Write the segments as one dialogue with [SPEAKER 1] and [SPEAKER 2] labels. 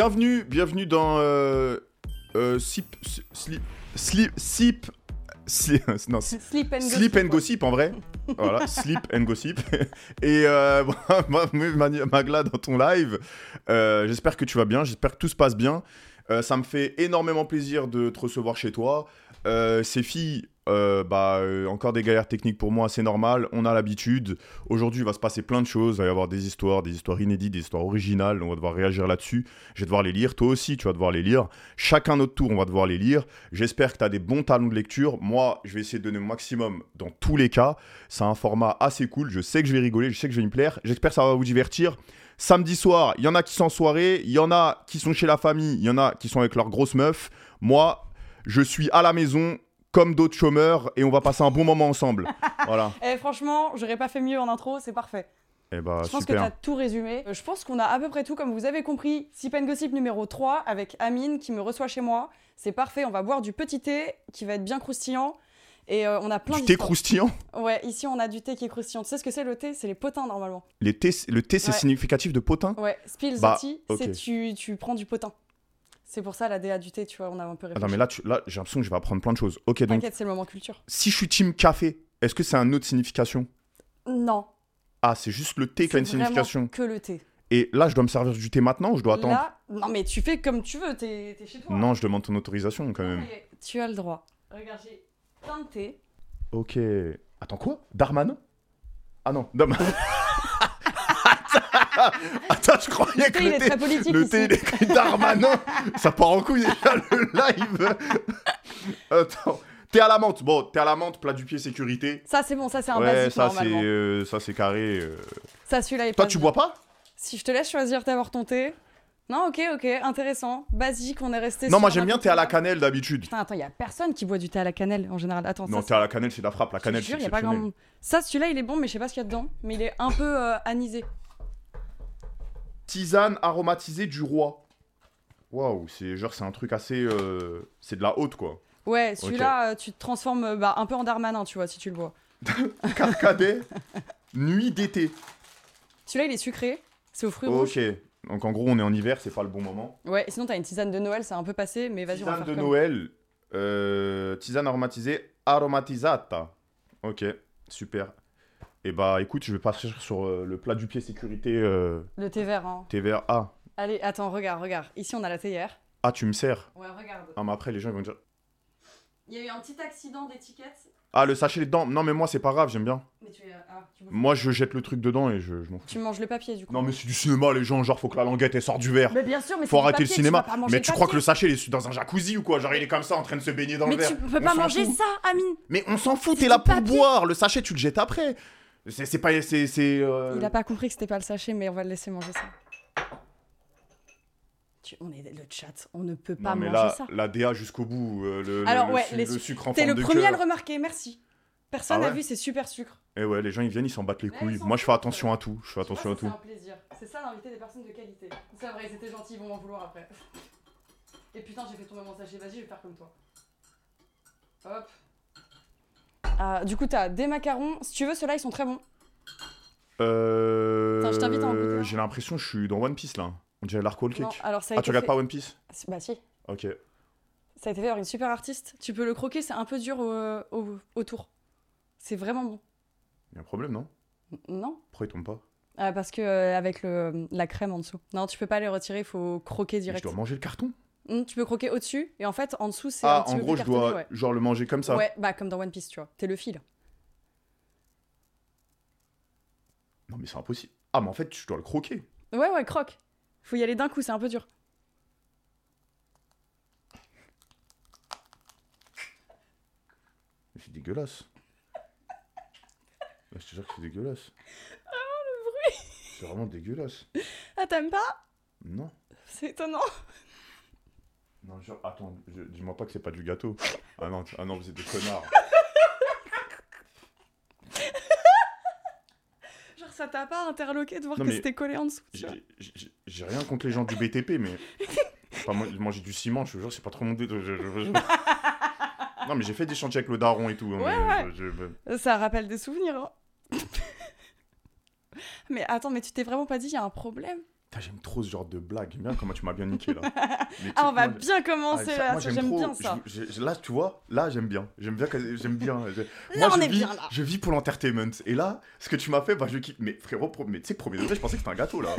[SPEAKER 1] Bienvenue, bienvenue dans euh, euh, Sip, Slip, Slip, Slip, Slip, non,
[SPEAKER 2] Sleep and go
[SPEAKER 1] Sleep and Gossip en vrai. voilà, Sleep and Gossip. Et euh, Ma- Ma- Ma- Magla dans ton live, euh, j'espère que tu vas bien, j'espère que tout se passe bien. Euh, ça me fait énormément plaisir de te recevoir chez toi. Euh, ces filles, euh, bah, euh, encore des galères techniques pour moi, c'est normal, on a l'habitude. Aujourd'hui, il va se passer plein de choses, il va y avoir des histoires, des histoires inédites, des histoires originales, on va devoir réagir là-dessus. Je vais devoir les lire, toi aussi, tu vas devoir les lire. Chacun notre tour, on va devoir les lire. J'espère que tu as des bons talons de lecture. Moi, je vais essayer de donner le maximum dans tous les cas. C'est un format assez cool. Je sais que je vais rigoler, je sais que je vais me plaire. J'espère que ça va vous divertir. Samedi soir, il y en a qui sont en soirée, il y en a qui sont chez la famille, il y en a qui sont avec leurs grosses meufs. Moi, je suis à la maison comme d'autres chômeurs et on va passer un bon moment ensemble. voilà.
[SPEAKER 2] Eh, franchement, j'aurais pas fait mieux en intro, c'est parfait.
[SPEAKER 1] Et bah,
[SPEAKER 2] je pense que
[SPEAKER 1] super.
[SPEAKER 2] t'as tout résumé. Euh, Je pense qu'on a à peu près tout, comme vous avez compris. Sip and Gossip numéro 3 avec Amine qui me reçoit chez moi. C'est parfait, on va boire du petit thé qui va être bien croustillant. Et euh, on a plein
[SPEAKER 1] Du thé
[SPEAKER 2] d'histoires.
[SPEAKER 1] croustillant
[SPEAKER 2] Ouais, ici on a du thé qui est croustillant. Tu sais ce que c'est le thé C'est les potins normalement.
[SPEAKER 1] Les thés- Le thé, c'est
[SPEAKER 2] Ouais.
[SPEAKER 1] significatif de potin
[SPEAKER 2] Ouais, spills
[SPEAKER 1] Bah, ok.
[SPEAKER 2] c'est tu, tu prends du potin. C'est pour ça la DA du thé, tu vois, on a un peu réfléchi.
[SPEAKER 1] Attends, mais là, tu- là j'ai l'impression que je vais apprendre plein de choses. Ok, donc
[SPEAKER 2] T'inquiète, c'est le moment culture.
[SPEAKER 1] si je suis team café, est-ce que c'est un autre signification
[SPEAKER 2] Non,
[SPEAKER 1] Ah, c'est juste le thé qui a
[SPEAKER 2] c'est
[SPEAKER 1] une
[SPEAKER 2] vraiment
[SPEAKER 1] signification.
[SPEAKER 2] que le thé.
[SPEAKER 1] Et là, je dois me servir du thé maintenant ou je dois attendre
[SPEAKER 2] Là, non mais tu fais comme tu veux, t'es t'es chez toi.
[SPEAKER 1] Non, je demande ton autorisation quand même.
[SPEAKER 2] Ok, Tu as le droit. Regarde, j'ai plein de thé.
[SPEAKER 1] Ok. Attends, quoi Darman Ah non, Darman. Attends, je croyais
[SPEAKER 2] Le
[SPEAKER 1] que
[SPEAKER 2] thé, il
[SPEAKER 1] le
[SPEAKER 2] est
[SPEAKER 1] thé,
[SPEAKER 2] très politique
[SPEAKER 1] le
[SPEAKER 2] ici.
[SPEAKER 1] thé, il est écrit Darmanin. Ça part en couille déjà le live. Attends. Thé à la menthe. Bon, thé à la menthe, plat du pied, sécurité.
[SPEAKER 2] Ça, c'est bon, ça, c'est un
[SPEAKER 1] Ouais,
[SPEAKER 2] basique,
[SPEAKER 1] ça c'est
[SPEAKER 2] normalement.
[SPEAKER 1] euh, ça c'est carré. euh.
[SPEAKER 2] Ça, celui-là est
[SPEAKER 1] Toi,
[SPEAKER 2] pas
[SPEAKER 1] tu
[SPEAKER 2] bon.
[SPEAKER 1] bois pas
[SPEAKER 2] Si je te laisse choisir d'avoir ton thé... Non, ok, ok, intéressant. Basique, on est resté
[SPEAKER 1] Non,
[SPEAKER 2] sur
[SPEAKER 1] moi
[SPEAKER 2] un
[SPEAKER 1] j'aime bien thé à la
[SPEAKER 2] incontournable.
[SPEAKER 1] cannelle d'habitude.
[SPEAKER 2] Putain, attends, il y a personne qui boit du thé à la cannelle, en général. Attends,
[SPEAKER 1] Non,
[SPEAKER 2] ça,
[SPEAKER 1] thé à la cannelle, c'est de la frappe. La cannelle, c'est
[SPEAKER 2] sûr, y a pas grand
[SPEAKER 1] exceptionnel.
[SPEAKER 2] monde. Ça, celui-là, il est bon, mais je sais pas ce qu'il y a dedans. Mais il est un peu euh, anisé.
[SPEAKER 1] Tisane aromatisée du roi. Waouh, c'est genre c'est un truc assez, euh, c'est de la haute quoi.
[SPEAKER 2] Ouais, celui-là, euh, tu te transformes euh, bah, un peu en Darmanin, tu vois, si tu le bois.
[SPEAKER 1] Carcadet, nuit d'été.
[SPEAKER 2] Celui-là, il est sucré. C'est aux fruits rouges.
[SPEAKER 1] Ok, donc en gros on est en hiver, c'est pas le bon moment.
[SPEAKER 2] Ouais, sinon, t'as une tisane de Noël, c'est un peu passé, mais vas-y, on va
[SPEAKER 1] Tisane
[SPEAKER 2] faire
[SPEAKER 1] de
[SPEAKER 2] comme.
[SPEAKER 1] Noël, euh, tisane aromatisée, aromatisata. Ok, super. Et bah écoute, je vais partir sur euh, le plat du pied sécurité euh,
[SPEAKER 2] Le thé vert, hein.
[SPEAKER 1] thé vert A.
[SPEAKER 2] Allez, attends, regarde, regarde. Ici, on a la théière.
[SPEAKER 1] Ah, tu me sers.
[SPEAKER 2] Ouais, regarde.
[SPEAKER 1] Ah, mais après les gens ils vont dire.
[SPEAKER 2] Il y a eu un petit accident d'étiquette,
[SPEAKER 1] Ah, le sachet est dedans. Non, mais moi c'est pas grave, j'aime bien.
[SPEAKER 2] mais tu, ah, tu, bouffes-
[SPEAKER 1] Moi je jette le truc dedans et je, je m'en fous.
[SPEAKER 2] Tu manges le papier, du coup.
[SPEAKER 1] Non mais c'est du cinéma les gens, genre faut que la languette elle sorte du verre.
[SPEAKER 2] Mais bien sûr, mais
[SPEAKER 1] faut
[SPEAKER 2] c'est du
[SPEAKER 1] arrêter
[SPEAKER 2] papier,
[SPEAKER 1] le cinéma.
[SPEAKER 2] tu vas pas manger
[SPEAKER 1] mais
[SPEAKER 2] le
[SPEAKER 1] tu crois que le
[SPEAKER 2] papier.
[SPEAKER 1] sachet il est dans un jacuzzi ou quoi Genre il est comme ça en train de se baigner dans le
[SPEAKER 2] Mais
[SPEAKER 1] verre.
[SPEAKER 2] tu peux
[SPEAKER 1] On
[SPEAKER 2] pas
[SPEAKER 1] s'en
[SPEAKER 2] manger
[SPEAKER 1] fout.
[SPEAKER 2] ça, Amine
[SPEAKER 1] Mais on s'en fout,
[SPEAKER 2] C'est
[SPEAKER 1] t'es là
[SPEAKER 2] du
[SPEAKER 1] pour
[SPEAKER 2] papier.
[SPEAKER 1] boire, le sachet tu le jettes après. C'est c'est pas c'est c'est euh,
[SPEAKER 2] Il a pas compris que c'était pas le sachet, mais on va le laisser manger ça. Tu- On est le chat, on ne peut
[SPEAKER 1] non,
[SPEAKER 2] pas
[SPEAKER 1] mais
[SPEAKER 2] manger
[SPEAKER 1] là
[SPEAKER 2] ça.
[SPEAKER 1] la DA jusqu'au bout euh, le, le-
[SPEAKER 2] Alors,
[SPEAKER 1] le
[SPEAKER 2] ouais,
[SPEAKER 1] su-
[SPEAKER 2] les
[SPEAKER 1] le
[SPEAKER 2] su-
[SPEAKER 1] sucre en
[SPEAKER 2] T'es
[SPEAKER 1] forme
[SPEAKER 2] le
[SPEAKER 1] de
[SPEAKER 2] premier à le
[SPEAKER 1] cœur.
[SPEAKER 2] remarquer, merci. Personne
[SPEAKER 1] Ah
[SPEAKER 2] n'a
[SPEAKER 1] ouais
[SPEAKER 2] vu, c'est super sucre.
[SPEAKER 1] Et Eh ouais, les gens ils viennent, ils s'en battent les
[SPEAKER 2] Ouais,
[SPEAKER 1] couilles.
[SPEAKER 2] ils s'en
[SPEAKER 1] Moi je fais
[SPEAKER 2] foutent.
[SPEAKER 1] attention à tout, je fais
[SPEAKER 2] Tu
[SPEAKER 1] attention
[SPEAKER 2] vois,
[SPEAKER 1] à
[SPEAKER 2] Ah, ça,
[SPEAKER 1] tout.
[SPEAKER 2] C'est un plaisir. C'est ça d'inviter des personnes de qualité. C'est vrai, ils étaient gentils, ils vont m'en vouloir après. Et putain, j'ai fait tomber mon sachet. Vas-y, je vais faire comme toi. Hop. Ah, du coup, t'as des macarons. Si tu veux, ceux-là, ils sont très bons.
[SPEAKER 1] Euh
[SPEAKER 2] Attends, je t'invite à en goûter un.
[SPEAKER 1] j'ai l'impression que je suis dans One Piece là. On dirait l'Arc Cake.
[SPEAKER 2] Non, alors ça a
[SPEAKER 1] Ah,
[SPEAKER 2] été
[SPEAKER 1] tu regardes
[SPEAKER 2] fait-
[SPEAKER 1] pas One Piece
[SPEAKER 2] Bah si.
[SPEAKER 1] OK.
[SPEAKER 2] Ça a été fait par une super artiste. Tu peux le croquer, c'est un peu dur au, au- autour. C'est vraiment bon.
[SPEAKER 1] Il y a un problème, non
[SPEAKER 2] Non
[SPEAKER 1] Pourquoi il tombe pas
[SPEAKER 2] Ah, Parce que euh, avec le, la crème en dessous. Non, tu peux pas les retirer, il faut croquer
[SPEAKER 1] Mais Je
[SPEAKER 2] direct.
[SPEAKER 1] dois manger le carton
[SPEAKER 2] Non, tu peux croquer au-dessus et en fait, en dessous, c'est un
[SPEAKER 1] Ah,
[SPEAKER 2] petit
[SPEAKER 1] en
[SPEAKER 2] peu
[SPEAKER 1] gros,
[SPEAKER 2] plus
[SPEAKER 1] je dois
[SPEAKER 2] cartonné, ouais.
[SPEAKER 1] genre le manger comme ça.
[SPEAKER 2] Ouais, bah comme dans One Piece, tu vois. T'es le fil.
[SPEAKER 1] Non, mais c'est impossible. Ah, mais en fait, je dois le croquer.
[SPEAKER 2] Ouais, ouais, croque. Faut y aller d'un coup, c'est un peu dur.
[SPEAKER 1] Mais C'est dégueulasse. Ouais, je te jure que c'est dégueulasse. Vraiment, le bruit C'est vraiment dégueulasse.
[SPEAKER 2] Ah, t'aimes pas
[SPEAKER 1] Non.
[SPEAKER 2] C'est étonnant.
[SPEAKER 1] Non, genre, attends, je- dis-moi pas que c'est pas du gâteau. Ah non, ah non, vous êtes des connards.
[SPEAKER 2] Genre, ça t'a pas interloqué de voir
[SPEAKER 1] Non,
[SPEAKER 2] que
[SPEAKER 1] mais-
[SPEAKER 2] c'était collé en dessous. tu vois.
[SPEAKER 1] J'ai- J'ai j'ai rien contre les gens du BTP, mais. Enfin, moi, manger du ciment, je te jure, c'est pas trop mon dé... je- je- je- Non, mais j'ai fait des chantiers avec le daron et tout. hein,
[SPEAKER 2] Ouais,
[SPEAKER 1] mais
[SPEAKER 2] ouais.
[SPEAKER 1] je- je-
[SPEAKER 2] Ça rappelle des souvenirs. hein. mais attends, mais tu t'es vraiment pas dit, il y a un problème
[SPEAKER 1] Putain, J'aime trop ce genre de blague. J'aime bien comment tu m'as bien niqué là. Les
[SPEAKER 2] Ah, on
[SPEAKER 1] trucs, moi,
[SPEAKER 2] va bien commencer
[SPEAKER 1] ah,
[SPEAKER 2] là,
[SPEAKER 1] moi,
[SPEAKER 2] ça, j'aime
[SPEAKER 1] trop.
[SPEAKER 2] bien ça.
[SPEAKER 1] Je- je- là, tu vois, là, j'aime bien. J'aime bien. que- J'aime bien. euh, Je-
[SPEAKER 2] Là,
[SPEAKER 1] moi,
[SPEAKER 2] on
[SPEAKER 1] je
[SPEAKER 2] est
[SPEAKER 1] vis,
[SPEAKER 2] bien, là.
[SPEAKER 1] je vis pour l'entertainment. Et là, ce que tu m'as fait, bah, je kiffe. Mais frérot, pro- mais tu sais, premier degré, je pensais que c'était un gâteau là.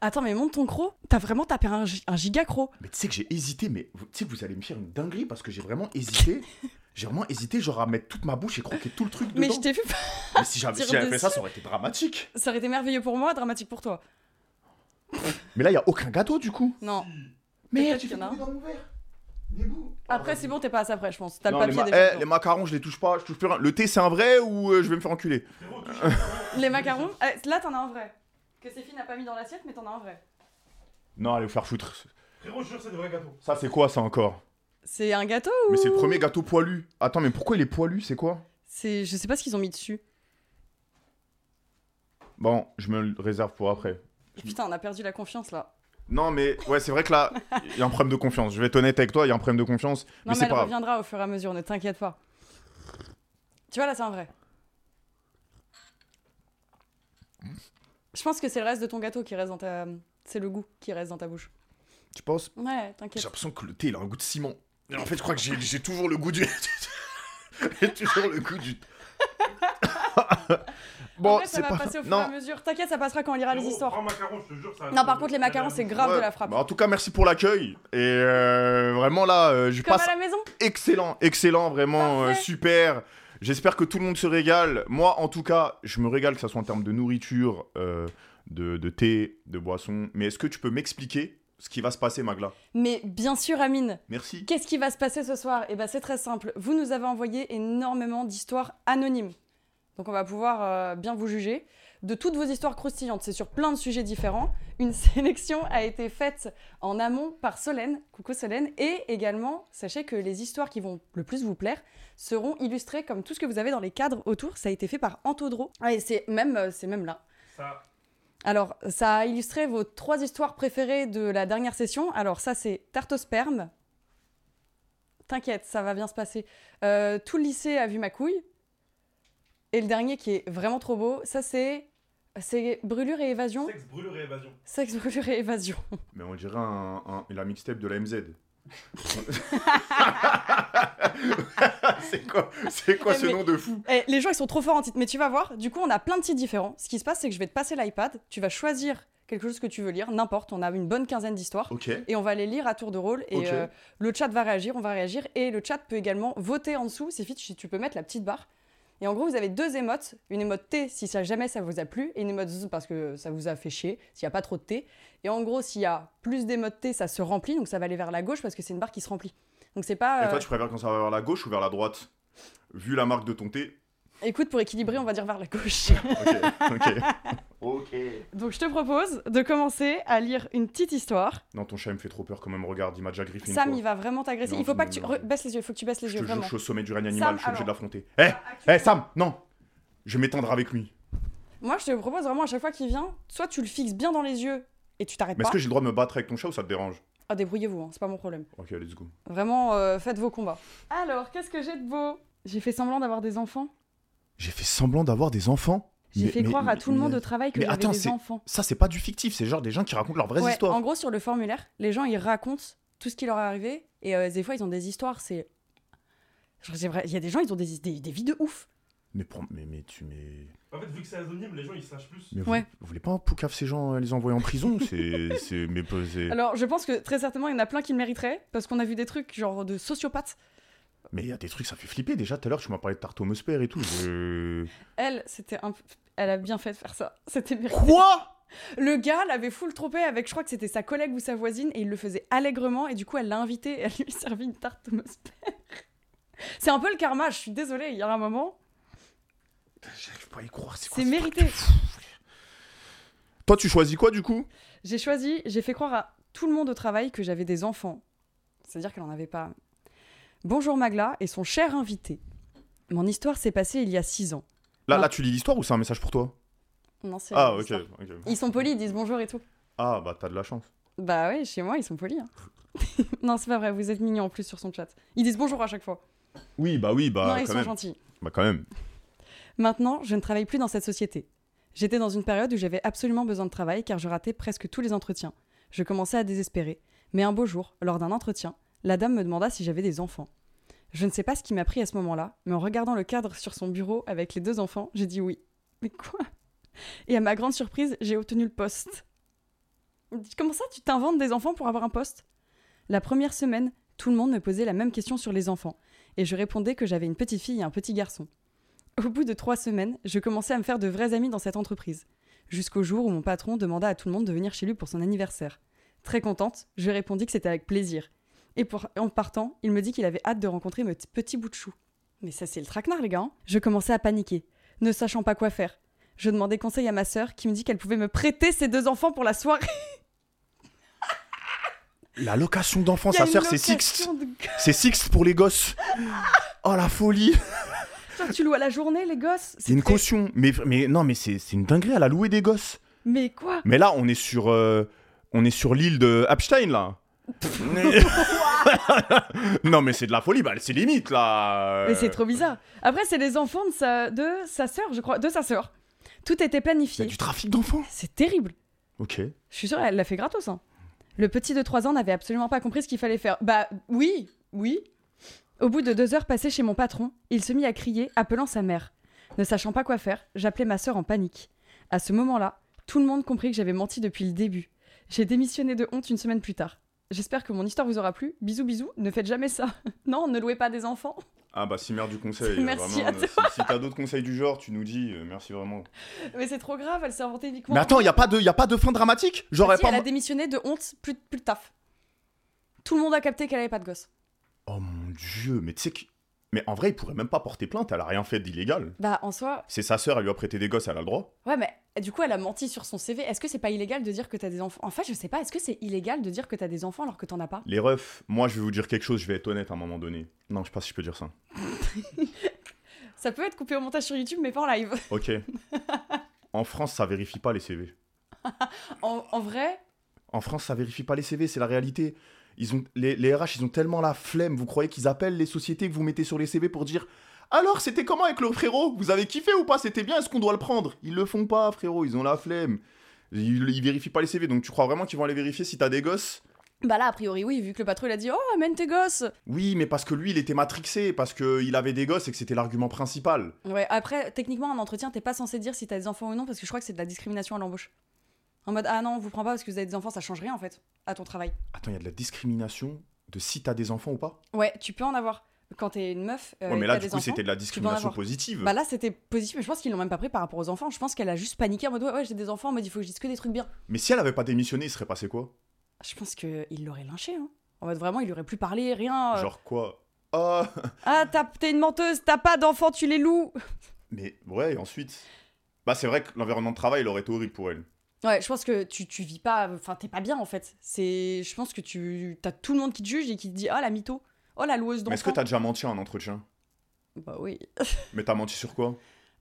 [SPEAKER 2] Attends, mais monte ton croc. T'as vraiment tapé un, gi- un giga croc.
[SPEAKER 1] Mais tu sais que j'ai hésité, mais vous- tu sais, vous allez me faire une dinguerie parce que j'ai vraiment hésité. J'ai vraiment hésité, genre à mettre toute ma bouche et croquer tout le truc dedans.
[SPEAKER 2] Mais je t'ai vu.
[SPEAKER 1] Mais si j'avais
[SPEAKER 2] dire
[SPEAKER 1] si j'avais fait ça,
[SPEAKER 2] dessus.
[SPEAKER 1] ça aurait été dramatique.
[SPEAKER 2] Ça aurait été merveilleux pour moi, dramatique pour toi.
[SPEAKER 1] Mais là, il y a aucun gâteau du coup.
[SPEAKER 2] Non.
[SPEAKER 1] Merde,
[SPEAKER 2] Peut-être
[SPEAKER 1] j'ai
[SPEAKER 2] qu'il y
[SPEAKER 1] fait
[SPEAKER 2] en a
[SPEAKER 1] tomber dans mon verre. Des bouts.
[SPEAKER 2] Après, c'est bon, t'es pas assez après, je pense. T'as le
[SPEAKER 1] Non,
[SPEAKER 2] papier
[SPEAKER 1] les, ma-
[SPEAKER 2] déjà.
[SPEAKER 1] eh,
[SPEAKER 2] dedans.
[SPEAKER 1] les macarons, je les touche pas, je touche plus rien. Le thé, c'est un vrai ou euh, je vais me faire enculer
[SPEAKER 2] les... macarons. eh, là, t'en as un vrai. Que Séphie n'a pas mis dans l'assiette, mais t'en as un vrai.
[SPEAKER 1] Non, allez vous faire foutre.
[SPEAKER 3] Frérot, je jure, c'est des vrais gâteaux.
[SPEAKER 1] Ça, c'est quoi ça encore
[SPEAKER 2] C'est un gâteau ou.
[SPEAKER 1] Mais c'est le premier gâteau poilu. Attends, mais pourquoi il est poilu C'est quoi
[SPEAKER 2] C'est... Je sais pas ce qu'ils ont mis dessus.
[SPEAKER 1] Bon, je me le réserve pour après.
[SPEAKER 2] Putain, on a perdu la confiance là.
[SPEAKER 1] Non, mais ouais, c'est vrai que là, il y a un problème de confiance. Je vais être honnête avec toi, il y a un problème de confiance.
[SPEAKER 2] Non,
[SPEAKER 1] mais
[SPEAKER 2] mais,
[SPEAKER 1] c'est
[SPEAKER 2] elle
[SPEAKER 1] pas grave.
[SPEAKER 2] reviendra au fur et à mesure, ne t'inquiète pas. Tu vois, là, c'est un vrai. Je pense que c'est le reste de ton gâteau qui reste dans ta. C'est le goût qui reste dans ta bouche.
[SPEAKER 1] Tu penses
[SPEAKER 2] Ouais,
[SPEAKER 1] J'ai
[SPEAKER 2] t'inquiète.
[SPEAKER 1] l'impression que le thé, il a un goût de ciment. Et en fait, je crois que j'ai j'ai toujours le goût du. j'ai toujours le goût du.
[SPEAKER 2] En
[SPEAKER 1] bon,
[SPEAKER 2] vrai, ça
[SPEAKER 1] c'est
[SPEAKER 2] va
[SPEAKER 1] pas.
[SPEAKER 2] passer au fur et à
[SPEAKER 1] Non.
[SPEAKER 2] mesure. T'inquiète, ça passera quand on lira les
[SPEAKER 3] Frérot,
[SPEAKER 2] histoires.
[SPEAKER 3] prends un macaron, je te jure, ça.
[SPEAKER 2] Non, par contre, les macarons, c'est grave
[SPEAKER 1] Ouais.
[SPEAKER 2] de la frappe.
[SPEAKER 1] Bah, en tout cas, merci pour l'accueil. Et euh, vraiment, là, euh, je
[SPEAKER 2] Comme
[SPEAKER 1] passe
[SPEAKER 2] à la maison
[SPEAKER 1] excellent, excellent, vraiment euh,
[SPEAKER 2] Parfait.
[SPEAKER 1] super. J'espère que tout le monde se régale. Moi, en tout cas, je me régale, que ce soit en termes de nourriture, euh, de, de thé, de boisson. Mais est-ce que tu peux m'expliquer ce qui va se passer, Magla
[SPEAKER 2] Mais bien sûr, Amine,
[SPEAKER 1] Merci.
[SPEAKER 2] Qu'est-ce qui va se passer ce soir Eh ben, c'est très simple. Vous nous avez envoyé énormément d'histoires anonymes. Donc, on va pouvoir euh, bien vous juger de toutes vos histoires croustillantes. C'est sur plein de sujets différents. Une sélection a été faite en amont par Solène. Coucou Solène. Et également, sachez que les histoires qui vont le plus vous plaire seront illustrées comme tout ce que vous avez dans les cadres autour. Ça a été fait par Antodro. Ah, et c'est même, euh, c'est même là.
[SPEAKER 3] Ça,
[SPEAKER 2] Alors, ça a illustré vos trois histoires préférées de la dernière session. Alors, ça, c'est tarte au sperme. T'inquiète, ça va bien se passer. Euh, tout le lycée a vu ma couille. Et le dernier qui est vraiment trop beau, ça, c'est. C'est brûlure et évasion.
[SPEAKER 3] sexe, brûlure et évasion.
[SPEAKER 2] Sexe, brûlure et évasion.
[SPEAKER 1] Mais on dirait un, un- la mixtape de la MZ. c'est quoi, c'est quoi
[SPEAKER 2] Mais-
[SPEAKER 1] ce nom de fou
[SPEAKER 2] Eh, les gens, ils sont trop forts en titre. Mais tu vas voir, du coup, on a plein de titres différents. Ce qui se passe, c'est que je vais te passer l'iPad. Tu vas choisir quelque chose que tu veux lire, n'importe. On a une bonne quinzaine d'histoires.
[SPEAKER 1] Ok.
[SPEAKER 2] et on va les lire à tour de rôle et
[SPEAKER 1] Ok.
[SPEAKER 2] euh, le chat va réagir, on va réagir et le chat peut également voter en dessous, c'est fit, tu peux mettre la petite barre. Et en gros, vous avez deux émotes, une émote T si ça jamais ça vous a plu et une émote Z parce que ça vous a fait chier, s'il n'y a pas trop de T. Et en gros, s'il y a plus d'émotes T, ça se remplit, donc ça va aller vers la gauche parce que c'est une barre qui se remplit. Donc c'est pas...
[SPEAKER 1] Et toi,
[SPEAKER 2] euh,
[SPEAKER 1] tu préfères quand ça va vers la gauche ou vers la droite Vu la marque de ton thé
[SPEAKER 2] euh, Écoute, pour équilibrer, on va dire vers la gauche.
[SPEAKER 1] Ok, ok.
[SPEAKER 2] donc je te propose de commencer à lire une petite histoire.
[SPEAKER 1] Non, ton chat il me fait trop peur quand même. Regarde, il m'a déjà griffé une
[SPEAKER 2] Sam,
[SPEAKER 1] fois.
[SPEAKER 2] il va vraiment t'agresser.
[SPEAKER 1] Non,
[SPEAKER 2] Il faut
[SPEAKER 1] je
[SPEAKER 2] pas
[SPEAKER 1] me
[SPEAKER 2] que tu...
[SPEAKER 1] mélange.
[SPEAKER 2] re- Baisse les yeux, il faut que tu baisses les
[SPEAKER 1] Je
[SPEAKER 2] yeux,
[SPEAKER 1] te jure,
[SPEAKER 2] vraiment.
[SPEAKER 1] je suis au sommet du règne
[SPEAKER 2] Sam,
[SPEAKER 1] animal, je suis obligé
[SPEAKER 2] alors.
[SPEAKER 1] de l'affronter. Eh Eh Sam, non Je vais m'étendre avec lui.
[SPEAKER 2] Moi, je te propose vraiment à chaque fois qu'il vient, soit tu le fixes bien dans les yeux et tu t'arrêtes
[SPEAKER 1] Mais
[SPEAKER 2] pas.
[SPEAKER 1] est-ce que j'ai le droit de me battre avec ton chat ou ça te dérange
[SPEAKER 2] Ah, débrouillez-vous, hein, c'est pas mon problème.
[SPEAKER 1] Ok, let's go.
[SPEAKER 2] Vraiment, euh, faites vos combats. Alors, qu'est-ce que j'ai de beau J'ai fait semblant d'avoir des enfants.
[SPEAKER 1] J'ai fait semblant d'avoir des enfants
[SPEAKER 2] J'ai
[SPEAKER 1] Mais-
[SPEAKER 2] fait
[SPEAKER 1] mais-
[SPEAKER 2] croire à
[SPEAKER 1] mais-
[SPEAKER 2] tout le monde au travail que
[SPEAKER 1] mais
[SPEAKER 2] j'avais
[SPEAKER 1] attends,
[SPEAKER 2] des
[SPEAKER 1] c'est-
[SPEAKER 2] enfants.
[SPEAKER 1] Ça, c'est pas du fictif, c'est genre des gens qui racontent leurs vraies
[SPEAKER 2] Ouais,
[SPEAKER 1] histoires.
[SPEAKER 2] En gros, sur le formulaire, les gens ils racontent tout ce qui leur est arrivé et euh, des fois ils ont des histoires. C'est. Genre, c'est vrai, Il y a des gens, ils ont des, des, des vies de ouf.
[SPEAKER 1] Mais, pour- mais, mais tu mais...
[SPEAKER 3] En fait, vu que c'est anonyme, les gens ils se lâchent plus.
[SPEAKER 1] mais vous,
[SPEAKER 2] Ouais.
[SPEAKER 1] vous voulez pas un poucave ces gens, euh, les envoyer en prison C'est. c'est- Mais pas- c'est-
[SPEAKER 2] Alors, je pense que très certainement, il y en a plein qui le mériteraient parce qu'on a vu des trucs genre de sociopathes.
[SPEAKER 1] Mais il y a des trucs, ça fait flipper déjà. Tout à l'heure, tu m'as parlé de tarte au Meusper et tout. je-
[SPEAKER 2] Elle, c'était un. peu- Elle a bien fait de faire ça. C'était mérité.
[SPEAKER 1] Quoi
[SPEAKER 2] Le gars l'avait full trompé avec, je crois que c'était sa collègue ou sa voisine, et il le faisait allègrement, et du coup, elle l'a invité, et elle lui servit une tarte au Meusper. C'est un peu le karma, je suis désolée, il y a un moment,
[SPEAKER 1] J'arrive pas à y croire, c'est quoi
[SPEAKER 2] c'est
[SPEAKER 1] ce-
[SPEAKER 2] mérité.
[SPEAKER 1] Toi, tu choisis quoi du coup
[SPEAKER 2] J'ai choisi, j'ai fait croire à tout le monde au travail que j'avais des enfants. C'est-à-dire qu'elle en avait pas. Bonjour Magla et son cher invité. Mon histoire s'est passée il y a six ans.
[SPEAKER 1] Là,
[SPEAKER 2] Non.
[SPEAKER 1] là, tu lis l'histoire ou c'est un message pour toi
[SPEAKER 2] Non, c'est
[SPEAKER 1] Ah,
[SPEAKER 2] une
[SPEAKER 1] ok.
[SPEAKER 2] histoire.
[SPEAKER 1] ok.
[SPEAKER 2] Ils sont polis, ils disent bonjour et tout.
[SPEAKER 1] Ah, bah, t'as de la chance.
[SPEAKER 2] Bah ouais, chez moi, ils sont polis. hein. non, c'est pas vrai, vous êtes mignons en plus sur son chat. Ils disent bonjour à chaque fois.
[SPEAKER 1] Oui, bah oui, bah
[SPEAKER 2] non, ils
[SPEAKER 1] quand
[SPEAKER 2] sont
[SPEAKER 1] même.
[SPEAKER 2] gentils.
[SPEAKER 1] Bah quand même.
[SPEAKER 2] Maintenant, je ne travaille plus dans cette société. J'étais dans une période où j'avais absolument besoin de travail car je ratais presque tous les entretiens. Je commençais à désespérer. Mais un beau jour, lors d'un entretien, la dame me demanda si j'avais des enfants. Je ne sais pas ce qui m'a pris à ce moment-là, mais en regardant le cadre sur son bureau avec les deux enfants, j'ai dit oui. Mais quoi Et à ma grande surprise, j'ai obtenu le poste. Comment ça, tu t'inventes des enfants pour avoir un poste La première semaine, tout le monde me posait la même question sur les enfants, et je répondais que j'avais une petite fille et un petit garçon. Au bout de trois semaines, je commençais à me faire de vrais amis dans cette entreprise, jusqu'au jour où mon patron demanda à tout le monde de venir chez lui pour son anniversaire. Très contente, je répondis que c'était avec plaisir. Et pour- en partant, il me dit qu'il avait hâte de rencontrer mes petits- petits bouts de chou. Mais ça, c'est le traquenard, les gars. hein. je commençais à paniquer, ne sachant pas quoi faire. Je demandais conseil à ma sœur, qui me dit qu'elle pouvait me prêter ses deux enfants pour la soirée.
[SPEAKER 1] La location d'enfants,
[SPEAKER 2] Il y
[SPEAKER 1] sa
[SPEAKER 2] a une
[SPEAKER 1] sœur, c'est Sixte.
[SPEAKER 2] location de-
[SPEAKER 1] C'est Sixte pour les gosses. Oh la folie.
[SPEAKER 2] Genre, tu loues à la journée, les gosses
[SPEAKER 1] C'est une
[SPEAKER 2] très-
[SPEAKER 1] caution. Mais, mais non, mais c'est c'est une dinguerie. Elle a loué des gosses.
[SPEAKER 2] Mais quoi
[SPEAKER 1] Mais là, on est sur, euh, on est sur l'île de Epstein, là. Mais- non, mais c'est de la folie. Bah, c'est limite, là.
[SPEAKER 2] Mais
[SPEAKER 1] Euh,
[SPEAKER 2] c'est trop bizarre. Après, c'est les enfants de sa, de sa sœur, je crois, de sa sœur. Tout était
[SPEAKER 1] Il y a
[SPEAKER 2] planifié.
[SPEAKER 1] du trafic d'enfants.
[SPEAKER 2] C'est terrible.
[SPEAKER 1] Ok.
[SPEAKER 2] Je suis sûre, elle l'a fait gratos. Hein. Le petit de 3 ans n'avait absolument pas compris ce qu'il fallait faire. Bah oui, oui. Au bout de deux heures passées chez mon patron, il se mit à crier, appelant sa mère. Ne sachant pas quoi faire, j'appelais ma sœur en panique. À ce moment-là, tout le monde comprit que j'avais menti depuis le début. J'ai démissionné de honte une semaine plus tard. J'espère que mon histoire vous aura plu. Bisous, bisous. Ne faites jamais ça. Non, ne louez pas des enfants.
[SPEAKER 1] Ah bah si mère du conseil,
[SPEAKER 2] Merci
[SPEAKER 1] vraiment,
[SPEAKER 2] à
[SPEAKER 1] euh, si, si t'as d'autres conseils du genre, tu nous dis, euh, merci vraiment.
[SPEAKER 2] Mais c'est trop grave, elle s'est inventée uniquement.
[SPEAKER 1] Mais attends, y a pas de, y a pas de fin dramatique J'aurais
[SPEAKER 2] Si,
[SPEAKER 1] pas...
[SPEAKER 2] elle a démissionné de honte, plus, de- plus de taf. Tout le monde a capté qu'elle avait pas de gosse.
[SPEAKER 1] Oh mon dieu, mais tu sais que... Mais en vrai, il pourrait même pas porter plainte, elle a rien fait d'illégal.
[SPEAKER 2] Bah, en soi,
[SPEAKER 1] C'est sa sœur, elle lui a prêté des gosses, elle a le droit.
[SPEAKER 2] Ouais, mais du coup, elle a menti sur son CV. Est-ce que c'est pas illégal de dire que t'as des enfants En fait, je sais pas. Est-ce que c'est illégal de dire que t'as des enfants alors que t'en as pas
[SPEAKER 1] Les refs, moi je vais vous dire quelque chose, je vais être honnête à un moment donné. Non, je sais pas si je peux dire ça.
[SPEAKER 2] Ça peut être coupé au montage sur YouTube, mais pas en live.
[SPEAKER 1] Ok. en France, ça vérifie pas les CV.
[SPEAKER 2] En, en vrai,
[SPEAKER 1] En France, ça vérifie pas les CV, c'est la réalité. Ils ont, les, les RH, ils ont tellement la flemme. Vous croyez qu'ils appellent les sociétés que vous mettez sur les CV pour dire Alors, c'était comment avec le frérot Vous avez kiffé ou pas C'était bien, est-ce qu'on doit le prendre Ils le font pas, frérot, ils ont la flemme. Ils, ils vérifient pas les CV, donc tu crois vraiment qu'ils vont aller vérifier si t'as des gosses
[SPEAKER 2] bah là, a priori, oui, vu que le patron il a dit Oh, amène tes gosses
[SPEAKER 1] Oui, mais parce que lui, il était matrixé, parce qu'il avait des gosses et que c'était l'argument principal.
[SPEAKER 2] Ouais, après, techniquement, en entretien, t'es pas censé dire si t'as des enfants ou non parce que je crois que c'est de la discrimination à l'embauche. En mode Ah non, on vous prend pas parce que vous avez des enfants, ça change rien en fait à ton travail.
[SPEAKER 1] Attends, il y a de la discrimination de si t'as des enfants ou pas
[SPEAKER 2] Ouais, tu peux en avoir. Quand t'es une meuf, euh,
[SPEAKER 1] Ouais,
[SPEAKER 2] et
[SPEAKER 1] mais
[SPEAKER 2] que
[SPEAKER 1] là,
[SPEAKER 2] t'as
[SPEAKER 1] du
[SPEAKER 2] des
[SPEAKER 1] coup,
[SPEAKER 2] enfants,
[SPEAKER 1] c'était de la discrimination
[SPEAKER 2] avoir.
[SPEAKER 1] positive.
[SPEAKER 2] Bah là, c'était positif, mais je pense qu'ils l'ont même pas pris par rapport aux enfants. Je pense qu'elle a juste paniqué en mode Ouais, ouais j'ai des enfants, en mode il faut que je dise que des trucs bien.
[SPEAKER 1] Mais si elle avait pas démissionné, il serait passé quoi
[SPEAKER 2] Je pense qu'il l'aurait lynché. Hein. En mode vraiment, il lui aurait plus parlé, rien. euh,
[SPEAKER 1] Genre quoi Ah
[SPEAKER 2] Ah, t'as- t'es une menteuse, t'as pas d'enfant, tu les loues.
[SPEAKER 1] Mais ouais, et ensuite. Bah, c'est vrai que l'environnement de travail, il aurait été horrible pour elle.
[SPEAKER 2] Ouais, je pense que tu, tu vis pas. Enfin, t'es pas bien en fait. C'est, Je pense que tu t'as tout le monde qui te juge et qui te dit Oh la mytho, oh la loueuse
[SPEAKER 1] Mais est-ce que
[SPEAKER 2] d'enfant.
[SPEAKER 1] t'as déjà menti à un entretien
[SPEAKER 2] Bah oui.
[SPEAKER 1] Mais t'as menti sur quoi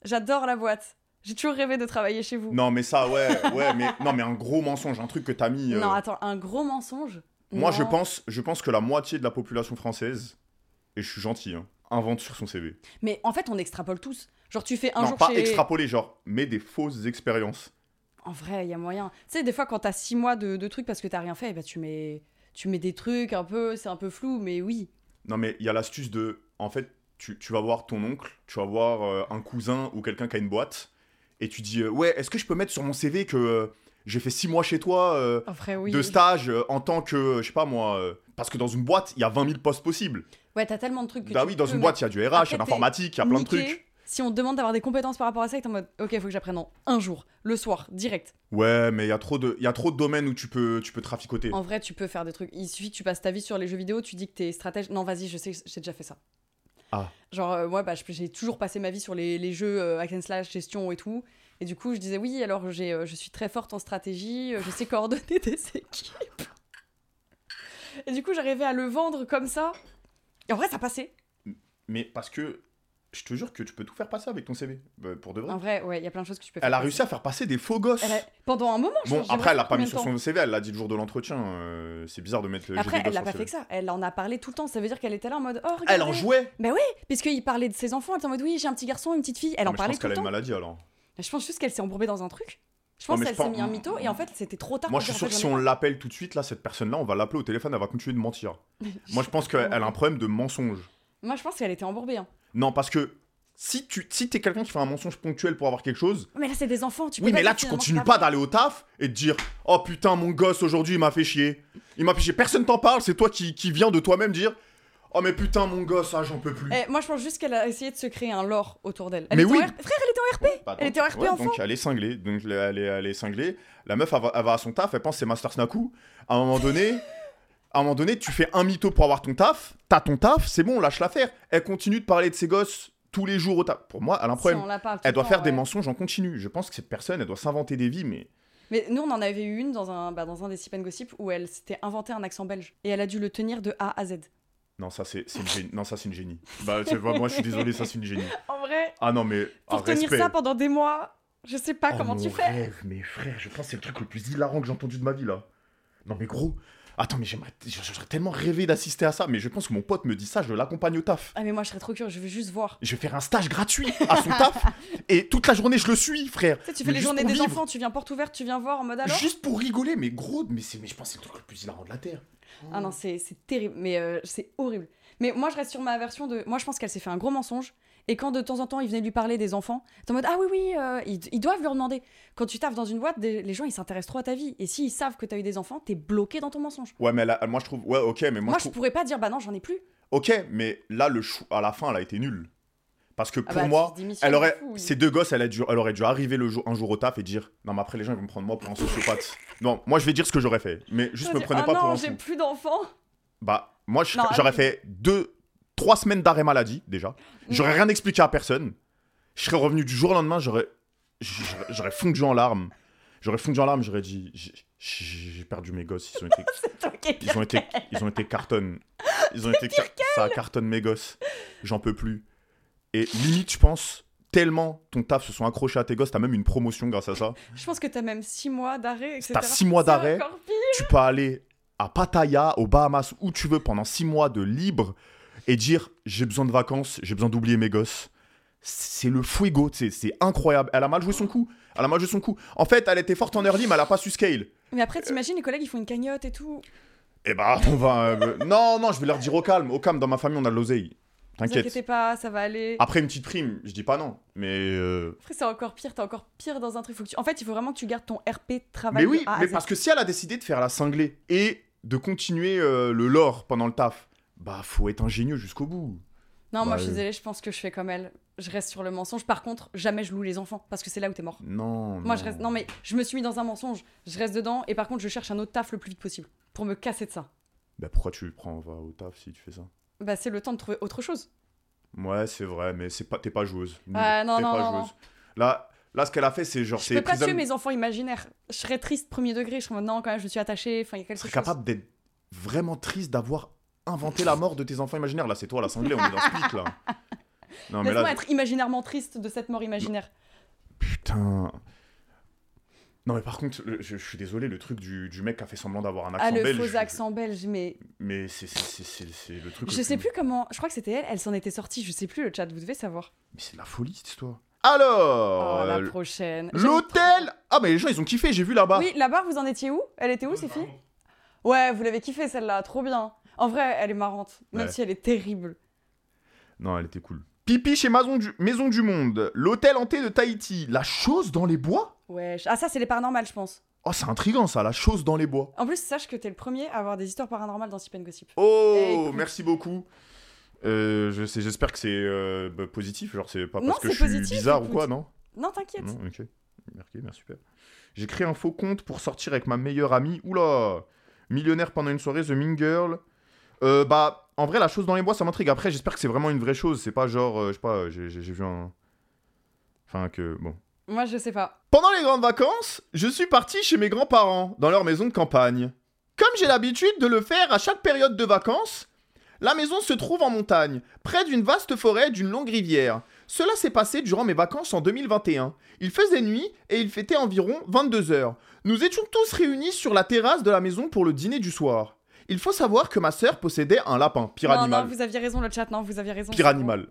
[SPEAKER 2] J'adore la boîte. J'ai toujours rêvé de travailler chez vous.
[SPEAKER 1] Non, mais ça, ouais, ouais, mais non, mais un gros mensonge, un truc que t'as mis. euh,
[SPEAKER 2] Non, attends, un gros mensonge
[SPEAKER 1] Moi,
[SPEAKER 2] Non.
[SPEAKER 1] je pense, je pense que la moitié de la population française, et je suis gentil, hein, invente sur son CV.
[SPEAKER 2] Mais en fait, on extrapole tous. Genre, tu fais un
[SPEAKER 1] non,
[SPEAKER 2] jour
[SPEAKER 1] pas
[SPEAKER 2] chez.
[SPEAKER 1] extrapoler, genre, mais des fausses expériences.
[SPEAKER 2] En vrai, il y a moyen. Tu sais, des fois, quand t'as six mois de, de trucs parce que t'as rien fait, eh ben, tu mets. Tu mets des trucs un peu, c'est un peu flou, mais oui.
[SPEAKER 1] Non, mais il y a l'astuce de. En fait, tu, tu vas voir ton oncle, tu vas voir euh, un cousin ou quelqu'un qui a une boîte, et tu dis euh, Ouais, est-ce que je peux mettre sur mon CV que euh, j'ai fait six mois chez toi euh,
[SPEAKER 2] En vrai, oui.
[SPEAKER 1] de stage euh, en tant que, euh, je sais pas moi, euh, parce que dans une boîte, il y a 20 000 postes possibles.
[SPEAKER 2] Ouais, t'as tellement de trucs que
[SPEAKER 1] bah
[SPEAKER 2] tu
[SPEAKER 1] oui, dans
[SPEAKER 2] peux
[SPEAKER 1] une
[SPEAKER 2] mettre.
[SPEAKER 1] boîte, il y a du RH, il y
[SPEAKER 2] Après,
[SPEAKER 1] a de
[SPEAKER 2] t'es
[SPEAKER 1] l'informatique, il y a plein de
[SPEAKER 2] Niquer,
[SPEAKER 1] trucs.
[SPEAKER 2] Si on te demande d'avoir des compétences par rapport à ça, et t'es en mode, ok, faut que j'apprenne en un jour, le soir, direct.
[SPEAKER 1] Ouais, mais il y a trop de, il y a trop de domaines où tu peux, tu peux traficoter.
[SPEAKER 2] En vrai, tu peux faire des trucs. Il suffit que tu passes ta vie sur les jeux vidéo, tu dis que t'es stratège. Non, vas-y, je sais, j'ai déjà fait ça.
[SPEAKER 1] Ah.
[SPEAKER 2] Genre, euh, moi, bah, je- j'ai toujours passé ma vie sur les, les jeux euh, hack and slash, gestion et tout. Et du coup, je disais, oui, alors j'ai, euh, je suis très forte en stratégie, euh, je sais coordonner des équipes. Et du coup, j'arrivais à le vendre comme ça. Et en vrai, ça passait.
[SPEAKER 1] Mais parce que, je te jure que tu peux tout faire passer avec ton CV, bah, pour de vrai.
[SPEAKER 2] En vrai, ouais, il y a plein de choses que tu peux faire.
[SPEAKER 1] Elle a
[SPEAKER 2] passer.
[SPEAKER 1] réussi à faire passer des faux gosses.
[SPEAKER 2] Elle a- Pendant un moment, je
[SPEAKER 1] Bon,
[SPEAKER 2] pense, j'ai
[SPEAKER 1] après, elle l'a
[SPEAKER 2] vraiment
[SPEAKER 1] pas mis
[SPEAKER 2] combien de
[SPEAKER 1] sur
[SPEAKER 2] temps
[SPEAKER 1] son CV, elle l'a dit le jour de l'entretien. euh, c'est bizarre de mettre le j'ai
[SPEAKER 2] Après,
[SPEAKER 1] des
[SPEAKER 2] elle
[SPEAKER 1] gosses
[SPEAKER 2] l'a
[SPEAKER 1] sur
[SPEAKER 2] pas
[SPEAKER 1] le
[SPEAKER 2] fait
[SPEAKER 1] CV.
[SPEAKER 2] que ça. Elle en a parlé tout le temps. Ça veut dire qu'elle était là en mode Oh, regardez.
[SPEAKER 1] Elle en jouait.
[SPEAKER 2] Puisqu'il parlait de ses enfants, elle était en mode Oui, j'ai un petit garçon, une petite fille. Elle
[SPEAKER 1] Non,
[SPEAKER 2] en
[SPEAKER 1] mais je
[SPEAKER 2] parlait
[SPEAKER 1] pense
[SPEAKER 2] tout
[SPEAKER 1] qu'elle
[SPEAKER 2] le
[SPEAKER 1] a une
[SPEAKER 2] temps.
[SPEAKER 1] maladie alors.
[SPEAKER 2] Mais je pense juste qu'elle s'est embourbée dans un truc. Je pense
[SPEAKER 1] mais je
[SPEAKER 2] qu'elle s'est
[SPEAKER 1] pense-
[SPEAKER 2] mis un mytho et en fait c'était trop tard.
[SPEAKER 1] Moi,
[SPEAKER 2] pour
[SPEAKER 1] je suis
[SPEAKER 2] dire,
[SPEAKER 1] sûr
[SPEAKER 2] en
[SPEAKER 1] que
[SPEAKER 2] fait,
[SPEAKER 1] si on l'appelle tout de suite, là, cette personne-là, on va l'appeler au téléphone, elle va continuer de mentir.
[SPEAKER 2] j'en ai-
[SPEAKER 1] Moi, je pense qu'elle a un problème de mensonge.
[SPEAKER 2] Moi je pense qu'elle était embourbée. hein.
[SPEAKER 1] Non, parce que si tu si t'es quelqu'un qui fait un mensonge ponctuel pour avoir quelque chose,
[SPEAKER 2] Mais là c'est des enfants, tu peux
[SPEAKER 1] oui,
[SPEAKER 2] pas
[SPEAKER 1] mais
[SPEAKER 2] dire
[SPEAKER 1] là, tu
[SPEAKER 2] finalement,
[SPEAKER 1] continues
[SPEAKER 2] c'est
[SPEAKER 1] pas d'aller au taf et de dire Oh putain, mon gosse aujourd'hui, il m'a fait chier. Il m'a fait chier. Personne t'en parle, c'est toi qui, qui viens de toi-même dire Oh, mais putain, mon gosse, ah, j'en peux plus.
[SPEAKER 2] Eh, moi je pense juste qu'elle a essayé de se créer un lore autour d'elle. Elle
[SPEAKER 1] Mais
[SPEAKER 2] était en
[SPEAKER 1] oui.
[SPEAKER 2] R- Frère, elle était en RP
[SPEAKER 1] Bah,
[SPEAKER 2] Eh, Elle était en RP enfant.
[SPEAKER 1] Donc elle est cinglée. Donc elle est, elle est- elle est cinglée. La meuf, elle va, elle va à son taf, elle pense que c'est Master Snaku. À un moment donné, à un moment donné, tu fais un mytho pour avoir ton taf. T'as ton taf, c'est bon, lâche l'affaire. Elle continue de parler de ses gosses tous les jours au taf. Pour moi, elle a un
[SPEAKER 2] Si,
[SPEAKER 1] problème.
[SPEAKER 2] on la parle tout
[SPEAKER 1] Elle doit
[SPEAKER 2] le
[SPEAKER 1] faire
[SPEAKER 2] temps,
[SPEAKER 1] des
[SPEAKER 2] ouais.
[SPEAKER 1] mensonges en continu. Je pense que cette personne, elle doit s'inventer des vies, mais
[SPEAKER 2] Mais nous on en avait eu une dans un, bah, dans un des Sip and Gossip où elle s'était inventé un accent belge et elle a dû le tenir de A à Z.
[SPEAKER 1] non, ça c'est c'est une génie. Non, ça c'est une génie. Bah, c'est- moi, je suis désolé, ça c'est une génie.
[SPEAKER 2] En vrai,
[SPEAKER 1] Ah non, mais
[SPEAKER 2] pour
[SPEAKER 1] ah,
[SPEAKER 2] tenir
[SPEAKER 1] respect.
[SPEAKER 2] ça pendant des mois, je sais pas
[SPEAKER 1] Oh,
[SPEAKER 2] comment tu
[SPEAKER 1] mon
[SPEAKER 2] fais.
[SPEAKER 1] rêve, mais frère, je pense que c'est le truc le plus hilarant que j'ai entendu de ma vie là. Non mais gros, attends mais j'aimerais, j'aurais tellement rêvé d'assister à ça, mais je pense que mon pote me dit ça, je l'accompagne au taf.
[SPEAKER 2] Ah mais moi je serais trop curieuse, je veux juste voir.
[SPEAKER 1] Je vais faire un stage gratuit à son taf et toute la journée je le suis, frère.
[SPEAKER 2] Tu sais, tu
[SPEAKER 1] Mais
[SPEAKER 2] fais les
[SPEAKER 1] juste
[SPEAKER 2] journées
[SPEAKER 1] pour
[SPEAKER 2] des
[SPEAKER 1] vivre.
[SPEAKER 2] enfants, tu viens porte ouverte, tu viens voir en mode alors.
[SPEAKER 1] Juste pour rigoler, mais gros, mais c'est, mais je pense que c'est le truc le plus hilarant de la terre.
[SPEAKER 2] Ah non, c'est c'est terrible, mais euh, c'est horrible. Mais moi, je reste sur ma version de. Moi, je pense qu'elle s'est fait un gros mensonge. Et quand de temps en temps, il venait lui parler des enfants, t'es en mode Ah oui, oui, euh, ils, ils doivent leur demander. Quand tu taffes dans une boîte, des- les gens, ils s'intéressent trop à ta vie. Et s'ils savent que t'as eu des enfants, t'es bloqué dans ton mensonge.
[SPEAKER 1] Ouais mais là, moi je trouve, ouais ok, mais moi,
[SPEAKER 2] Moi,
[SPEAKER 1] je
[SPEAKER 2] je
[SPEAKER 1] trouve,
[SPEAKER 2] pourrais pas dire Bah non, j'en ai plus.
[SPEAKER 1] ok, mais là le chou, à la fin elle a été nulle, parce que
[SPEAKER 2] Ah
[SPEAKER 1] pour
[SPEAKER 2] bah,
[SPEAKER 1] moi,
[SPEAKER 2] tu te dis, Mission,
[SPEAKER 1] Elle
[SPEAKER 2] du
[SPEAKER 1] aurait,
[SPEAKER 2] coup, oui.
[SPEAKER 1] ces deux gosses, elle, a dû, elle aurait dû arriver le jour, un jour au taf et dire Non, mais après, les gens, ils vont me prendre moi pour un sociopathe. non, moi, je vais dire ce que j'aurais fait, mais juste
[SPEAKER 2] J'aurais
[SPEAKER 1] me
[SPEAKER 2] dit,
[SPEAKER 1] prenez
[SPEAKER 2] Ah
[SPEAKER 1] pas pour
[SPEAKER 2] non,
[SPEAKER 1] un
[SPEAKER 2] j'ai
[SPEAKER 1] fou.
[SPEAKER 2] plus d'enfants.
[SPEAKER 1] Bah, moi, je-
[SPEAKER 2] Non,
[SPEAKER 1] j'aurais
[SPEAKER 2] attends.
[SPEAKER 1] fait deux, trois semaines d'arrêt maladie, déjà. J'aurais rien expliqué à personne. Je serais revenu du jour au lendemain, j'aurais j'aurais- j'aurais fondu en larmes. J'aurais fondu en larmes, j'aurais dit J'ai- J'ai j'ai perdu mes gosses, ils ont été,
[SPEAKER 2] Ok.
[SPEAKER 1] ils ont été, ils ont été cartonnes. Ils ont été car- ça cartonne mes gosses. J'en peux plus. Et limite, je pense, tellement ton taf se sont accrochés à tes gosses, t'as même une promotion grâce à ça.
[SPEAKER 2] Je pense que t'as même 6 mois d'arrêt, etc.
[SPEAKER 1] T'as six mois
[SPEAKER 2] C'est
[SPEAKER 1] d'arrêt.
[SPEAKER 2] encore pire.
[SPEAKER 1] Tu peux aller à Pattaya, aux Bahamas, où tu veux, pendant six mois de libre et dire j'ai besoin de vacances, j'ai besoin d'oublier mes gosses. C'est le fuego, tu sais, c'est incroyable. Elle a mal joué son coup. Elle a mal joué son coup. En fait, elle était forte en early, mais elle a pas su scale.
[SPEAKER 2] Mais après, t'imagines, les collègues, ils font une cagnotte et tout.
[SPEAKER 1] Eh bah, on va. euh, non, non, je vais leur dire au calme. Au calme, dans ma famille, on a de l'oseille.
[SPEAKER 2] Ne vous
[SPEAKER 1] T'inquiète. Ah.
[SPEAKER 2] inquiétez pas, ça va aller.
[SPEAKER 1] Après une petite prime, je dis pas non, mais euh,
[SPEAKER 2] Après, c'est encore pire, t'es encore pire dans un truc. Faut que tu- En fait, il faut vraiment que tu gardes ton RP travail.
[SPEAKER 1] mais oui,
[SPEAKER 2] de A à
[SPEAKER 1] mais
[SPEAKER 2] Z.
[SPEAKER 1] parce que si elle a décidé de faire la cinglée et de continuer euh, le lore pendant le taf, bah faut être ingénieux jusqu'au bout.
[SPEAKER 2] Non, moi,
[SPEAKER 1] Bah,
[SPEAKER 2] je suis
[SPEAKER 1] euh.
[SPEAKER 2] désolée, je pense que je fais comme elle. Je reste sur le mensonge. Par contre, jamais je loue les enfants parce que c'est là où t'es mort.
[SPEAKER 1] Non.
[SPEAKER 2] Moi, je reste. Non, mais je me suis mis dans un mensonge. Je reste dedans et par contre, je cherche un autre taf le plus vite possible pour me casser de ça.
[SPEAKER 1] Bah pourquoi tu prends va au taf si tu fais ça
[SPEAKER 2] Bah, c'est le temps de trouver autre chose.
[SPEAKER 1] Ouais, c'est vrai, mais c'est pas t'es pas joueuse.
[SPEAKER 2] Ah, non,
[SPEAKER 1] T'es
[SPEAKER 2] non,
[SPEAKER 1] pas
[SPEAKER 2] non,
[SPEAKER 1] joueuse. Là, là ce qu'elle a fait, c'est genre
[SPEAKER 2] Je
[SPEAKER 1] c'est
[SPEAKER 2] peux pas
[SPEAKER 1] prison-
[SPEAKER 2] tuer mes enfants imaginaires. Je serais triste premier degré. Je serais en mode, non, quand même, je me suis attachée. Enfin, il y a quelque
[SPEAKER 1] Tu serais
[SPEAKER 2] chose.
[SPEAKER 1] capable d'être vraiment triste d'avoir inventé la mort de tes enfants imaginaires. Là, c'est toi la cinglée, on est dans ce pic là. Non mais
[SPEAKER 2] Laisse-moi
[SPEAKER 1] là,
[SPEAKER 2] être imaginairement triste de cette mort imaginaire.
[SPEAKER 1] Putain. Non, mais par contre, le- je, je suis désolé, le truc du, du mec qui a fait semblant d'avoir un accent
[SPEAKER 2] Ah, le
[SPEAKER 1] belge.
[SPEAKER 2] faux
[SPEAKER 1] je-
[SPEAKER 2] accent belge, mais
[SPEAKER 1] Mais c'est- c'est c'est- c'est- c'est le truc.
[SPEAKER 2] Je
[SPEAKER 1] le
[SPEAKER 2] sais plus comment, je crois que c'était elle, elle s'en était sortie, je sais plus le chat, vous devez savoir.
[SPEAKER 1] Mais c'est de la folie cette histoire. Alors
[SPEAKER 2] Oh, la
[SPEAKER 1] euh,
[SPEAKER 2] prochaine. J'aime
[SPEAKER 1] L'hôtel Ah, mais les gens, ils ont kiffé, j'ai vu
[SPEAKER 2] trop.
[SPEAKER 1] là-bas.
[SPEAKER 2] Oui, la barre, vous en étiez où Elle était où, ces filles Ouais, vous l'avez kiffée celle-là, trop bien. En vrai, elle est marrante, même
[SPEAKER 1] Ouais.
[SPEAKER 2] si elle est terrible.
[SPEAKER 1] Non, elle était cool. Pipi chez Maison du, Maison du Monde, l'hôtel hanté de Tahiti, la chose dans les bois
[SPEAKER 2] Ouais, ah ça c'est les paranormales, je pense.
[SPEAKER 1] Oh, c'est intriguant ça, la chose dans les bois.
[SPEAKER 2] En plus, sache que t'es le premier à avoir des histoires paranormales dans Sip and Gossip.
[SPEAKER 1] Oh,
[SPEAKER 2] Eh, écoute.
[SPEAKER 1] merci beaucoup. Euh, je sais, j'espère que c'est euh, bah, positif, genre c'est pas
[SPEAKER 2] Non,
[SPEAKER 1] parce que
[SPEAKER 2] c'est
[SPEAKER 1] je suis
[SPEAKER 2] positif,
[SPEAKER 1] bizarre ou
[SPEAKER 2] écoute.
[SPEAKER 1] quoi, non
[SPEAKER 2] Non, t'inquiète.
[SPEAKER 1] Non, ok. Merci, merci, super. J'ai créé un faux compte pour sortir avec ma meilleure amie. Oula Millionnaire pendant une soirée, The Mean Girl. Euh, bah, en vrai, la chose dans les bois, ça m'intrigue. Après, j'espère que c'est vraiment une vraie chose. C'est pas genre, euh, je sais pas, euh, j'ai j'ai- j'ai vu un. Enfin, que. Bon.
[SPEAKER 2] Moi, je sais pas.
[SPEAKER 1] Pendant les grandes vacances, je suis parti chez mes grands-parents, dans leur maison de campagne. Comme j'ai l'habitude de le faire à chaque période de vacances, la maison se trouve en montagne, près d'une vaste forêt et d'une longue rivière. Cela s'est passé durant mes vacances en 2021. Il faisait nuit et il fêtait environ 22 heures. Nous étions tous réunis sur la terrasse de la maison pour le dîner du soir. Il faut savoir que ma sœur possédait un lapin, pire
[SPEAKER 2] non,
[SPEAKER 1] animal.
[SPEAKER 2] non, vous aviez raison, le chat, non, vous aviez raison.
[SPEAKER 1] Pire
[SPEAKER 2] c'est bon.
[SPEAKER 1] animal.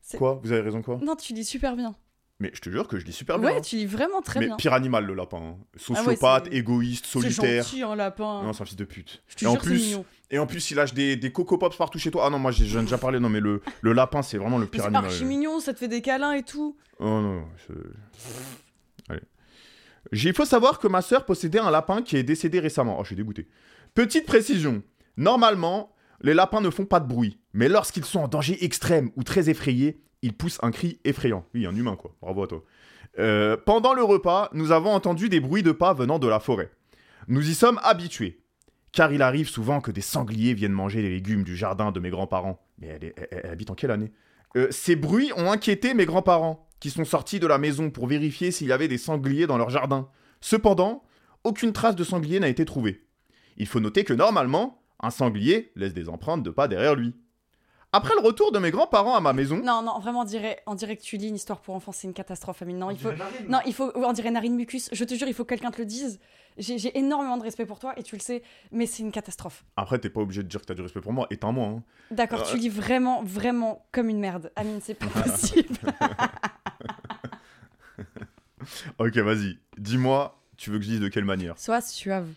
[SPEAKER 2] C'est-
[SPEAKER 1] Quoi Vous avez raison quoi
[SPEAKER 2] Non, tu dis super bien.
[SPEAKER 1] Mais je te jure que je lis super bien.
[SPEAKER 2] Ouais,
[SPEAKER 1] hein.
[SPEAKER 2] tu lis vraiment très
[SPEAKER 1] mais
[SPEAKER 2] bien.
[SPEAKER 1] pire animal, le lapin. hein.
[SPEAKER 2] Ah
[SPEAKER 1] Sociopathe,
[SPEAKER 2] ouais, c'est-
[SPEAKER 1] égoïste,
[SPEAKER 2] C'est
[SPEAKER 1] solitaire.
[SPEAKER 2] gentil, un lapin.
[SPEAKER 1] Non, c'est un fils de pute.
[SPEAKER 2] je te
[SPEAKER 1] et en
[SPEAKER 2] jure, c'est
[SPEAKER 1] plus,
[SPEAKER 2] mignon.
[SPEAKER 1] Et en plus, il lâche des, des Coco Pops partout chez toi. Ah non, moi j'ai j'en ai déjà parlé. Non, mais le, le lapin, c'est vraiment le
[SPEAKER 2] Mais
[SPEAKER 1] pire
[SPEAKER 2] C'est
[SPEAKER 1] animal.
[SPEAKER 2] archi mignon, ça te fait des câlins et tout.
[SPEAKER 1] Oh non, je- Allez. J'ai- Il faut savoir que ma sœur possédait un lapin qui est décédé récemment. Oh, je suis dégoûté. Petite précision. Normalement, les lapins ne font pas de bruit. Mais lorsqu'ils sont en danger extrême ou très effrayés, ils poussent un cri effrayant. Oui, un humain, quoi. Bravo à toi. Euh, pendant le repas, nous avons entendu des bruits de pas venant de la forêt. Nous y sommes habitués. Car il arrive souvent que des sangliers viennent manger les légumes du jardin de mes grands-parents. Mais elle, est- elle- elle- elle habite en quelle année euh, ces bruits ont inquiété mes grands-parents, qui sont sortis de la maison pour vérifier s'il y avait des sangliers dans leur jardin. Cependant, aucune trace de sanglier n'a été trouvée. Il faut noter que normalement, un sanglier laisse des empreintes de pas derrière lui. Après le retour de mes grands-parents à ma maison,
[SPEAKER 2] Non, non, vraiment, on dirait, on dirait que tu lis une histoire pour enfants, c'est une catastrophe, Amine. Non, il faut, Non,
[SPEAKER 3] Non,
[SPEAKER 2] il faut, on dirait narine mucus. Je te jure, il faut que quelqu'un te le dise. J'ai j'ai énormément de respect pour toi et tu le sais, mais c'est une catastrophe.
[SPEAKER 1] après t'es pas obligé de dire que t'as du respect pour moi, éteins-moi. hein.
[SPEAKER 2] D'accord,
[SPEAKER 1] Ouais.
[SPEAKER 2] tu lis vraiment, vraiment comme une merde. Amine, c'est pas possible.
[SPEAKER 1] Ok, vas-y, dis-moi, tu veux que je dise de quelle manière
[SPEAKER 2] Sois suave.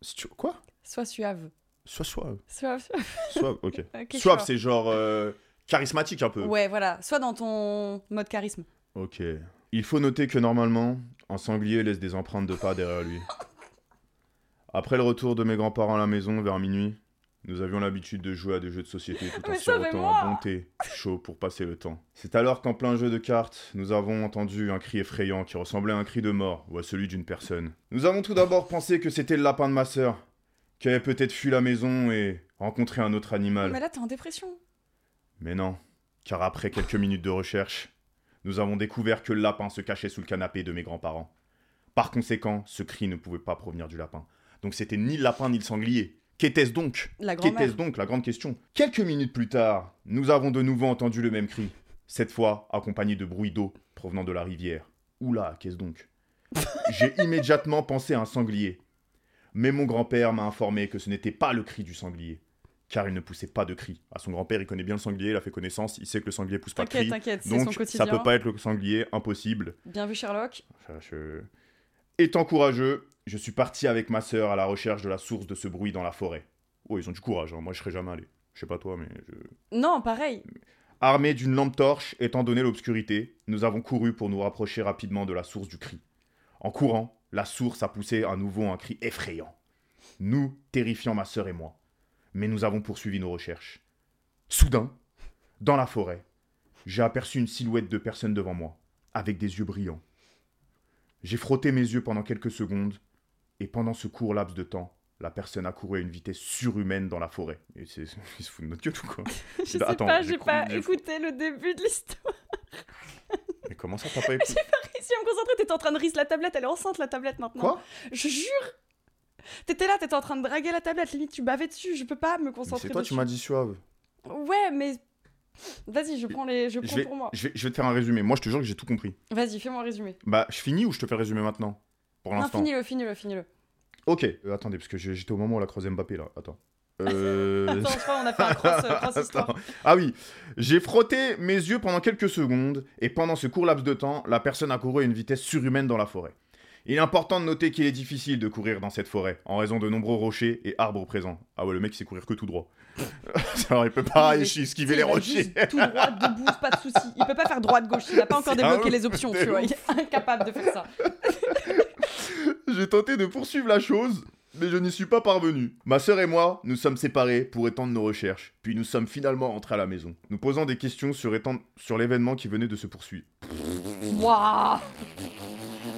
[SPEAKER 1] Stu- Quoi
[SPEAKER 2] Sois suave.
[SPEAKER 1] Sois suave.
[SPEAKER 2] Suave. suave.
[SPEAKER 1] Suave, ok.
[SPEAKER 2] Euh, quelque
[SPEAKER 1] Suave,
[SPEAKER 2] chose.
[SPEAKER 1] c'est genre euh, charismatique un peu.
[SPEAKER 2] Ouais, voilà. Sois dans ton mode charisme.
[SPEAKER 1] Ok. Il faut noter que normalement, un sanglier laisse des empreintes de pas derrière lui. Après le retour de mes grands-parents à la maison vers minuit, nous avions l'habitude de jouer à des jeux de société tout en
[SPEAKER 2] Mais ça, mais
[SPEAKER 1] sirotant
[SPEAKER 2] moi
[SPEAKER 1] un bon thé chaud pour passer le temps. C'est alors qu'en plein jeu de cartes, nous avons entendu un cri effrayant qui ressemblait à un cri de mort ou à celui d'une personne. Nous avons tout d'abord pensé que c'était le lapin de ma sœur, qui avait peut-être fui la maison et rencontré un autre animal.
[SPEAKER 2] Mais là, t'es en dépression.
[SPEAKER 1] Mais non, car après quelques minutes de recherche, nous avons découvert que le lapin se cachait sous le canapé de mes grands-parents. Par conséquent, ce cri ne pouvait pas provenir du lapin. Donc c'était ni le lapin ni le sanglier. Qu'était-ce donc
[SPEAKER 2] La grand-mère.
[SPEAKER 1] Qu'était-ce donc la grande question Quelques minutes plus tard, nous avons de nouveau entendu le même cri, cette fois accompagné de bruit d'eau provenant de la rivière. Oula, qu'est-ce donc J'ai immédiatement pensé à un sanglier. Mais mon grand-père m'a informé que ce n'était pas le cri du sanglier, car il ne poussait pas de cri. À son grand-père, il connaît bien le sanglier, il a fait connaissance, il sait que le sanglier pousse pas de
[SPEAKER 2] T'inquiète,
[SPEAKER 1] cri.
[SPEAKER 2] t'inquiète, c'est son
[SPEAKER 1] Donc
[SPEAKER 2] quotidien.
[SPEAKER 1] ça peut pas être le sanglier, impossible.
[SPEAKER 2] Bien vu, Sherlock.
[SPEAKER 1] Enfin, je- Étant courageux, je suis parti avec ma sœur à la recherche de la source de ce bruit dans la forêt. Oh, ils ont du courage, hein. moi je serais jamais allé. Je sais pas toi, mais je...
[SPEAKER 2] Non, pareil.
[SPEAKER 1] Armés d'une lampe torche, étant donné l'obscurité, nous avons couru pour nous rapprocher rapidement de la source du cri. En courant, la source a poussé à nouveau un cri effrayant. Nous, terrifiant ma sœur et moi. Mais nous avons poursuivi nos recherches. Soudain, dans la forêt, j'ai aperçu une silhouette de personne devant moi, avec des yeux brillants. J'ai frotté mes yeux pendant quelques secondes, et pendant ce court laps de temps, la personne a couru à une vitesse surhumaine dans la forêt. Et c'est... Ils se foutent de notre gueule ou quoi
[SPEAKER 2] Je sais
[SPEAKER 1] Bah, Attends,
[SPEAKER 2] pas,
[SPEAKER 1] j'ai
[SPEAKER 2] j'ai
[SPEAKER 1] cru-
[SPEAKER 2] pas
[SPEAKER 1] j'ai-
[SPEAKER 2] écouté le début de l'histoire.
[SPEAKER 1] Mais comment ça t'as pas écouté
[SPEAKER 2] Si à me concentrer, t'étais en train de rise la tablette. Elle est enceinte, la tablette, maintenant.
[SPEAKER 1] Quoi
[SPEAKER 2] Je jure T'étais là, t'étais en train de draguer la tablette, limite tu bavais dessus, je peux pas me
[SPEAKER 1] Mais
[SPEAKER 2] concentrer
[SPEAKER 1] c'est toi,
[SPEAKER 2] dessus.
[SPEAKER 1] tu m'as dit suave.
[SPEAKER 2] Ouais, mais... Vas-y, je prends, les... je prends
[SPEAKER 1] Je vais,
[SPEAKER 2] pour moi.
[SPEAKER 1] je, vais, je vais te faire un résumé. Moi, je te jure que j'ai tout compris.
[SPEAKER 2] Vas-y, fais-moi un résumé.
[SPEAKER 1] Bah, je finis ou je te fais le résumé maintenant Pour
[SPEAKER 2] Non,
[SPEAKER 1] l'instant.
[SPEAKER 2] finis-le, finis-le, finis-le.
[SPEAKER 1] Ok. Euh, attendez, parce que j'ai- j'étais au moment où la croisée Mbappé, là. Attends. Euh...
[SPEAKER 2] Attends, je crois qu'on a fait un cross, euh, cross histoire.
[SPEAKER 1] Attends. Ah oui, j'ai frotté mes yeux pendant quelques secondes, et pendant ce court laps de temps, la personne a couru à une vitesse surhumaine dans la forêt. Il est important de noter qu'il est difficile de courir dans cette forêt, en raison de nombreux rochers et arbres présents. Ah ouais, le mec, il sait courir que tout droit. Alors, il peut pas
[SPEAKER 2] Il est-
[SPEAKER 1] esquiver les
[SPEAKER 2] Il va
[SPEAKER 1] rochers.
[SPEAKER 2] juste Tout droit, debout, pas de soucis. Il peut pas faire droite-gauche, il a pas encore
[SPEAKER 1] C'est un
[SPEAKER 2] débloqué
[SPEAKER 1] ouf,
[SPEAKER 2] les options,
[SPEAKER 1] de
[SPEAKER 2] tu vois. Il est incapable de faire ça.
[SPEAKER 1] J'ai tenté de poursuivre la chose, mais je n'y suis pas parvenu. Ma sœur et moi, nous sommes séparés pour étendre nos recherches, puis nous sommes finalement rentrés à la maison, nous posant des questions sur, étendre- sur l'événement qui venait de se poursuivre.
[SPEAKER 2] Waouh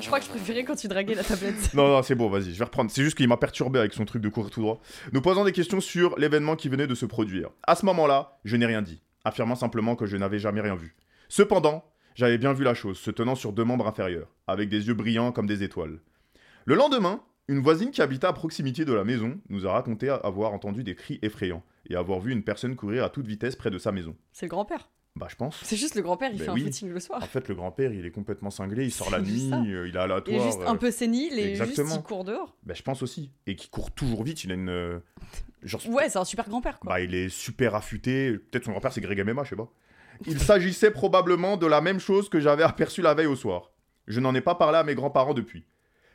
[SPEAKER 2] Je crois que je préférais quand tu draguais la tablette.
[SPEAKER 1] Non, non, c'est bon, vas-y, je vais reprendre. C'est juste qu'il m'a perturbé avec son truc de courir tout droit. Nous posant des questions sur l'événement qui venait de se produire. À ce moment-là, je n'ai rien dit, affirmant simplement que je n'avais jamais rien vu. Cependant, j'avais bien vu la chose, se tenant sur deux membres inférieurs, avec des yeux brillants comme des étoiles. Le lendemain, une voisine qui habitait à proximité de la maison nous a raconté avoir entendu des cris effrayants et avoir vu une personne courir à toute vitesse près de sa maison.
[SPEAKER 2] C'est le grand-père.
[SPEAKER 1] Bah, je pense.
[SPEAKER 2] C'est juste le grand-père, il
[SPEAKER 1] Ben
[SPEAKER 2] fait
[SPEAKER 1] oui.
[SPEAKER 2] un footing le soir.
[SPEAKER 1] En fait, le grand-père, il est complètement cinglé, il sort la
[SPEAKER 2] C'est
[SPEAKER 1] nuit,
[SPEAKER 2] ça.
[SPEAKER 1] euh, il est
[SPEAKER 2] Il
[SPEAKER 1] aléatoire.
[SPEAKER 2] est juste
[SPEAKER 1] euh,
[SPEAKER 2] un peu sénile et juste
[SPEAKER 1] exactement.
[SPEAKER 2] il court dehors.
[SPEAKER 1] Bah, je pense aussi. Et qui court toujours vite, il a une. euh, Genre,
[SPEAKER 2] Ouais, c'est un super grand-père quoi.
[SPEAKER 1] bah, il est super affûté. Peut-être son grand-père, c'est Greg MMA, je sais pas. Il s'agissait probablement de la même chose que j'avais aperçue la veille au soir. Je n'en ai pas parlé à mes grands-parents depuis,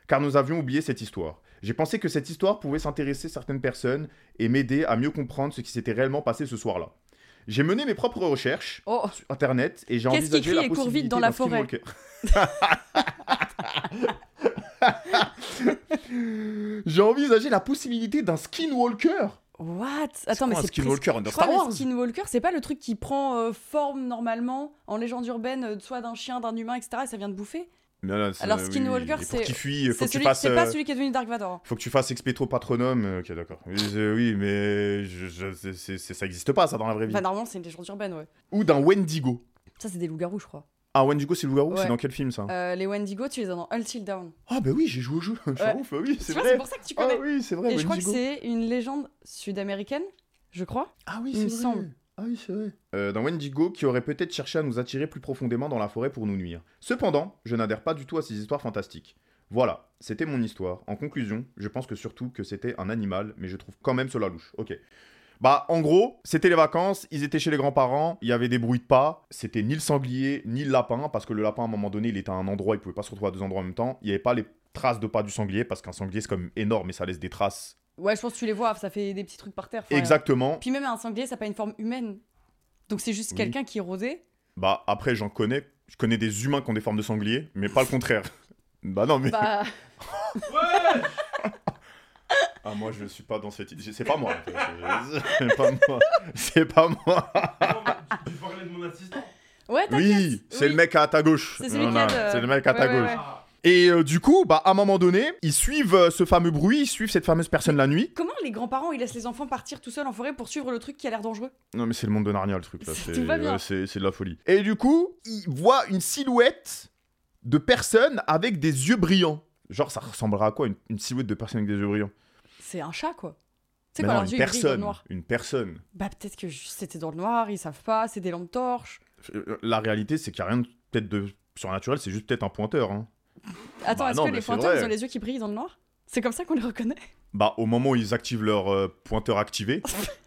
[SPEAKER 1] car nous avions oublié cette histoire. J'ai pensé que cette histoire pouvait s'intéresser certaines personnes et m'aider à mieux comprendre ce qui s'était réellement passé ce soir-là. J'ai mené mes propres recherches
[SPEAKER 2] Oh,
[SPEAKER 1] sur Internet et j'ai
[SPEAKER 2] Qu'est-ce qui
[SPEAKER 1] envisagé
[SPEAKER 2] crie
[SPEAKER 1] la
[SPEAKER 2] et court
[SPEAKER 1] possibilité
[SPEAKER 2] vite dans la
[SPEAKER 1] d'un
[SPEAKER 2] forêt
[SPEAKER 1] skinwalker. j'ai envisagé la possibilité d'un skinwalker.
[SPEAKER 2] what Attends, mais
[SPEAKER 1] quoi un
[SPEAKER 2] c'est
[SPEAKER 1] skinwalker
[SPEAKER 2] presque-
[SPEAKER 1] dans
[SPEAKER 2] je crois
[SPEAKER 1] Star
[SPEAKER 2] le
[SPEAKER 1] Wars
[SPEAKER 2] Skinwalker, c'est pas le truc qui prend euh, forme normalement en légende urbaine, euh, soit d'un chien, d'un humain, etc. Et ça vient de bouffer.
[SPEAKER 1] Non, non, c'est-
[SPEAKER 2] Alors,
[SPEAKER 1] oui, oui,
[SPEAKER 2] Skinwalker,
[SPEAKER 1] oui. Faut
[SPEAKER 2] c'est-
[SPEAKER 1] qu'il fuit, faut
[SPEAKER 2] C'est
[SPEAKER 1] que tu
[SPEAKER 2] celui,
[SPEAKER 1] fasses.
[SPEAKER 2] c'est pas
[SPEAKER 1] euh,
[SPEAKER 2] celui qui est devenu Dark Vador. hein.
[SPEAKER 1] Faut que tu fasses expétro patronum. euh, Ok, d'accord. Oui, je- oui, mais je- je- c'est- c'est- c'est- ça n'existe pas, ça, dans la vraie vie.
[SPEAKER 2] Enfin, Bah, normalement, c'est une légende urbaine, ouais.
[SPEAKER 1] Ou d'un Wendigo.
[SPEAKER 2] Ça, c'est des loups-garous, je crois.
[SPEAKER 1] Ah, Wendigo, c'est le loup-garou
[SPEAKER 2] Ouais.
[SPEAKER 1] C'est dans quel film, ça
[SPEAKER 2] Euh, les Wendigo, tu les as dans Until Dawn.
[SPEAKER 1] Ah, bah oui, j'ai joué au jeu. Je suis
[SPEAKER 2] Ouais.
[SPEAKER 1] un ouf, bah oui,
[SPEAKER 2] Tu
[SPEAKER 1] c'est
[SPEAKER 2] vois,
[SPEAKER 1] vrai.
[SPEAKER 2] c'est pour ça que tu
[SPEAKER 1] Ah,
[SPEAKER 2] connais.
[SPEAKER 1] oui, c'est vrai,
[SPEAKER 2] Et je crois que
[SPEAKER 1] Wendigo.
[SPEAKER 2] c'est une légende sud-américaine, je crois.
[SPEAKER 1] Ah oui,
[SPEAKER 2] Il me semble.
[SPEAKER 1] Ah oui, c'est vrai. Euh, d'un Wendigo qui aurait peut-être cherché à nous attirer plus profondément dans la forêt pour nous nuire. Cependant, je n'adhère pas du tout à ces histoires fantastiques. Voilà, c'était mon histoire. En conclusion, je pense que surtout que c'était un animal, mais je trouve quand même cela louche. Ok. Bah, en gros, c'était les vacances, ils étaient chez les grands-parents, il y avait des bruits de pas, c'était ni le sanglier, ni le lapin, parce que le lapin, à un moment donné, il était à un endroit, il pouvait pas se retrouver à deux endroits en même temps, il n'y avait pas les traces de pas du sanglier, parce qu'un sanglier, c'est comme énorme et ça laisse des traces.
[SPEAKER 2] Ouais, je pense que tu les vois, ça fait des petits trucs par terre. enfin, euh,
[SPEAKER 1] Exactement.
[SPEAKER 2] Puis même un sanglier, ça n'a pas une forme humaine. Donc c'est juste
[SPEAKER 1] Oui.
[SPEAKER 2] quelqu'un qui est rodé.
[SPEAKER 1] Bah après j'en connais, je connais des humains qui ont des formes de sanglier, mais pas le contraire. bah non mais
[SPEAKER 2] Bah,
[SPEAKER 3] Ouais
[SPEAKER 1] ah moi je suis pas dans cette idée, c'est pas moi. C'est pas moi. C'est pas moi.
[SPEAKER 3] Non, mais Tu tu parlais de mon assistant.
[SPEAKER 2] ouais, t'inquiète.
[SPEAKER 1] Oui, c'est
[SPEAKER 2] Oui.
[SPEAKER 1] le mec à ta gauche.
[SPEAKER 2] C'est celui
[SPEAKER 1] Non,
[SPEAKER 2] qui
[SPEAKER 1] non,
[SPEAKER 2] a de-
[SPEAKER 1] c'est le mec à ta
[SPEAKER 2] Ouais, ouais,
[SPEAKER 1] gauche.
[SPEAKER 2] ouais.
[SPEAKER 3] Ah,
[SPEAKER 1] Et euh, du coup, bah à un moment donné, ils suivent euh, ce fameux bruit, ils suivent cette fameuse personne la nuit.
[SPEAKER 2] Comment les grands-parents, ils laissent les enfants partir tout seuls en forêt pour suivre le truc qui a l'air dangereux
[SPEAKER 1] Non mais c'est le monde de Narnia le truc là, c'est
[SPEAKER 2] Tout va bien.
[SPEAKER 1] ouais, c'est c'est de la folie. Et du coup, ils voient une silhouette de personne avec des yeux brillants. Genre ça ressemblera à quoi une- une silhouette de personne avec des yeux brillants
[SPEAKER 2] C'est un chat, quoi. C'est
[SPEAKER 1] Mais
[SPEAKER 2] quoi,
[SPEAKER 1] non,
[SPEAKER 2] leurs
[SPEAKER 1] une
[SPEAKER 2] yeux, ils brillent dans le
[SPEAKER 1] personne,
[SPEAKER 2] noir.
[SPEAKER 1] une personne.
[SPEAKER 2] Bah, peut-être que je- c'était dans le noir, ils savent pas, c'est des lampes torches.
[SPEAKER 1] Euh, La réalité, c'est qu'il n'y a rien de- peut-être de surnaturel, c'est juste peut-être un pointeur. hein.
[SPEAKER 2] Attends,
[SPEAKER 1] Bah
[SPEAKER 2] est-ce
[SPEAKER 1] non,
[SPEAKER 2] que
[SPEAKER 1] mais
[SPEAKER 2] les
[SPEAKER 1] c'est
[SPEAKER 2] fantômes,
[SPEAKER 1] vrai.
[SPEAKER 2] ils ont les yeux qui brillent dans le noir C'est comme ça qu'on les reconnaît
[SPEAKER 1] Bah, au moment où ils activent leur euh, pointeur activé,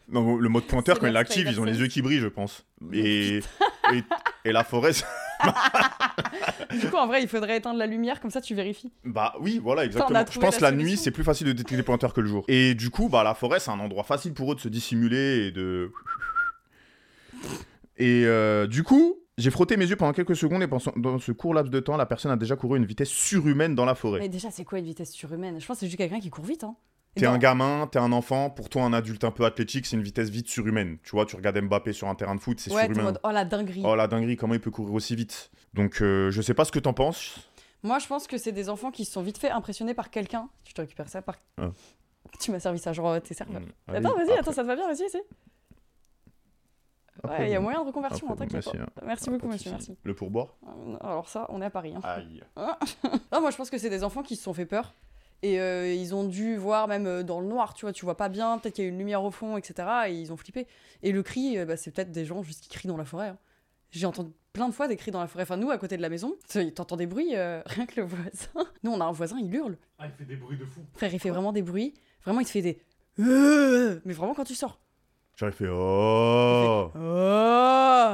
[SPEAKER 1] non, le mode pointeur,
[SPEAKER 2] C'est
[SPEAKER 1] quand ils
[SPEAKER 2] leur
[SPEAKER 1] l'activent, ils ont
[SPEAKER 2] Spider-Sense.
[SPEAKER 1] les yeux qui brillent, je pense. Et, et, et la forêt, c'est-
[SPEAKER 2] Du coup, en vrai, il faudrait éteindre la lumière, comme ça tu vérifies.
[SPEAKER 1] bah oui, voilà, exactement. je
[SPEAKER 2] trouvé
[SPEAKER 1] pense
[SPEAKER 2] la
[SPEAKER 1] la, nuit,
[SPEAKER 2] solution.
[SPEAKER 1] c'est plus facile de détecter les pointeurs que le jour. Et du coup, bah, la forêt, c'est un endroit facile pour eux de se dissimuler et de. Et euh, du coup, j'ai frotté mes yeux pendant quelques secondes et pensant, dans ce court laps de temps, la personne a déjà couru à une vitesse surhumaine dans la forêt.
[SPEAKER 2] Mais déjà, c'est quoi une vitesse surhumaine Je pense que c'est juste quelqu'un qui court vite, hein. Et
[SPEAKER 1] T'es
[SPEAKER 2] dans-
[SPEAKER 1] un gamin, t'es un enfant, pour toi un adulte un peu athlétique, c'est une vitesse vite surhumaine. Tu vois, tu regardes Mbappé sur un terrain de foot, c'est
[SPEAKER 2] Ouais, t'es en
[SPEAKER 1] surhumain.
[SPEAKER 2] mode, oh la dinguerie.
[SPEAKER 1] Oh la dinguerie, comment il peut courir aussi vite Donc euh, je sais pas ce que t'en penses.
[SPEAKER 2] Moi, je pense que c'est des enfants qui se sont vite fait impressionnés par quelqu'un. Je te récupère ça par.
[SPEAKER 1] Ah.
[SPEAKER 2] Tu m'as servi ça, genre euh, t'es serveur.
[SPEAKER 1] Hmm, Allez,
[SPEAKER 2] attends, vas-y,
[SPEAKER 1] Ah après-
[SPEAKER 2] attends, ça te va bien, vas-y, essaye.
[SPEAKER 1] après,
[SPEAKER 2] Ouais, il y a
[SPEAKER 1] vous-
[SPEAKER 2] moyen de reconversion,
[SPEAKER 1] après,
[SPEAKER 2] hein, t'inquiète.
[SPEAKER 1] vous-
[SPEAKER 2] pas.
[SPEAKER 1] merci,
[SPEAKER 2] Merci, beaucoup, monsieur, merci.
[SPEAKER 1] Le pourboire
[SPEAKER 2] Euh, Alors, ça, on est à Paris. hein.
[SPEAKER 1] Aïe.
[SPEAKER 2] Non, moi, je pense que c'est des enfants qui se sont fait peur. Et euh, ils ont dû voir, même euh, dans le noir, tu vois, tu vois pas bien, peut-être qu'il y a une lumière au fond, etc. Et ils ont flippé. Et le cri, euh, bah, c'est peut-être des gens juste qui crient dans la forêt. hein. J'ai entendu plein de fois des cris dans la forêt. Enfin, nous, à côté de la maison, tu- t'entends des bruits, euh, rien que le voisin. Nous, on a un voisin, il hurle.
[SPEAKER 3] Ah, il fait des bruits de fou.
[SPEAKER 2] Frère, il fait vraiment des bruits. Vraiment, il te fait des. Euh Mais vraiment, quand tu sors.
[SPEAKER 1] J'aurais fait oh.
[SPEAKER 2] Oh
[SPEAKER 3] Le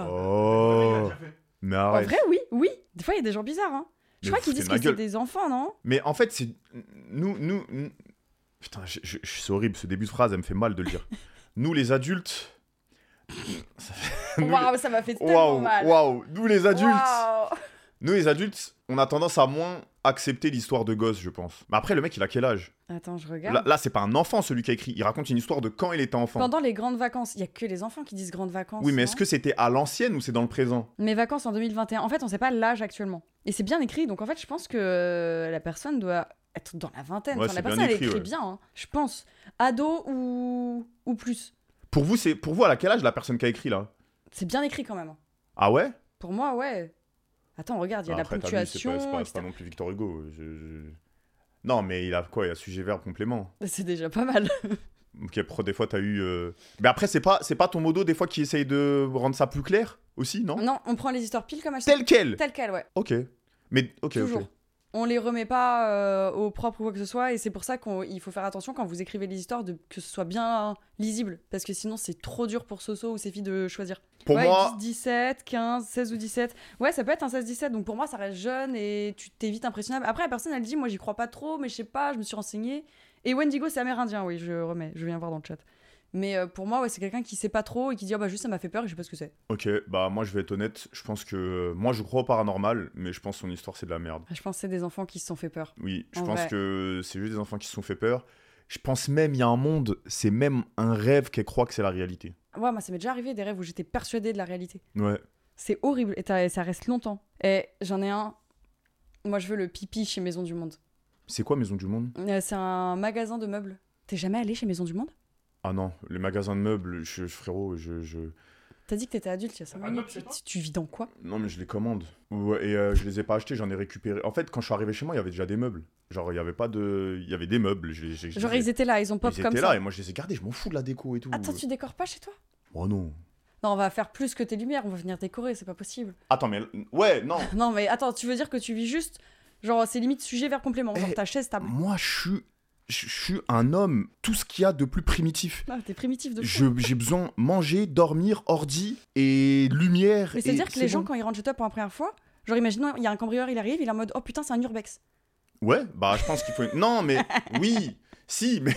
[SPEAKER 3] mec, il a
[SPEAKER 1] Oh.
[SPEAKER 3] déjà fait.
[SPEAKER 1] Mais
[SPEAKER 2] En
[SPEAKER 1] arrête.
[SPEAKER 2] vrai, oui, oui. Des fois, il y a des gens bizarres. Hein. Je
[SPEAKER 1] Mais
[SPEAKER 2] crois qu'ils
[SPEAKER 1] foutez
[SPEAKER 2] disent
[SPEAKER 1] ma
[SPEAKER 2] que c'est
[SPEAKER 1] gueule.
[SPEAKER 2] des enfants, non
[SPEAKER 1] Mais en fait, c'est. Nous, nous. nous- Putain, je- je- je- c'est horrible, ce début de phrase, elle me fait mal de le dire. nous, les adultes. Nous,
[SPEAKER 2] Waouh, ça m'a fait tellement
[SPEAKER 1] Waouh,
[SPEAKER 2] mal.
[SPEAKER 1] waouh, nous les adultes,
[SPEAKER 2] Waouh.
[SPEAKER 1] nous les adultes, on a tendance à moins accepter l'histoire de gosse, je pense. Mais après, le mec, il a quel âge
[SPEAKER 2] Attends, je regarde.
[SPEAKER 1] Là, là, c'est pas un enfant celui qui a écrit. Il raconte une histoire de quand il était enfant.
[SPEAKER 2] Pendant les grandes vacances, il y a que les enfants qui disent grandes vacances.
[SPEAKER 1] oui, mais
[SPEAKER 2] non
[SPEAKER 1] est-ce que c'était à l'ancienne ou c'est dans le présent
[SPEAKER 2] Mes vacances en 2021. En fait, on sait pas l'âge actuellement. Et c'est bien écrit, donc en fait, je pense que euh, la personne doit être dans la vingtaine.
[SPEAKER 1] Ouais,
[SPEAKER 2] Enfin,
[SPEAKER 1] c'est
[SPEAKER 2] la
[SPEAKER 1] bien
[SPEAKER 2] personne, elle
[SPEAKER 1] écrit,
[SPEAKER 2] écrit
[SPEAKER 1] ouais.
[SPEAKER 2] bien, hein. je pense. Ado ou, ou plus.
[SPEAKER 1] Pour vous, c'est pour vous à quel âge la personne qui a écrit là
[SPEAKER 2] C'est bien écrit quand même. hein.
[SPEAKER 1] Ah ouais
[SPEAKER 2] Pour moi, ouais. Attends, regarde, il y a
[SPEAKER 1] Ah,
[SPEAKER 2] la
[SPEAKER 1] après, t'as vu, c'est
[SPEAKER 2] ponctuation.
[SPEAKER 1] pas- C'est pas, c'est
[SPEAKER 2] etc.
[SPEAKER 1] pas non plus Victor Hugo. je- je- Non, mais il a quoi Il a sujet verbe complément.
[SPEAKER 2] C'est déjà pas mal.
[SPEAKER 1] Ok, pro, des fois t'as eu. euh, Mais après, c'est pas, c'est pas ton modo des fois qui essaye de rendre ça plus clair aussi, non
[SPEAKER 2] non, on prend les histoires pile comme elles sont.
[SPEAKER 1] Tel quel.
[SPEAKER 2] Telles quelles, ouais.
[SPEAKER 1] Ok. Mais ok,
[SPEAKER 2] Toujours.
[SPEAKER 1] ok.
[SPEAKER 2] on les remet pas euh, au propre ou quoi que ce soit. Et c'est pour ça qu'il faut faire attention quand vous écrivez les histoires de, que ce soit bien lisible. Parce que sinon, c'est trop dur pour Soso ou ses filles de choisir.
[SPEAKER 1] Pour
[SPEAKER 2] ouais,
[SPEAKER 1] moi,
[SPEAKER 2] 10, 17, 15, 16 ou 17. Ouais, ça peut être un 16-17. Donc pour moi, ça reste jeune et tu t'es vite impressionnable. Après, la personne, elle dit Moi, j'y crois pas trop, mais je sais pas, je me suis renseignée. Et Wendigo, c'est amérindien, oui, je remets, je viens voir dans le chat. Mais euh, pour moi, ouais, c'est quelqu'un qui sait pas trop et qui dit Ah bah juste, ça m'a fait peur et je sais pas ce que c'est.
[SPEAKER 1] ok, bah moi je vais être honnête, je pense que euh, moi je crois au paranormal, mais je pense que son histoire c'est de la merde.
[SPEAKER 2] Je pense que c'est des enfants qui se sont fait peur.
[SPEAKER 1] Oui, je
[SPEAKER 2] En
[SPEAKER 1] pense
[SPEAKER 2] vrai.
[SPEAKER 1] que c'est juste des enfants qui se sont fait peur. Je pense même il y a un monde, c'est même un rêve qu'elle croit que c'est la réalité.
[SPEAKER 2] Ouais, moi, ça m'est déjà arrivé des rêves où j'étais persuadée de la réalité.
[SPEAKER 1] Ouais.
[SPEAKER 2] C'est horrible et, t'as- et ça reste longtemps. Et j'en ai un. Moi, je veux le pipi chez Maison du Monde.
[SPEAKER 1] C'est quoi Maison du Monde
[SPEAKER 2] Euh, C'est un magasin de meubles. T'es jamais allé chez Maison du Monde
[SPEAKER 1] Ah non, les magasins de meubles, je, je- frérot, je, je...
[SPEAKER 2] T'as dit que t'étais adulte il y a 5
[SPEAKER 3] Ah,
[SPEAKER 2] minutes.
[SPEAKER 3] non, je sais pas.
[SPEAKER 2] Tu- tu vis dans quoi
[SPEAKER 1] Non mais je les commande. Ouais, et euh, je les ai pas achetés, j'en ai récupéré. En fait, quand je suis arrivé chez moi, il y avait déjà des meubles. Genre, il y avait pas de... Il y avait des meubles. Je, les- je- je
[SPEAKER 2] Genre
[SPEAKER 1] les ai-
[SPEAKER 2] ils étaient là, ils ont pop
[SPEAKER 1] Ils
[SPEAKER 2] comme
[SPEAKER 1] étaient
[SPEAKER 2] ça.
[SPEAKER 1] là et moi je les ai gardés, je m'en fous de la déco et tout.
[SPEAKER 2] Attends, tu décores pas chez toi
[SPEAKER 1] Oh non.
[SPEAKER 2] Non, on va faire plus que tes lumières, on va venir décorer, c'est pas possible.
[SPEAKER 1] Attends, mais... Ouais, non.
[SPEAKER 2] Non mais attends, tu veux dire que tu vis juste genre c'est limite sujet vers complément, genre
[SPEAKER 1] Eh.
[SPEAKER 2] ta chaise, ta
[SPEAKER 1] moi, je suis... Je je suis un homme, tout ce qu'il y a de plus primitif.
[SPEAKER 2] Ah, t'es primitif de fou.
[SPEAKER 1] Je- J'ai besoin manger, dormir, ordi et lumière.
[SPEAKER 2] Mais
[SPEAKER 1] et
[SPEAKER 2] c'est-à-dire que les gens
[SPEAKER 1] bon.
[SPEAKER 2] quand ils rentrent chez toi pour la première fois, genre imaginons il y a un cambrioleur, il arrive, il est en mode "Oh putain, c'est un urbex."
[SPEAKER 1] Ouais, bah je pense qu'il faut... non, mais... Oui si, mais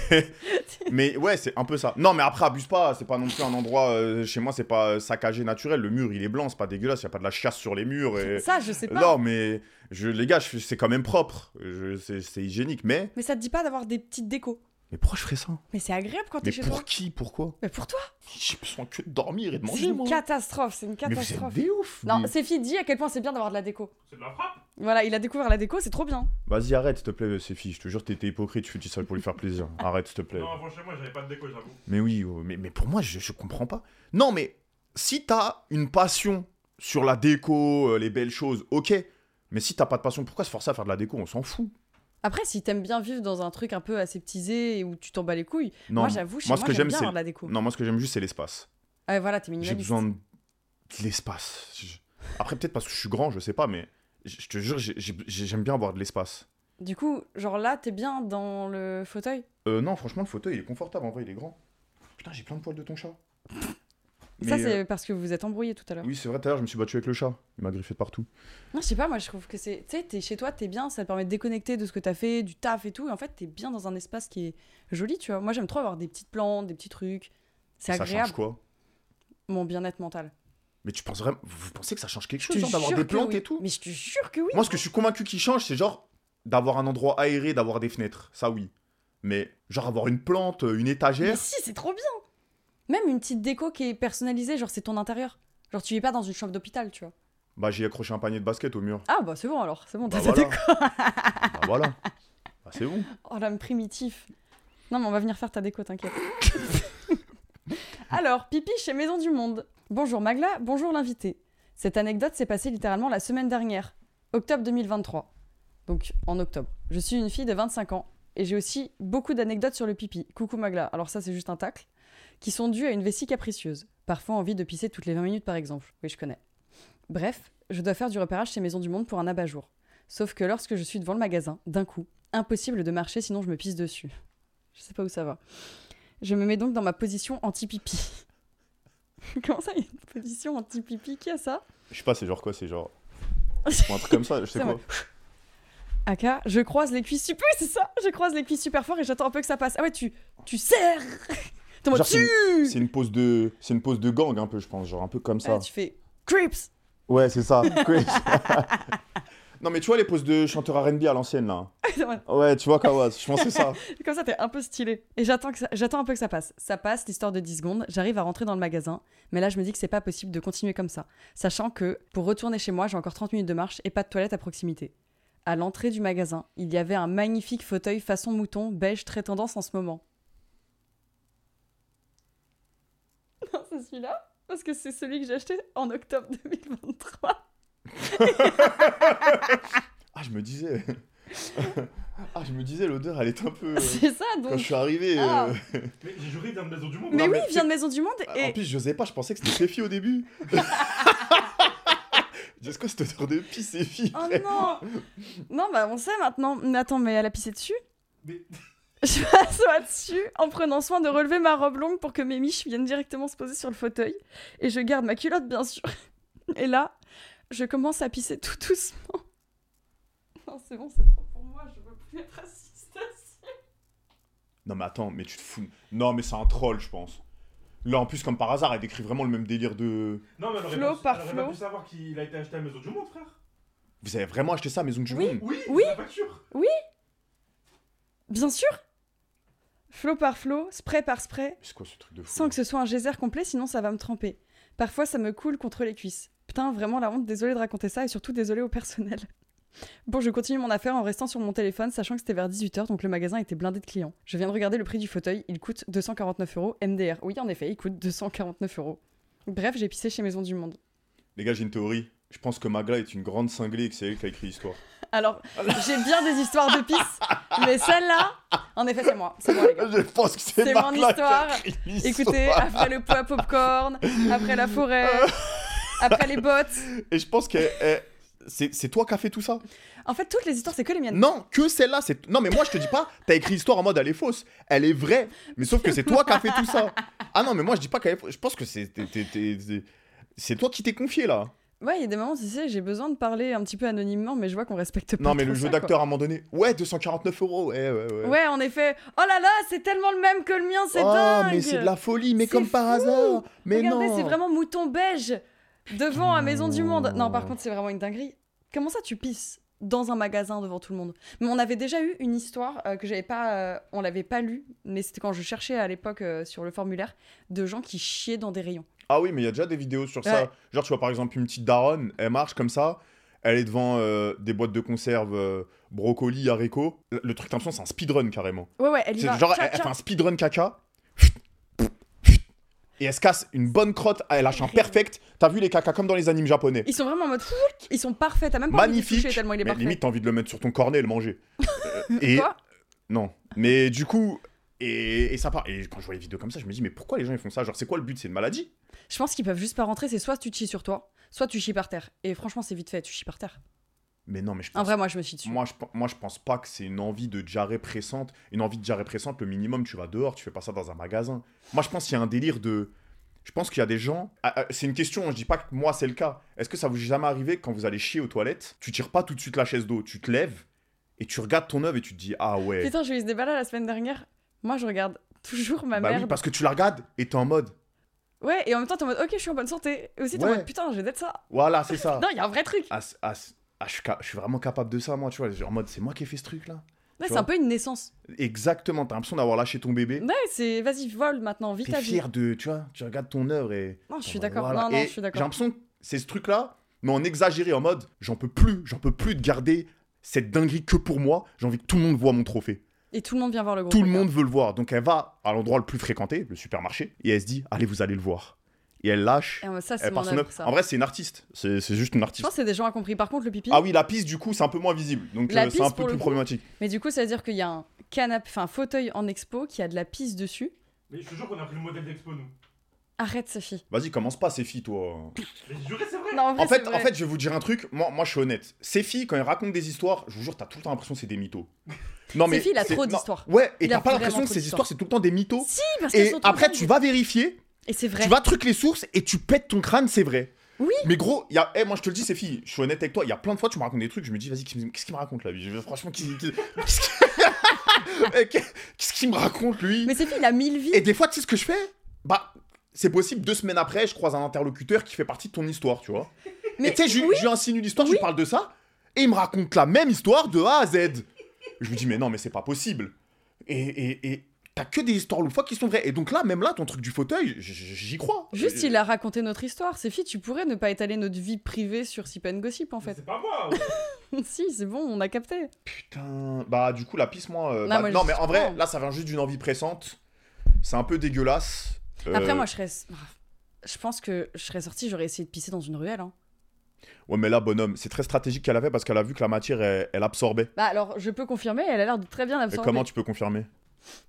[SPEAKER 1] mais ouais, c'est un peu ça. Non, mais après, abuse pas. C'est pas non plus un endroit. euh, chez moi, c'est pas euh, saccagé naturel. Le mur, il est blanc, c'est pas dégueulasse. Y a pas de la chasse sur les murs. Et...
[SPEAKER 2] Ça, je sais pas.
[SPEAKER 1] Eh, Non, mais je, les gars, je- c'est quand même propre. Je- C'est c'est hygiénique. Mais
[SPEAKER 2] Mais ça te dit pas d'avoir des petites décos.
[SPEAKER 1] mais pourquoi je ferais ça
[SPEAKER 2] Mais c'est agréable quand
[SPEAKER 1] Mais
[SPEAKER 2] t'es chez
[SPEAKER 1] pour
[SPEAKER 2] toi.
[SPEAKER 1] qui Pourquoi
[SPEAKER 2] Mais pour toi,
[SPEAKER 1] J'ai besoin que de dormir et de
[SPEAKER 2] c'est
[SPEAKER 1] manger,
[SPEAKER 2] une
[SPEAKER 1] moi.
[SPEAKER 2] catastrophe, c'est une
[SPEAKER 1] Mais vous êtes
[SPEAKER 2] catastrophe.
[SPEAKER 1] des ouf.
[SPEAKER 2] Non,
[SPEAKER 1] mais-
[SPEAKER 2] Séphie dit à quel point c'est bien d'avoir de la déco.
[SPEAKER 3] C'est de la frappe
[SPEAKER 2] Voilà, il a découvert la déco, c'est trop bien.
[SPEAKER 1] Vas-y, arrête, s'il te plaît, Séphie. Je te jure, t'étais hypocrite. Je te dis ça pour lui faire plaisir. Arrête, s'il te plaît.
[SPEAKER 3] Non, franchement, moi, j'avais pas de déco, j'avoue.
[SPEAKER 1] Mais oui, oh, mais, mais pour moi, je, je comprends pas. Non, mais si t'as une passion sur la déco, euh, les belles choses, ok. Mais si t'as pas de passion, pourquoi se forcer à faire de la déco On s'en fout.
[SPEAKER 2] Après, si t'aimes bien vivre dans un truc un peu aseptisé et où tu t'en bats les couilles,
[SPEAKER 1] Non,
[SPEAKER 2] moi j'avoue, chez
[SPEAKER 1] moi, ce
[SPEAKER 2] moi,
[SPEAKER 1] que j'aime,
[SPEAKER 2] j'aime bien
[SPEAKER 1] c'est-
[SPEAKER 2] avoir de la déco.
[SPEAKER 1] non moi, ce que j'aime juste, c'est l'espace.
[SPEAKER 2] Ah, voilà, t'es
[SPEAKER 1] J'ai
[SPEAKER 2] minimaliste.
[SPEAKER 1] besoin de de l'espace. Je- Après, peut-être parce que je suis grand, je sais pas, mais je je te jure, j'ai- j'ai- j'aime bien avoir de l'espace.
[SPEAKER 2] Du coup, genre là, t'es bien dans le fauteuil.
[SPEAKER 1] Euh, non, franchement, le fauteuil, il est confortable, en vrai, il est grand. Putain, j'ai plein de poils de ton chat.
[SPEAKER 2] Et ça,
[SPEAKER 1] Mais,
[SPEAKER 2] c'est
[SPEAKER 1] euh,
[SPEAKER 2] parce que vous vous êtes embrouillé tout à l'heure.
[SPEAKER 1] Oui, c'est vrai, tout à l'heure, je me suis battu avec le chat. Il m'a griffé de partout.
[SPEAKER 2] Non, je sais pas, moi je trouve que c'est. Tu sais, t'es chez toi, t'es bien, ça te permet de déconnecter de ce que t'as fait, du taf et tout. Et en fait, t'es bien dans un espace qui est joli, tu vois. Moi j'aime trop avoir des petites plantes, des petits trucs. C'est
[SPEAKER 1] Ça change
[SPEAKER 2] agréable.
[SPEAKER 1] quoi
[SPEAKER 2] Mon bien-être mental.
[SPEAKER 1] Mais tu penses vraiment, vous pensez que ça change quelque
[SPEAKER 2] Je
[SPEAKER 1] chose
[SPEAKER 2] te
[SPEAKER 1] genre, d'avoir
[SPEAKER 2] jure
[SPEAKER 1] des
[SPEAKER 2] que
[SPEAKER 1] plantes
[SPEAKER 2] oui.
[SPEAKER 1] et tout
[SPEAKER 2] Mais je te jure que oui.
[SPEAKER 1] Moi, ce que je suis convaincu qui change, c'est genre d'avoir un endroit aéré, d'avoir des fenêtres, ça oui. Mais genre avoir une plante, euh, une
[SPEAKER 2] Mais
[SPEAKER 1] étagère,
[SPEAKER 2] si, c'est trop bien. Même une petite déco qui est personnalisée, genre c'est ton intérieur. Genre tu vis pas dans une chambre d'hôpital, tu vois.
[SPEAKER 1] bah j'ai accroché un panier de basket au mur.
[SPEAKER 2] Ah bah c'est bon alors, c'est bon,
[SPEAKER 1] Bah
[SPEAKER 2] t'as ta
[SPEAKER 1] voilà.
[SPEAKER 2] déco.
[SPEAKER 1] Bah voilà. Bah, c'est bon.
[SPEAKER 2] Oh l'homme primitif. Non mais on va venir faire ta déco, t'inquiète. alors, pipi chez Maison du Monde. Bonjour Magla, bonjour l'invité. Cette anecdote s'est passée littéralement la semaine dernière, octobre 2023. Donc en octobre. Je suis une fille de 25 ans et j'ai aussi beaucoup d'anecdotes sur le pipi. Coucou Magla, alors ça c'est juste un tacle. Qui sont dues à une vessie capricieuse. Parfois envie de pisser toutes les 20 minutes par exemple. Oui, je connais. Bref, je dois faire du repérage chez Maison du Monde pour un abat-jour. Sauf que lorsque je suis devant le magasin, d'un coup, impossible de marcher sinon je me pisse dessus. Je sais pas où ça va. Je me mets donc dans ma position anti-pipi. Comment ça, il y a une position anti-pipi Qui a ça
[SPEAKER 1] Je sais pas, c'est genre quoi, c'est genre ou un truc comme ça, je sais
[SPEAKER 2] C'est
[SPEAKER 1] quoi.
[SPEAKER 2] moi. Aka, je croise les cuisses super. Oui, c'est ça Je croise les cuisses super fort et j'attends un peu que ça passe. Ah ouais, tu, tu serres T'es en mode
[SPEAKER 1] Genre, c'est une-
[SPEAKER 2] tu
[SPEAKER 1] C'est une pose de, c'est une pose de gang un peu, je pense, genre un peu comme
[SPEAKER 2] Ah,
[SPEAKER 1] ça.
[SPEAKER 2] Tu fais creeps
[SPEAKER 1] Ouais, c'est ça. Chris. non mais tu vois les poses de chanteur R&B à l'ancienne là. Ouais, tu vois Kawas, je pense que c'est ça.
[SPEAKER 2] Comme ça, t'es un peu stylé. Et j'attends que ça- j'attends un peu que ça passe. Ça passe, l'histoire de 10 secondes. J'arrive à rentrer dans le magasin. Mais là, je me dis que c'est pas possible de continuer comme ça. Sachant que, pour retourner chez moi, j'ai encore 30 minutes de marche et pas de toilette à proximité. À l'entrée du magasin, il y avait un magnifique fauteuil façon mouton, beige, très tendance en ce moment. Non, c'est celui-là Parce que c'est celui que j'ai acheté en octobre 2023.
[SPEAKER 1] Ah, je me disais. ah, je me disais, l'odeur, elle est un peu. euh,
[SPEAKER 2] C'est ça,
[SPEAKER 1] Quand je
[SPEAKER 2] donc.
[SPEAKER 1] suis arrivé.
[SPEAKER 2] Ah.
[SPEAKER 1] euh,
[SPEAKER 3] Mais j'ai juré d'un maison du monde.
[SPEAKER 2] Mais
[SPEAKER 1] Non,
[SPEAKER 2] oui,
[SPEAKER 1] mais Ah,
[SPEAKER 2] il vient de Maison du Monde
[SPEAKER 1] En
[SPEAKER 2] et
[SPEAKER 1] plus, je sais pas, je pensais que c'était Séphie au début. Dis, C'est quoi cette odeur de pisse et fille
[SPEAKER 2] Oh non Non, bah on sait maintenant. Mais attends, mais elle a pissé dessus
[SPEAKER 3] hein. Mais-
[SPEAKER 2] Je m'assois dessus en prenant soin de relever ma robe longue pour que mes miches viennent directement se poser sur le fauteuil. Et je garde ma culotte, bien sûr. Et là, je commence à pisser tout doucement. Non, c'est bon, c'est trop pour moi, je veux plus être assistée.
[SPEAKER 1] Non mais attends, mais tu te fous. Non mais c'est un troll, je pense. Là en plus, comme par hasard, elle décrit vraiment le même délire de.
[SPEAKER 3] Non, mais elle aurait
[SPEAKER 2] Flo
[SPEAKER 3] pas pu-
[SPEAKER 2] par
[SPEAKER 3] elle aurait
[SPEAKER 2] Flo.
[SPEAKER 3] pas pu savoir qu'il a été acheté à Maison du Monde, frère.
[SPEAKER 1] Vous avez vraiment acheté ça à Maison du
[SPEAKER 2] Oui.
[SPEAKER 1] Monde
[SPEAKER 3] Oui,
[SPEAKER 2] Oui.
[SPEAKER 3] la facture.
[SPEAKER 2] Bien sûr Flot par flot, spray par spray,
[SPEAKER 1] C'est quoi ce truc de fou
[SPEAKER 2] sans que ce soit un geyser complet, sinon ça va me tremper. Parfois, ça me coule contre les cuisses. Putain, vraiment la honte, désolé de raconter ça et surtout désolé au personnel. Bon, je continue mon affaire en restant sur mon téléphone, sachant que c'était vers 18h, donc le magasin était blindé de clients. Je viens de regarder le prix du fauteuil, il coûte 249 euros MDR. Oui, en effet, il coûte 249 euros. Bref, j'ai pissé chez Maison du Monde.
[SPEAKER 1] Les gars, j'ai une théorie. Je pense que Magla est une grande cinglée et que c'est elle qui a écrit l'histoire.
[SPEAKER 2] Alors, j'ai bien des histoires de pisse, mais celle-là, en effet, c'est moi. C'est moi, les gars.
[SPEAKER 1] Je pense que
[SPEAKER 2] C'est
[SPEAKER 1] c'est
[SPEAKER 2] mon
[SPEAKER 1] Magla qui a
[SPEAKER 2] histoire.
[SPEAKER 1] écrit l'histoire.
[SPEAKER 2] Écoutez, après le poids popcorn, après la forêt, après les bottes.
[SPEAKER 1] Et je pense que eh, c'est c'est toi qui as fait tout ça.
[SPEAKER 2] En fait, toutes les histoires, c'est que les miennes.
[SPEAKER 1] Non, que celle-là, c'est. Non, mais moi, je te dis pas, t'as écrit l'histoire en mode elle est fausse. Elle est vraie. Mais sauf que c'est toi qui as fait tout ça. Ah non, mais moi, je dis pas qu'elle est fausse. Je pense que c'est. t'es- t'es- t'es- t'es- C'est toi qui t'es confié là.
[SPEAKER 2] Ouais, il y a des moments, tu sais, j'ai besoin de parler un petit peu anonymement, mais je vois qu'on respecte pas.
[SPEAKER 1] Non, mais
[SPEAKER 2] trop
[SPEAKER 1] le jeu
[SPEAKER 2] ça, quoi.
[SPEAKER 1] d'acteur à un moment donné. Ouais, 249 euros. Ouais, ouais, ouais.
[SPEAKER 2] Ouais, en effet. Oh là là, c'est tellement le même que le mien, c'est
[SPEAKER 1] oh,
[SPEAKER 2] dingue.
[SPEAKER 1] mais c'est de la folie, mais
[SPEAKER 2] C'est
[SPEAKER 1] comme par
[SPEAKER 2] fou.
[SPEAKER 1] hasard. Mais
[SPEAKER 2] Regardez,
[SPEAKER 1] non.
[SPEAKER 2] c'est vraiment mouton beige devant à Maison du Monde.
[SPEAKER 1] Oh.
[SPEAKER 2] Non, par contre, c'est vraiment une dinguerie. Comment ça, tu pisses dans un magasin devant tout le monde Mais on avait déjà eu une histoire euh, que j'avais pas, euh, on l'avait pas lue, mais c'était quand je cherchais à l'époque euh, sur le formulaire de gens qui chiaient dans des rayons.
[SPEAKER 1] Ah oui, mais il y a déjà des vidéos sur
[SPEAKER 2] Ouais.
[SPEAKER 1] ça. Genre, tu vois, par exemple, une petite daronne, elle marche comme ça. Elle est devant euh, des boîtes de conserve, euh, brocoli, haricots. Le le truc, t'as l'impression, c'est un speedrun carrément.
[SPEAKER 2] Ouais, ouais, elle y
[SPEAKER 1] C'est
[SPEAKER 2] va.
[SPEAKER 1] genre, eh,
[SPEAKER 2] Tcha,
[SPEAKER 1] elle, elle
[SPEAKER 2] tcha.
[SPEAKER 1] fait un speedrun caca. Et elle se casse une bonne crotte, elle lâche un perfect. T'as vu les caca comme dans les animes japonais.
[SPEAKER 2] Ils sont vraiment en mode, ils sont parfaits. T'as même pas envie de les
[SPEAKER 1] Magnifique.
[SPEAKER 2] toucher tellement il est
[SPEAKER 1] mais
[SPEAKER 2] parfait.
[SPEAKER 1] limite, t'as envie de le mettre sur ton cornet et le manger. Euh, et
[SPEAKER 2] Quoi
[SPEAKER 1] non. Mais du coup, et, et ça part. Et quand je vois les vidéos comme ça, je me dis, mais pourquoi les gens ils font ça Genre, c'est quoi le but C'est une maladie
[SPEAKER 2] Je pense qu'ils peuvent juste pas rentrer. C'est soit tu chies sur toi, soit tu chies par terre. Et franchement, c'est vite fait. Tu chies par terre.
[SPEAKER 1] Mais non, mais je pense
[SPEAKER 2] En vrai, moi, je me chie dessus.
[SPEAKER 1] Moi je, pe- moi, je pense pas que c'est une envie de diarrhée pressante. Une envie de diarrhée pressante, le minimum, tu vas dehors, tu fais pas ça dans un magasin. Moi, je pense qu'il y a un délire de. Je pense qu'il y a des gens. Ah, ah, c'est une question, je dis pas que moi, c'est le cas. Est-ce que ça vous est jamais arrivé quand vous allez chier aux toilettes, tu tires pas tout de suite la chaise d'eau, tu te lèves et tu regardes ton œuvre et tu te dis Ah ouais.
[SPEAKER 2] Putain, j'ai eu ce débat là la semaine dernière. Moi, je regarde toujours ma
[SPEAKER 1] Bah
[SPEAKER 2] merde.
[SPEAKER 1] oui, parce que tu la regardes et t'es en mode
[SPEAKER 2] Ouais, et en même temps, t'es en mode, ok, je suis en bonne santé. Et aussi, t'es en
[SPEAKER 1] Ouais.
[SPEAKER 2] mode, putain, j'ai d'être ça.
[SPEAKER 1] Voilà, c'est ça.
[SPEAKER 2] Non, il y a un vrai truc.
[SPEAKER 1] Ah, c'est- ah, c'est- ah, je, suis ca- je suis vraiment capable de ça, moi, tu vois. En mode, c'est moi qui ai fait ce truc là.
[SPEAKER 2] Là, c'est
[SPEAKER 1] vois.
[SPEAKER 2] un peu une naissance.
[SPEAKER 1] Exactement, t'as l'impression d'avoir lâché ton bébé.
[SPEAKER 2] Ouais, c'est, vas-y, vole maintenant, vite
[SPEAKER 1] T'es
[SPEAKER 2] ta vie.
[SPEAKER 1] fier de, tu vois, tu regardes ton œuvre et.
[SPEAKER 2] Non, je suis
[SPEAKER 1] Voilà.
[SPEAKER 2] d'accord.
[SPEAKER 1] Voilà.
[SPEAKER 2] Non, non,
[SPEAKER 1] Et
[SPEAKER 2] je suis d'accord.
[SPEAKER 1] J'ai l'impression que c'est ce truc-là, mais en exagéré, en mode j'en peux plus, j'en peux plus de garder cette dinguerie que pour moi, j'ai envie que tout le monde voit mon trophée.
[SPEAKER 2] Et tout le monde vient voir le gros.
[SPEAKER 1] tout le
[SPEAKER 2] frère.
[SPEAKER 1] monde veut le voir. Donc elle va à l'endroit le plus fréquenté, le supermarché, et elle se dit allez, vous allez le voir. Et elle lâche.
[SPEAKER 2] Et en mode, ça, c'est
[SPEAKER 1] Elle
[SPEAKER 2] mon
[SPEAKER 1] part son
[SPEAKER 2] œuvre,
[SPEAKER 1] œuvre.
[SPEAKER 2] ça.
[SPEAKER 1] En vrai, c'est une artiste. C'est c'est juste une
[SPEAKER 2] Je
[SPEAKER 1] artiste.
[SPEAKER 2] pense que c'est des gens incompris. Par contre, le pipi.
[SPEAKER 1] Ah oui, la piste, du coup, c'est un peu moins visible. Donc
[SPEAKER 2] La
[SPEAKER 1] euh, c'est un
[SPEAKER 2] piste,
[SPEAKER 1] peu
[SPEAKER 2] pour le
[SPEAKER 1] plus
[SPEAKER 2] coup.
[SPEAKER 1] problématique.
[SPEAKER 2] Mais du coup, ça veut dire qu'il y a un canapé, enfin, un fauteuil en expo qui a de la pisse dessus.
[SPEAKER 3] Mais je te jure qu'on a pris le modèle d'expo, nous.
[SPEAKER 2] Arrête, Sophie.
[SPEAKER 1] Vas-y, commence pas, ces filles, toi.
[SPEAKER 3] Mais juré, c'est vrai.
[SPEAKER 2] Non, en, vrai,
[SPEAKER 1] En fait,
[SPEAKER 2] c'est
[SPEAKER 1] en
[SPEAKER 2] vrai.
[SPEAKER 1] fait, je vais vous dire un truc. Moi, moi je suis honnête. Ces filles, quand elles racontent des histoires, je vous jure, t'as tout le temps l'impression que c'est des mythos. Non,
[SPEAKER 2] Ces filles, il a
[SPEAKER 1] c'est-
[SPEAKER 2] trop
[SPEAKER 1] non.
[SPEAKER 2] d'histoires.
[SPEAKER 1] Ouais, et
[SPEAKER 2] Il a
[SPEAKER 1] t'as pas l'impression
[SPEAKER 2] vraiment
[SPEAKER 1] que
[SPEAKER 2] trop
[SPEAKER 1] ces
[SPEAKER 2] d'histoires.
[SPEAKER 1] histoires, c'est tout le temps des mythos.
[SPEAKER 2] Si, parce qu'elles
[SPEAKER 1] Et
[SPEAKER 2] sont trop
[SPEAKER 1] après,
[SPEAKER 2] dingues.
[SPEAKER 1] tu vas vérifier,
[SPEAKER 2] Et c'est vrai.
[SPEAKER 1] tu vas truc les sources et tu pètes ton crâne, c'est vrai.
[SPEAKER 2] Oui.
[SPEAKER 1] Mais gros, y a, eh, moi je te le dis, ces filles, je suis honnête avec toi, il y a plein de fois, tu me racontes des trucs, je me dis, vas-y, qu'est-ce qu'est-ce qu'il me raconte la vie Je- Franchement, qu'est-ce qu'il- qu'est-ce qu'il- Eh, qu'est- qu'est-ce qu'il me raconte lui
[SPEAKER 2] Mais Sophie, il a mille vies.
[SPEAKER 1] Et des fois, tu sais ce que je fais Bah, c'est possible, deux semaines après, je croise un interlocuteur qui fait partie de ton histoire, tu vois.
[SPEAKER 2] Mais
[SPEAKER 1] et tu sais, je lui-
[SPEAKER 2] oui,
[SPEAKER 1] je lui insinue l'histoire, je
[SPEAKER 2] Oui.
[SPEAKER 1] lui parle de ça, et il me raconte la même histoire de A à Z. Je lui dis, mais non, mais c'est pas possible. Et, et, et t'as que des histoires loufoques qui sont vraies. Et donc là, même là, ton truc du fauteuil, j- j- j'y crois.
[SPEAKER 2] Juste,
[SPEAKER 1] Euh,
[SPEAKER 2] il a raconté notre histoire. Sophie, tu pourrais ne pas étaler notre vie privée sur Sip and Gossip, en
[SPEAKER 3] Mais
[SPEAKER 2] fait.
[SPEAKER 3] C'est pas moi. oh.
[SPEAKER 2] si, c'est bon, on a capté.
[SPEAKER 1] Euh. Putain, bah du coup, la pisse, moi. euh,
[SPEAKER 2] Non,
[SPEAKER 1] bah, non,
[SPEAKER 2] moi, je
[SPEAKER 1] mais en
[SPEAKER 2] comprends.
[SPEAKER 1] vrai, là, ça vient juste d'une envie pressante. C'est un peu dégueulasse. Euh,
[SPEAKER 2] Après, moi, je serais. Je pense que je serais sortie, j'aurais essayé de pisser dans une ruelle. hein.
[SPEAKER 1] Ouais, mais là, bonhomme, c'est très stratégique qu'elle a fait parce qu'elle a vu que la matière, elle, elle absorbait.
[SPEAKER 2] Bah, alors, je peux confirmer, elle a l'air de très bien
[SPEAKER 1] Et
[SPEAKER 2] absorber.
[SPEAKER 1] comment tu peux confirmer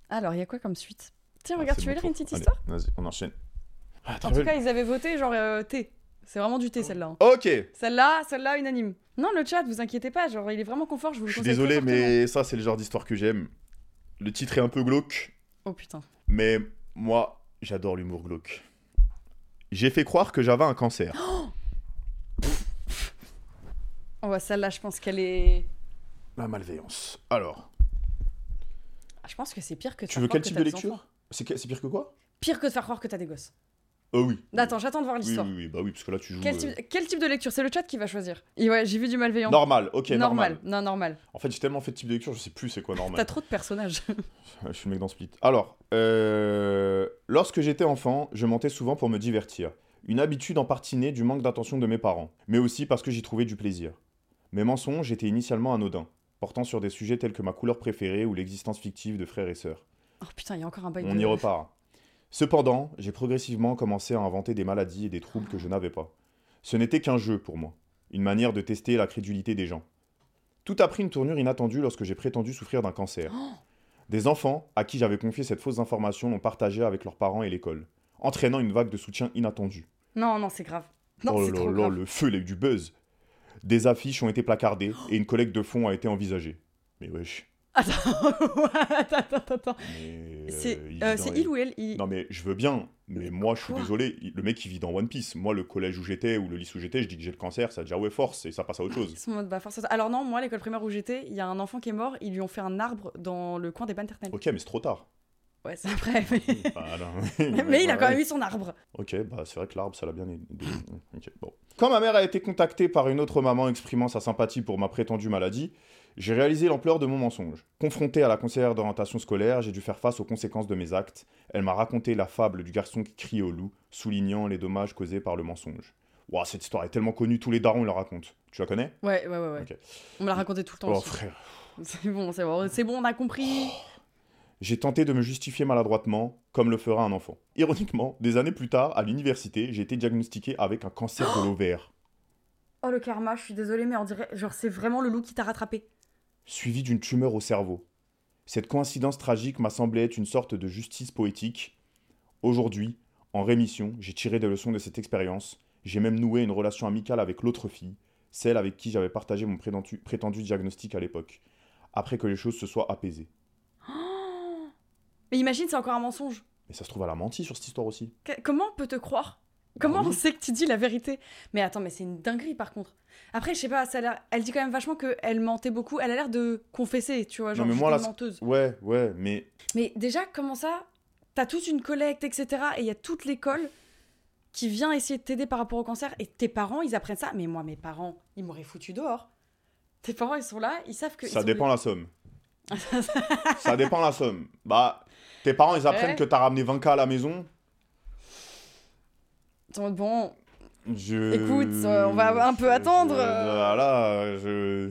[SPEAKER 2] Alors, il y a quoi comme suite Tiens,
[SPEAKER 1] Ah,
[SPEAKER 2] regarde,
[SPEAKER 1] c'est
[SPEAKER 2] tu
[SPEAKER 1] mon
[SPEAKER 2] veux lire
[SPEAKER 1] tour.
[SPEAKER 2] une petite
[SPEAKER 1] Allez,
[SPEAKER 2] histoire
[SPEAKER 1] Vas-y, Ah. on enchaîne. Ah, t'as
[SPEAKER 2] En tout
[SPEAKER 1] vu-
[SPEAKER 2] cas, ils avaient voté genre euh, T. C'est vraiment du thé celle-là. hein.
[SPEAKER 1] Ok.
[SPEAKER 2] Celle-là, celle-là, unanime. Non, le chat, vous inquiétez pas, genre il est vraiment confort, je vous
[SPEAKER 1] Je
[SPEAKER 2] le
[SPEAKER 1] suis
[SPEAKER 2] conseille très
[SPEAKER 1] désolé,
[SPEAKER 2] fortement.
[SPEAKER 1] mais ça, c'est le genre d'histoire que j'aime. Le titre est un peu glauque,
[SPEAKER 2] Oh putain.
[SPEAKER 1] mais moi, j'adore l'humour glauque. J'ai fait croire que j'avais un cancer.
[SPEAKER 2] Oh, bah, celle-là, je pense qu'elle est.
[SPEAKER 1] La malveillance. Alors,
[SPEAKER 2] Ah, Je pense que c'est pire que de
[SPEAKER 1] tu
[SPEAKER 2] faire
[SPEAKER 1] veux
[SPEAKER 2] croire
[SPEAKER 1] quel type
[SPEAKER 2] que t'as
[SPEAKER 1] de
[SPEAKER 2] des
[SPEAKER 1] lecture
[SPEAKER 2] enfants.
[SPEAKER 1] C'est que- c'est pire que quoi
[SPEAKER 2] Pire que de faire croire que t'as des gosses.
[SPEAKER 1] Oh oui.
[SPEAKER 2] Attends, j'attends de voir
[SPEAKER 1] oui,
[SPEAKER 2] l'histoire.
[SPEAKER 1] oui, oui, bah oui, parce que là, tu joues.
[SPEAKER 2] Quel,
[SPEAKER 1] euh,
[SPEAKER 2] type, quel type de lecture C'est le chat qui va choisir. Et ouais, j'ai vu du malveillant.
[SPEAKER 1] Normal, ok, normal.
[SPEAKER 2] Non, normal.
[SPEAKER 1] En fait, j'ai tellement fait de type de lecture, je sais plus c'est quoi
[SPEAKER 2] T'as
[SPEAKER 1] normal.
[SPEAKER 2] trop de personnages.
[SPEAKER 1] je suis le mec dans Split. Alors, euh, lorsque j'étais enfant, je mentais souvent pour me divertir. Une habitude en partie née du manque d'attention de mes parents, mais aussi parce que j'y trouvais du plaisir. Mes mensonges étaient initialement anodins, portant sur des sujets tels que ma couleur préférée ou l'existence fictive de frères et sœurs.
[SPEAKER 2] Oh putain, il y a encore un bail
[SPEAKER 1] On
[SPEAKER 2] de...
[SPEAKER 1] y repart. Cependant, j'ai progressivement commencé à inventer des maladies et des troubles que je n'avais pas. Ce n'était qu'un jeu pour moi, une manière de tester la crédulité des gens. Tout a pris une tournure inattendue lorsque j'ai prétendu souffrir d'un cancer. Des enfants, à qui j'avais confié cette fausse information, l'ont partagée avec leurs parents et l'école, entraînant une vague de soutien inattendu.
[SPEAKER 2] Non, non, c'est grave. Non,
[SPEAKER 1] oh
[SPEAKER 2] c'est
[SPEAKER 1] là
[SPEAKER 2] trop
[SPEAKER 1] là,
[SPEAKER 2] grave.
[SPEAKER 1] le feu, il a eu du buzz. Des affiches ont été placardées et une collecte de fonds a été envisagée. Mais wesh.
[SPEAKER 2] attends, attends, attends, attends.
[SPEAKER 1] mais,
[SPEAKER 2] C'est
[SPEAKER 1] euh,
[SPEAKER 2] euh,
[SPEAKER 1] vit dans
[SPEAKER 2] c'est
[SPEAKER 1] les-
[SPEAKER 2] il ou elle il-
[SPEAKER 1] non mais je veux bien, mais moi je suis
[SPEAKER 2] quoi
[SPEAKER 1] désolé, il- le mec il vit dans One Piece. Moi le collège où j'étais ou le lycée où j'étais, je dis que j'ai le cancer, ça déjà ouais force et ça passe à autre chose.
[SPEAKER 2] Ils sont en mode, bah, force à- Alors non, moi, à l'école primaire où j'étais, il y a un enfant qui est mort, ils lui ont fait un arbre dans le coin des paternelles.
[SPEAKER 1] Ok mais c'est trop tard.
[SPEAKER 2] Ouais, c'est vrai, mais...
[SPEAKER 1] Bah, non.
[SPEAKER 2] mais il a quand
[SPEAKER 1] Ouais.
[SPEAKER 2] même eu son arbre.
[SPEAKER 1] Ok, bah c'est vrai que l'arbre, ça l'a bien aidé. Mm, Ok, bon. Quand ma mère a été contactée par une autre maman exprimant sa sympathie pour ma prétendue maladie, j'ai réalisé l'ampleur de mon mensonge. Confronté à la conseillère d'orientation scolaire, j'ai dû faire face aux conséquences de mes actes. Elle m'a raconté la fable du garçon qui criait au loup, soulignant les dommages causés par le mensonge. Ouah, cette histoire est tellement connue, tous les darons la racontent. Tu la connais
[SPEAKER 2] Ouais, ouais, ouais. ouais.
[SPEAKER 1] Ok.
[SPEAKER 2] On me l'a raconté tout le temps.
[SPEAKER 1] Oh
[SPEAKER 2] aussi.
[SPEAKER 1] frère.
[SPEAKER 2] C'est bon, c'est bon, c'est bon, on a compris.
[SPEAKER 1] J'ai tenté de me justifier maladroitement, comme le fera un enfant. Ironiquement, des années plus tard, à l'université, j'ai été diagnostiqué avec un cancer de l'ovaire.
[SPEAKER 2] Oh le karma, je suis désolée, mais on dirait, genre, c'est vraiment le loup qui t'a rattrapé.
[SPEAKER 1] suivi d'une tumeur au cerveau. Cette coïncidence tragique m'a semblé être une sorte de justice poétique. Aujourd'hui, en rémission, j'ai tiré des leçons de cette expérience. J'ai même noué une relation amicale avec l'autre fille, celle avec qui j'avais partagé mon prétendu, prétendu diagnostic à l'époque, après que les choses se soient apaisées.
[SPEAKER 2] Mais imagine, c'est encore un mensonge.
[SPEAKER 1] Mais ça se trouve, elle a menti sur cette histoire aussi.
[SPEAKER 2] Que- Comment on peut te croire Comment
[SPEAKER 1] Ah oui.
[SPEAKER 2] on sait que tu dis la vérité Mais attends, mais c'est une dinguerie par contre. Après, je sais pas, ça a l'air- elle dit quand même vachement qu'elle mentait beaucoup. Elle a l'air de confesser, tu vois, genre
[SPEAKER 1] mais
[SPEAKER 2] j'étais
[SPEAKER 1] moi, là, c'est-
[SPEAKER 2] menteuse.
[SPEAKER 1] Ouais, ouais, mais
[SPEAKER 2] Mais déjà, comment ça T'as toute une collecte, etc. Et il y a toute l'école qui vient essayer de t'aider par rapport au cancer. Et tes parents, ils apprennent ça. Mais moi, mes parents, ils m'auraient foutu dehors. Tes parents, ils sont là, ils savent que. ils
[SPEAKER 1] ça
[SPEAKER 2] ont
[SPEAKER 1] dépend la somme. ça dépend la somme. Bah, tes parents, ils apprennent
[SPEAKER 2] Ouais.
[SPEAKER 1] que t'as ramené 20K à la maison.
[SPEAKER 2] les- Attends, Bon,
[SPEAKER 1] Je...
[SPEAKER 2] Écoute, euh, on va un peu
[SPEAKER 1] je-
[SPEAKER 2] attendre,
[SPEAKER 1] je-
[SPEAKER 2] euh.
[SPEAKER 1] Voilà, je...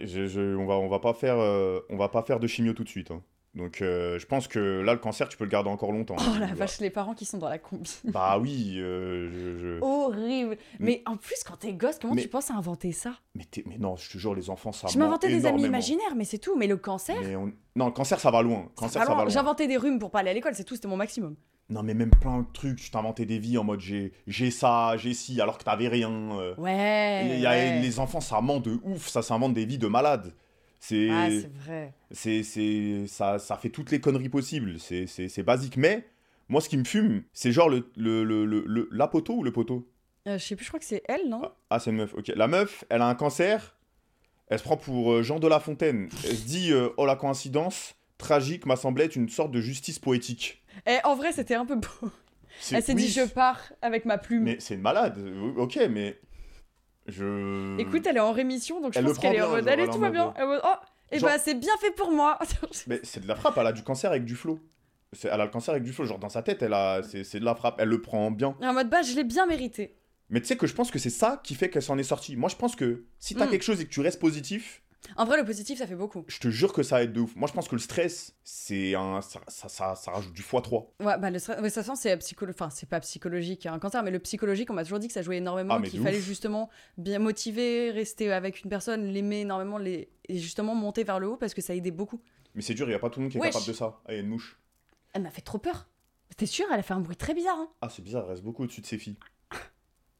[SPEAKER 1] je- je- on va, on va pas faire, euh, on va pas faire de chimio tout de suite. hein. Donc, euh, je pense que là, le cancer, tu peux le garder encore longtemps.
[SPEAKER 2] Oh la
[SPEAKER 1] Bah,
[SPEAKER 2] vache, les parents qui sont dans la combi.
[SPEAKER 1] Bah oui. euh, je, je-
[SPEAKER 2] Oh. Horrible. Mais
[SPEAKER 1] Mais-
[SPEAKER 2] en plus, quand t'es gosse, comment
[SPEAKER 1] Mais-
[SPEAKER 2] tu penses à inventer ça
[SPEAKER 1] Mais, t'es- mais non, je te jure, les enfants, ça.
[SPEAKER 2] Je
[SPEAKER 1] ment
[SPEAKER 2] m'inventais des amis
[SPEAKER 1] énormément.
[SPEAKER 2] imaginaires, mais c'est tout. Mais le cancer,
[SPEAKER 1] Mais on- Non, le cancer, ça va loin.
[SPEAKER 2] ça
[SPEAKER 1] Cancer,
[SPEAKER 2] va
[SPEAKER 1] ça
[SPEAKER 2] loin.
[SPEAKER 1] va loin.
[SPEAKER 2] j'inventais des rhumes pour pas aller à l'école, c'est tout, c'était mon maximum.
[SPEAKER 1] Non, mais même plein de trucs. Tu t'inventais des vies en mode j'ai, j'ai ça, j'ai ci, alors que t'avais rien. euh.
[SPEAKER 2] Ouais.
[SPEAKER 1] Il y a-
[SPEAKER 2] ouais.
[SPEAKER 1] Les enfants, ça ment de ouf. Ça s'invente des vies de malades. C'est.
[SPEAKER 2] Ah, c'est vrai.
[SPEAKER 1] C'est, c'est, ça, ça fait toutes les conneries possibles, c'est, c'est, c'est basique. Mais moi, ce qui me fume, c'est genre le, le, le, le- le- la poteau ou le poteau
[SPEAKER 2] Euh, je sais plus, je crois que c'est elle, non
[SPEAKER 1] ah, ah, c'est une meuf, ok. La meuf, elle a un cancer, elle se prend pour euh, Jean de La Fontaine. Elle se dit, euh, oh la coïncidence, tragique, m'a semblé être une sorte de justice poétique.
[SPEAKER 2] Eh, en vrai, c'était un peu beau.
[SPEAKER 1] C'est-
[SPEAKER 2] Elle s'est
[SPEAKER 1] oui,
[SPEAKER 2] dit, je pars avec ma plume.
[SPEAKER 1] Mais c'est une malade, euh, ok, mais. Je.
[SPEAKER 2] Écoute, elle est en rémission, donc je
[SPEAKER 1] euh, Elle le
[SPEAKER 2] pense qu'elle
[SPEAKER 1] prend
[SPEAKER 2] est en
[SPEAKER 1] bien,
[SPEAKER 2] mode,
[SPEAKER 1] genre,
[SPEAKER 2] allez,
[SPEAKER 1] elle est en
[SPEAKER 2] tout va
[SPEAKER 1] mode,
[SPEAKER 2] bien.
[SPEAKER 1] ouais.
[SPEAKER 2] Elle est en mode, oh, et
[SPEAKER 1] Genre-
[SPEAKER 2] bah, c'est bien fait pour moi.
[SPEAKER 1] Mais c'est de la frappe, elle a du cancer avec du flot. C'est- Elle a le cancer avec du flot, genre dans sa tête, elle a, c'est, c'est de la frappe, elle le prend bien.
[SPEAKER 2] en mode, bah, je l'ai bien mérité.
[SPEAKER 1] Mais tu sais que je pense que c'est ça qui fait qu'elle s'en est sortie. Moi, je pense que si t'as
[SPEAKER 2] Mm.
[SPEAKER 1] quelque chose et que tu restes positif,
[SPEAKER 2] En vrai, le positif, ça fait beaucoup.
[SPEAKER 1] je te jure que ça aide de ouf. Moi, je pense que le stress, c'est un, ça, ça, ça, ça rajoute du x3.
[SPEAKER 2] Ouais, bah, le stress, ouais, ça sent, c'est psycholo... enfin, c'est pas psychologique, un cancer, mais le psychologique, on m'a toujours dit que ça jouait énormément,
[SPEAKER 1] Ah, mais
[SPEAKER 2] qu'il
[SPEAKER 1] de
[SPEAKER 2] fallait
[SPEAKER 1] ouf.
[SPEAKER 2] justement bien motiver, rester avec une personne, l'aimer énormément, les... et justement monter vers le haut parce que ça aidait beaucoup.
[SPEAKER 1] Mais c'est dur, il y a pas tout le monde qui est
[SPEAKER 2] Wesh.
[SPEAKER 1] capable de ça. Ah, il y a une mouche.
[SPEAKER 2] Elle m'a fait trop peur. T'es sûr Elle a fait un bruit très bizarre. Hein
[SPEAKER 1] Ah, c'est bizarre, elle reste beaucoup au-dessus de ses filles.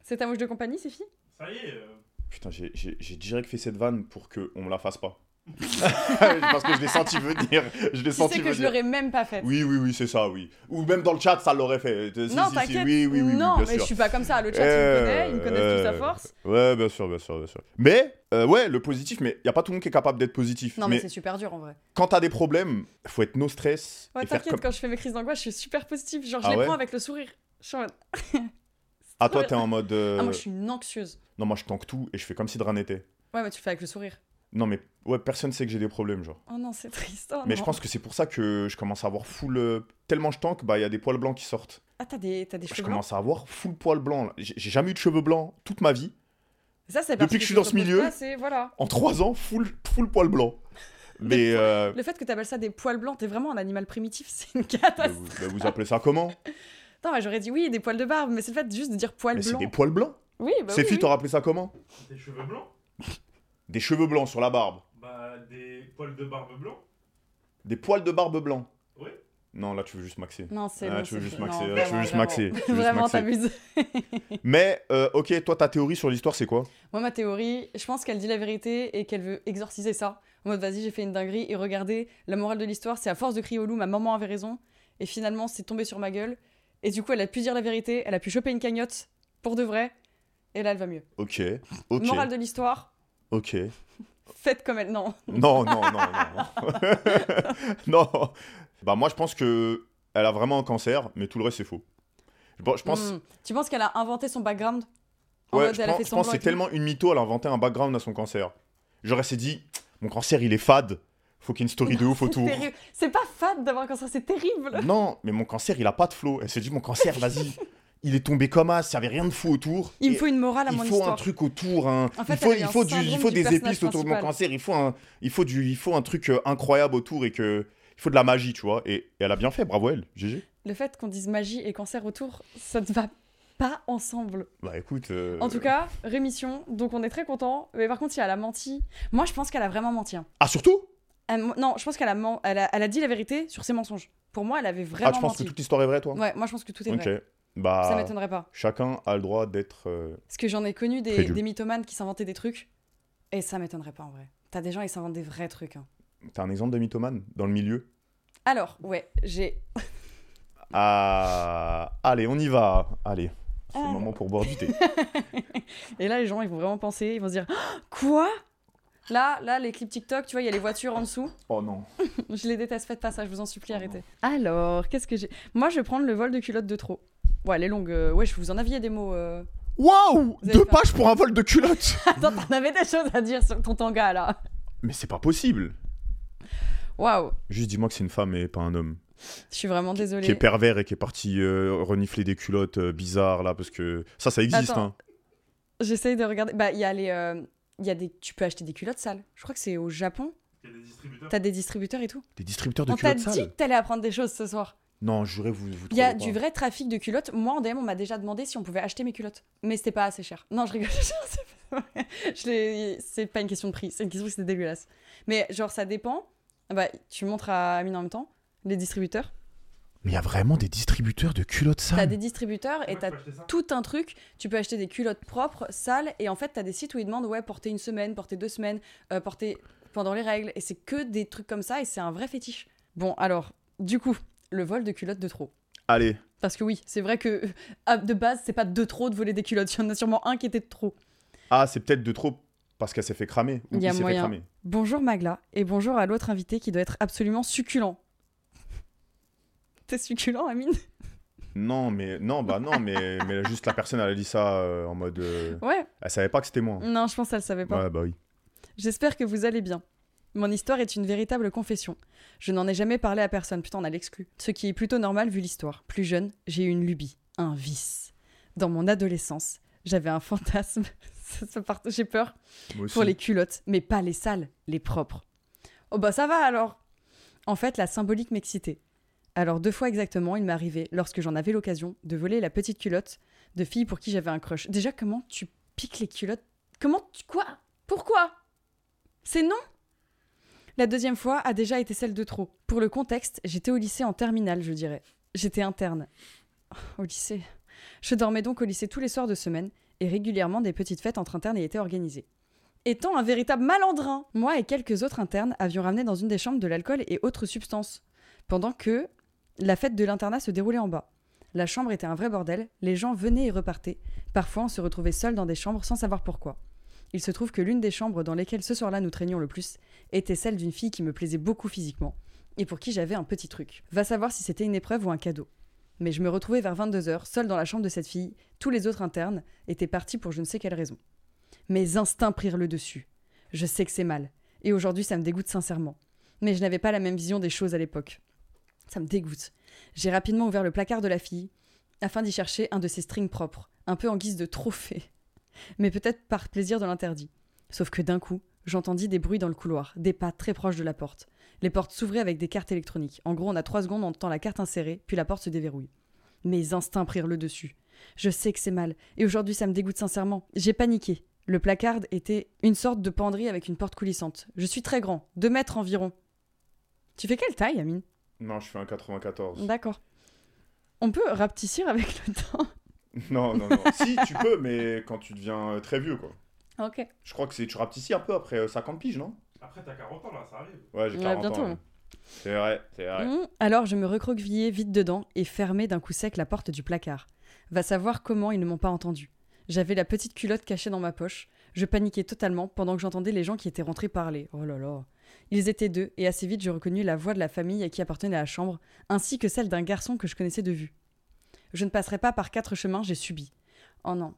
[SPEAKER 2] C'est ta mouche de compagnie, c'est fini
[SPEAKER 3] Ça y est. euh,
[SPEAKER 1] Putain, j'ai- j'ai j'ai direct fait cette vanne pour qu'on me la fasse pas. Parce que je l'ai senti venir. Je l'ai
[SPEAKER 2] Tu sais
[SPEAKER 1] senti
[SPEAKER 2] que je
[SPEAKER 1] venir.
[SPEAKER 2] l'aurais même pas faite.
[SPEAKER 1] Oui, oui, oui, c'est ça, oui. Ou même dans le chat, ça l'aurait fait. Euh, Si,
[SPEAKER 2] non,
[SPEAKER 1] si, si,
[SPEAKER 2] t'inquiète.
[SPEAKER 1] Oui, oui, oui, oui,
[SPEAKER 2] non,
[SPEAKER 1] bien
[SPEAKER 2] mais
[SPEAKER 1] sûr.
[SPEAKER 2] je suis pas comme ça. Le chat,
[SPEAKER 1] Euh,
[SPEAKER 2] il me connaît, il me connaît toute sa
[SPEAKER 1] euh,
[SPEAKER 2] force.
[SPEAKER 1] Ouais, bien sûr, bien sûr, bien sûr. Mais, euh, ouais, le positif, mais il a pas tout le monde qui est capable d'être positif.
[SPEAKER 2] Non, mais,
[SPEAKER 1] mais
[SPEAKER 2] c'est super dur en vrai.
[SPEAKER 1] quand t'as des problèmes, faut être no stress.
[SPEAKER 2] Ouais,
[SPEAKER 1] et faire
[SPEAKER 2] t'inquiète,
[SPEAKER 1] comme...
[SPEAKER 2] quand je fais mes crises d'angoisse, je suis super positive. Genre, je
[SPEAKER 1] Ah
[SPEAKER 2] les
[SPEAKER 1] ouais
[SPEAKER 2] prends avec le sourire. Je suis en mode-
[SPEAKER 1] Ah, toi,
[SPEAKER 2] trop
[SPEAKER 1] t'es en mode. euh,
[SPEAKER 2] Ah, moi, je suis une anxieuse.
[SPEAKER 1] Non, moi, je tanque tout et je fais comme si de rien n'était.
[SPEAKER 2] Ouais, mais tu le fais avec le sourire.
[SPEAKER 1] Non, mais ouais, personne sait que j'ai des problèmes, genre.
[SPEAKER 2] Oh non, c'est triste. oh
[SPEAKER 1] Mais je
[SPEAKER 2] non.
[SPEAKER 1] pense que c'est pour ça que je commence à avoir full. euh, Tellement je tanque, bah, il y a des poils blancs qui sortent.
[SPEAKER 2] Ah, t'as des, t'as des
[SPEAKER 1] Je
[SPEAKER 2] cheveux blancs.
[SPEAKER 1] commence à avoir full poil blanc. là. J'ai j'ai jamais eu de cheveux blancs toute ma vie.
[SPEAKER 2] Ça, c'est
[SPEAKER 1] Depuis que je suis dans ce milieu.
[SPEAKER 2] C'est voilà.
[SPEAKER 1] En trois ans, full, full poil blanc. Mais. euh,
[SPEAKER 2] Le fait que t'appelles ça des poils blancs, t'es vraiment un animal primitif, c'est une
[SPEAKER 1] bah,
[SPEAKER 2] catastrophe.
[SPEAKER 1] vous, bah, vous appelez ça comment
[SPEAKER 2] Non, mais j'aurais dit oui, des poils de barbe, mais c'est le fait juste de dire poils
[SPEAKER 1] Mais c'est
[SPEAKER 2] blancs.
[SPEAKER 1] des poils blancs.
[SPEAKER 2] Oui, bah
[SPEAKER 1] Ces
[SPEAKER 2] oui,
[SPEAKER 1] filles,
[SPEAKER 2] oui.
[SPEAKER 1] t'aurais appelé ça comment
[SPEAKER 3] Des cheveux blancs
[SPEAKER 1] Des cheveux blancs sur la barbe.
[SPEAKER 3] Bah, des poils de barbe blanc
[SPEAKER 1] Des poils de barbe blanc.
[SPEAKER 3] Oui.
[SPEAKER 1] Non, là, tu veux juste maxer.
[SPEAKER 2] Non, c'est
[SPEAKER 1] Ah,
[SPEAKER 2] non,
[SPEAKER 1] tu veux
[SPEAKER 2] c'est-
[SPEAKER 1] juste
[SPEAKER 2] non,
[SPEAKER 1] maxer, là,
[SPEAKER 2] vraiment,
[SPEAKER 1] tu veux juste
[SPEAKER 2] vraiment.
[SPEAKER 1] maxer, tu veux juste
[SPEAKER 2] Vraiment,
[SPEAKER 1] maxer.
[SPEAKER 2] t'abuses.
[SPEAKER 1] Mais, euh, ok, toi, ta théorie sur l'histoire, c'est quoi
[SPEAKER 2] Moi, ma théorie, je pense qu'elle dit la vérité et qu'elle veut exorciser ça. En mode, vas-y, j'ai fait une dinguerie. Et regardez, la morale de l'histoire, c'est à force de crier au loup, ma maman avait raison. Et finalement, c'est tombé sur ma gueule. Et du coup, elle a pu dire la vérité. Elle a pu choper une cagnotte pour de vrai. Et là, elle va mieux.
[SPEAKER 1] Ok, ok,
[SPEAKER 2] Morale de l'histoire,
[SPEAKER 1] ok.
[SPEAKER 2] faites comme elle. Non.
[SPEAKER 1] Non, non, non, non. non. non. Bah, moi, je pense que elle a vraiment un cancer, mais tout le reste, c'est faux. Je pense- je pense,
[SPEAKER 2] Hmm. Tu penses qu'elle a inventé son background En
[SPEAKER 1] ouais,
[SPEAKER 2] mode,
[SPEAKER 1] je
[SPEAKER 2] elle a
[SPEAKER 1] pense,
[SPEAKER 2] fait
[SPEAKER 1] je pense
[SPEAKER 2] semblant
[SPEAKER 1] que c'est
[SPEAKER 2] et tout.
[SPEAKER 1] tellement une mytho, elle a inventé un background à son cancer. J'aurais s'est dit, mon cancer, il est fade. Faut qu'il y ait une story de ouf
[SPEAKER 2] C'est
[SPEAKER 1] autour.
[SPEAKER 2] terrible. C'est pas fade d'avoir un cancer, c'est terrible.
[SPEAKER 1] Non, mais mon cancer, il a pas de flow. Elle s'est dit, mon cancer, vas-y. Il est tombé comme as, il n'y avait rien de fou autour.
[SPEAKER 2] Il me
[SPEAKER 1] Et
[SPEAKER 2] faut une morale à
[SPEAKER 1] il
[SPEAKER 2] mon
[SPEAKER 1] faut un
[SPEAKER 2] histoire.
[SPEAKER 1] truc autour. hein.
[SPEAKER 2] En fait,
[SPEAKER 1] il faut,
[SPEAKER 2] elle
[SPEAKER 1] il
[SPEAKER 2] avait
[SPEAKER 1] faut,
[SPEAKER 2] un
[SPEAKER 1] du, il
[SPEAKER 2] syndrome
[SPEAKER 1] faut
[SPEAKER 2] du
[SPEAKER 1] des
[SPEAKER 2] personnage
[SPEAKER 1] épices autour de mon
[SPEAKER 2] principal.
[SPEAKER 1] cancer. Il faut, un, il, faut du, il faut un truc euh, incroyable autour et que. Il faut de la magie, tu vois. Et, et elle a bien fait, bravo elle. GG.
[SPEAKER 2] Le fait qu'on dise magie et cancer autour, ça ne va pas ensemble.
[SPEAKER 1] Bah écoute. euh,
[SPEAKER 2] En tout cas, rémission, donc on est très content. Mais par contre, si elle a menti, moi je pense qu'elle a vraiment menti. hein.
[SPEAKER 1] Ah, surtout
[SPEAKER 2] Elle m- non, je pense qu'elle a, men- elle a, elle a dit la vérité sur ses mensonges. Pour moi, elle avait vraiment
[SPEAKER 1] Ah, tu penses que
[SPEAKER 2] menti.
[SPEAKER 1] toute l'histoire est vraie, toi
[SPEAKER 2] Ouais, moi je pense que tout est
[SPEAKER 1] Ok.
[SPEAKER 2] vrai. Ça
[SPEAKER 1] Bah.
[SPEAKER 2] m'étonnerait pas.
[SPEAKER 1] Chacun a le droit d'être. euh,
[SPEAKER 2] Parce que j'en ai connu des,
[SPEAKER 1] Crédule.
[SPEAKER 2] des mythomanes qui s'inventaient des trucs. Et ça m'étonnerait pas en vrai. T'as des gens, ils s'inventent des vrais trucs. hein.
[SPEAKER 1] T'as un exemple de mythomane dans le milieu
[SPEAKER 2] Alors, ouais, j'ai.
[SPEAKER 1] Ah. Allez, on y va. Allez. C'est le
[SPEAKER 2] Alors.
[SPEAKER 1] moment pour boire du thé.
[SPEAKER 2] Et là, les gens, ils vont vraiment penser, ils vont se dire Ah, Quoi Là, là, les clips TikTok, tu vois, il y a les voitures en dessous.
[SPEAKER 1] oh non.
[SPEAKER 2] Je les déteste, faites pas ça, je vous en supplie,
[SPEAKER 1] Oh
[SPEAKER 2] arrêtez. Alors, qu'est-ce que j'ai Moi, je vais prendre le vol de culotte de trop. Ouais, elle est longue. euh, Ouais, je vous en aviez des mots. euh.
[SPEAKER 1] Waouh
[SPEAKER 2] Vous avez
[SPEAKER 1] Deux
[SPEAKER 2] fait un-
[SPEAKER 1] pages pour un vol de culotte
[SPEAKER 2] Attends, t'en avais des choses à dire sur ton tanga, là.
[SPEAKER 1] Mais c'est pas possible
[SPEAKER 2] Waouh,
[SPEAKER 1] Juste dis-moi que c'est une femme et pas un homme.
[SPEAKER 2] je suis vraiment désolée.
[SPEAKER 1] Qui est pervers et qui est parti euh, renifler des culottes euh, bizarres là, parce que ça, ça existe.
[SPEAKER 2] Attends.
[SPEAKER 1] Hein.
[SPEAKER 2] J'essaye de regarder. Bah, il y a les. euh, Il y a des... Tu peux acheter des culottes sales. Je crois que c'est au Japon.
[SPEAKER 3] Il y a des distributeurs.
[SPEAKER 2] T'as des distributeurs et tout.
[SPEAKER 1] Des distributeurs de
[SPEAKER 2] on t'a
[SPEAKER 1] culottes
[SPEAKER 2] dit
[SPEAKER 1] sales
[SPEAKER 2] que t'allais apprendre des choses ce soir.
[SPEAKER 1] Non, jurez, vous vous
[SPEAKER 2] Il y a
[SPEAKER 1] trouvez
[SPEAKER 2] du
[SPEAKER 1] pas.
[SPEAKER 2] vrai trafic de culottes. Moi, en DM, on m'a déjà demandé si on pouvait acheter mes culottes. Mais c'était pas assez cher. Non, je rigole. c'est pas vrai. Je l'ai- c'est pas une question de prix. C'est une question que c'était dégueulasse. Mais genre, ça dépend. Bah, tu montres à Amine en même temps, les distributeurs.
[SPEAKER 1] Mais il y a vraiment des distributeurs de culottes
[SPEAKER 2] T'as
[SPEAKER 1] sales
[SPEAKER 2] des distributeurs et
[SPEAKER 3] Comment
[SPEAKER 2] t'as
[SPEAKER 3] je peux acheter ça
[SPEAKER 2] tout un truc. Tu peux acheter des culottes propres, sales. Et en fait, t'as des sites où ils demandent, ouais, porter une semaine, porter deux semaines, euh, porter pendant les règles. Et c'est que des trucs comme ça. Et c'est un vrai fétiche. Bon, alors, du coup, le vol de culottes de trop.
[SPEAKER 1] Allez,
[SPEAKER 2] Parce que oui, c'est vrai que euh, à- de base, c'est pas de trop de voler des culottes. Il y en a sûrement un qui était de trop.
[SPEAKER 1] ah, c'est peut-être de trop parce qu'elle s'est fait cramer. Ou
[SPEAKER 2] Il y a
[SPEAKER 1] il s'est fait
[SPEAKER 2] moyen.
[SPEAKER 1] cramer.
[SPEAKER 2] Bonjour Magla, et bonjour à l'autre invité qui doit être absolument succulent. T'es succulent, Amine
[SPEAKER 1] Non, mais non, bah non, mais, mais juste la personne, elle a dit ça euh, en mode. euh,
[SPEAKER 2] Ouais,
[SPEAKER 1] Elle savait pas que c'était moi.
[SPEAKER 2] non, je pense qu'elle savait Mm, pas.
[SPEAKER 1] Ouais, bah oui.
[SPEAKER 2] J'espère que vous allez bien. Mon histoire est une véritable confession. Je n'en ai jamais parlé à personne, putain, on a l'exclu. Ce qui est plutôt normal vu l'histoire. Plus jeune, j'ai eu une lubie, un vice. Dans mon adolescence, j'avais un fantasme. Ça se part- J'ai peur.
[SPEAKER 1] Moi aussi.
[SPEAKER 2] pour les culottes, mais pas les sales, les propres. Oh bah ça va alors En fait, la symbolique m'excitait. Alors deux fois exactement, il m'est arrivé, lorsque j'en avais l'occasion, de voler la petite culotte de fille pour qui j'avais un crush. Déjà, comment tu piques les culottes Comment tu... Quoi Pourquoi C'est non La deuxième fois a déjà été celle de trop. Pour le contexte, j'étais au lycée en terminale, je dirais. J'étais interne. Oh, Au lycée. Je dormais donc au lycée tous les soirs de semaine et régulièrement des petites fêtes entre internes y étaient organisées. Étant un véritable malandrin, moi et quelques autres internes avions ramené dans une des chambres de l'alcool et autres substances, pendant que la fête de l'internat se déroulait en bas. La chambre était un vrai bordel, les gens venaient et repartaient, parfois on se retrouvait seuls dans des chambres sans savoir pourquoi. Il se trouve que l'une des chambres dans lesquelles ce soir-là nous traînions le plus était celle d'une fille qui me plaisait beaucoup physiquement, et pour qui j'avais un petit truc. Va savoir si c'était une épreuve ou un cadeau. Mais je me retrouvais vers 22h, seule dans la chambre de cette fille, tous les autres internes étaient partis pour je ne sais quelle raison. Mes instincts prirent le dessus. Je sais que c'est mal, et aujourd'hui ça me dégoûte sincèrement. Mais je n'avais pas la même vision des choses à l'époque. Ça me dégoûte. J'ai rapidement ouvert le placard de la fille, afin d'y chercher un de ses strings propres, un peu en guise de trophée. Mais peut-être par plaisir de l'interdit. Sauf que d'un coup, j'entendis des bruits dans le couloir, des pas très proches de la porte. Les portes s'ouvraient avec des cartes électroniques. En gros, on a trois secondes, on entend la carte insérée, puis la porte se déverrouille. Mes instincts prirent le dessus. Je sais que c'est mal, et aujourd'hui ça me dégoûte sincèrement. J'ai paniqué. Le placard était une sorte de penderie avec une porte coulissante. Je suis très grand, deux mètres environ. Tu fais quelle taille, Amine
[SPEAKER 1] Non, je fais un 94.
[SPEAKER 2] D'accord. On peut rapetissir avec le temps.
[SPEAKER 1] Non, non, non. si, tu peux, mais quand tu deviens euh, très vieux, quoi.
[SPEAKER 2] Ok.
[SPEAKER 1] Je crois que c'est tu rapetissis un peu après euh, 50 piges, non
[SPEAKER 3] Après, t'as 40 ans là, ça arrive.
[SPEAKER 1] Ouais, j'ai
[SPEAKER 2] Ouais,
[SPEAKER 1] 40
[SPEAKER 2] bientôt,
[SPEAKER 1] ans.
[SPEAKER 2] hein.
[SPEAKER 1] hein. C'est vrai, c'est vrai.
[SPEAKER 2] Mmh. Alors je me recroquevillai vite dedans et fermai d'un coup sec la porte du placard. Va savoir comment ils ne m'ont pas entendu. J'avais la petite culotte cachée dans ma poche. Je paniquais totalement pendant que j'entendais les gens qui étaient rentrés parler. Oh là là. Ils étaient deux et assez vite je reconnus la voix de la famille à qui appartenait la chambre, ainsi que celle d'un garçon que je connaissais de vue. Je ne passerai pas par quatre chemins, j'ai subi. Oh non.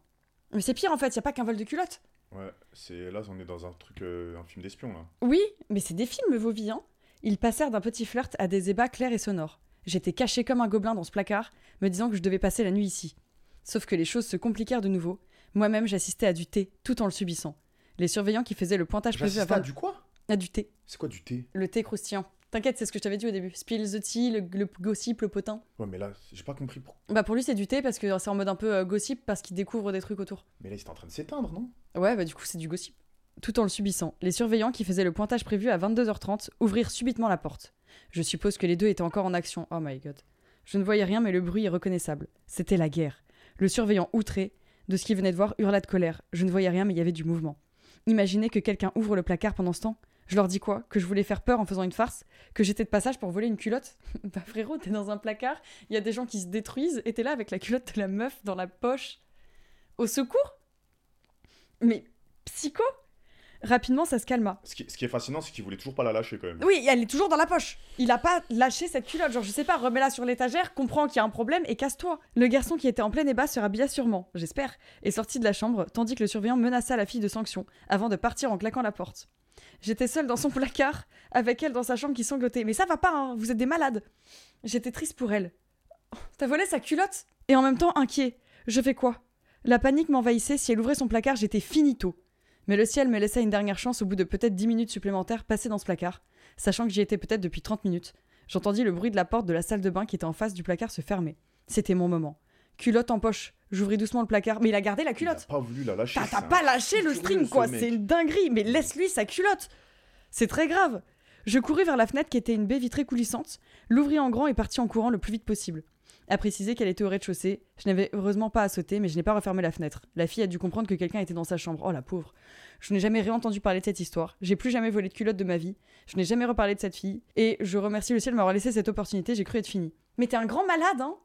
[SPEAKER 2] Mais c'est pire en fait, y a pas qu'un vol de culotte.
[SPEAKER 1] Ouais, c'est là, on est dans un truc, euh, un film d'espion, là.
[SPEAKER 2] Oui, mais c'est des films, vos vies, hein Ils passèrent d'un petit flirt à des ébats clairs et sonores. J'étais caché comme un gobelin dans ce placard, me disant que je devais passer la nuit ici. Sauf que les choses se compliquèrent de nouveau. Moi-même, j'assistais à du thé, tout en le subissant. Les surveillants qui faisaient le pointage prévu
[SPEAKER 1] J'assiste
[SPEAKER 2] avant
[SPEAKER 1] à du quoi
[SPEAKER 2] à du thé,
[SPEAKER 1] C'est quoi du thé
[SPEAKER 2] le thé croustillant. T'inquiète, c'est ce que je t'avais dit au début. Spill the tea, le, le gossip, le potin.
[SPEAKER 1] Ouais, mais là, j'ai pas compris pourquoi.
[SPEAKER 2] Bah pour lui, c'est du thé parce que c'est en mode un peu euh, gossip parce qu'il découvre des trucs autour.
[SPEAKER 1] Mais là, il était en train de s'éteindre, non
[SPEAKER 2] Ouais, bah du coup, c'est du gossip. Tout en le subissant, les surveillants qui faisaient le pointage prévu à 22h30 ouvrirent subitement la porte. Je suppose que les deux étaient encore en action. Oh my god. Je ne voyais rien, mais le bruit est reconnaissable. C'était la guerre. Le surveillant outré de ce qu'il venait de voir hurla de colère. Je ne voyais rien, mais il y avait du mouvement. Imaginez que quelqu'un ouvre le placard pendant ce temps. Je leur dis quoi Que je voulais faire peur en faisant une farce Que j'étais de passage pour voler une culotte Bah frérot, t'es dans un placard, il y a des gens qui se détruisent et t'es là avec la culotte de la meuf dans la poche. Au secours mais psycho Rapidement, ça se calma.
[SPEAKER 1] ce qui, ce qui est fascinant, c'est qu'il voulait toujours pas la lâcher, quand même.
[SPEAKER 2] Oui, elle est toujours dans la poche. Il a pas lâché cette culotte. Genre, je sais pas, remets-la sur l'étagère, comprends qu'il y a un problème et casse-toi. Le garçon qui était en plein ébat se rhabilla sûrement, j'espère, et sortit de la chambre, tandis que le surveillant menaça la fille de sanction avant de partir en claquant la porte. J'étais seule dans son placard, avec elle dans sa chambre qui sanglotait. Mais ça va pas, hein, vous êtes des malades. J'étais triste pour elle. Oh, T'as volé sa culotte Et en même temps inquiet. Je fais quoi La panique m'envahissait, si elle ouvrait son placard, j'étais finito. Mais le ciel me laissa une dernière chance au bout de peut-être 10 minutes supplémentaires passées dans ce placard, sachant que j'y étais peut-être depuis 30 minutes. J'entendis le bruit de la porte de la salle de bain qui était en face du placard se fermer. C'était mon moment. Culotte en poche. J'ouvris doucement le placard, mais il a gardé
[SPEAKER 1] Il
[SPEAKER 2] la
[SPEAKER 1] a
[SPEAKER 2] culotte.
[SPEAKER 1] pas voulu la lâcher.
[SPEAKER 2] T'as t'as
[SPEAKER 1] c'est un-
[SPEAKER 2] pas lâché le
[SPEAKER 1] furieux,
[SPEAKER 2] string,
[SPEAKER 1] ce
[SPEAKER 2] quoi.
[SPEAKER 1] mec.
[SPEAKER 2] C'est une dinguerie. Mais laisse-lui sa culotte. C'est très grave. Je courus vers la fenêtre qui était une baie vitrée coulissante, l'ouvris en grand et partis en courant le plus vite possible. À préciser qu'elle était au rez-de-chaussée, je n'avais heureusement pas à sauter, mais je n'ai pas refermé la fenêtre. La fille a dû comprendre que quelqu'un était dans sa chambre. Oh la pauvre. Je n'ai jamais réentendu parler de cette histoire. J'ai plus jamais volé de culotte de ma vie. Je n'ai jamais reparlé de cette fille. Et je remercie le ciel de m'avoir laissé cette opportunité. J'ai cru être fini. Mais t'es un grand malade, hein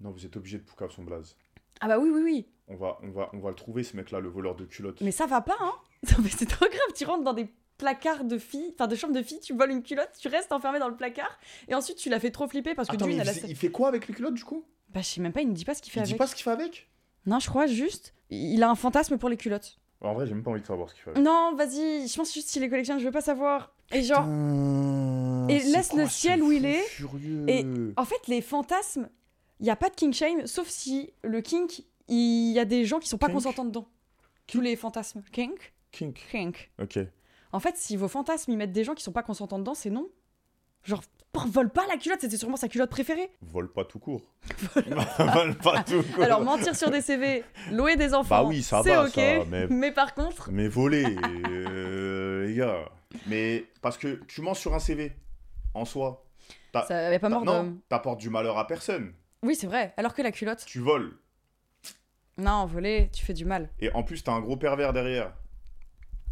[SPEAKER 1] Non, vous êtes obligé de poucave son blaze.
[SPEAKER 2] Ah bah oui, oui, oui.
[SPEAKER 1] On va, on, va, on va le trouver, ce mec-là, le voleur de culottes.
[SPEAKER 2] Mais ça va pas, hein Non, mais c'est trop grave, tu rentres dans des placards de filles, enfin de chambres de filles, tu voles une culotte, tu restes enfermé dans le placard, et ensuite tu la fais trop flipper parce que
[SPEAKER 1] Attends, mais
[SPEAKER 2] d'une,
[SPEAKER 1] il,
[SPEAKER 2] elle a
[SPEAKER 1] faisait-
[SPEAKER 2] cette-
[SPEAKER 1] il fait quoi avec les culottes, du coup
[SPEAKER 2] Bah, je sais même pas, il ne dit pas ce qu'il fait
[SPEAKER 1] Il dit
[SPEAKER 2] avec.
[SPEAKER 1] pas ce qu'il fait avec
[SPEAKER 2] Non, je crois juste, il a un fantasme pour les culottes.
[SPEAKER 1] En vrai, j'ai même pas envie de savoir ce qu'il fait avec.
[SPEAKER 2] Non, vas-y, je pense juste s'il les collectionne, je veux pas savoir. Et genre,
[SPEAKER 1] Putain,
[SPEAKER 2] Et
[SPEAKER 1] c'est
[SPEAKER 2] laisse le
[SPEAKER 1] ce
[SPEAKER 2] ciel où il
[SPEAKER 1] fou
[SPEAKER 2] est,
[SPEAKER 1] Furieux.
[SPEAKER 2] et- En fait, les fantasmes, il y a pas de kink shame, sauf si le kink, il y a des gens qui sont pas
[SPEAKER 1] Kink
[SPEAKER 2] consentants dedans. Tous les fantasmes. Kink
[SPEAKER 1] Kink.
[SPEAKER 2] Kink.
[SPEAKER 1] Ok.
[SPEAKER 2] En fait, si vos fantasmes, ils mettent des gens qui sont pas consentants dedans, c'est non. Genre, pff, vole pas la culotte, c'était sûrement sa culotte préférée.
[SPEAKER 1] Vole pas tout court. Vole pas tout court.
[SPEAKER 2] Alors, mentir sur des CV, louer des enfants,
[SPEAKER 1] Bah oui, ça
[SPEAKER 2] c'est
[SPEAKER 1] va,
[SPEAKER 2] ok.
[SPEAKER 1] ça,
[SPEAKER 2] mais...
[SPEAKER 1] mais-
[SPEAKER 2] par contre,
[SPEAKER 1] Mais voler, euh, les gars. Mais parce que tu mens sur un CV, en soi. Ah,
[SPEAKER 2] ça avait pas
[SPEAKER 1] T'as-
[SPEAKER 2] mort
[SPEAKER 1] non,
[SPEAKER 2] d'homme.
[SPEAKER 1] t'apportes du malheur à personne.
[SPEAKER 2] Oui, c'est vrai. Alors que la culotte,
[SPEAKER 1] Tu voles.
[SPEAKER 2] Non, voler, tu fais du mal.
[SPEAKER 1] Et en plus, t'as un gros pervers derrière.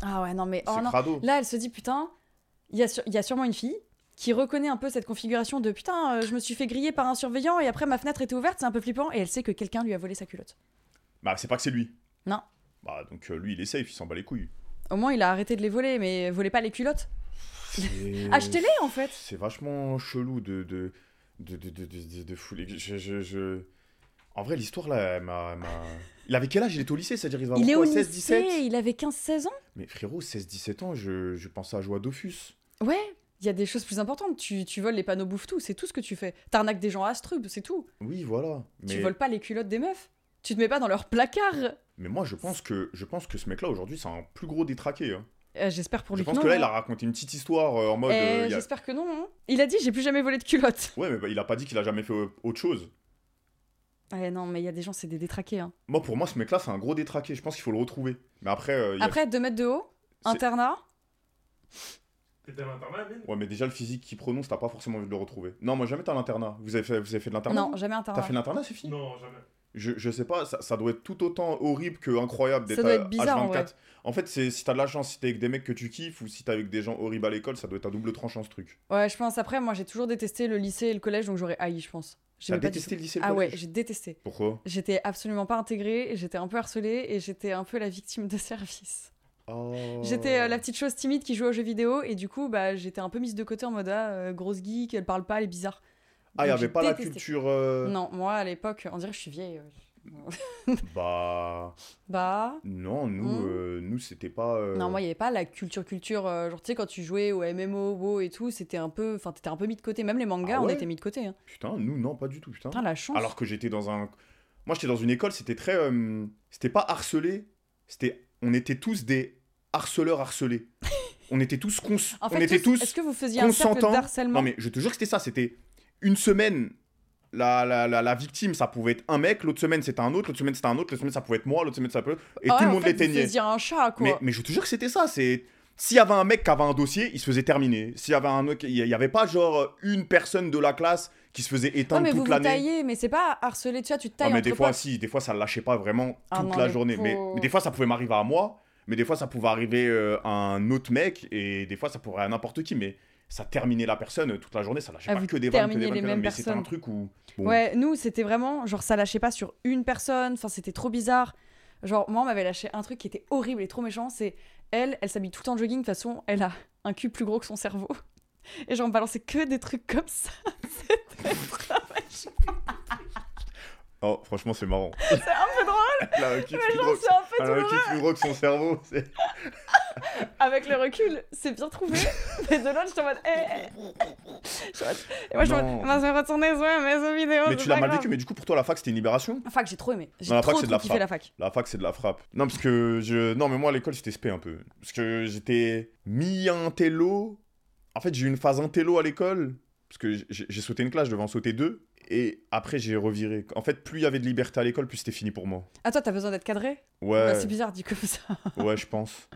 [SPEAKER 2] Ah ouais, non, mais oh
[SPEAKER 1] C'est
[SPEAKER 2] non.
[SPEAKER 1] crado.
[SPEAKER 2] Là, elle se dit, putain, il y, a sur- il y a sûrement une fille qui reconnaît un peu cette configuration de putain, euh, je me suis fait griller par un surveillant et après ma fenêtre était ouverte, c'est un peu flippant. Et elle sait que quelqu'un lui a volé sa culotte.
[SPEAKER 1] Bah, c'est pas que c'est lui.
[SPEAKER 2] Non.
[SPEAKER 1] Bah, donc euh, lui, il est safe, il s'en bat les couilles.
[SPEAKER 2] Au moins, il a arrêté de les voler, mais volez pas les culottes.
[SPEAKER 1] C'est-
[SPEAKER 2] Achetez-les en fait.
[SPEAKER 1] C'est vachement chelou de de de de de, de, de- de fouler. Je, je, je- En vrai, l'histoire là, elle m'a. elle m'a- Il avait quel âge Il était au lycée, c'est-à-dire il va
[SPEAKER 2] Il
[SPEAKER 1] avoir
[SPEAKER 2] est au
[SPEAKER 1] quoi,
[SPEAKER 2] lycée,
[SPEAKER 1] 16, 17
[SPEAKER 2] il avait 15-16 ans.
[SPEAKER 1] Mais frérot, 16-17 ans, je, je pensais à jouer à Dofus.
[SPEAKER 2] Ouais, il y a des choses plus importantes. Tu, tu voles les panneaux bouffe-tout, c'est tout ce que tu fais. T'arnaques des gens à Astrub, c'est tout.
[SPEAKER 1] Oui, voilà. Mais,
[SPEAKER 2] Tu voles pas les culottes des meufs. Tu te mets pas dans leur placard.
[SPEAKER 1] mais moi, je pense que je pense que ce mec-là aujourd'hui, c'est un plus gros détraqué. hein.
[SPEAKER 2] Euh, j'espère pour
[SPEAKER 1] Je
[SPEAKER 2] lui
[SPEAKER 1] pense
[SPEAKER 2] non,
[SPEAKER 1] que là,
[SPEAKER 2] hein.
[SPEAKER 1] il a raconté une petite histoire euh, en mode.
[SPEAKER 2] Eh,
[SPEAKER 1] euh, il a-
[SPEAKER 2] J'espère que non. hein. Il a dit j'ai plus jamais volé de culottes.
[SPEAKER 1] Ouais, mais bah, il a pas dit qu'il a jamais fait euh, autre chose.
[SPEAKER 2] Ouais, non, mais il y a des gens, c'est des détraqués. hein.
[SPEAKER 1] Moi, pour moi, ce mec-là, c'est un gros détraqué. Je pense qu'il faut le retrouver. Mais après, euh, il y a-
[SPEAKER 2] Après, 2 mètres de haut,
[SPEAKER 1] C'est-
[SPEAKER 2] internat.
[SPEAKER 3] T'étais à l'internat, Amine
[SPEAKER 1] Ouais, mais déjà, le physique qu'il prononce, t'as pas forcément envie de le retrouver. Non, moi, jamais t'as l'internat. Vous avez fait, vous avez fait de l'internat
[SPEAKER 2] Non,
[SPEAKER 1] vous
[SPEAKER 2] jamais
[SPEAKER 1] T'as
[SPEAKER 2] internat.
[SPEAKER 1] fait de l'internat, c'est fini
[SPEAKER 3] Non, jamais.
[SPEAKER 1] je, je sais pas, ça, ça doit être tout autant horrible que incroyable
[SPEAKER 2] Ça
[SPEAKER 1] d'être
[SPEAKER 2] doit
[SPEAKER 1] à
[SPEAKER 2] être bizarre, en
[SPEAKER 1] H24. En fait, c'est si t'as de la chance, si t'es avec des mecs que tu kiffes ou si t'es avec des gens horribles à l'école, ça doit être à double tranchant ce truc.
[SPEAKER 2] Ouais, je pense. Après, moi, j'ai toujours détesté le lycée et le collège, donc j'aurais haï, je pense.
[SPEAKER 1] T'as
[SPEAKER 2] J'aimais pas du
[SPEAKER 1] détesté le lycée
[SPEAKER 2] tout.
[SPEAKER 1] le
[SPEAKER 2] Ah ouais,
[SPEAKER 1] collège
[SPEAKER 2] j'ai détesté.
[SPEAKER 1] Pourquoi
[SPEAKER 2] J'étais absolument pas intégrée, et j'étais un peu harcelée et j'étais un peu la victime de service.
[SPEAKER 1] Oh.
[SPEAKER 2] J'étais euh, la petite chose timide qui jouait aux jeux vidéo et du coup, bah, j'étais un peu mise de côté en mode ah, euh, grosse geek, elle parle pas, elle est bizarre.
[SPEAKER 1] Ah, il y
[SPEAKER 2] Donc, j'ai
[SPEAKER 1] avait pas la
[SPEAKER 2] détesté.
[SPEAKER 1] culture. euh,
[SPEAKER 2] Non, moi à l'époque, on dirait que je suis vieille. euh.
[SPEAKER 1] Bah.
[SPEAKER 2] Bah.
[SPEAKER 1] Non, nous,
[SPEAKER 2] Hmm.
[SPEAKER 1] euh, nous c'était pas. euh,
[SPEAKER 2] Non, moi, il n'y avait pas la culture culture. euh, genre, tu sais, quand tu jouais au MMO, WoW et tout, c'était un peu. Enfin, t'étais un peu mis de côté. Même les mangas,
[SPEAKER 1] Ah
[SPEAKER 2] on
[SPEAKER 1] ouais
[SPEAKER 2] était mis de côté. Hein.
[SPEAKER 1] Putain, nous, non, pas du tout, putain.
[SPEAKER 2] Putain, la chance.
[SPEAKER 1] Alors que j'étais dans un. Moi, j'étais dans une école, c'était très. euh, C'était pas harcelé. C'était. On était tous des harceleurs harcelés. on était tous cons.
[SPEAKER 2] en fait,
[SPEAKER 1] on était tous.
[SPEAKER 2] Est-ce que vous faisiez un cercle
[SPEAKER 1] consentants.
[SPEAKER 2] d'harcèlement
[SPEAKER 1] Non, mais je te jure que c'était ça. C'était une semaine. La, la, la, la victime, ça pouvait être un mec, l'autre semaine c'était un autre, l'autre semaine c'était un autre, l'autre semaine ça pouvait être moi, l'autre semaine ça pouvait être. Et tout
[SPEAKER 2] Ah ouais,
[SPEAKER 1] le
[SPEAKER 2] en
[SPEAKER 1] monde
[SPEAKER 2] fait, Vous
[SPEAKER 1] l'éteignait.
[SPEAKER 2] faisiez un chat, quoi.
[SPEAKER 1] Mais, mais je te jure que c'était ça. C'est s'il y avait un mec qui avait un dossier, il se faisait terminer. S'il y avait un mec, il y avait pas genre une personne de la classe qui se faisait
[SPEAKER 2] Ouais,
[SPEAKER 1] éteindre
[SPEAKER 2] mais vous
[SPEAKER 1] toute
[SPEAKER 2] vous
[SPEAKER 1] l'année.
[SPEAKER 2] taillez, mais c'est pas harceler, tu vois, tu te
[SPEAKER 1] Ah,
[SPEAKER 2] tailles
[SPEAKER 1] mais
[SPEAKER 2] entre
[SPEAKER 1] des fois,
[SPEAKER 2] potes.
[SPEAKER 1] si, des fois, ça lâchait pas vraiment
[SPEAKER 2] Ah
[SPEAKER 1] toute
[SPEAKER 2] non,
[SPEAKER 1] la
[SPEAKER 2] mais
[SPEAKER 1] journée. Mais,
[SPEAKER 2] faut-
[SPEAKER 1] mais des fois, ça pouvait m'arriver à moi, mais des fois, ça pouvait arriver euh, à un autre mec, et des fois, ça pourrait à n'importe qui, mais ça terminait la personne euh, toute la journée, ça lâchait
[SPEAKER 2] Ah,
[SPEAKER 1] pas
[SPEAKER 2] vous
[SPEAKER 1] que des vannes, que
[SPEAKER 2] terminiez
[SPEAKER 1] des vannes,
[SPEAKER 2] les
[SPEAKER 1] que des vannes,
[SPEAKER 2] mêmes
[SPEAKER 1] mais c'était un
[SPEAKER 2] personnes.
[SPEAKER 1] truc où. bon,
[SPEAKER 2] Ouais, nous, c'était vraiment, genre, ça lâchait pas sur une personne, enfin, c'était trop bizarre. Genre, moi, on m'avait lâché un truc qui était horrible et trop méchant, c'est elle, elle s'habille tout le temps en jogging, de toute façon, elle a un cul plus gros que son cerveau. Et genre, on me balançait que des trucs comme ça. C'était trop méchant.
[SPEAKER 1] Oh, franchement, c'est marrant.
[SPEAKER 2] C'est un peu drôle,
[SPEAKER 1] Elle a un kick
[SPEAKER 2] mais
[SPEAKER 1] plus
[SPEAKER 2] genre,
[SPEAKER 1] gros- Ah,
[SPEAKER 2] c'est un peu
[SPEAKER 1] elle a un
[SPEAKER 2] drôle.
[SPEAKER 1] kick plus gros que son cerveau. c'est-
[SPEAKER 2] Avec le recul, c'est bien trouvé, mais de l'autre, j'étais en mode, hé, hé. J'étais en mode- Et moi, je me
[SPEAKER 1] Non.
[SPEAKER 2] retournais, retourner ouais, mes vidéos.
[SPEAKER 1] Mais tu l'as mal vécu, mais du coup, pour toi, la fac, c'était une libération
[SPEAKER 2] Fac, j'ai trop aimé. J'ai
[SPEAKER 1] Non, la fac,
[SPEAKER 2] trop,
[SPEAKER 1] c'est de
[SPEAKER 2] trop
[SPEAKER 1] la
[SPEAKER 2] kiffé
[SPEAKER 1] frappe.
[SPEAKER 2] la fac.
[SPEAKER 1] La fac, c'est de la frappe. Non, parce que je. Non, mais moi, à l'école, j'étais spé un peu. Parce que j'étais mi-intello. En fait, j'ai eu une phase intello à l'école. Parce que j'ai- j'ai sauté une classe, je devais en sauter deux. Et après, j'ai reviré. En fait, plus il y avait de liberté à l'école, plus c'était fini pour moi.
[SPEAKER 2] Ah, toi, t'as besoin d'être cadré Bah,
[SPEAKER 1] Ouais,
[SPEAKER 2] C'est bizarre, dit comme ça.
[SPEAKER 1] ouais, je pense.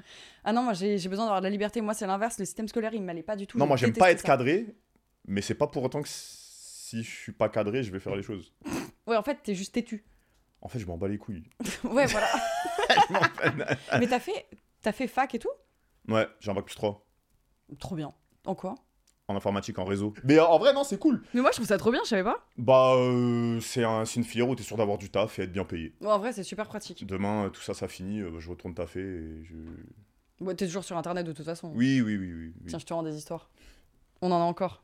[SPEAKER 2] Ah non, moi j'ai j'ai besoin d'avoir de la liberté. Moi c'est l'inverse, le système scolaire il m'allait pas du tout.
[SPEAKER 1] non,
[SPEAKER 2] je
[SPEAKER 1] moi, j'aime pas être
[SPEAKER 2] détestais ça.
[SPEAKER 1] cadré. Mais c'est pas pour autant que si je suis pas cadré, je vais faire les choses.
[SPEAKER 2] Ouais, en fait t'es juste têtu.
[SPEAKER 1] En fait, je m'en bats les couilles.
[SPEAKER 2] ouais, voilà.
[SPEAKER 1] Je m'en bats-
[SPEAKER 2] Mais t'as fait, t'as fait fac et tout
[SPEAKER 1] ouais, j'ai un bac plus 3
[SPEAKER 2] Trop bien. En quoi
[SPEAKER 1] en informatique, en réseau. Mais euh, en vrai, non, c'est cool.
[SPEAKER 2] Mais moi je trouve ça trop bien, je savais pas.
[SPEAKER 1] Bah, euh, c'est un, c'est une filière où t'es sûr d'avoir du taf et être bien payé.
[SPEAKER 2] Bon, en vrai c'est super pratique.
[SPEAKER 1] Demain, euh, tout ça, ça finit, euh, je retourne taffer et je...
[SPEAKER 2] Bon, t'es toujours sur internet de toute façon.
[SPEAKER 1] Oui, oui, oui, oui. oui.
[SPEAKER 2] Tiens, je te rends des histoires. On en a encore.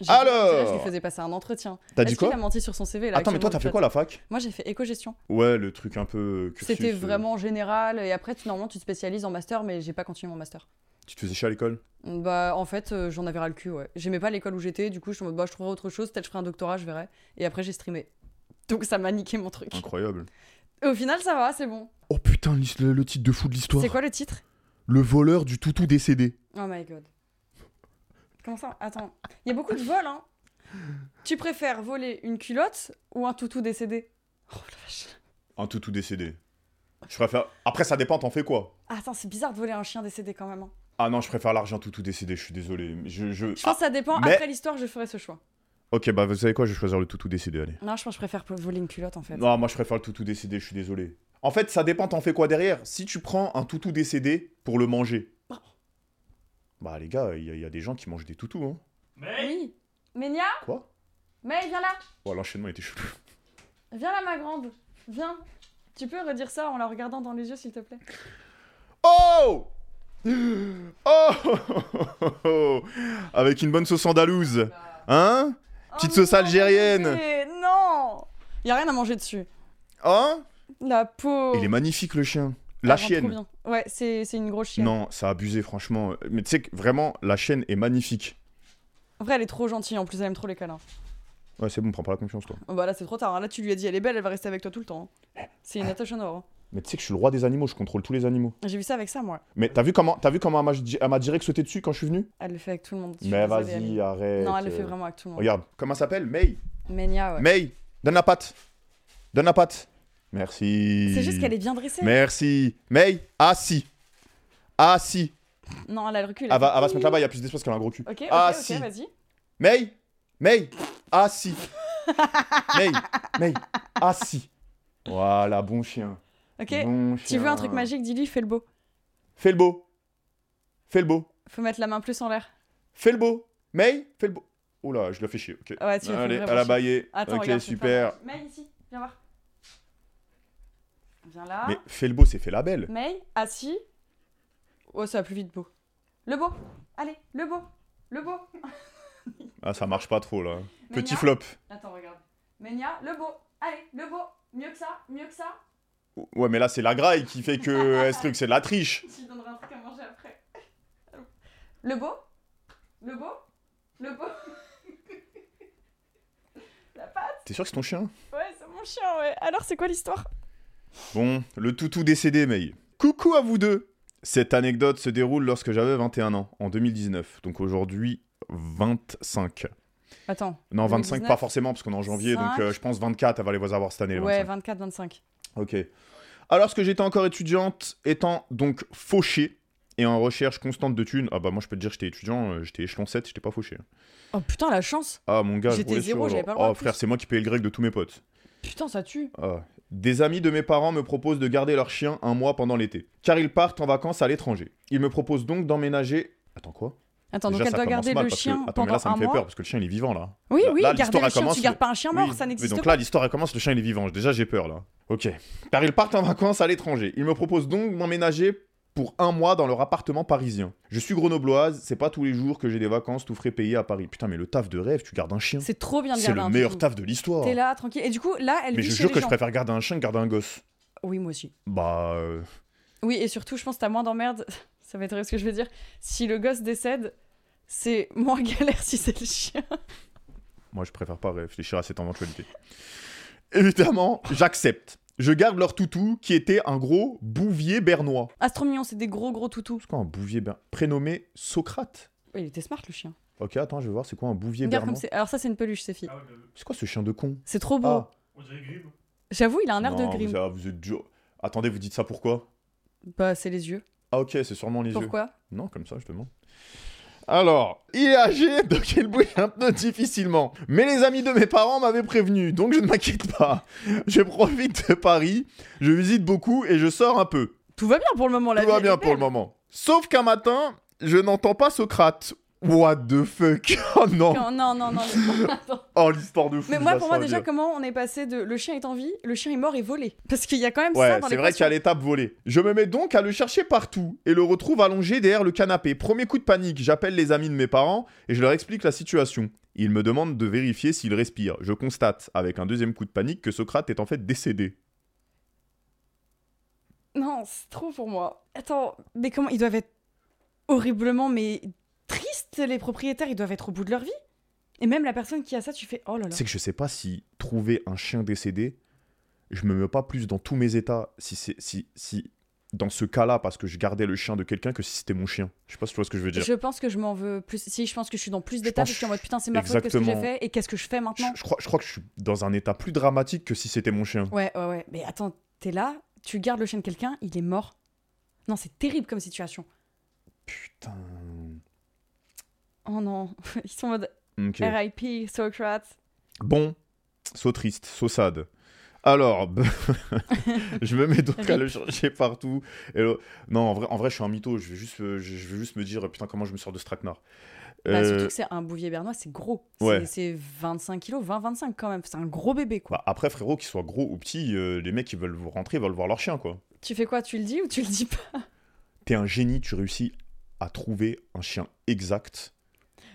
[SPEAKER 2] J'ai-
[SPEAKER 1] Alors
[SPEAKER 2] Je lui faisais passer un entretien.
[SPEAKER 1] T'as
[SPEAKER 2] Est-ce
[SPEAKER 1] dit
[SPEAKER 2] qu'il
[SPEAKER 1] quoi
[SPEAKER 2] a menti sur son CV là
[SPEAKER 1] Attends, mais toi, t'as fait quoi, la fac
[SPEAKER 2] Moi j'ai fait éco-gestion.
[SPEAKER 1] Ouais, le truc un peu euh, cursus,
[SPEAKER 2] C'était
[SPEAKER 1] euh,
[SPEAKER 2] vraiment général et après tu, normalement tu te spécialises en master mais j'ai pas continué mon master.
[SPEAKER 1] Tu te faisais chier à l'école
[SPEAKER 2] Bah, en fait, euh, j'en avais ras le cul, ouais. J'aimais pas l'école où j'étais, du coup, je suis en mode, bah, je trouverai autre chose, peut-être je ferai un doctorat, je verrai. Et après, j'ai streamé. Donc, ça m'a niqué mon truc.
[SPEAKER 1] Incroyable.
[SPEAKER 2] Et au final, ça va, c'est bon.
[SPEAKER 1] Oh putain, l'his- le, le titre de fou de l'histoire.
[SPEAKER 2] C'est quoi le titre
[SPEAKER 1] Le voleur du toutou décédé.
[SPEAKER 2] Oh my god. Comment ça Attends. Il y a beaucoup de vols, hein. Tu préfères voler une culotte ou un toutou décédé Oh la vache.
[SPEAKER 1] Un toutou décédé. Je préfère... Après, ça dépend, t'en fais quoi
[SPEAKER 2] Ah, Attends, c'est bizarre de voler un chien décédé quand même. hein.
[SPEAKER 1] Ah non, je préfère l'argent toutou décédé, je suis désolé. mais Je... je...
[SPEAKER 2] Je pense que ça dépend.
[SPEAKER 1] mais-
[SPEAKER 2] Après l'histoire, je ferai ce choix.
[SPEAKER 1] Ah, Ok, bah vous savez quoi, je vais choisir le toutou décédé, allez.
[SPEAKER 2] Non, je pense que je préfère voler une culotte en fait.
[SPEAKER 1] Non, moi je préfère le toutou décédé, je suis désolé. En fait, ça dépend, t'en fais quoi derrière Si tu prends un toutou décédé pour le manger. Bah les gars, il y, a- il y a des gens qui mangent des toutous, hein.
[SPEAKER 3] Mais
[SPEAKER 2] Oui. Mais Nia
[SPEAKER 1] Quoi
[SPEAKER 2] Mais viens là
[SPEAKER 1] Oh, l'enchaînement était chelou.
[SPEAKER 2] Viens là, ma grande Viens Tu peux redire ça en la regardant dans les yeux, s'il te plaît
[SPEAKER 1] Oh Oh Avec une bonne sauce andalouse. Hein Petite sauce
[SPEAKER 2] Oh non,
[SPEAKER 1] algérienne.
[SPEAKER 2] bébé, Non Y a rien à manger dessus.
[SPEAKER 1] Hein
[SPEAKER 2] La peau
[SPEAKER 1] Il est magnifique le chien.
[SPEAKER 2] Ça
[SPEAKER 1] La
[SPEAKER 2] rentre
[SPEAKER 1] chienne.
[SPEAKER 2] trop bien. Ouais, c'est c'est une grosse chienne.
[SPEAKER 1] Non, ça a abusé, franchement. Mais tu sais que vraiment, la chaîne est magnifique.
[SPEAKER 2] En vrai, elle est trop gentille, en plus, elle aime trop les câlins.
[SPEAKER 1] Ouais, c'est bon, prends pas la confiance, toi.
[SPEAKER 2] Oh, Bah là, c'est trop tard. hein. Là, tu lui as dit, elle est belle, elle va rester avec toi tout le temps. hein. C'est une attache Honor. hein.
[SPEAKER 1] Mais tu sais que je suis le roi des animaux, je contrôle tous les animaux.
[SPEAKER 2] J'ai vu ça avec ça, moi.
[SPEAKER 1] Mais t'as vu comment, t'as vu comment elle m'a di- elle m'a direct sauté dessus quand je suis venu
[SPEAKER 2] Elle le fait avec tout le monde. je suis
[SPEAKER 1] Mais
[SPEAKER 2] désolée, elle
[SPEAKER 1] vas-y,
[SPEAKER 2] est-
[SPEAKER 1] arrête.
[SPEAKER 2] Non, elle le
[SPEAKER 1] euh.
[SPEAKER 2] fait vraiment avec tout le monde.
[SPEAKER 1] Regarde, comment elle s'appelle May.
[SPEAKER 2] Ménia, ouais.
[SPEAKER 1] May, donne la patte. Donne la patte. Merci.
[SPEAKER 2] C'est juste qu'elle est bien dressée.
[SPEAKER 1] Merci. May, ah, assis. Assis.
[SPEAKER 2] Non, elle a le recul.
[SPEAKER 1] Elle va, elle va se mettre là-bas, Ah, il y a plus d'espace qu'elle a un gros cul.
[SPEAKER 2] Ok, ok,
[SPEAKER 1] Assis.
[SPEAKER 2] ok, vas-y.
[SPEAKER 1] May May Assis May May Assis Voilà, bon chien.
[SPEAKER 2] Ok,
[SPEAKER 1] bon
[SPEAKER 2] tu
[SPEAKER 1] chien.
[SPEAKER 2] veux un truc magique, dis-lui, fais le beau.
[SPEAKER 1] Fais le beau. Fais le beau.
[SPEAKER 2] Faut mettre la main plus en l'air.
[SPEAKER 1] Fais le beau. May Fais le beau. Oula, je la fais chier, ok.
[SPEAKER 2] Ouais, tu l'as fait
[SPEAKER 1] Allez,
[SPEAKER 2] vraiment
[SPEAKER 1] elle a
[SPEAKER 2] chier.
[SPEAKER 1] baillé.
[SPEAKER 2] Attends,
[SPEAKER 1] ok,
[SPEAKER 2] regarde, c'est
[SPEAKER 1] super.
[SPEAKER 2] pas- May, ici, viens voir. Viens là.
[SPEAKER 1] Mais fais le beau, c'est fait la belle.
[SPEAKER 2] May, assis. Oh, ça va plus vite, beau. Le beau. Allez, le beau. Le beau.
[SPEAKER 1] Ah, ça marche pas trop là. Petit
[SPEAKER 2] Ménia.
[SPEAKER 1] flop.
[SPEAKER 2] Attends, regarde. Ménia, le beau. Allez, le beau. Mieux que ça, mieux que ça.
[SPEAKER 1] Ouais, mais là, c'est la graille qui fait que euh, ce truc, c'est de la triche.
[SPEAKER 2] Tu lui donneras un truc à manger après. Le beau Le beau Le beau La patte
[SPEAKER 1] T'es sûr que c'est ton chien
[SPEAKER 2] Ouais, c'est mon chien, ouais. Alors, c'est quoi l'histoire
[SPEAKER 1] Bon, le toutou décédé, May. Coucou à vous deux Cette anecdote se déroule lorsque j'avais 21 ans, en 2019. Donc aujourd'hui, 25.
[SPEAKER 2] Attends.
[SPEAKER 1] Non, 25,
[SPEAKER 2] 2019.
[SPEAKER 1] pas forcément, parce qu'on est en janvier, donc euh, je pense 24, elle va les voir avoir cette année. les
[SPEAKER 2] Ouais,
[SPEAKER 1] 25.
[SPEAKER 2] 24, 25.
[SPEAKER 1] Ok. Alors que j'étais encore étudiante, étant donc fauché et en recherche constante de thunes, ah bah moi je peux te dire, j'étais étudiant, euh, j'étais échelon 7, j'étais pas fauché.
[SPEAKER 2] Oh putain, la chance
[SPEAKER 1] Ah mon gars, je
[SPEAKER 2] J'étais
[SPEAKER 1] roulais
[SPEAKER 2] zéro,
[SPEAKER 1] sur-
[SPEAKER 2] j'avais pas le droit
[SPEAKER 1] Oh
[SPEAKER 2] de plus.
[SPEAKER 1] frère, c'est moi qui payais le grec de tous mes potes.
[SPEAKER 2] Putain, ça tue
[SPEAKER 1] Ah. Des amis de mes parents me proposent de garder leur chien un mois pendant l'été, car ils partent en vacances à l'étranger. Ils me proposent donc d'emménager. Attends quoi
[SPEAKER 2] Attends, donc
[SPEAKER 1] Déjà,
[SPEAKER 2] elle
[SPEAKER 1] ça
[SPEAKER 2] doit
[SPEAKER 1] commence
[SPEAKER 2] garder
[SPEAKER 1] mal
[SPEAKER 2] le
[SPEAKER 1] parce que-
[SPEAKER 2] chien
[SPEAKER 1] Attends, mais
[SPEAKER 2] pendant
[SPEAKER 1] là ça
[SPEAKER 2] un
[SPEAKER 1] me fait
[SPEAKER 2] mois.
[SPEAKER 1] peur parce que le chien il est vivant là.
[SPEAKER 2] Oui,
[SPEAKER 1] Là-
[SPEAKER 2] oui,
[SPEAKER 1] là,
[SPEAKER 2] garder
[SPEAKER 1] l'histoire,
[SPEAKER 2] le
[SPEAKER 1] elle
[SPEAKER 2] chien,
[SPEAKER 1] commence,
[SPEAKER 2] tu gardes
[SPEAKER 1] mais-
[SPEAKER 2] pas un chien mort,
[SPEAKER 1] Oui,
[SPEAKER 2] ça
[SPEAKER 1] Mais
[SPEAKER 2] n'existe
[SPEAKER 1] donc
[SPEAKER 2] pas.
[SPEAKER 1] là, l'histoire, elle commence, le chien, il est vivant. Déjà, j'ai peur, là. Ok. Car ils partent en vacances à l'étranger. Ils me proposent donc d'emménager pour un mois dans leur appartement parisien. Je suis grenobloise, c'est pas tous les jours que j'ai des vacances tout frais payées à Paris. Putain, mais le taf de rêve, tu gardes un chien.
[SPEAKER 2] C'est trop bien de
[SPEAKER 1] C'est
[SPEAKER 2] garder
[SPEAKER 1] le
[SPEAKER 2] un
[SPEAKER 1] meilleur
[SPEAKER 2] toutou.
[SPEAKER 1] taf de l'histoire.
[SPEAKER 2] T'es là, tranquille. Et du coup, là, elle
[SPEAKER 1] Mais
[SPEAKER 2] vit
[SPEAKER 1] je
[SPEAKER 2] chez
[SPEAKER 1] jure
[SPEAKER 2] les
[SPEAKER 1] que je
[SPEAKER 2] gens.
[SPEAKER 1] préfère garder un chien que garder un gosse.
[SPEAKER 2] Oui, moi aussi.
[SPEAKER 1] Bah. euh,
[SPEAKER 2] Oui, et surtout, je pense que t'as moins d'emmerdes. Ça va être horrible ce que je veux dire. Si le gosse décède, c'est moins galère si c'est le chien.
[SPEAKER 1] Moi, je préfère pas réfléchir à cette éventualité. Évidemment, j'accepte. Je garde leur toutou qui était un gros bouvier bernois.
[SPEAKER 2] Ah, c'est trop mignon, c'est des gros gros toutous.
[SPEAKER 1] C'est quoi un bouvier bernois Prénommé Socrate.
[SPEAKER 2] Ouais, il était smart le chien.
[SPEAKER 1] Ok, attends, je vais voir, c'est quoi un bouvier
[SPEAKER 2] Regarde
[SPEAKER 1] bernois
[SPEAKER 2] comme c'est. Alors, ça, c'est une peluche, ces filles.
[SPEAKER 3] Ah ouais, le-
[SPEAKER 1] C'est quoi ce chien de con
[SPEAKER 2] C'est trop beau.
[SPEAKER 1] Ah,
[SPEAKER 3] on dirait Grimm.
[SPEAKER 2] J'avoue, il a un air
[SPEAKER 1] non,
[SPEAKER 2] de grim.
[SPEAKER 1] Vous, ah, vous êtes dur. Attendez, vous dites ça pourquoi
[SPEAKER 2] Bah, c'est les yeux.
[SPEAKER 1] Ah ok, c'est sûrement les yeux.
[SPEAKER 2] Pourquoi
[SPEAKER 1] Non, comme ça, justement. Alors, il est âgé, donc il bouge un peu difficilement. Mais les amis de mes parents m'avaient prévenu, donc je ne m'inquiète pas. Je profite de Paris, je visite beaucoup et je sors un peu.
[SPEAKER 2] Tout va bien pour le moment, la
[SPEAKER 1] Tout va
[SPEAKER 2] vie, elle
[SPEAKER 1] bien
[SPEAKER 2] est
[SPEAKER 1] pour le
[SPEAKER 2] belle.
[SPEAKER 1] moment. Sauf qu'un matin, je n'entends pas Socrate. What the fuck Oh non
[SPEAKER 2] Non, non, non, non. non. Attends.
[SPEAKER 1] Oh l'histoire de fou
[SPEAKER 2] Mais
[SPEAKER 1] je
[SPEAKER 2] moi,
[SPEAKER 1] la
[SPEAKER 2] pour moi,
[SPEAKER 1] sens
[SPEAKER 2] déjà,
[SPEAKER 1] venir.
[SPEAKER 2] comment on est passé de le chien est en vie, le chien est mort et volé Parce qu'il y a quand même ça
[SPEAKER 1] Ouais,
[SPEAKER 2] dans les
[SPEAKER 1] c'est vrai
[SPEAKER 2] passions.
[SPEAKER 1] qu'à l'étape volée. Je me mets donc à le chercher partout et le retrouve allongé derrière le canapé. Premier coup de panique, j'appelle les amis de mes parents et je leur explique la situation. Ils me demandent de vérifier s'il respire. Je constate, avec un deuxième coup de panique, que Socrate est en fait décédé.
[SPEAKER 2] Non, c'est trop pour moi. Attends, mais comment Ils doivent être horriblement, mais tristes, les propriétaires. Ils doivent être au bout de leur vie. Et même la personne qui a ça, tu fais oh là là.
[SPEAKER 1] C'est que je sais pas si trouver un chien décédé, je me mets pas plus dans tous mes états si c'est si si dans ce cas-là parce que je gardais le chien de quelqu'un que si c'était mon chien. Je sais pas si tu vois ce que je veux dire.
[SPEAKER 2] Je pense que je m'en veux plus. Si, je pense que je suis dans plus d'états
[SPEAKER 1] pense
[SPEAKER 2] parce que je suis en mode putain, c'est ma faute, qu'est-ce que j'ai
[SPEAKER 1] exactement.
[SPEAKER 2] fait et qu'est-ce que je fais
[SPEAKER 1] Je,
[SPEAKER 2] maintenant
[SPEAKER 1] je crois je crois que je suis dans un état plus dramatique que si c'était mon chien.
[SPEAKER 2] Ouais, ouais, ouais. Mais attends, t'es là, tu gardes le chien de quelqu'un, il est mort. Non, c'est terrible comme situation.
[SPEAKER 1] Putain.
[SPEAKER 2] Oh non, ils sont en mode
[SPEAKER 1] Ok.
[SPEAKER 2] RIP, Socrates.
[SPEAKER 1] Bon, saut triste, saut sad. Alors, b- je me mets donc à le chercher partout. Et le- Non, en vrai, en vrai, je suis un mytho. Je vais juste, euh, je je vais juste me dire, putain, comment je me sors de ce traquenard.
[SPEAKER 2] Bah,
[SPEAKER 1] Euh,
[SPEAKER 2] surtout que c'est un bouvier bernois, c'est gros. C'est-
[SPEAKER 1] ouais.
[SPEAKER 2] C'est 25 kilos, 20-25 quand même. C'est un gros bébé, quoi.
[SPEAKER 1] bah, après, frérot, qu'ils soient gros ou petits, euh, les mecs, qui veulent vous rentrer, ils veulent voir leur chien, quoi.
[SPEAKER 2] Tu fais quoi Tu le dis ou tu le dis pas
[SPEAKER 1] T'es un génie, tu réussis à trouver un chien exact.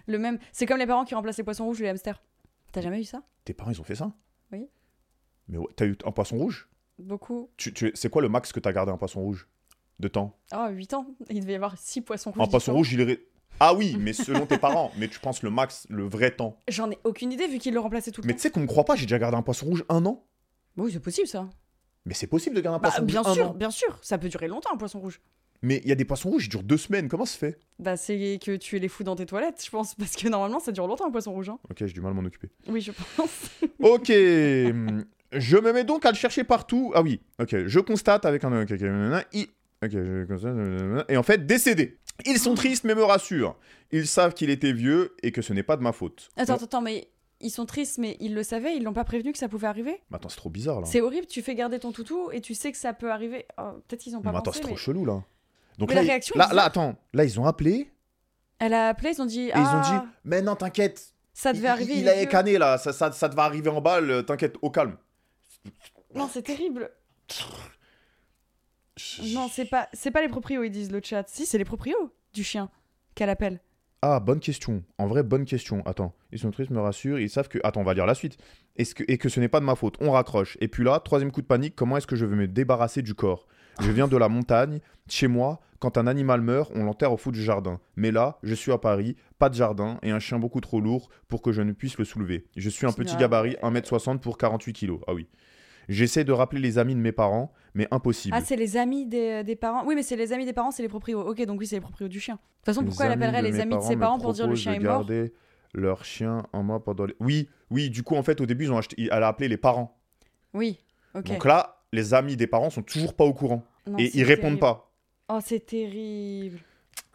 [SPEAKER 2] Le même. C'est comme les parents qui remplacent les poissons rouges et les hamsters. T'as jamais eu ça
[SPEAKER 1] Tes parents, ils ont fait ça
[SPEAKER 2] Oui.
[SPEAKER 1] Mais ouais, t'as eu un poisson rouge
[SPEAKER 2] Beaucoup.
[SPEAKER 1] tu, tu- C'est quoi le max que t'as gardé un poisson rouge de temps
[SPEAKER 2] Ah, 8 ans. Il devait y avoir 6 poissons rouges.
[SPEAKER 1] Un poisson
[SPEAKER 2] différents.
[SPEAKER 1] rouge, il est. ré- Ah oui, mais selon tes parents. Mais tu penses le max, le vrai temps.
[SPEAKER 2] J'en ai aucune idée vu qu'ils le remplaçaient tout le
[SPEAKER 1] Mais
[SPEAKER 2] temps.
[SPEAKER 1] tu sais qu'on me croit pas, j'ai déjà gardé un poisson rouge un an.
[SPEAKER 2] Bah Oui, c'est possible ça.
[SPEAKER 1] Mais c'est possible de garder un
[SPEAKER 2] Bah,
[SPEAKER 1] poisson rouge
[SPEAKER 2] bien
[SPEAKER 1] un
[SPEAKER 2] sûr,
[SPEAKER 1] an.
[SPEAKER 2] bien sûr. Ça peut durer longtemps un poisson rouge.
[SPEAKER 1] Mais il y a des poissons rouges, ils durent deux semaines. Comment ça se fait
[SPEAKER 2] Bah, c'est que tu es les fous dans tes toilettes, je pense. Parce que normalement, ça dure longtemps un poisson rouge. hein.
[SPEAKER 1] Ok, j'ai du mal à m'en occuper.
[SPEAKER 2] Oui, je pense.
[SPEAKER 1] Ok. hum, je me mets donc à le chercher partout. Ah oui. Ok. Je constate avec un. Ok. ok, nanana, il- ok, je constate, nanana, Et en fait, décédé. Ils sont tristes mais me rassurent. Ils savent qu'il était vieux et que ce n'est pas de ma faute.
[SPEAKER 2] Attends,
[SPEAKER 1] Bon,
[SPEAKER 2] attends, attends, mais ils sont tristes, mais ils le savaient, ils l'ont pas prévenu que ça pouvait arriver
[SPEAKER 1] mais attends, c'est trop bizarre là.
[SPEAKER 2] C'est horrible, tu fais garder ton toutou et tu sais que ça peut arriver. Oh, Peut-être qu'ils ont
[SPEAKER 1] Mais
[SPEAKER 2] pas
[SPEAKER 1] attends,
[SPEAKER 2] pensé,
[SPEAKER 1] c'est trop
[SPEAKER 2] mais-
[SPEAKER 1] chelou là. Donc
[SPEAKER 2] Mais
[SPEAKER 1] là,
[SPEAKER 2] la
[SPEAKER 1] ils-
[SPEAKER 2] réaction est
[SPEAKER 1] là,
[SPEAKER 2] bizarre.
[SPEAKER 1] là, attends, là ils ont appelé
[SPEAKER 2] Elle a appelé, ils ont dit
[SPEAKER 1] et
[SPEAKER 2] Ah,
[SPEAKER 1] ils ont dit Mais non, t'inquiète,
[SPEAKER 2] ça devait
[SPEAKER 1] il,
[SPEAKER 2] arriver.
[SPEAKER 1] il- il
[SPEAKER 2] est
[SPEAKER 1] a
[SPEAKER 2] vieux.
[SPEAKER 1] écané là, ça, ça, ça te va arriver en balle, euh, t'inquiète, au calme.
[SPEAKER 2] Non, c'est terrible. Non, c'est pas, c'est pas les proprios, ils disent le chat. Si, c'est les proprios du chien qu'elle appelle.
[SPEAKER 1] Ah, bonne question. En vrai, bonne question. Attends, ils sont tristes, me rassurent, ils savent que. Attends, on va lire la suite. Est-ce que... Et que ce n'est pas de ma faute. On raccroche. Et puis là, troisième coup de panique, comment est-ce que je vais me débarrasser du corps Je viens de la montagne, de chez moi. Quand un animal meurt, on l'enterre au fond du jardin. Mais là, je suis à Paris, pas de jardin et un chien beaucoup trop lourd pour que je ne puisse le soulever. Je suis un
[SPEAKER 2] C'est
[SPEAKER 1] petit
[SPEAKER 2] grave.
[SPEAKER 1] gabarit, 1m60 pour 48 kilos. Ah oui. J'essaie de rappeler les amis de mes parents, mais impossible.
[SPEAKER 2] Ah, c'est les amis des, des parents. Oui, mais c'est les amis des parents, c'est les proprios. Ok, donc oui, c'est les proprios du chien. De toute façon, pourquoi elle
[SPEAKER 1] amis de
[SPEAKER 2] appellerait les
[SPEAKER 1] mes
[SPEAKER 2] amis de ses
[SPEAKER 1] me
[SPEAKER 2] parents pour dire le
[SPEAKER 1] proposent
[SPEAKER 2] chien
[SPEAKER 1] de
[SPEAKER 2] est mort
[SPEAKER 1] garder leur chien en moi pendant les... Oui, oui, du coup, en fait, au début, ils ont acheté... elle a appelé les parents.
[SPEAKER 2] Oui, ok.
[SPEAKER 1] Donc là, les amis des parents sont toujours pas au courant.
[SPEAKER 2] Non,
[SPEAKER 1] et
[SPEAKER 2] c'est
[SPEAKER 1] ils répondent
[SPEAKER 2] terrible.
[SPEAKER 1] pas.
[SPEAKER 2] Oh, c'est terrible.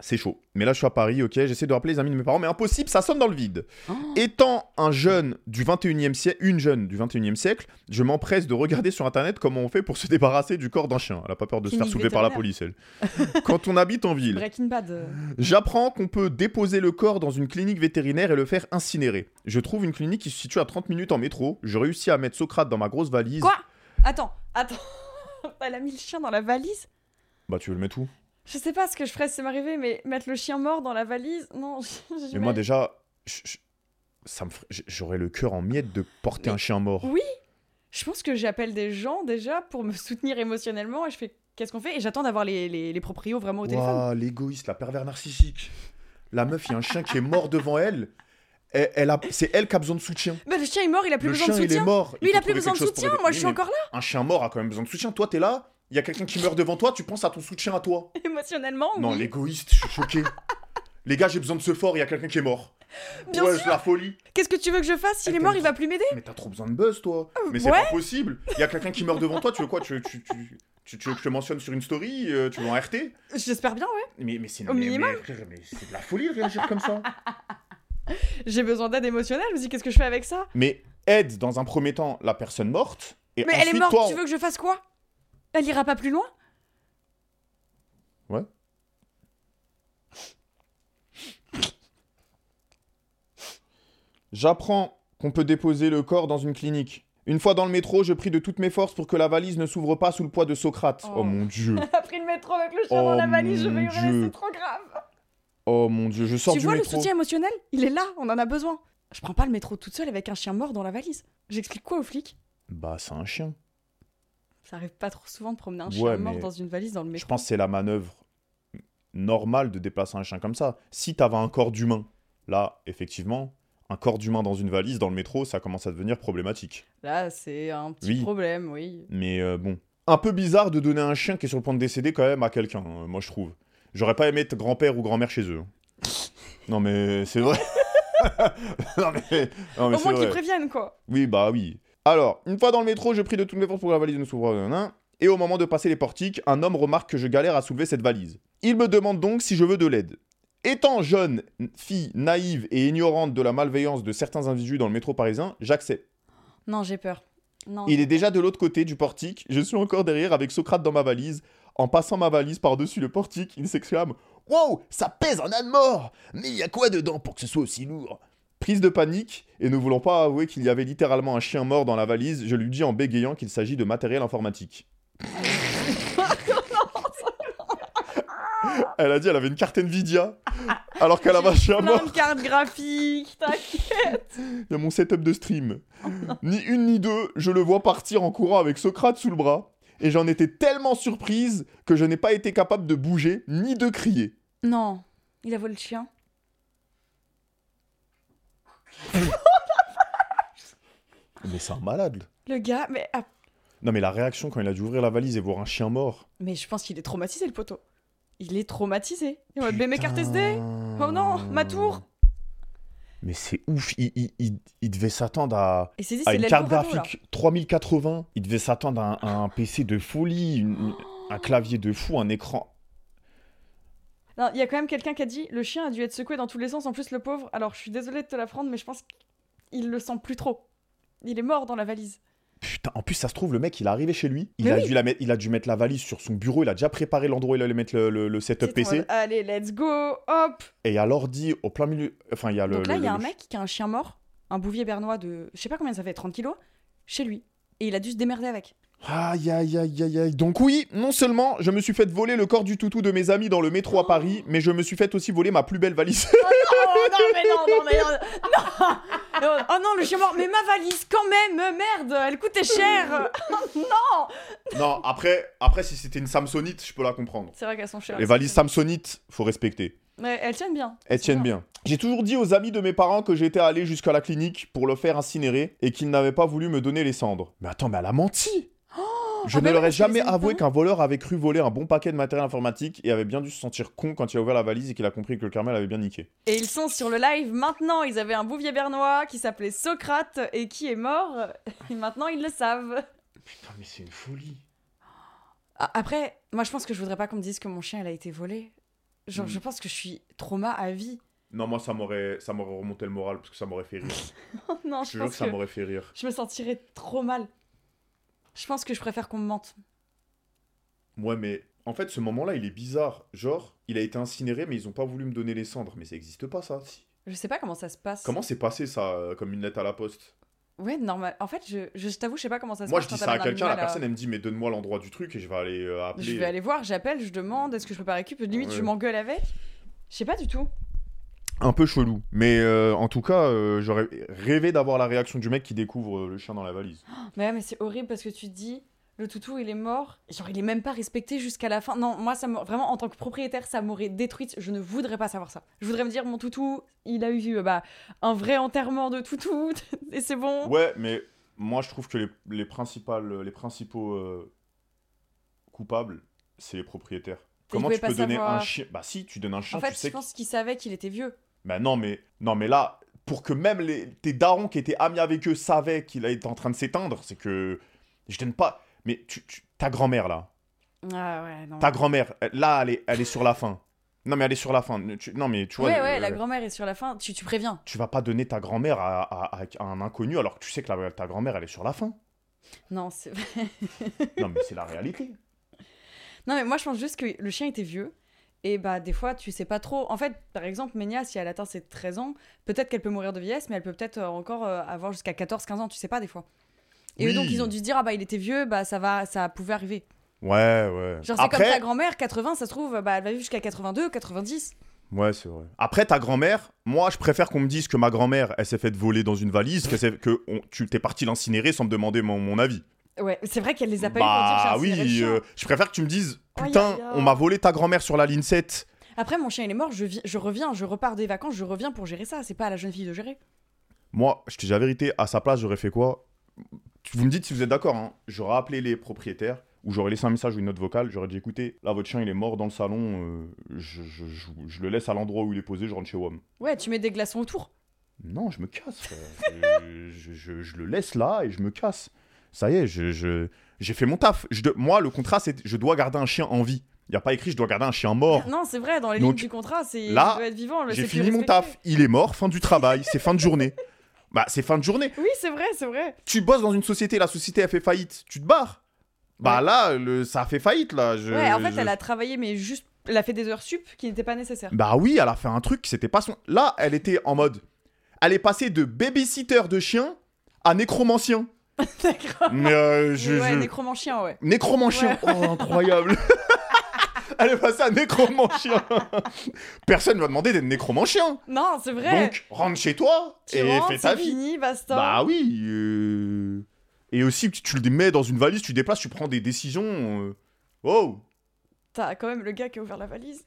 [SPEAKER 1] C'est chaud. Mais là, je suis à Paris, ok, j'essaie de rappeler les amis de mes parents, mais impossible, ça sonne dans le vide.
[SPEAKER 2] Oh.
[SPEAKER 1] Étant un jeune du 21e siècle, une jeune du 21e siècle, je m'empresse de regarder sur internet comment on fait pour se débarrasser du corps d'un chien. Elle a pas peur de se faire
[SPEAKER 2] Clinique
[SPEAKER 1] soulever par la police, elle. Quand on habite en ville,
[SPEAKER 2] Breaking Bad. euh.
[SPEAKER 1] Ah. J'apprends qu'on peut déposer le corps dans une clinique vétérinaire et le faire incinérer. Je trouve une clinique qui se situe à 30 minutes en métro. Je réussis à mettre Socrate dans ma grosse valise.
[SPEAKER 2] Quoi Attends, attends. elle a mis le chien dans la valise
[SPEAKER 1] bah tu veux le mettre où
[SPEAKER 2] Je sais pas ce que je ferais si ça m'arrivait, mais mettre le chien mort dans la valise Non, j'imagine.
[SPEAKER 1] Mais moi déjà, je- je- ça me ferait- j- j'aurais le cœur en miettes de porter
[SPEAKER 2] Mais-
[SPEAKER 1] un chien mort.
[SPEAKER 2] Oui. Je pense que j'appelle des gens déjà pour me soutenir émotionnellement et je fais qu'est-ce qu'on fait Et j'attends d'avoir les, les, les proprios vraiment au téléphone.
[SPEAKER 1] Ouah, l'égoïste, la pervers narcissique. La meuf, il y a un chien qui est mort devant elle. Elle- elle a- c'est elle qui a besoin de soutien.
[SPEAKER 2] Bah, le chien est mort, il a plus
[SPEAKER 1] le
[SPEAKER 2] besoin
[SPEAKER 1] chien,
[SPEAKER 2] de
[SPEAKER 1] il est
[SPEAKER 2] soutien.
[SPEAKER 1] mort.
[SPEAKER 2] Lui, il
[SPEAKER 1] faut
[SPEAKER 2] a plus
[SPEAKER 1] trouver
[SPEAKER 2] besoin de
[SPEAKER 1] quelque chose pour
[SPEAKER 2] soutien.
[SPEAKER 1] aider.
[SPEAKER 2] Moi,
[SPEAKER 1] Oui,
[SPEAKER 2] je suis
[SPEAKER 1] mais
[SPEAKER 2] encore là.
[SPEAKER 1] Un chien mort a quand même besoin de soutien. Toi, t'es là. Il y a quelqu'un qui meurt devant toi. Tu penses à ton soutien à toi.
[SPEAKER 2] Émotionnellement,
[SPEAKER 1] Non,
[SPEAKER 2] Ah oui.
[SPEAKER 1] l'égoïste, je suis choqué. Les gars, j'ai besoin de ce fort, il y a quelqu'un qui est mort.
[SPEAKER 2] Bien
[SPEAKER 1] ouais,
[SPEAKER 2] sûr.
[SPEAKER 1] la folie.
[SPEAKER 2] Qu'est-ce que tu veux que je fasse S'il
[SPEAKER 1] Elle
[SPEAKER 2] est mort,
[SPEAKER 1] t'aime
[SPEAKER 2] il va plus m'aider.
[SPEAKER 1] Mais t'as trop besoin de buzz, toi. Mais c'est
[SPEAKER 2] Euh, ouais.
[SPEAKER 1] pas possible. Il y a quelqu'un qui meurt devant toi, tu veux quoi tu, tu, tu, tu- tu veux que je te mentionne sur une story euh, Tu veux en RT
[SPEAKER 2] J'espère bien, ouais.
[SPEAKER 1] Mais, mais c'est
[SPEAKER 2] Au
[SPEAKER 1] mais-
[SPEAKER 2] minimum.
[SPEAKER 1] mais frère, mais c'est de la folie de réagir comme ça.
[SPEAKER 2] J'ai besoin d'aide émotionnelle. Je me dis qu'est-ce que je fais avec ça
[SPEAKER 1] Mais aide dans un premier temps la personne morte. Et
[SPEAKER 2] Mais
[SPEAKER 1] ensuite,
[SPEAKER 2] elle est morte.
[SPEAKER 1] toi,
[SPEAKER 2] Tu veux que je fasse quoi Elle ira pas plus loin
[SPEAKER 1] Ouais. J'apprends qu'on peut déposer le corps dans une clinique. Une fois dans le métro, je prie de toutes mes forces pour que la valise ne s'ouvre pas sous le poids de Socrate. Oh,
[SPEAKER 2] Oh.
[SPEAKER 1] mon dieu.
[SPEAKER 2] Elle a pris le métro avec le chien dans
[SPEAKER 1] Oh
[SPEAKER 2] la valise. Je
[SPEAKER 1] mon
[SPEAKER 2] vais hurler,
[SPEAKER 1] Dieu.
[SPEAKER 2] c'est trop grave.
[SPEAKER 1] Oh mon dieu, je sors
[SPEAKER 2] Tu
[SPEAKER 1] du
[SPEAKER 2] vois le
[SPEAKER 1] métro.
[SPEAKER 2] soutien émotionnel Il est là. On en a besoin. Je prends pas le métro toute seule avec un chien mort dans la valise. J'explique quoi aux flics
[SPEAKER 1] Bah, c'est un chien.
[SPEAKER 2] Ça arrive pas trop souvent de promener un
[SPEAKER 1] Ouais,
[SPEAKER 2] chien mort
[SPEAKER 1] mais-
[SPEAKER 2] dans une valise dans le
[SPEAKER 1] Je
[SPEAKER 2] métro.
[SPEAKER 1] pense que c'est la manœuvre normale de déplacer un chien comme ça. Si t'avais un corps d'humain, là, effectivement, un corps d'humain dans une valise, dans le métro, ça commence à devenir problématique.
[SPEAKER 2] Là, c'est un petit
[SPEAKER 1] Oui.
[SPEAKER 2] problème, oui.
[SPEAKER 1] Mais euh, bon. Un peu bizarre de donner un chien qui est sur le point de décéder quand même à quelqu'un, euh, moi je trouve. J'aurais pas aimé être grand-père ou grand-mère chez eux. hein. Non mais c'est vrai. non mais, non, mais
[SPEAKER 2] Au
[SPEAKER 1] c'est
[SPEAKER 2] moins qu'ils
[SPEAKER 1] vrai.
[SPEAKER 2] préviennent, quoi.
[SPEAKER 1] Oui, bah oui. Alors, une fois dans le métro, je prie de toutes mes forces pour que la valise ne s'ouvre. nanana. Et au moment de passer les portiques, un homme remarque que je galère à soulever cette valise. Il me demande donc si je veux de l'aide. Étant jeune fille naïve et ignorante de la malveillance de certains individus dans le métro parisien, j'accepte.
[SPEAKER 2] Non, j'ai peur. Non.
[SPEAKER 1] Il est déjà de l'autre côté du portique, je suis encore derrière avec Socrate dans ma valise. En passant ma valise par-dessus le portique, il s'exclame Wow, ça pèse un âne mort Mais il y a quoi dedans pour que ce soit aussi lourd Prise de panique, et ne voulant pas avouer qu'il y avait littéralement un chien mort dans la valise, je lui dis en bégayant qu'il s'agit de matériel informatique. elle a dit elle avait une carte Nvidia, alors qu'elle avait un chien
[SPEAKER 2] Plein
[SPEAKER 1] mort.
[SPEAKER 2] de cartes graphiques, t'inquiète.
[SPEAKER 1] Il y a mon setup de stream. ni une ni deux, je le vois partir en courant avec Socrate sous le bras. Et j'en étais tellement surprise que je n'ai pas été capable de bouger ni de crier.
[SPEAKER 2] Non, il a volé le chien.
[SPEAKER 1] Ah, Mais c'est un malade.
[SPEAKER 2] Le gars, mais, ah,
[SPEAKER 1] Non mais la réaction quand il a dû ouvrir la valise et voir un chien mort.
[SPEAKER 2] mais je pense qu'il est traumatisé, le poteau. Il est traumatisé. Il est en mode, mais mes cartes SD Oh non, ma tour
[SPEAKER 1] Mais c'est ouf, il, il- il- il devait s'attendre à,
[SPEAKER 2] Et c'est dit,
[SPEAKER 1] à
[SPEAKER 2] c'est
[SPEAKER 1] Ah, une carte
[SPEAKER 2] l'Eldorado, là.
[SPEAKER 1] graphique 3080. Il devait s'attendre à, un- à un PC de folie, une-
[SPEAKER 2] Oh.
[SPEAKER 1] un clavier de fou, un écran.
[SPEAKER 2] Non, il y a quand même quelqu'un qui a dit le chien a dû être secoué dans tous les sens. En plus, le pauvre. Alors, je suis désolée de te l'apprendre, mais je pense qu'il le sent plus trop. Il est mort dans la valise.
[SPEAKER 1] Putain, en plus, ça se trouve, le mec, il est arrivé chez lui. Il,
[SPEAKER 2] Mais
[SPEAKER 1] a,
[SPEAKER 2] oui.
[SPEAKER 1] dû la mettre, il a dû mettre la valise sur son bureau. Il a déjà préparé l'endroit où il allait mettre le, le- le setup
[SPEAKER 2] C'est en
[SPEAKER 1] PC.
[SPEAKER 2] mode, Allez, let's go, hop.
[SPEAKER 1] Et il y a l'ordi au plein milieu. Enfin, il y a Ah, le.
[SPEAKER 2] Donc là,
[SPEAKER 1] le-
[SPEAKER 2] il y a
[SPEAKER 1] le-
[SPEAKER 2] un mec qui a un chien mort, un bouvier bernois de, je sais pas combien ça fait, 30 kilos, chez lui. Et il a dû se démerder avec.
[SPEAKER 1] Aïe, aïe, aïe, aïe, aïe. Donc, oui, non seulement je me suis fait voler le corps du toutou de mes amis dans le métro à Paris, mais je me suis fait aussi voler ma plus belle valise.
[SPEAKER 2] Oh non, mais non, non, mais non, non. Oh non, le chien mort. Mais ma valise, quand même, merde, elle coûtait cher.
[SPEAKER 1] non, après, après, si c'était une Samsonite, je peux la comprendre.
[SPEAKER 2] C'est vrai qu'elles sont chères.
[SPEAKER 1] Les valises Samsonite, faut respecter.
[SPEAKER 2] Mais elles tiennent bien.
[SPEAKER 1] Elles tiennent bien. J'ai toujours dit aux amis de mes parents que j'étais allé jusqu'à la clinique pour le faire incinérer et qu'ils n'avaient pas voulu me donner les cendres. Mais attends, mais elle a menti Je
[SPEAKER 2] ah bah
[SPEAKER 1] ne
[SPEAKER 2] oui,
[SPEAKER 1] leur ai
[SPEAKER 2] parce que les
[SPEAKER 1] jamais
[SPEAKER 2] amis de
[SPEAKER 1] avoué qu'un voleur avait cru voler un bon paquet de matériel informatique et avait bien dû se sentir con quand il a ouvert la valise et qu'il a compris que le Carmel avait bien niqué.
[SPEAKER 2] Et ils sont sur le live maintenant. Ils avaient un bouvier bernois qui s'appelait Socrate et qui est mort. Et maintenant, ils le savent.
[SPEAKER 1] Putain, mais c'est une folie
[SPEAKER 2] Ah, Après, moi, je pense que je voudrais pas qu'on me dise que mon chien, il a été volé. Genre,
[SPEAKER 1] Mm.
[SPEAKER 2] je pense que je suis trauma à vie.
[SPEAKER 1] Non, moi, ça m'aurait ça m'aurait remonté le moral parce que ça m'aurait fait rire. Je
[SPEAKER 2] non,
[SPEAKER 1] te
[SPEAKER 2] je
[SPEAKER 1] jure
[SPEAKER 2] pense
[SPEAKER 1] que ça
[SPEAKER 2] que
[SPEAKER 1] m'aurait fait rire.
[SPEAKER 2] je me sentirais trop mal. Je pense que je préfère qu'on me mente.
[SPEAKER 1] Ouais, mais en fait, ce moment-là, il est bizarre. Genre, il a été incinéré, mais ils ont pas voulu me donner les cendres. Mais ça existe pas, ça. Si.
[SPEAKER 2] Je sais pas comment ça se passe.
[SPEAKER 1] Comment c'est passé, ça, euh, comme une lettre à la poste
[SPEAKER 2] Ouais, normal. En fait, je, je t'avoue, je sais pas comment ça se
[SPEAKER 1] Moi, je
[SPEAKER 2] passe.
[SPEAKER 1] dis
[SPEAKER 2] quand
[SPEAKER 1] ça à
[SPEAKER 2] t'amènes un
[SPEAKER 1] quelqu'un, la
[SPEAKER 2] animal à-
[SPEAKER 1] personne, elle me dit, mais donne-moi l'endroit du truc et je vais aller euh, appeler.
[SPEAKER 2] Je vais aller voir, j'appelle, je demande, est-ce que je peux pas récupérer Limite,
[SPEAKER 1] Ouais.
[SPEAKER 2] je m'engueule avec. Je sais pas du tout.
[SPEAKER 1] Un peu chelou. Mais euh, en tout cas, euh, j'aurais rêvé d'avoir la réaction du mec qui découvre euh, le chien dans la valise.
[SPEAKER 2] Mais ouais, mais c'est horrible parce que tu te dis, le toutou, il est mort. Et Genre, il est même pas respecté jusqu'à la fin. Non, moi, ça m'a- vraiment, en tant que propriétaire, ça m'aurait détruite. Je ne voudrais pas savoir ça. Je voudrais me dire, mon toutou, il a eu euh, bah, un vrai enterrement de toutou. et c'est bon.
[SPEAKER 1] Ouais, mais moi, je trouve que les, les, principales, les principaux euh, coupables, c'est les propriétaires. Comment
[SPEAKER 2] pouvaient
[SPEAKER 1] tu peux
[SPEAKER 2] pas
[SPEAKER 1] donner un
[SPEAKER 2] savoir.
[SPEAKER 1] chien Bah si, tu donnes un chien,
[SPEAKER 2] en fait,
[SPEAKER 1] tu sais
[SPEAKER 2] je pense qu'il savait qu'il était vieux.
[SPEAKER 1] Bah non, mais, non, mais là, pour que même les, tes darons qui étaient amis avec eux savaient qu'il était en train de s'éteindre, c'est que je donne pas... Mais tu, tu- ta grand-mère, là,
[SPEAKER 2] Ah ouais, non.
[SPEAKER 1] ta grand-mère, elle- là, elle est, elle est sur la fin. Non, mais elle est sur la fin. Ne- tu- non, mais tu vois,
[SPEAKER 2] ouais,
[SPEAKER 1] euh,
[SPEAKER 2] ouais, la grand-mère est sur la fin. Tu, tu préviens.
[SPEAKER 1] tu vas pas donner ta grand-mère à, à- à- à un inconnu alors que tu sais que la- ta grand-mère, elle est sur la fin.
[SPEAKER 2] Non, c'est
[SPEAKER 1] Non, mais c'est la réalité.
[SPEAKER 2] Non, mais moi, je pense juste que le chien était vieux. Et bah, des fois, tu sais pas trop. En fait, par exemple, Ménia, si elle atteint ses 13 ans, peut-être qu'elle peut mourir de vieillesse, mais elle peut peut-être euh, encore euh, avoir jusqu'à 14-15 ans, tu sais pas, des fois. Et eux,
[SPEAKER 1] Oui.
[SPEAKER 2] donc, ils ont dû se dire, ah bah, il était vieux, bah, ça va, ça pouvait arriver.
[SPEAKER 1] Ouais, ouais.
[SPEAKER 2] Genre, c'est comme ta
[SPEAKER 1] Après,
[SPEAKER 2] grand-mère, 80, ça se trouve, bah, elle va vivre jusqu'à 82, 90.
[SPEAKER 1] ouais, c'est vrai. Après, ta grand-mère, moi, je préfère qu'on me dise que ma grand-mère, elle s'est faite voler dans une valise, que, c'est- que on- tu t'es parti l'incinérer sans me demander mon, mon avis.
[SPEAKER 2] Ouais, c'est vrai qu'elle les a
[SPEAKER 1] bah
[SPEAKER 2] pas eu pour dire, j'ai incinéré le
[SPEAKER 1] oui,
[SPEAKER 2] chien.
[SPEAKER 1] euh, je préfère que tu me dises,
[SPEAKER 2] Aïe,
[SPEAKER 1] putain,
[SPEAKER 2] aïe, aïe.
[SPEAKER 1] on m'a volé ta grand-mère sur la ligne 7.
[SPEAKER 2] Après, mon chien, il est mort, je, vi- je reviens, je repars des vacances, je reviens pour gérer ça. C'est pas à la jeune fille de gérer.
[SPEAKER 1] Moi, je te dis la vérité, à sa place, j'aurais fait quoi Tu- Vous me dites si vous êtes d'accord, hein. j'aurais appelé les propriétaires ou j'aurais laissé un message ou une note vocale, j'aurais dit écoutez, là votre chien il est mort dans le salon, euh, je, je- je- je le laisse à l'endroit où il est posé, je rentre chez WOM.
[SPEAKER 2] Ouais, tu mets des glaçons autour.
[SPEAKER 1] Non, je me casse, frère. je, je- je- je le laisse là et je me casse. Ça y est, je, je- j'ai fait mon taf. Je de- Moi, le contrat, c'est je dois garder un chien en vie. Il n'y a pas écrit je dois garder un chien mort.
[SPEAKER 2] Non, c'est vrai, dans les
[SPEAKER 1] Oh. Donc,
[SPEAKER 2] lignes du contrat, c'est
[SPEAKER 1] là,
[SPEAKER 2] il doit être vivant. le-
[SPEAKER 1] J'ai
[SPEAKER 2] c'est plus
[SPEAKER 1] fini mon
[SPEAKER 2] respecté.
[SPEAKER 1] taf, il est mort, fin du travail, c'est fin de journée. Bah, c'est fin de journée.
[SPEAKER 2] Oui, c'est vrai, c'est vrai.
[SPEAKER 1] Tu bosses dans une société, la société a fait faillite, tu te barres. Bah
[SPEAKER 2] Ouais.
[SPEAKER 1] là, le, ça a fait faillite là. je-
[SPEAKER 2] ouais, en fait,
[SPEAKER 1] je-
[SPEAKER 2] elle a travaillé, mais juste. Elle a fait des heures sup qui n'étaient pas nécessaires.
[SPEAKER 1] Bah oui, elle a fait un truc qui c'était pas son. Là, elle était en mode. Elle est passée de babysitter de chien à nécromancien.
[SPEAKER 2] D'accord.
[SPEAKER 1] Mais euh, je.
[SPEAKER 2] Mais ouais,
[SPEAKER 1] je-
[SPEAKER 2] nécromancien, ouais.
[SPEAKER 1] Nécromancien. Oh, incroyable. elle est passée à nécromancien. Personne ne va demander d'être nécromancien.
[SPEAKER 2] Non, c'est vrai.
[SPEAKER 1] Donc, rentre chez toi
[SPEAKER 2] tu
[SPEAKER 1] et
[SPEAKER 2] rentres,
[SPEAKER 1] fais ta
[SPEAKER 2] c'est
[SPEAKER 1] vie.
[SPEAKER 2] fini, basta.
[SPEAKER 1] Bah oui. euh, Et aussi, tu, tu le mets dans une valise, tu déplaces, tu prends des décisions. euh, Oh
[SPEAKER 2] T'as quand même le gars qui a ouvert la valise.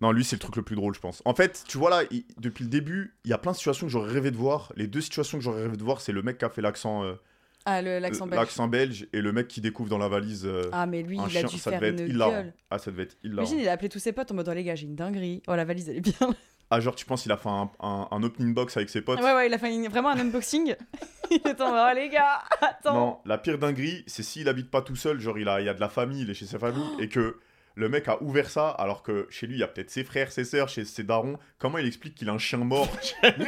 [SPEAKER 1] Non, lui, c'est le truc le plus drôle, je pense. En fait, tu vois là, il- depuis le début, il y a plein de situations que j'aurais rêvé de voir. Les deux situations que j'aurais rêvé de voir, c'est le mec qui a fait l'accent euh,
[SPEAKER 2] Ah, le- l'accent belge.
[SPEAKER 1] l'accent belge et le mec qui découvre dans la valise euh,
[SPEAKER 2] Ah, mais lui,
[SPEAKER 1] un
[SPEAKER 2] il
[SPEAKER 1] chien.
[SPEAKER 2] a dû
[SPEAKER 1] ça
[SPEAKER 2] faire
[SPEAKER 1] devait
[SPEAKER 2] une
[SPEAKER 1] être
[SPEAKER 2] gueule.
[SPEAKER 1] hilarant. Ah, ça devait être hilarant.
[SPEAKER 2] Imagine, il a appelé tous ses potes en mode oh, les gars, j'ai une dinguerie. Oh, la valise, elle est bien.
[SPEAKER 1] Ah, genre, tu penses il a fait un, un- un opening box avec ses potes
[SPEAKER 2] ouais, ouais, il a fait une- vraiment un unboxing. il est en mode oh, les gars, attends.
[SPEAKER 1] Non, la pire dinguerie, c'est s'il habite pas tout seul, genre il a, il y a de la famille, il est chez sa famille, et que le mec a ouvert ça, alors que chez lui, il y a peut-être ses frères, ses sœurs, chez ses darons. Comment il explique qu'il a un chien mort chez lui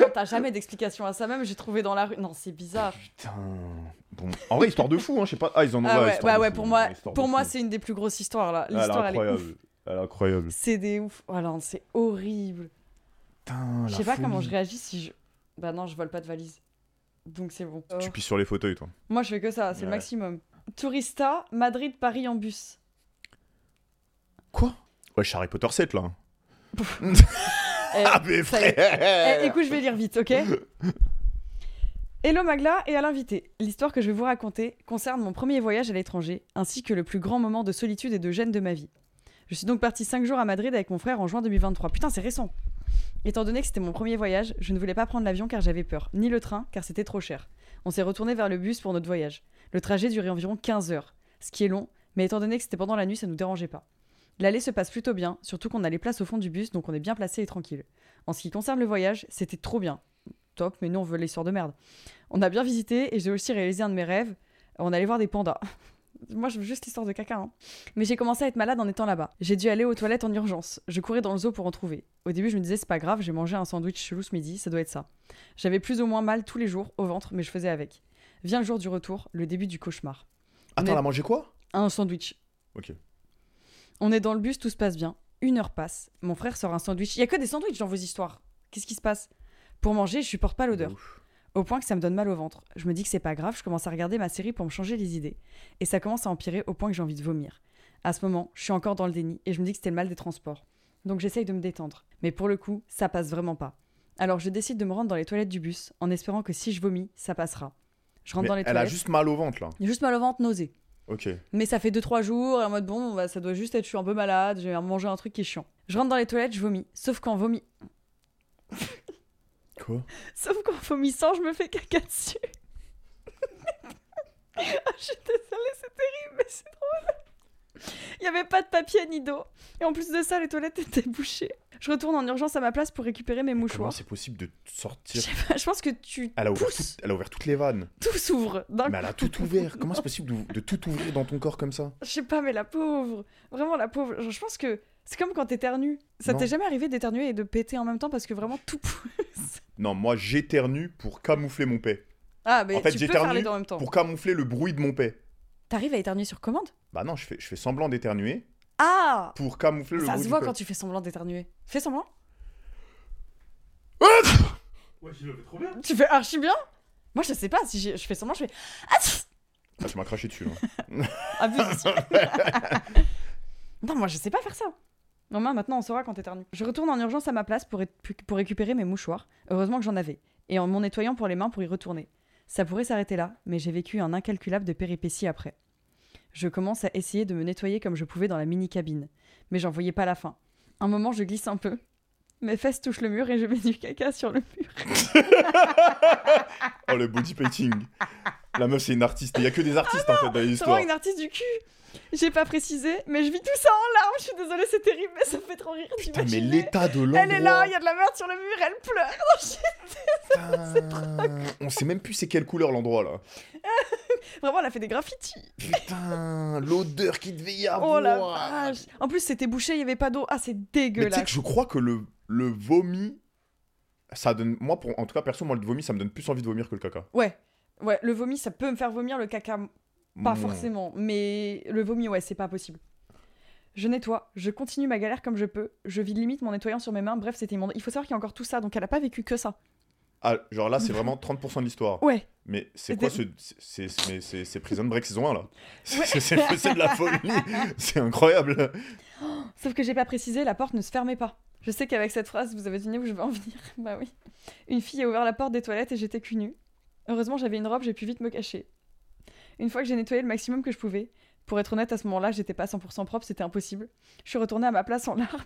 [SPEAKER 2] Non, t'as jamais d'explication à ça, même j'ai trouvé dans la rue. Non, c'est bizarre.
[SPEAKER 1] Putain. Bon, en vrai, histoire de fou, hein, je sais pas. Ah, ils en ont
[SPEAKER 2] Ah
[SPEAKER 1] ouais,
[SPEAKER 2] ouais,
[SPEAKER 1] histoire
[SPEAKER 2] bah
[SPEAKER 1] de
[SPEAKER 2] ouais,
[SPEAKER 1] fou, hein,
[SPEAKER 2] pour moi,
[SPEAKER 1] histoire de
[SPEAKER 2] pour moi
[SPEAKER 1] fou.
[SPEAKER 2] c'est une des plus grosses histoires là.
[SPEAKER 1] Elle est
[SPEAKER 2] L'histoire, elle est
[SPEAKER 1] incroyable.
[SPEAKER 2] ouf.
[SPEAKER 1] Elle est incroyable.
[SPEAKER 2] C'est des ouf. Oh là, c'est horrible.
[SPEAKER 1] Putain,
[SPEAKER 2] Je
[SPEAKER 1] Oh, la
[SPEAKER 2] sais pas comment
[SPEAKER 1] folie.
[SPEAKER 2] je réagis si je. Bah non, je vole pas de valise. Donc c'est bon.
[SPEAKER 1] Tu pisses sur les fauteuils, toi.
[SPEAKER 2] Moi, je fais que ça, c'est le
[SPEAKER 1] Ouais.
[SPEAKER 2] maximum. Tourista, Madrid, Paris en bus.
[SPEAKER 1] Quoi Ouais, je suis Harry Potter 7 là.
[SPEAKER 2] Eh,
[SPEAKER 1] ah, mais
[SPEAKER 2] ça y est.
[SPEAKER 1] frère
[SPEAKER 2] eh, écoute, je vais lire vite, ok Hello Magla et à l'invité. L'histoire que je vais vous raconter concerne mon premier voyage à l'étranger, ainsi que le plus grand moment de solitude et de gêne de ma vie. Je suis donc partie 5 jours à Madrid avec mon frère en juin 2023. Putain, c'est récent Étant donné que c'était mon premier voyage, je ne voulais pas prendre l'avion car j'avais peur, ni le train car c'était trop cher. On s'est retourné vers le bus pour notre voyage. Le trajet durait environ 15 heures, ce qui est long, mais étant donné que c'était pendant la nuit, ça nous dérangeait pas. L'aller se passe plutôt bien, surtout qu'on a les places au fond du bus, donc on est bien placé et tranquille. En ce qui concerne le voyage, c'était trop bien. Top, mais nous on veut l'histoire de merde. On a bien visité et j'ai aussi réalisé un de mes rêves. On allait voir des pandas. Moi, je veux juste l'histoire de caca. hein. Mais j'ai commencé à être malade en étant là-bas. J'ai dû aller aux toilettes en urgence. Je courais dans le zoo pour en trouver. Au début, je me disais, c'est pas grave, j'ai mangé un sandwich chelou ce midi, ça doit être ça. J'avais plus ou moins mal tous les jours au ventre, mais je faisais avec. Vient le jour du retour, le début du cauchemar.
[SPEAKER 1] Attends,
[SPEAKER 2] Mais-
[SPEAKER 1] elle a mangé quoi
[SPEAKER 2] Un sandwich.
[SPEAKER 1] Ok.
[SPEAKER 2] On est dans le bus, tout se passe bien. Une heure passe. Mon frère sort un sandwich. Il y a que des sandwichs dans vos histoires. Qu'est-ce qui se passe Pour manger, je supporte pas l'odeur.
[SPEAKER 1] Ouf.
[SPEAKER 2] Au point que ça me donne mal au ventre. Je me dis que c'est pas grave, je commence à regarder ma série pour me changer les idées. Et ça commence à empirer au point que j'ai envie de vomir. À ce moment, je suis encore dans le déni et je me dis que c'était le mal des transports. Donc j'essaye de me détendre. Mais pour le coup, ça passe vraiment pas. Alors je décide de me rendre dans les toilettes du bus en espérant que si je vomis, ça passera. Je rentre
[SPEAKER 1] Mais
[SPEAKER 2] dans les
[SPEAKER 1] elle a
[SPEAKER 2] toilettes.
[SPEAKER 1] juste mal au ventre là.
[SPEAKER 2] J'ai juste mal au ventre, nausée.
[SPEAKER 1] Ok.
[SPEAKER 2] Mais ça fait 2-3 jours, et en mode bon, bah, ça doit juste être je suis un peu malade, j'ai mangé un truc qui est chiant. Je rentre dans les toilettes, je vomis. Sauf qu'en vomi...
[SPEAKER 1] Quoi
[SPEAKER 2] Sauf qu'en vomissant, je me fais caca dessus. Ah, je suis désolée, c'est terrible, mais c'est drôle. Il n'y avait pas de papier ni d'eau. Et en plus de ça, les toilettes étaient bouchées. Je retourne en urgence à ma place pour récupérer mes
[SPEAKER 1] Comment
[SPEAKER 2] mouchoirs.
[SPEAKER 1] c'est possible de
[SPEAKER 2] Je
[SPEAKER 1] sortir
[SPEAKER 2] sais pas, je pense que tu
[SPEAKER 1] elle a, ouvert
[SPEAKER 2] pousses,
[SPEAKER 1] tout- elle a ouvert toutes les vannes.
[SPEAKER 2] tout s'ouvre. d'un
[SPEAKER 1] Mais elle a tout ouvert. Comment c'est possible de, de tout ouvrir dans ton corps comme ça
[SPEAKER 2] Je sais pas, mais la pauvre. Vraiment la pauvre. Genre, je pense que c'est comme quand t'éternues. Ça
[SPEAKER 1] Non.
[SPEAKER 2] t'est jamais arrivé d'éternuer et de péter en même temps parce que vraiment tout pousse.
[SPEAKER 1] Non, moi j'éternue pour camoufler mon paix.
[SPEAKER 2] Ah, mais
[SPEAKER 1] En fait,
[SPEAKER 2] tu peux faire
[SPEAKER 1] j'éternue
[SPEAKER 2] les deux en même temps.
[SPEAKER 1] Pour camoufler le bruit de mon paix.
[SPEAKER 2] T'arrives à éternuer sur commande
[SPEAKER 1] Bah non, je fais, je fais semblant d'éternuer
[SPEAKER 2] Ah
[SPEAKER 1] pour camoufler le
[SPEAKER 2] Ça
[SPEAKER 1] bruit
[SPEAKER 2] se
[SPEAKER 1] du
[SPEAKER 2] voit
[SPEAKER 1] paix.
[SPEAKER 2] quand tu fais semblant d'éternuer. Fais semblant
[SPEAKER 3] Ouais, je le fais trop bien.
[SPEAKER 2] Tu fais archi bien Moi, je sais pas. Si j'ai- je fais semblant, je fais. Ah, tch
[SPEAKER 1] Ah, tu m'as craché dessus là.
[SPEAKER 2] Ah, putain. Non, moi, je sais pas faire ça. Non, mais maintenant, on saura quand t'éternues. Je retourne en urgence à ma place pour, ré- pour récupérer mes mouchoirs. Heureusement que j'en avais. Et en m'en nettoyant pour les mains pour y retourner. Ça pourrait s'arrêter là, mais j'ai vécu un incalculable de péripéties après. Je commence à essayer de me nettoyer comme je pouvais dans la mini-cabine. Mais j'en voyais pas la fin. Un moment, je glisse un peu. Mes fesses touchent le mur et je mets du caca sur le mur.
[SPEAKER 1] Oh le body painting. La meuf c'est une artiste. Il y a que des artistes en fait dans
[SPEAKER 2] C'est
[SPEAKER 1] l'histoire.
[SPEAKER 2] vraiment une artiste du cul. J'ai pas précisé, mais je vis tout ça en larmes. Je suis désolée, c'est terrible, mais ça me fait trop rire.
[SPEAKER 1] Putain, mais
[SPEAKER 2] d'imaginer.
[SPEAKER 1] l'état de oh, l'endroit.
[SPEAKER 2] Elle est là, il y a de la merde sur le mur, elle pleure.
[SPEAKER 1] Putain, On sait même plus c'est quelle couleur l'endroit là.
[SPEAKER 2] Vraiment, elle a fait des graffitis.
[SPEAKER 1] Putain, l'odeur qu'il devait y avoir.
[SPEAKER 2] Oh la vache. En plus, c'était bouché, il n'y avait pas d'eau. Ah, c'est
[SPEAKER 1] Ah, Mais tu sais
[SPEAKER 2] dégueulasse.
[SPEAKER 1] que je crois que le, le vomi, ça donne. Moi, pour, en tout cas, perso, moi, le vomi, ça me donne plus envie de vomir que le caca.
[SPEAKER 2] Ouais. Ouais, le vomi, ça peut me faire vomir, le caca, pas
[SPEAKER 1] Mouah.
[SPEAKER 2] forcément. Mais le vomi, ouais, c'est pas possible. Je nettoie, je continue ma galère comme je peux, je vide limite mon nettoyant sur mes mains, bref, c'était immonde. Il faut savoir qu'il y a encore tout ça, donc elle a pas vécu que ça.
[SPEAKER 1] Ah, genre là, c'est vraiment 30% de l'histoire.
[SPEAKER 2] Ouais,
[SPEAKER 1] Mais c'est
[SPEAKER 2] Et
[SPEAKER 1] quoi
[SPEAKER 2] des-
[SPEAKER 1] ce. C'est c'est- mais c'est- c'est Prison Break saison 1 là.
[SPEAKER 2] Ouais.
[SPEAKER 1] C'est c'est- c'est de la folie. C'est incroyable.
[SPEAKER 2] Sauf que j'ai pas précisé, la porte ne se fermait pas. Je sais qu'avec cette phrase, vous avez deviné où je vais en venir. bah oui. Une fille a ouvert la porte des toilettes et j'étais cul nu. Heureusement, j'avais une robe, j'ai pu vite me cacher. Une fois que j'ai nettoyé le maximum que je pouvais, pour être honnête, à ce moment-là, j'étais pas 100% propre, c'était impossible. Je suis retournée à ma place en larmes.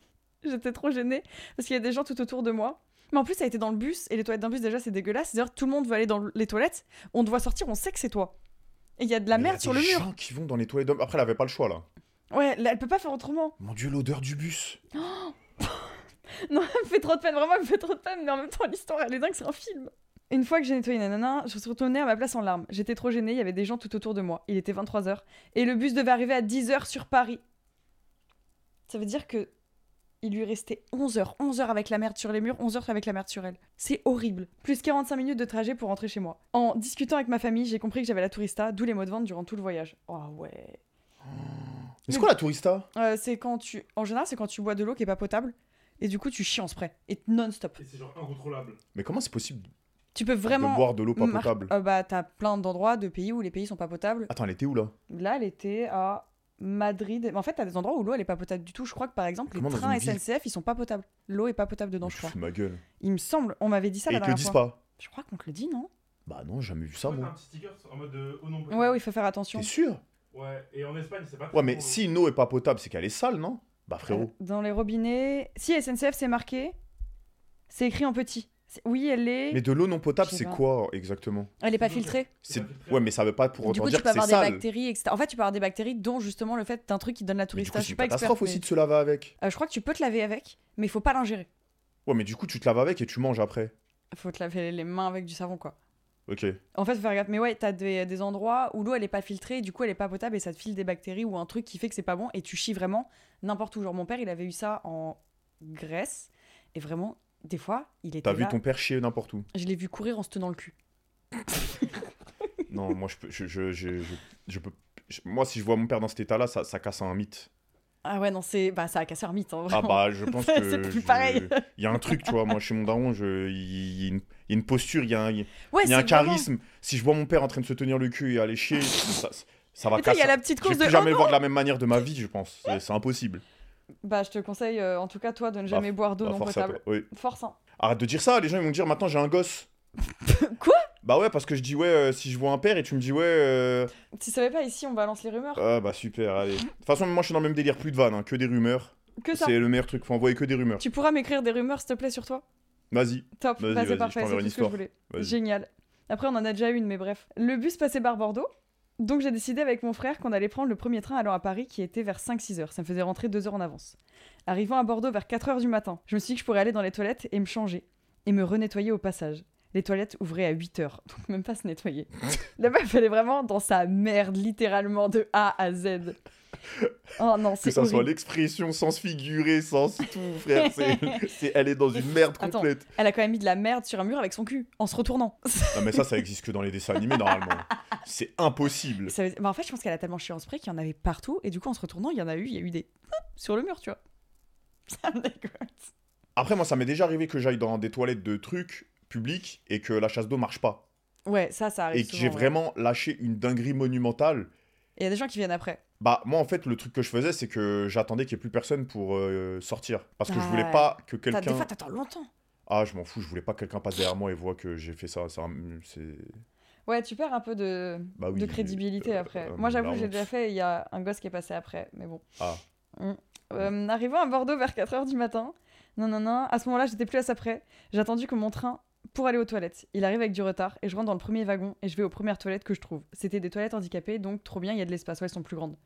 [SPEAKER 2] j'étais trop gênée parce qu'il y a des gens tout autour de moi. Mais en plus, ça a été dans le bus et les toilettes d'un bus, déjà, c'est dégueulasse. D'ailleurs, tout le monde veut aller dans le- les toilettes. On doit sortir, on sait que c'est toi. Et il y a de la
[SPEAKER 1] Mais
[SPEAKER 2] merde
[SPEAKER 1] il y a
[SPEAKER 2] sur
[SPEAKER 1] des
[SPEAKER 2] le mur.
[SPEAKER 1] gens qui vont dans les toilettes d'hommes. Après, elle avait pas le choix là.
[SPEAKER 2] Ouais, là, elle peut pas faire autrement.
[SPEAKER 1] Mon dieu, l'odeur du bus.
[SPEAKER 2] Non, elle me fait trop de peine, vraiment, elle me fait trop de peine, mais en même temps, l'histoire, elle est dingue, c'est un film. Une fois que j'ai nettoyé nanana, je suis retournée à ma place en larmes. J'étais trop gênée, il y avait des gens tout autour de moi. Il était 23h. Et le bus devait arriver à 10h sur Paris. Ça veut dire que il lui restait 11h. 11h avec la merde sur les murs, 11h avec la merde sur elle. C'est horrible. Plus 45 minutes de trajet pour rentrer chez moi. En discutant avec ma famille, j'ai compris que j'avais la tourista, d'où les mots de vente durant tout le voyage. Ah ouais.
[SPEAKER 1] Mais c'est quoi la tourista
[SPEAKER 2] Euh, c'est quand tu. En général, c'est quand tu bois de l'eau qui est pas potable. Et du coup, tu chies en spray. Et non-stop.
[SPEAKER 3] Et c'est genre incontrôlable.
[SPEAKER 1] Mais comment c'est possible
[SPEAKER 2] Tu peux vraiment.
[SPEAKER 1] de boire de l'eau pas
[SPEAKER 2] Mar-
[SPEAKER 1] potable
[SPEAKER 2] Euh, bah, t'as plein d'endroits, de pays où les pays sont pas potables.
[SPEAKER 1] Attends, elle était où là
[SPEAKER 2] Là, elle était à Madrid. Mais en fait, t'as des endroits où l'eau, elle est pas potable du tout. Je crois que par exemple,
[SPEAKER 1] Comment
[SPEAKER 2] les
[SPEAKER 1] dans
[SPEAKER 2] trains
[SPEAKER 1] une ville
[SPEAKER 2] SNCF, ils sont pas potables. L'eau est pas potable dedans, je
[SPEAKER 1] Je
[SPEAKER 2] crois.
[SPEAKER 1] fous de ma gueule.
[SPEAKER 2] Il me semble, on m'avait dit ça
[SPEAKER 1] Et
[SPEAKER 2] la
[SPEAKER 1] ils te le
[SPEAKER 2] dernière
[SPEAKER 1] disent
[SPEAKER 2] fois.
[SPEAKER 1] pas
[SPEAKER 2] Je crois qu'on te le dit, non
[SPEAKER 1] Bah non, j'ai jamais vu ça
[SPEAKER 3] Ouais, t'as
[SPEAKER 1] moi.
[SPEAKER 3] un petit sticker en mode euh, au nom.
[SPEAKER 2] Ouais, ouais, il faut faire attention.
[SPEAKER 1] T'es sûr
[SPEAKER 3] Ouais, et en Espagne, c'est pas très
[SPEAKER 1] Ouais, mais
[SPEAKER 2] Oh.
[SPEAKER 3] drôle.
[SPEAKER 1] si une eau est pas potable, c'est qu'elle est sale, non Bah
[SPEAKER 2] Euh,
[SPEAKER 1] frérot.
[SPEAKER 2] Dans les robinets. Si SNCF, c'est marqué. C'est écrit en petit. C'est- Oui, elle est.
[SPEAKER 1] Mais de l'eau non potable,
[SPEAKER 2] je sais
[SPEAKER 1] c'est
[SPEAKER 2] pas.
[SPEAKER 1] quoi exactement
[SPEAKER 2] Elle est pas filtrée.
[SPEAKER 3] C'est
[SPEAKER 1] C'est-
[SPEAKER 3] pas filtré.
[SPEAKER 1] Ouais, mais ça veut pas pour
[SPEAKER 2] du
[SPEAKER 1] autant
[SPEAKER 2] coup,
[SPEAKER 1] dire
[SPEAKER 2] tu peux
[SPEAKER 1] que c'est
[SPEAKER 2] avoir des
[SPEAKER 1] sale.
[SPEAKER 2] bactéries, etc. En fait, tu peux avoir des bactéries, dont justement le fait d'un truc qui donne la
[SPEAKER 1] Mais du
[SPEAKER 2] tourista.
[SPEAKER 1] coup,
[SPEAKER 2] Je
[SPEAKER 1] c'est
[SPEAKER 2] suis
[SPEAKER 1] une
[SPEAKER 2] pas experte.
[SPEAKER 1] catastrophe aussi
[SPEAKER 2] mais-
[SPEAKER 1] de se laver avec.
[SPEAKER 2] Euh, je crois que tu peux te laver avec, mais il faut pas l'ingérer.
[SPEAKER 1] Ouais, mais du coup, tu te laves avec et tu manges après.
[SPEAKER 2] Faut te laver les mains avec du savon, quoi.
[SPEAKER 1] Ok.
[SPEAKER 2] En fait, faut faire gaffe. Mais ouais, t'as des, des endroits où l'eau elle est pas filtrée, et du coup elle est pas potable et ça te file des bactéries ou un truc qui fait que c'est pas bon et tu chies vraiment n'importe où. Genre mon père, il avait eu ça en Grèce et vraiment des fois il était
[SPEAKER 1] T'as vu
[SPEAKER 2] là.
[SPEAKER 1] ton père chier n'importe où.
[SPEAKER 2] Je l'ai vu courir en se tenant le cul.
[SPEAKER 1] Non, moi, je peux. Je, je, je, je- je peux je- moi, si je vois mon père dans cet état-là, ça, ça casse un mythe.
[SPEAKER 2] Ah ouais, non c'est bah ça a cassé un mythe. hein,
[SPEAKER 1] Ah
[SPEAKER 2] vraiment.
[SPEAKER 1] bah, je pense que.
[SPEAKER 2] C'est plus
[SPEAKER 1] je-
[SPEAKER 2] pareil.
[SPEAKER 1] Il y a un truc, tu vois. Moi, chez mon daron, je- il y, a une- il y a une posture, il y a un, il
[SPEAKER 2] ouais,
[SPEAKER 1] y a un
[SPEAKER 2] c'est vraiment-
[SPEAKER 1] charisme. Si je vois mon père en train de se tenir le cul et aller chier, ça, ça va
[SPEAKER 2] Putain, il
[SPEAKER 1] casser.
[SPEAKER 2] y a la petite
[SPEAKER 1] Je vais
[SPEAKER 2] course de.
[SPEAKER 1] plus
[SPEAKER 2] Oh
[SPEAKER 1] jamais
[SPEAKER 2] non
[SPEAKER 1] le voir de la même manière de ma vie, je pense. C'est- C'est impossible.
[SPEAKER 2] bah je te conseille euh, en tout cas toi de ne
[SPEAKER 1] Bah,
[SPEAKER 2] jamais boire d'eau
[SPEAKER 1] Bah,
[SPEAKER 2] non
[SPEAKER 1] force à
[SPEAKER 2] potable.
[SPEAKER 1] toi. Oui.
[SPEAKER 2] Force hein.
[SPEAKER 1] Arrête de dire ça, les gens ils vont me dire maintenant j'ai un gosse.
[SPEAKER 2] Quoi
[SPEAKER 1] Bah ouais, parce que je dis ouais, euh, si je vois un père et tu me dis ouais, euh,
[SPEAKER 2] Tu savais pas ici on balance les rumeurs.
[SPEAKER 1] ah bah super, allez. De toute façon, moi je suis dans le même délire, plus de vannes, hein, que des rumeurs.
[SPEAKER 2] que ça.
[SPEAKER 1] C'est le meilleur truc, faut envoyer que des rumeurs.
[SPEAKER 2] Tu pourras m'écrire des rumeurs s'il te plaît sur toi.
[SPEAKER 1] Vas-y,
[SPEAKER 2] Top,
[SPEAKER 1] Vas-y,
[SPEAKER 2] bah,
[SPEAKER 1] vas-y,
[SPEAKER 2] c'est
[SPEAKER 1] je
[SPEAKER 2] parfait, c'est
[SPEAKER 1] t'enverrai
[SPEAKER 2] tout
[SPEAKER 1] une
[SPEAKER 2] ce que je
[SPEAKER 1] histoire.
[SPEAKER 2] voulais.
[SPEAKER 1] vas-y.
[SPEAKER 2] Génial. Après, on en a déjà une, mais bref. Le bus passait par Bordeaux, donc j'ai décidé avec mon frère qu'on allait prendre le premier train allant à Paris qui était vers 5-6 heures. Ça me faisait rentrer 2 heures en avance. Arrivant à Bordeaux vers 4 heures du matin, je me suis dit que je pourrais aller dans les toilettes et me changer, et me renettoyer au passage. Les toilettes ouvraient à 8 heures, donc même pas se nettoyer. La meuf, elle est vraiment dans sa merde, littéralement, de A à Z. Oh non,
[SPEAKER 1] Que
[SPEAKER 2] c'est
[SPEAKER 1] ça soit
[SPEAKER 2] horrible.
[SPEAKER 1] l'expression sans se figurer, sans tout, frère. c'est- c'est- elle est dans une merde
[SPEAKER 2] Attends.
[SPEAKER 1] complète.
[SPEAKER 2] Elle a quand même mis de la merde sur un mur avec son cul, en se retournant.
[SPEAKER 1] Non mais ça, ça existe que dans les dessins animés normalement. C'est impossible.
[SPEAKER 2] Ça veut- bah, en fait, je pense qu'elle a tellement chié en spray qu'il y en avait partout. Et du coup, en se retournant, il y en a eu, il y a eu des ploup sur le mur, tu vois. Ça me dégoûte.
[SPEAKER 1] Après, moi ça m'est déjà arrivé que j'aille dans des toilettes de trucs publics et que la chasse d'eau marche pas.
[SPEAKER 2] Ouais, ça, ça arrive.
[SPEAKER 1] Et que
[SPEAKER 2] souvent,
[SPEAKER 1] j'ai
[SPEAKER 2] ouais.
[SPEAKER 1] vraiment lâché une dinguerie monumentale.
[SPEAKER 2] Et il y a des gens qui viennent après.
[SPEAKER 1] Bah, moi, en fait, le truc que je faisais, c'est que j'attendais qu'il n'y ait plus personne pour euh, sortir. Parce que je voulais
[SPEAKER 2] Ah,
[SPEAKER 1] pas que
[SPEAKER 2] T'as- Des
[SPEAKER 1] quelqu'un.
[SPEAKER 2] fois, t'attends longtemps.
[SPEAKER 1] Ah, je m'en fous, je voulais pas que quelqu'un passe derrière moi et voit que j'ai fait ça. ça me- c'est...
[SPEAKER 2] Ouais, tu perds un peu de,
[SPEAKER 1] Bah oui.
[SPEAKER 2] de crédibilité
[SPEAKER 1] euh,
[SPEAKER 2] après.
[SPEAKER 1] euh,
[SPEAKER 2] Moi, j'avoue, j'ai
[SPEAKER 1] largement.
[SPEAKER 2] déjà fait. Il y a un gosse qui est passé après, mais bon.
[SPEAKER 1] Ah.
[SPEAKER 2] Mm. Euh, arrivant à Bordeaux vers 4h du matin, non, non, non, à ce moment-là, j'étais plus à ça près. J'ai attendu que mon train pour aller aux toilettes. Il arrive avec du retard et je rentre dans le premier wagon et je vais aux premières toilettes que je trouve. C'était des toilettes handicapées, donc trop bien, il y a de l'espace, ouais, elles sont plus grandes.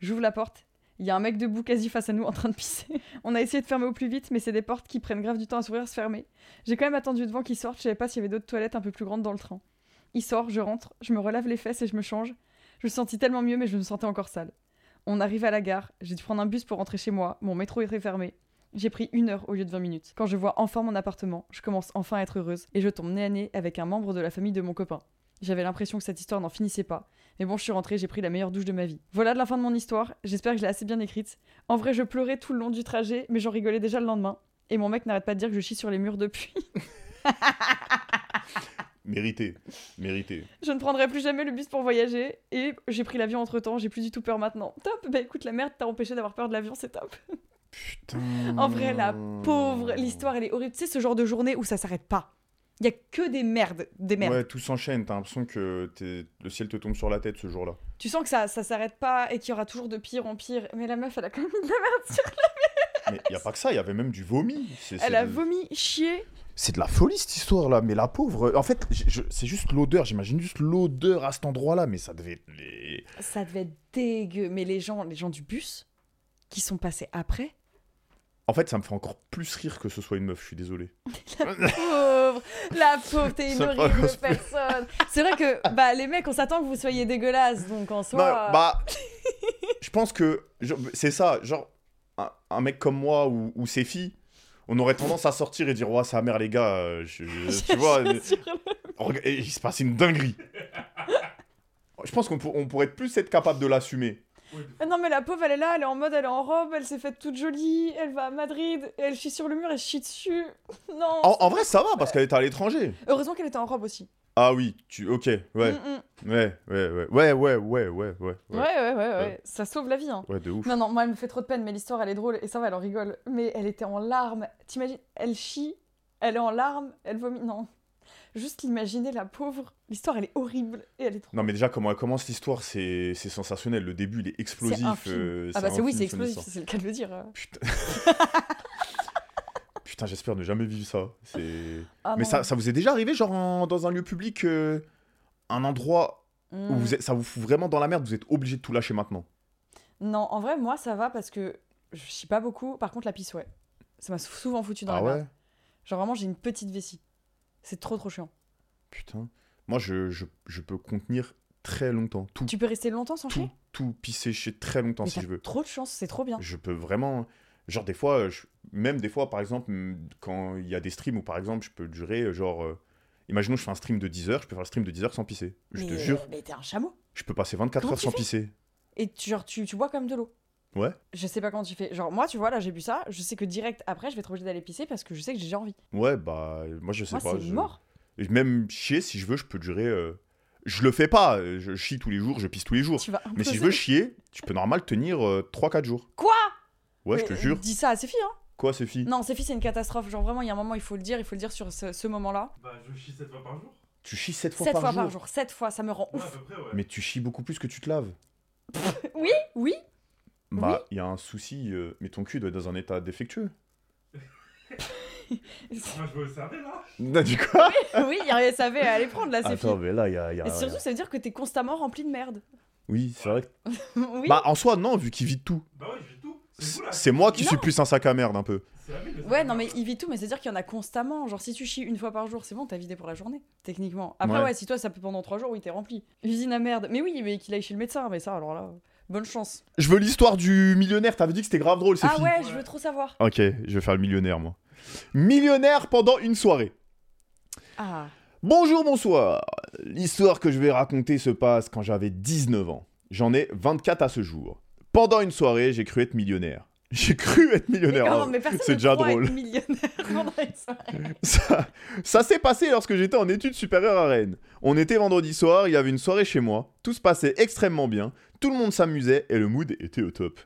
[SPEAKER 2] J'ouvre la porte. Il y a un mec debout quasi face à nous en train de pisser. On a essayé de fermer au plus vite, mais c'est des portes qui prennent grave du temps à s'ouvrir, se fermer. J'ai quand même attendu devant qu'ils sortent, je savais pas s'il y avait d'autres toilettes un peu plus grandes dans le train. Il sort, je rentre, je me relave les fesses et je me change. Je me sentis tellement mieux, mais je me sentais encore sale. On arrive à la gare, j'ai dû prendre un bus pour rentrer chez moi, mon métro était fermé. J'ai pris une heure au lieu de 20 minutes. Quand je vois enfin mon appartement, je commence enfin à être heureuse et je tombe nez à nez avec un membre de la famille de mon copain. J'avais l'impression que cette histoire n'en finissait pas, mais bon, je suis rentrée, j'ai pris la meilleure douche de ma vie. Voilà de la fin de mon histoire, j'espère que je l'ai assez bien écrite. En vrai, je pleurais tout le long du trajet, mais j'en rigolais déjà le lendemain. Et mon mec n'arrête pas de dire que je chie sur les murs depuis.
[SPEAKER 1] Mérité, mérité.
[SPEAKER 2] Je ne prendrai plus jamais le bus pour voyager et j'ai pris l'avion entre temps, j'ai plus du tout peur maintenant. Top Bah écoute, la merde t'a empêché d'avoir peur de l'avion, c'est top.
[SPEAKER 1] Putain.
[SPEAKER 2] En vrai, la pauvre,
[SPEAKER 1] Hmm.
[SPEAKER 2] l'histoire elle est horrible. Tu sais, ce genre de journée où ça s'arrête pas. Il y a que des merdes, des merdes.
[SPEAKER 1] Ouais, tout s'enchaîne. T'as l'impression que t'es- le ciel te tombe sur la tête ce jour-là.
[SPEAKER 2] Tu sens que ça, ça s'arrête pas et qu'il y aura toujours de pire en pire. Mais la meuf, elle a quand même mis de la merde sur
[SPEAKER 1] Mais il y a pas que ça, il y avait même du vomi. C'est-
[SPEAKER 2] Elle
[SPEAKER 1] c'est
[SPEAKER 2] a
[SPEAKER 1] de-
[SPEAKER 2] vomi, chié.
[SPEAKER 1] C'est de la folie cette histoire-là, mais la pauvre. En fait, j- je- c'est juste l'odeur. J'imagine juste l'odeur à cet endroit-là, mais ça devait. être les-
[SPEAKER 2] Ça devait être dégueu. Mais les gens, les gens du bus qui sont passés après,
[SPEAKER 1] En fait, ça me fait encore plus rire que ce soit une meuf. Je suis désolé.
[SPEAKER 2] pauvre, la pauvre, t'es une
[SPEAKER 1] C'est pas
[SPEAKER 2] horrible
[SPEAKER 1] possible.
[SPEAKER 2] personne. C'est vrai que bah les mecs, on s'attend que vous soyez dégueulasses, donc en
[SPEAKER 1] Non,
[SPEAKER 2] soi.
[SPEAKER 1] bah, je pense que genre, c'est ça. Genre, un, un mec comme moi ou, ou ses filles, on aurait tendance à sortir et dire Ouah, sa mère, les gars, euh, je- je- tu vois,
[SPEAKER 2] je
[SPEAKER 1] euh,
[SPEAKER 2] suis sûre.
[SPEAKER 1] rega- et il se passe une dinguerie. je pense qu'on pour- on pourrait plus être capable de l'assumer.
[SPEAKER 3] Oui.
[SPEAKER 2] Ah Non mais la pauvre elle est là, elle est en mode, elle est en robe, elle s'est faite toute jolie, elle va à Madrid, et elle chie sur le mur, elle chie dessus. Non.
[SPEAKER 1] En, en vrai, ça va parce qu'elle est à l'étranger.
[SPEAKER 2] Heureusement qu'elle était en robe aussi.
[SPEAKER 1] Ah oui, tu, ok, ouais,
[SPEAKER 2] Mm, mm.
[SPEAKER 1] ouais, ouais, ouais, ouais, ouais, ouais, ouais, ouais,
[SPEAKER 2] Ouais ouais ouais, ouais,
[SPEAKER 1] Ouais.
[SPEAKER 2] ça sauve la vie. Hein.
[SPEAKER 1] Ouais, de ouf.
[SPEAKER 2] Non, non, moi, elle me fait trop de peine, mais l'histoire, elle est drôle, et ça va, elle en rigole. Mais elle était en larmes. T'imagines, elle chie, elle est en larmes, elle vomit. Non. Juste l'imaginer, la pauvre. L'histoire, elle est horrible, et elle est trop...
[SPEAKER 1] Non, mais déjà, comment elle commence l'histoire, c'est c'est sensationnel. Le début, il est explosif.
[SPEAKER 2] infime.
[SPEAKER 1] euh,
[SPEAKER 2] ah bah c'est
[SPEAKER 1] infime,
[SPEAKER 2] oui, c'est
[SPEAKER 1] son
[SPEAKER 2] explosif,
[SPEAKER 1] histoire.
[SPEAKER 2] c'est le cas de le dire. euh.
[SPEAKER 1] Putain. Putain, j'espère ne jamais vivre ça. C'est.
[SPEAKER 2] Ah
[SPEAKER 1] Mais
[SPEAKER 2] non.
[SPEAKER 1] ça, ça vous est déjà arrivé, genre en- dans un lieu public, euh, un endroit où
[SPEAKER 2] Mm.
[SPEAKER 1] vous êtes- ça vous fout vraiment dans la merde, vous êtes obligé de tout lâcher maintenant.
[SPEAKER 2] Non, en vrai, moi, ça va, parce que je chie pas beaucoup. Par contre, la pisse, ouais. Ça m'a sou- souvent foutu dans
[SPEAKER 1] ah
[SPEAKER 2] la
[SPEAKER 1] ouais
[SPEAKER 2] merde. Genre, vraiment, j'ai une petite vessie. C'est trop, trop chiant.
[SPEAKER 1] Putain. Moi, je, je, je peux contenir très longtemps. Tout,
[SPEAKER 2] Tu peux rester longtemps sans
[SPEAKER 1] tout,
[SPEAKER 2] chier
[SPEAKER 1] tout pisser chez très longtemps
[SPEAKER 2] Mais
[SPEAKER 1] si
[SPEAKER 2] t'as
[SPEAKER 1] je veux.
[SPEAKER 2] trop de chance, c'est trop bien.
[SPEAKER 1] Je peux vraiment. Genre, des fois, je- même des fois, par exemple, m- quand il y a des streams où, par exemple, je peux durer, euh, genre. euh, Imaginons, je fais un stream de 10 heures, je peux faire le stream de 10 heures sans pisser. Je
[SPEAKER 2] mais,
[SPEAKER 1] te jure,
[SPEAKER 2] Mais t'es un chameau.
[SPEAKER 1] je peux passer 24
[SPEAKER 2] Comment
[SPEAKER 1] heures
[SPEAKER 2] tu
[SPEAKER 1] sans
[SPEAKER 2] fais
[SPEAKER 1] pisser.
[SPEAKER 2] Et tu, genre, tu, tu bois comme de l'eau.
[SPEAKER 1] Ouais.
[SPEAKER 2] Je sais pas comment tu fais. Genre, moi, tu vois, là, j'ai bu ça. Je sais que direct après, je vais être obligée d'aller pisser parce que je sais que j'ai déjà envie.
[SPEAKER 1] Ouais, bah, moi, je sais
[SPEAKER 2] Moi,
[SPEAKER 1] pas.
[SPEAKER 2] c'est
[SPEAKER 1] je-
[SPEAKER 2] mort.
[SPEAKER 1] Et même chier, si je veux, je peux durer. euh, Je le fais pas, euh, je chie tous les jours, je pisse tous les jours.
[SPEAKER 2] Tu vas
[SPEAKER 1] Mais si
[SPEAKER 2] imploser.
[SPEAKER 1] je veux chier, tu peux normal tenir 3-4 jours.
[SPEAKER 2] Quoi
[SPEAKER 1] Ouais, je te
[SPEAKER 2] Mais
[SPEAKER 1] jure.
[SPEAKER 2] Dis ça à Séphie, hein.
[SPEAKER 1] Quoi, Sophie
[SPEAKER 2] Non, Séphie, c'est une catastrophe. Genre, vraiment, il y a un moment, il faut le dire. Il faut le dire sur ce, ce moment-là.
[SPEAKER 3] Bah, je chie 7 fois par jour.
[SPEAKER 1] Tu chies 7 fois,
[SPEAKER 2] Sept
[SPEAKER 1] par,
[SPEAKER 2] fois
[SPEAKER 1] jour.
[SPEAKER 2] par jour. Sept fois, ça me rend
[SPEAKER 3] Ouais, à
[SPEAKER 2] ouf.
[SPEAKER 3] peu près, ouais.
[SPEAKER 1] Mais tu chies beaucoup plus que tu te laves.
[SPEAKER 2] Oui, oui.
[SPEAKER 1] Bah, il y a un souci, euh, mais ton cul doit être dans un état défectueux.
[SPEAKER 3] Moi, je vais au cerveau, là.
[SPEAKER 1] Non, Bah, du quoi
[SPEAKER 2] oui, il y a- ça va aller prendre, là, Séphie.
[SPEAKER 1] Attends, mais là, il y a. il y a-
[SPEAKER 2] Ah, Et surtout, ça veut dire que t'es constamment rempli de merde.
[SPEAKER 1] Oui, c'est vrai. que-
[SPEAKER 2] oui.
[SPEAKER 1] Bah, en soi, non, vu qu'il vide tout.
[SPEAKER 3] Bah, ouais, je vis tout. C'est vous, là.
[SPEAKER 1] C'est moi qui
[SPEAKER 2] Non.
[SPEAKER 1] suis plus un sac à merde un peu.
[SPEAKER 3] C'est la mine, le
[SPEAKER 2] Ouais,
[SPEAKER 3] cerveau.
[SPEAKER 2] non, mais il vit tout, mais c'est-à-dire qu'il y en a constamment. Genre, si tu chies une fois par jour, c'est bon, t'as vidé pour la journée, techniquement. Après,
[SPEAKER 1] Ouais.
[SPEAKER 2] ouais, si toi, ça peut pendant trois jours, oui, t'es rempli. Usine à merde. Mais oui, mais qu'il aille chez le médecin, mais ça, alors là, euh, bonne chance.
[SPEAKER 1] Je veux l'histoire du millionnaire, t'avais dit que c'était grave drôle, Sophie.
[SPEAKER 2] Ah ouais, je
[SPEAKER 3] Ouais.
[SPEAKER 2] veux trop savoir.
[SPEAKER 1] Ok, je vais faire le millionnaire, moi. Millionnaire pendant une soirée.
[SPEAKER 2] Ah,
[SPEAKER 1] Bonjour, bonsoir. L'histoire que je vais raconter se passe quand j'avais 19 ans. J'en ai 24 à ce jour. Pendant une soirée, j'ai cru être millionnaire. J'ai cru être millionnaire.
[SPEAKER 2] Comment, mais personne
[SPEAKER 1] Oh, c'est
[SPEAKER 2] ne
[SPEAKER 1] déjà
[SPEAKER 2] croit être
[SPEAKER 1] drôle.
[SPEAKER 2] millionnaire pendant une soirée.
[SPEAKER 1] Ça, ça s'est passé lorsque j'étais en études supérieures à Rennes. On était vendredi soir, il y avait une soirée chez moi, tout se passait extrêmement bien, tout le monde s'amusait et le mood était au top.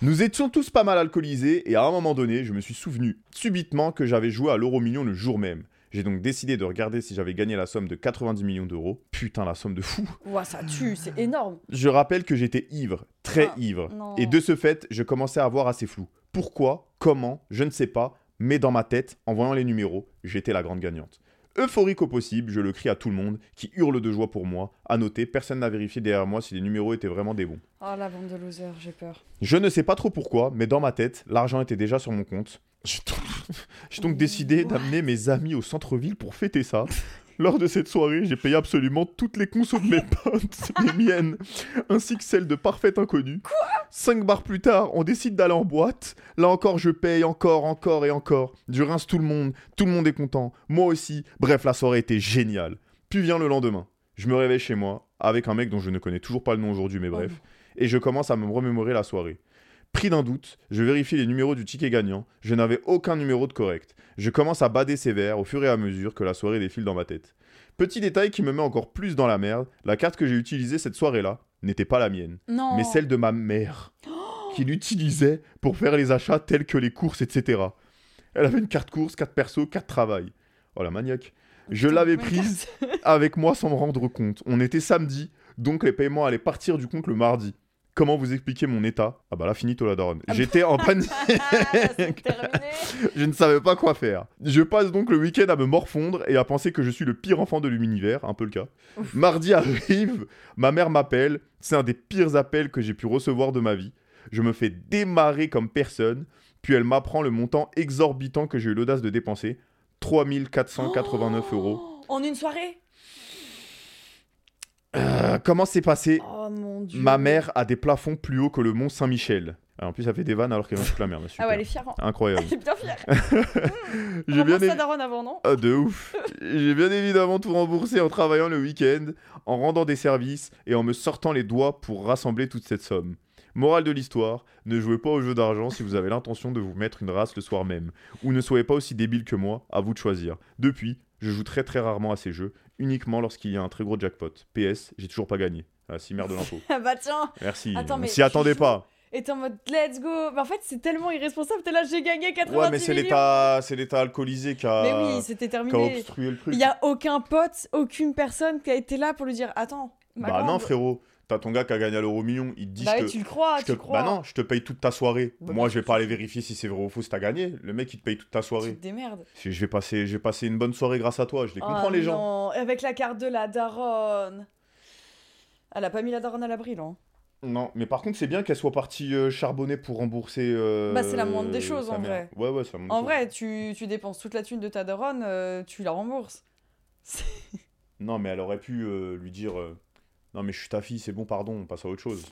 [SPEAKER 1] Nous étions tous pas mal alcoolisés et à un moment donné, je me suis souvenu subitement que j'avais joué à l'euro million le jour même. J'ai donc décidé de regarder si j'avais gagné la somme de 90 millions d'euros. Putain, la somme de fou.
[SPEAKER 2] Ouah, ça tue, c'est énorme.
[SPEAKER 1] Je rappelle que j'étais ivre, très
[SPEAKER 2] Ah,
[SPEAKER 1] ivre.
[SPEAKER 2] non.
[SPEAKER 1] Et de ce fait, je commençais à voir assez flou. Pourquoi Comment Je ne sais pas. Mais dans ma tête, en voyant les numéros, j'étais la grande gagnante. Euphorique au possible, je le crie à tout le monde, qui hurle de joie pour moi. À noter, personne n'a vérifié derrière moi si les numéros étaient vraiment des bons.
[SPEAKER 2] Ah, la bande de losers, j'ai peur.
[SPEAKER 1] Je ne sais pas trop pourquoi, mais dans ma tête, l'argent était déjà sur mon compte. J'ai donc, j'ai donc décidé d'amener mes amis au centre-ville pour fêter ça. Lors de cette soirée, j'ai payé absolument toutes les consos de mes potes, les miennes, ainsi que celles de Parfait Inconnu. Quoi Cinq bars plus tard, on décide d'aller en boîte. Là encore, je paye encore, encore et encore. Je rince tout le monde, tout le monde est content, moi aussi. Bref, la soirée était géniale. Puis vient le lendemain. Je me réveille chez moi, avec un mec dont je ne connais toujours pas le nom aujourd'hui, mais bref. Et je commence à me remémorer la soirée. Pris d'un doute, je vérifie les numéros du ticket gagnant. Je n'avais aucun numéro de correct. Je commence à bader sévère au fur et à mesure que la soirée défile dans ma tête. Petit détail qui me met encore plus dans la merde, la carte que j'ai utilisée cette soirée-là n'était pas la mienne,
[SPEAKER 2] Non.
[SPEAKER 1] mais celle de ma mère, qui l'utilisait pour faire les achats tels que les courses, etc. Elle avait une carte course, carte perso, carte travail. Oh la maniaque. Je l'avais prise avec moi sans me rendre compte. On était samedi, donc les paiements allaient partir du compte le mardi. Comment vous expliquer mon état Ah bah là, finito la daronne.
[SPEAKER 2] Ah
[SPEAKER 1] J'étais en panique,
[SPEAKER 2] C'est terminé.
[SPEAKER 1] je ne savais pas quoi faire. Je passe donc le week-end à me morfondre et à penser que je suis le pire enfant de l'univers, un peu le cas. Mardi arrive, ma mère m'appelle, c'est un des pires appels que j'ai pu recevoir de ma vie. Je me fais démarrer comme personne, puis elle m'apprend le montant exorbitant que j'ai eu l'audace de dépenser, 3489 euros.
[SPEAKER 2] Oh, En une soirée
[SPEAKER 1] Euh, comment c'est passé
[SPEAKER 2] Oh mon dieu.
[SPEAKER 1] Ma mère a des plafonds plus hauts que le mont Saint-Michel. Ah, en plus, ça fait des vannes alors qu'elle mange toute la merde.
[SPEAKER 2] Ah
[SPEAKER 1] super.
[SPEAKER 2] ouais, elle est fière. hein.
[SPEAKER 1] Incroyable.
[SPEAKER 2] Elle est bien fière.
[SPEAKER 1] J'ai bien,
[SPEAKER 2] aimé.
[SPEAKER 1] évi-
[SPEAKER 2] daronne avant, non
[SPEAKER 1] Ah, de ouf. J'ai bien évidemment tout remboursé en travaillant le week-end, en rendant des services et en me sortant les doigts pour rassembler toute cette somme. Morale de l'histoire, ne jouez pas au jeu d'argent si vous avez l'intention de vous mettre une race le soir même. Ou ne soyez pas aussi débile que moi, à vous de choisir. Depuis, je joue très très rarement à ces jeux, uniquement lorsqu'il y a un très gros jackpot. PS, j'ai toujours pas gagné. Ah, si merde de l'impôt.
[SPEAKER 2] Ah bah tiens.
[SPEAKER 1] Merci.
[SPEAKER 2] Attends,
[SPEAKER 1] On
[SPEAKER 2] mais
[SPEAKER 1] s'y
[SPEAKER 2] tu
[SPEAKER 1] attendait
[SPEAKER 2] joues
[SPEAKER 1] pas.
[SPEAKER 2] Et t'es en mode let's go. Mais en fait, c'est tellement irresponsable. T'es là, j'ai gagné 90
[SPEAKER 1] Ouais, mais c'est
[SPEAKER 2] millions.
[SPEAKER 1] l'état, euh, c'est l'état alcoolisé qui a,
[SPEAKER 2] Mais oui, c'était
[SPEAKER 1] qui a
[SPEAKER 2] terminé.
[SPEAKER 1] obstrué le truc.
[SPEAKER 2] Il y a aucun pote, aucune personne qui a été là pour lui dire Attends, ma
[SPEAKER 1] Bah non,
[SPEAKER 2] grande,
[SPEAKER 1] frérot, t'as ton gars qui a gagné à l'euro million, il te dit.
[SPEAKER 2] Bah
[SPEAKER 1] je
[SPEAKER 2] ouais,
[SPEAKER 1] te-
[SPEAKER 2] tu le crois,
[SPEAKER 1] je te-
[SPEAKER 2] tu le crois.
[SPEAKER 1] Bah non, je te paye toute ta soirée.
[SPEAKER 2] Bah
[SPEAKER 1] Moi,
[SPEAKER 2] non,
[SPEAKER 1] je vais pas aller vérifier si c'est vrai ou faux si t'as gagné. Le mec, il te paye toute ta
[SPEAKER 2] Tu
[SPEAKER 1] soirée.
[SPEAKER 2] te démerdes.
[SPEAKER 1] Je je vais passer, je vais passer une bonne soirée grâce à toi. Je les comprends
[SPEAKER 2] Ah
[SPEAKER 1] les gens.
[SPEAKER 2] non, Avec la carte de la daronne. Elle a pas mis la daronne à l'abri, là. hein.
[SPEAKER 1] Non, mais par contre, c'est bien qu'elle soit partie euh, charbonner pour rembourser. euh,
[SPEAKER 2] Bah, c'est la moindre des choses,
[SPEAKER 1] sa
[SPEAKER 2] en
[SPEAKER 1] mère.
[SPEAKER 2] vrai.
[SPEAKER 1] Ouais, ouais, c'est la moindre
[SPEAKER 2] En
[SPEAKER 1] des choses.
[SPEAKER 2] vrai, tu, tu dépenses toute la thune de ta daronne, euh, tu la rembourses.
[SPEAKER 1] Non, mais elle aurait pu euh, lui dire. euh, Non, mais je suis ta fille, c'est bon, pardon, on passe à autre chose.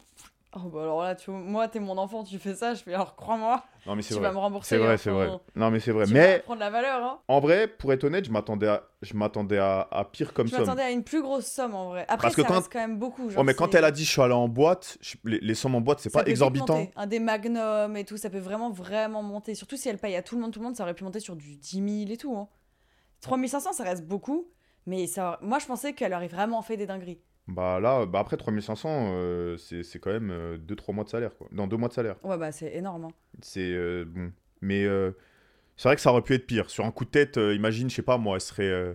[SPEAKER 2] Oh bah alors là, tu, moi, t'es mon enfant, tu fais ça, je fais alors crois-moi,
[SPEAKER 1] Non, mais c'est
[SPEAKER 2] tu
[SPEAKER 1] vrai.
[SPEAKER 2] vas me rembourser.
[SPEAKER 1] C'est vrai,
[SPEAKER 2] hein,
[SPEAKER 1] c'est vrai.
[SPEAKER 2] enfin,
[SPEAKER 1] Non, mais c'est vrai.
[SPEAKER 2] Tu
[SPEAKER 1] Mais.
[SPEAKER 2] vas prendre la valeur, hein.
[SPEAKER 1] En vrai, pour être honnête, je m'attendais à, je m'attendais à, à pire comme
[SPEAKER 2] Je
[SPEAKER 1] somme.
[SPEAKER 2] m'attendais à une plus grosse somme en vrai. Après,
[SPEAKER 1] Parce que
[SPEAKER 2] ça
[SPEAKER 1] quand-
[SPEAKER 2] reste quand même beaucoup.
[SPEAKER 1] Ouais, mais quand elle a dit je suis allé en boîte, je- les, les sommes en boîte, c'est pas exorbitant.
[SPEAKER 2] Un des magnums et tout, ça peut vraiment, vraiment monter. Surtout si elle paye à tout le monde, tout le monde, ça aurait pu monter sur du 10 000 et tout. Hein. 3500, ça reste beaucoup. Mais ça... moi, je pensais qu'elle aurait vraiment fait des dingueries.
[SPEAKER 1] Bah là, bah après 3500, euh, c'est, c'est quand même 2-3 mois de salaire. Quoi. Dans 2 mois de salaire.
[SPEAKER 2] Ouais, bah c'est énorme. hein.
[SPEAKER 1] C'est euh, bon. Mais euh, c'est vrai que ça aurait pu être pire. Sur un coup de tête, euh, imagine, je sais pas moi, elle serait. euh,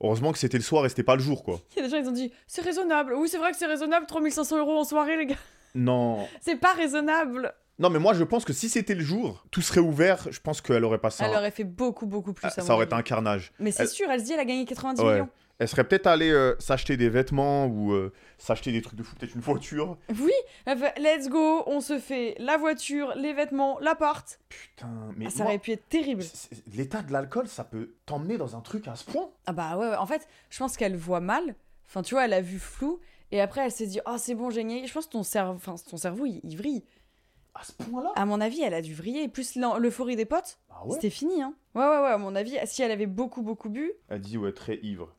[SPEAKER 1] Heureusement que c'était le soir et c'était pas le jour, quoi.
[SPEAKER 2] Il y a des gens, ils ont dit c'est raisonnable. Oui, c'est vrai que c'est raisonnable, 3500 euros en soirée, les gars.
[SPEAKER 1] Non.
[SPEAKER 2] C'est pas raisonnable.
[SPEAKER 1] Non, mais moi je pense que si c'était le jour, tout serait ouvert. Je pense qu'elle aurait passé. un-
[SPEAKER 2] Elle aurait fait beaucoup, beaucoup plus.
[SPEAKER 1] Ah,
[SPEAKER 2] à mon
[SPEAKER 1] ça aurait été
[SPEAKER 2] avis.
[SPEAKER 1] un carnage.
[SPEAKER 2] Mais c'est
[SPEAKER 1] elle-
[SPEAKER 2] sûr, elle se dit elle a gagné 90
[SPEAKER 1] Ouais.
[SPEAKER 2] millions.
[SPEAKER 1] Elle serait peut-être allée euh, s'acheter des vêtements ou euh, s'acheter des trucs de fou, peut-être une voiture.
[SPEAKER 2] Oui, elle fait, let's go, on se fait la voiture, les vêtements, l'appart.
[SPEAKER 1] Putain, mais
[SPEAKER 2] Ah, ça
[SPEAKER 1] moi,
[SPEAKER 2] aurait pu être terrible.
[SPEAKER 1] c'est- c'est- l'état de l'alcool, ça peut t'emmener dans un truc à ce point.
[SPEAKER 2] Ah bah ouais, ouais. en fait, je pense qu'elle voit mal. Enfin, tu vois, elle a vu flou. Et après, elle s'est dit, oh, c'est bon, j'ai gagné. Je pense que ton, cerveau, enfin, ton cerveau, il, il vrille.
[SPEAKER 1] À ce point-là
[SPEAKER 2] À mon avis, elle a dû vriller. Plus l'en- l'euphorie des potes,
[SPEAKER 1] Ah ouais
[SPEAKER 2] c'était fini. Hein. Ouais, ouais, ouais, à mon avis, si elle avait beaucoup, beaucoup bu,
[SPEAKER 1] Elle dit, ouais, très ivre.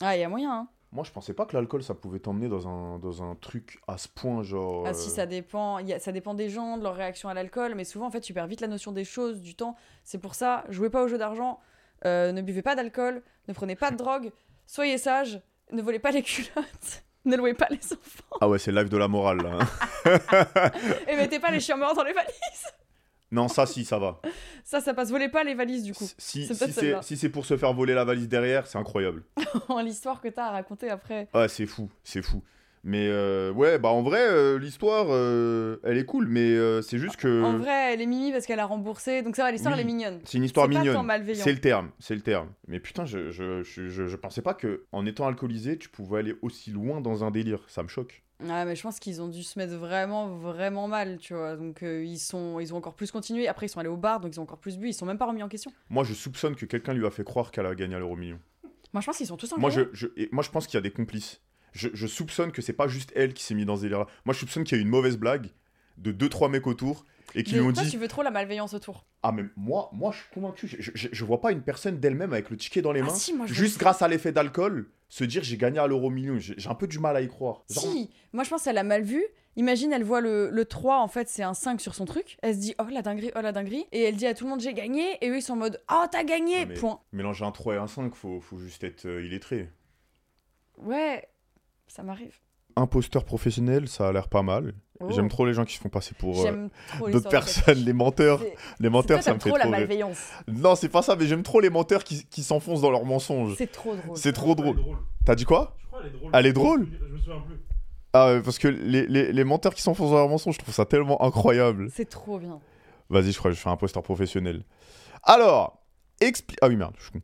[SPEAKER 2] ah, il y a moyen. Hein.
[SPEAKER 1] Moi, je pensais pas que l'alcool, ça pouvait t'emmener dans un, dans un truc à ce point, genre.
[SPEAKER 2] Ah, si, ça dépend. il y a- ça dépend des gens, de leur réaction à l'alcool. Mais souvent, en fait, tu perds vite la notion des choses, du temps. C'est pour ça, jouez pas au jeu d'argent. euh, ne buvez pas d'alcool. Ne prenez pas de drogue. Soyez sage. Ne volez pas les culottes. Ne louez pas les enfants.
[SPEAKER 1] Ah ouais, c'est live de la morale, là. hein.
[SPEAKER 2] Et mettez pas les chiens morts dans les valises.
[SPEAKER 1] non, ça, si, ça va.
[SPEAKER 2] Ça, ça passe. Volez pas les valises, du coup.
[SPEAKER 1] Si,
[SPEAKER 2] C'est
[SPEAKER 1] si
[SPEAKER 2] pas
[SPEAKER 1] c'est
[SPEAKER 2] celle-là.
[SPEAKER 1] si c'est pour se faire voler la valise derrière, c'est incroyable.
[SPEAKER 2] L'histoire que t'as à raconter après.
[SPEAKER 1] Ouais, c'est fou, c'est fou. Mais euh, ouais, bah en vrai, euh, l'histoire, euh, elle est cool, mais euh, c'est juste que.
[SPEAKER 2] En vrai, elle est mimi parce qu'elle a remboursé. Donc ça va, l'histoire,
[SPEAKER 1] Oui.
[SPEAKER 2] elle est mignonne.
[SPEAKER 1] C'est une
[SPEAKER 2] C'est pas
[SPEAKER 1] histoire
[SPEAKER 2] tant
[SPEAKER 1] mignonne.
[SPEAKER 2] malveillant.
[SPEAKER 1] C'est le terme, c'est le terme. Mais putain, je, je, je, je, je pensais pas que en étant alcoolisé, tu pouvais aller aussi loin dans un délire. Ça me choque.
[SPEAKER 2] Ah, mais je pense qu'ils ont dû se mettre vraiment, vraiment mal, tu vois. Donc euh, ils, sont, ils ont encore plus continué. Après, ils sont allés au bar, donc ils ont encore plus bu. Ils sont même pas remis en question.
[SPEAKER 1] Moi, je soupçonne que quelqu'un lui a fait croire qu'elle a gagné à l'euro million.
[SPEAKER 2] Moi, je pense qu'ils sont tous en
[SPEAKER 1] Moi je, je- et moi, je pense qu'il y a des complices. Je, je soupçonne que c'est pas juste elle qui s'est mise dans ce délire-là. Moi, je soupçonne qu'il y a eu une mauvaise blague de 2-3 mecs autour et qui lui ont
[SPEAKER 2] toi,
[SPEAKER 1] dit
[SPEAKER 2] tu veux trop la malveillance autour.
[SPEAKER 1] Ah, mais moi, moi je suis convaincu. Je, je- je- je vois pas une personne d'elle-même avec le ticket dans les mains,
[SPEAKER 2] ah, si, moi, je
[SPEAKER 1] Eh ben, juste grâce à l'effet d'alcool, se dire j'ai gagné à l'euro million. J'ai j'ai un peu du mal à y croire. Genre,
[SPEAKER 2] Si, moi je pense qu'elle a mal vu. Imagine, elle voit le, le 3, en fait, c'est un 5 sur son truc. Elle se dit, oh la dinguerie, oh la dinguerie. Et elle dit à tout le monde, j'ai gagné. Et eux, ils sont en mode, oh t'as gagné,
[SPEAKER 1] Non, mais-
[SPEAKER 2] point.
[SPEAKER 1] Mélanger un 3 et un 5, faut, faut juste être euh, illettré.
[SPEAKER 2] Ouais, ça m'arrive.
[SPEAKER 1] Imposteur professionnel, ça a l'air pas mal.
[SPEAKER 2] Oh.
[SPEAKER 1] J'aime trop les gens qui se font passer pour euh,
[SPEAKER 2] J'aime trop les
[SPEAKER 1] d'autres
[SPEAKER 2] sorties.
[SPEAKER 1] personnes, les menteurs.
[SPEAKER 2] C'est-
[SPEAKER 1] Les
[SPEAKER 2] c'est toi,
[SPEAKER 1] menteurs, ça
[SPEAKER 2] t'aimes
[SPEAKER 1] me fait
[SPEAKER 2] trop la
[SPEAKER 1] trop rire.
[SPEAKER 2] malveillance.
[SPEAKER 1] Non, c'est pas ça, mais j'aime trop les menteurs qui, qui s'enfoncent dans leurs mensonges.
[SPEAKER 2] C'est trop drôle.
[SPEAKER 1] C'est trop
[SPEAKER 3] Elle est
[SPEAKER 1] drôle. T'as dit quoi
[SPEAKER 3] Je crois qu'elle est drôle.
[SPEAKER 1] Elle est drôle
[SPEAKER 3] Je me souviens plus.
[SPEAKER 1] Ah, euh, parce que les, les- les menteurs qui s'enfoncent dans leurs mensonges, je trouve ça tellement incroyable.
[SPEAKER 2] C'est trop bien.
[SPEAKER 1] Vas-y, je crois que je fais un poster professionnel. Alors, expli... Ah oui, merde, je suis con.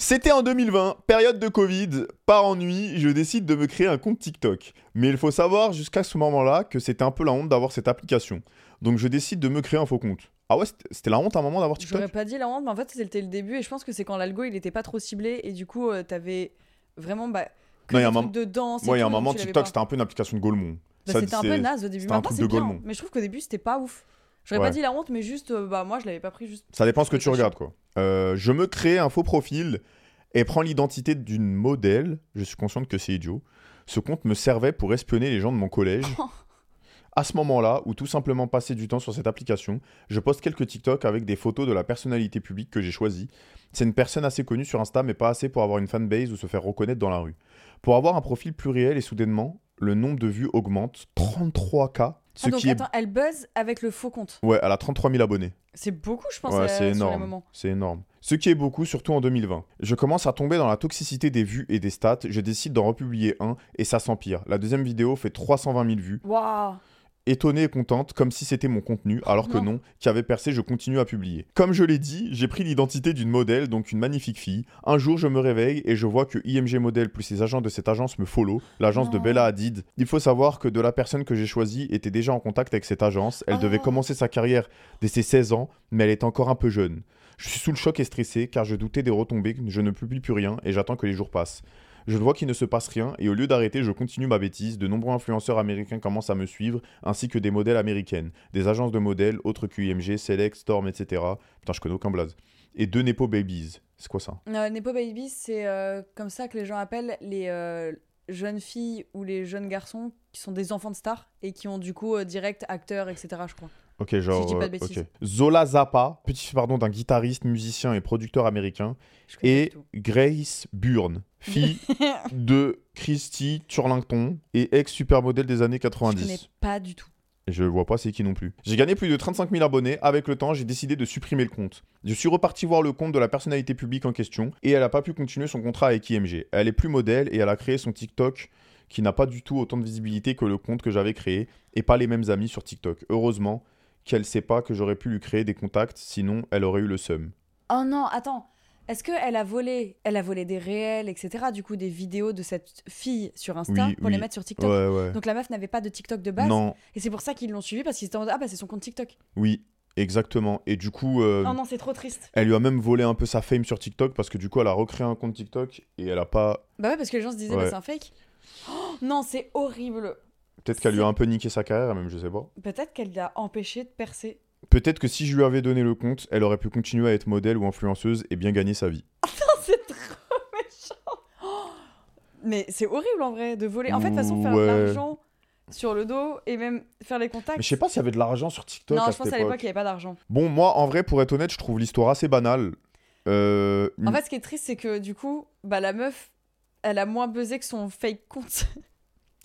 [SPEAKER 1] C'était en 2020, période de Covid, pas ennui, je décide de me créer un compte TikTok. Mais il faut savoir jusqu'à ce moment-là que c'était un peu la honte d'avoir cette application. Donc je décide de me créer un faux compte. Ah ouais, c'était- c'était la honte à un moment d'avoir TikTok
[SPEAKER 2] J'aurais pas dit la honte, mais en fait, c'était le début. Et je pense que c'est quand l'algo, il était pas trop ciblé. Et du coup, euh, t'avais vraiment. Bah, que
[SPEAKER 1] Non, il y a
[SPEAKER 2] des
[SPEAKER 1] un
[SPEAKER 2] trucs
[SPEAKER 1] moment-
[SPEAKER 2] de danse. et
[SPEAKER 1] Moi, il y a un
[SPEAKER 2] tout, donc
[SPEAKER 1] moment,
[SPEAKER 2] tu l'avais
[SPEAKER 1] TikTok,
[SPEAKER 2] pas.
[SPEAKER 1] c'était un peu une application de Golemont.
[SPEAKER 2] Bah,
[SPEAKER 1] Ça,
[SPEAKER 2] c'était un
[SPEAKER 1] c'est-
[SPEAKER 2] peu naze au début.
[SPEAKER 1] c'était un
[SPEAKER 2] Maintenant,
[SPEAKER 1] truc
[SPEAKER 2] c'est
[SPEAKER 1] de
[SPEAKER 2] bien.
[SPEAKER 1] Golemont.
[SPEAKER 2] Mais je trouve qu'au début, c'était pas ouf. J'aurais
[SPEAKER 1] Ouais.
[SPEAKER 2] pas dit la honte, mais juste, euh, bah moi, je l'avais pas pris juste.
[SPEAKER 1] Ça dépend ce que
[SPEAKER 2] Je
[SPEAKER 1] tu
[SPEAKER 2] me cache.
[SPEAKER 1] regardes, quoi. Euh, je me crée un faux profil et prends l'identité d'une modèle. Je suis consciente que c'est idiot. Ce compte me servait pour espionner les gens de mon collège. à ce moment-là, ou tout simplement passer du temps sur cette application, je poste quelques TikTok avec des photos de la personnalité publique que j'ai choisie. C'est une personne assez connue sur Insta, mais pas assez pour avoir une fanbase ou se faire reconnaître dans la rue. Pour avoir un profil pluriel et soudainement, le nombre de vues augmente 33K. Ce
[SPEAKER 2] Ah, donc
[SPEAKER 1] qui
[SPEAKER 2] attends, elle buzz avec le faux compte.
[SPEAKER 1] est. Ouais, elle a 33 000 abonnés.
[SPEAKER 2] C'est beaucoup, je pense,
[SPEAKER 1] Ouais,
[SPEAKER 2] euh,
[SPEAKER 1] c'est
[SPEAKER 2] sur les
[SPEAKER 1] énorme.
[SPEAKER 2] moments.
[SPEAKER 1] C'est énorme. Ce qui est beaucoup, surtout en 2020. Je commence à tomber dans la toxicité des vues et des stats. Je décide d'en republier un et ça s'empire. La deuxième vidéo fait 320 000 vues.
[SPEAKER 2] Waouh
[SPEAKER 1] Étonnée et contente, comme si c'était mon contenu, alors que
[SPEAKER 2] Non.
[SPEAKER 1] non, qui avait percé, je continue à publier. Comme je l'ai dit, j'ai pris l'identité d'une modèle, donc une magnifique fille. Un jour, je me réveille et je vois que IMG Modèle plus les agents de cette agence me follow, l'agence de
[SPEAKER 2] Non.
[SPEAKER 1] Bella Hadid. Il faut savoir que de la personne que j'ai choisie était déjà en contact avec cette agence. Elle
[SPEAKER 2] Oh.
[SPEAKER 1] devait commencer sa carrière dès ses 16 ans, mais elle est encore un peu jeune. Je suis sous le choc et stressé car je doutais des retombées, je ne publie plus rien et j'attends que les jours passent. Je vois qu'il ne se passe rien et au lieu d'arrêter, je continue ma bêtise. De nombreux influenceurs américains commencent à me suivre, ainsi que des modèles américaines, des agences de modèles, autres QIMG, Select, Storm, etc. Putain, je connais aucun blaze. Et deux Nepo Babies. C'est quoi ça
[SPEAKER 2] Euh, Nepo Baby, c'est euh, comme ça que les gens appellent les euh, jeunes filles ou les jeunes garçons qui sont des enfants de stars et qui ont du coup euh, direct acteur, etc. Je crois.
[SPEAKER 1] Ok, genre.
[SPEAKER 2] dis pas de
[SPEAKER 1] euh,
[SPEAKER 2] bêtises.
[SPEAKER 1] ok. Zola Zappa, petit pardon d'un guitariste, musicien et producteur américain,
[SPEAKER 2] Je connais pas
[SPEAKER 1] et
[SPEAKER 2] du tout.
[SPEAKER 1] Grace Burn, fille de Christy Turlington et ex-supermodèle des années
[SPEAKER 2] Je connais
[SPEAKER 1] 90.
[SPEAKER 2] pas du tout.
[SPEAKER 1] Je vois pas c'est qui non plus. J'ai gagné plus de 35 000 abonnés. Avec le temps, j'ai décidé de supprimer le compte. Je suis reparti voir le compte de la personnalité publique en question et elle a pas pu continuer son contrat avec IMG. Elle est plus modèle et elle a créé son TikTok qui n'a pas du tout autant de visibilité que le compte que j'avais créé et pas les mêmes amis sur TikTok. Heureusement qu'elle sait pas que j'aurais pu lui créer des contacts, sinon elle aurait eu le seum.
[SPEAKER 2] Oh non, attends. Est-ce qu'elle a volé Elle a volé des réels, etc. Du coup, des vidéos de cette fille sur Insta
[SPEAKER 1] Oui,
[SPEAKER 2] pour les
[SPEAKER 1] oui.
[SPEAKER 2] mettre sur TikTok.
[SPEAKER 1] Ouais, ouais.
[SPEAKER 2] Donc la meuf n'avait pas de TikTok de base.
[SPEAKER 1] Non,
[SPEAKER 2] Et c'est pour ça qu'ils l'ont suivie parce qu'ils étaient en mode Ah bah c'est son compte TikTok.
[SPEAKER 1] oui, exactement. Et du coup, euh,
[SPEAKER 2] Oh non, c'est trop triste.
[SPEAKER 1] elle lui a même volé un peu sa fame sur TikTok parce que du coup, elle a recréé un compte TikTok et elle a pas.
[SPEAKER 2] Bah ouais, parce que les gens se disaient
[SPEAKER 1] Ouais.
[SPEAKER 2] Bah c'est un fake. Oh, non, c'est horrible.
[SPEAKER 1] Peut-être qu'elle lui a un peu niqué sa carrière, même, je sais pas.
[SPEAKER 2] Peut-être qu'elle l'a empêché de percer.
[SPEAKER 1] Peut-être que si je lui avais donné le compte, elle aurait pu continuer à être modèle ou influenceuse et bien gagner sa vie.
[SPEAKER 2] Oh, c'est trop méchant. Oh, mais c'est horrible en vrai de voler. En fait, de toute façon, faire
[SPEAKER 1] Ouais.
[SPEAKER 2] de l'argent sur le dos et même faire les contacts.
[SPEAKER 1] Mais je sais pas s'il y avait de l'argent sur TikTok
[SPEAKER 2] non,
[SPEAKER 1] à
[SPEAKER 2] je pense
[SPEAKER 1] cette
[SPEAKER 2] à
[SPEAKER 1] époque.
[SPEAKER 2] l'époque, il n'y avait pas d'argent.
[SPEAKER 1] Bon, moi, en vrai, pour être honnête, je trouve l'histoire assez banale. Euh,
[SPEAKER 2] En fait, ce qui est triste, c'est que du coup, bah, la meuf, elle a moins buzzé que son fake compte.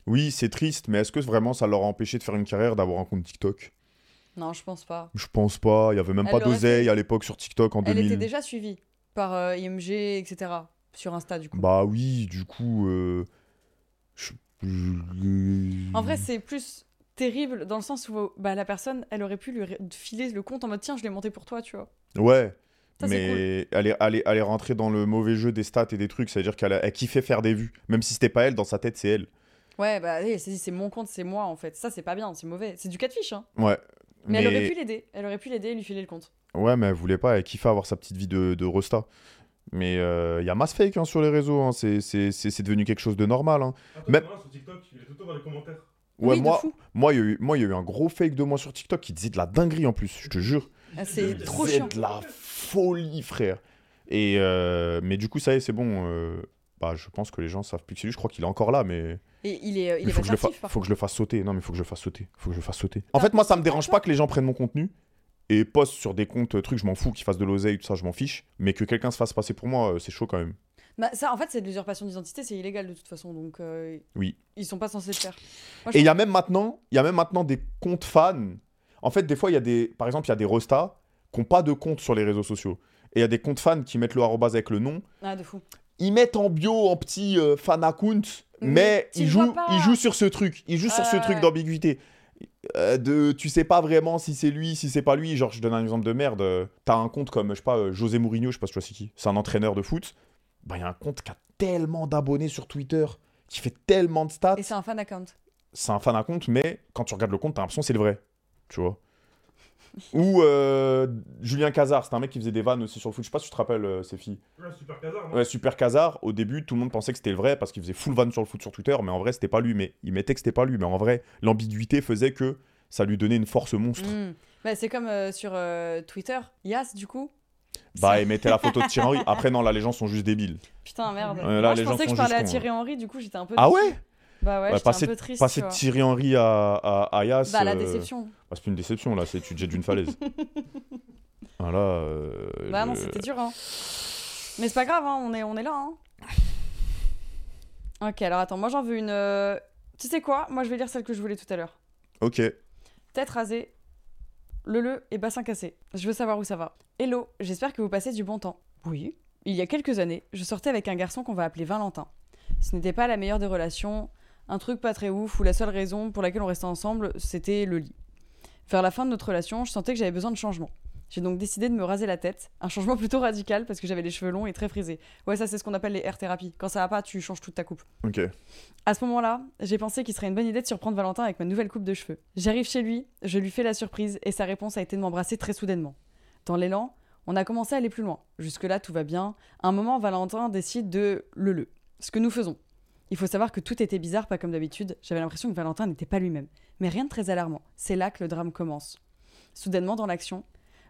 [SPEAKER 1] Oui, c'est triste, mais est-ce que vraiment ça leur a empêché de faire une carrière d'avoir un compte TikTok
[SPEAKER 2] non, je pense pas.
[SPEAKER 1] Je pense pas. Il y avait même
[SPEAKER 2] Elle
[SPEAKER 1] pas
[SPEAKER 2] l'aurait
[SPEAKER 1] d'oseille à l'époque sur TikTok en
[SPEAKER 2] Elle
[SPEAKER 1] 2000.
[SPEAKER 2] était déjà suivie par euh, IMG, etc. Sur Insta, du coup.
[SPEAKER 1] Bah oui, du coup. euh, je- je- Mm.
[SPEAKER 2] En vrai, c'est plus terrible dans le sens où bah, la personne, elle aurait pu lui ré- filer le compte en mode tiens, je l'ai monté pour toi, tu vois.
[SPEAKER 1] Ouais.
[SPEAKER 2] Ça, c'est
[SPEAKER 1] mais elle, est, elle, est- elle est rentrée dans le mauvais jeu des stats et des trucs, c'est-à-dire qu'elle a- elle kiffait faire des vues. Même si c'était pas elle, dans sa tête, c'est elle.
[SPEAKER 2] Ouais, bah oui, elle s'est dit c'est mon compte, c'est moi en fait. Ça, c'est pas bien, c'est mauvais. C'est du catfish, hein.
[SPEAKER 1] Ouais.
[SPEAKER 2] Mais, elle aurait pu l'aider. Elle aurait pu l'aider et lui filer le compte.
[SPEAKER 1] Ouais, mais elle voulait pas, elle kiffait avoir sa petite vie de, de Rosta. Mais il y a mass fake hein, sur les réseaux. hein. C'est- C'est c'est- c'est devenu quelque chose de normal. hein.
[SPEAKER 3] Attends,
[SPEAKER 1] Mais-
[SPEAKER 3] c'est marrant, sur TikTok, il est tout le temps dans les commentaires.
[SPEAKER 1] Ouais,
[SPEAKER 2] Oui, de
[SPEAKER 1] moi,
[SPEAKER 2] fou.
[SPEAKER 1] moi, il y a eu- moi, il y a eu un gros fake de moi sur TikTok qui disait de la dinguerie en plus, je te jure.
[SPEAKER 2] Ah, C'est
[SPEAKER 3] C'est-
[SPEAKER 2] trop
[SPEAKER 1] C'est
[SPEAKER 2] chiant.
[SPEAKER 1] de la folie, frère. Et euh, mais du coup, ça y est, c'est bon. euh, bah, je pense que les gens savent plus que c'est lui. Je crois qu'il est encore là, mais
[SPEAKER 2] Et il est, euh, il
[SPEAKER 1] mais
[SPEAKER 2] est
[SPEAKER 1] faut, que je le fa-
[SPEAKER 2] réactif, par
[SPEAKER 1] faut que
[SPEAKER 2] contre.
[SPEAKER 1] je le fasse sauter. Non, mais faut que je le fasse sauter. Faut que je le fasse sauter. En
[SPEAKER 2] T'as
[SPEAKER 1] fait, moi, ça me
[SPEAKER 2] un
[SPEAKER 1] dérange pas que les gens prennent mon contenu et postent sur des comptes euh, trucs. Je m'en fous qu'ils fassent de l'oseille, tout ça, je m'en fiche. Mais que quelqu'un se fasse passer pour moi, euh, c'est chaud quand même.
[SPEAKER 2] Bah, ça, en fait, c'est de l'usurpation d'identité, c'est illégal de toute façon, donc euh,
[SPEAKER 1] Oui.
[SPEAKER 2] ils sont pas censés le faire.
[SPEAKER 1] Et il y a même maintenant, il y a même maintenant des comptes fans. En fait, des fois, il y a des, par exemple, il y a des restas qui n'ont pas de compte sur les réseaux sociaux. Et il y a des comptes fans qui mettent le arrobase avec le nom.
[SPEAKER 2] Ah, de fou.
[SPEAKER 1] Ils mettent en bio, en petit euh, fan account, mais,
[SPEAKER 2] Mais tu
[SPEAKER 1] ils,
[SPEAKER 2] le vois
[SPEAKER 1] jouent,
[SPEAKER 2] pas.
[SPEAKER 1] ils jouent sur ce truc. Ils jouent sur ce
[SPEAKER 2] Ouais,
[SPEAKER 1] truc
[SPEAKER 2] ouais.
[SPEAKER 1] d'ambiguïté. Euh, de, tu sais pas vraiment si c'est lui, si c'est pas lui. Genre, je donne un exemple de merde. euh, T'as un compte comme, je sais pas, euh, José Mourinho, je sais pas si tu vois c'est qui. C'est un entraîneur de foot. Bah, il y a un compte qui a tellement d'abonnés sur Twitter, qui fait tellement de stats
[SPEAKER 2] Et c'est un fan account.
[SPEAKER 1] c'est un fan à compte, mais quand tu regardes le compte, t'as l'impression que c'est le vrai. Tu vois Ou euh, Julien Cazard, c'est un mec qui faisait des vannes aussi sur le foot. Je sais pas si tu te rappelles euh, ces filles.
[SPEAKER 3] Ouais, super casard, non
[SPEAKER 1] Ouais, Super Cazard, au début, tout le monde pensait que c'était le vrai parce qu'il faisait full vanne sur le foot sur Twitter, mais en vrai, c'était pas lui. Mais il mettait que c'était pas lui. Mais en vrai, l'ambiguïté faisait que ça lui donnait une force monstre.
[SPEAKER 2] Mm. Bah, c'est comme euh, sur euh, Twitter, Yas, du coup.
[SPEAKER 1] Bah, il mettait la photo de Thierry Henry. Après, non, là, les gens sont juste débiles.
[SPEAKER 2] Putain, merde.
[SPEAKER 1] Ouais, là,
[SPEAKER 2] Moi,
[SPEAKER 1] les
[SPEAKER 2] je
[SPEAKER 1] gens
[SPEAKER 2] pensais que
[SPEAKER 1] sont
[SPEAKER 2] je parlais à
[SPEAKER 1] juste cons,
[SPEAKER 2] Thierry Henry, du coup, j'étais un peu.
[SPEAKER 1] Ah
[SPEAKER 2] déçue.
[SPEAKER 1] ouais
[SPEAKER 2] Bah ouais,
[SPEAKER 1] Bah,
[SPEAKER 2] j'étais
[SPEAKER 1] passer-
[SPEAKER 2] un peu triste.
[SPEAKER 1] Passer
[SPEAKER 2] tu
[SPEAKER 1] de
[SPEAKER 2] vois.
[SPEAKER 1] Thierry Henry à, à, à Yas,
[SPEAKER 2] Bah, la
[SPEAKER 1] euh,
[SPEAKER 2] déception.
[SPEAKER 1] bah, c'est plus une déception, là, c'est tu te jettes d'une falaise. Ah, là, euh,
[SPEAKER 2] Bah, non,
[SPEAKER 1] je-
[SPEAKER 2] c'était dur, hein. Mais c'est pas grave, hein, on, est, on est là, hein. Ok, alors attends, moi j'en veux une. euh, Tu sais quoi Moi je vais lire celle que je voulais tout à l'heure.
[SPEAKER 1] Ok.
[SPEAKER 2] Tête rasée, le le et bassin cassé. Je veux savoir où ça va. Hello, j'espère que vous passez du bon temps. Oui. Il y a quelques années, je sortais avec un garçon qu'on va appeler Valentin. Ce n'était pas la meilleure des relations, un truc pas très ouf où la seule raison pour laquelle on restait ensemble, c'était le lit. Vers la fin de notre relation, je sentais que j'avais besoin de changement. J'ai donc décidé de me raser la tête, un changement plutôt radical parce que j'avais les cheveux longs et très frisés. Ouais, ça c'est ce qu'on appelle les hair thérapies. Quand ça va pas, tu changes toute ta coupe.
[SPEAKER 1] Ok.
[SPEAKER 2] À ce moment-là, j'ai pensé qu'il serait une bonne idée de surprendre Valentin avec ma nouvelle coupe de cheveux. J'arrive chez lui, je lui fais la surprise et sa réponse a été de m'embrasser très soudainement. Dans l'élan, on a commencé à aller plus loin. Jusque-là, tout va bien. À un moment, Valentin décide de le le. Ce que nous faisons. Il faut savoir que tout était bizarre, pas comme d'habitude. J'avais l'impression que Valentin n'était pas lui-même. Mais rien de très alarmant. C'est là que le drame commence. Soudainement, dans l'action,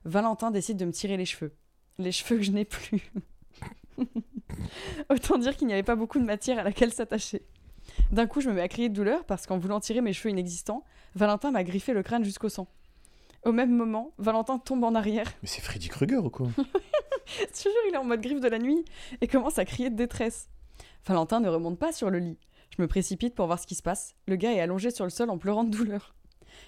[SPEAKER 2] Valentin décide de me tirer les cheveux. Les cheveux que je n'ai plus. Autant dire qu'il n'y avait pas beaucoup de matière à laquelle s'attacher. D'un coup, je me mets à crier de douleur parce qu'en voulant tirer mes cheveux inexistants, Valentin m'a griffé le crâne jusqu'au sang. Au même moment, Valentin tombe en arrière,
[SPEAKER 1] Mais c'est Freddy Krueger ou quoi
[SPEAKER 2] toujours il est en mode griffe de la nuit, et commence à crier de détresse. Valentin ne remonte pas sur le lit. Je me précipite pour voir ce qui se passe. Le gars est allongé sur le sol en pleurant de douleur.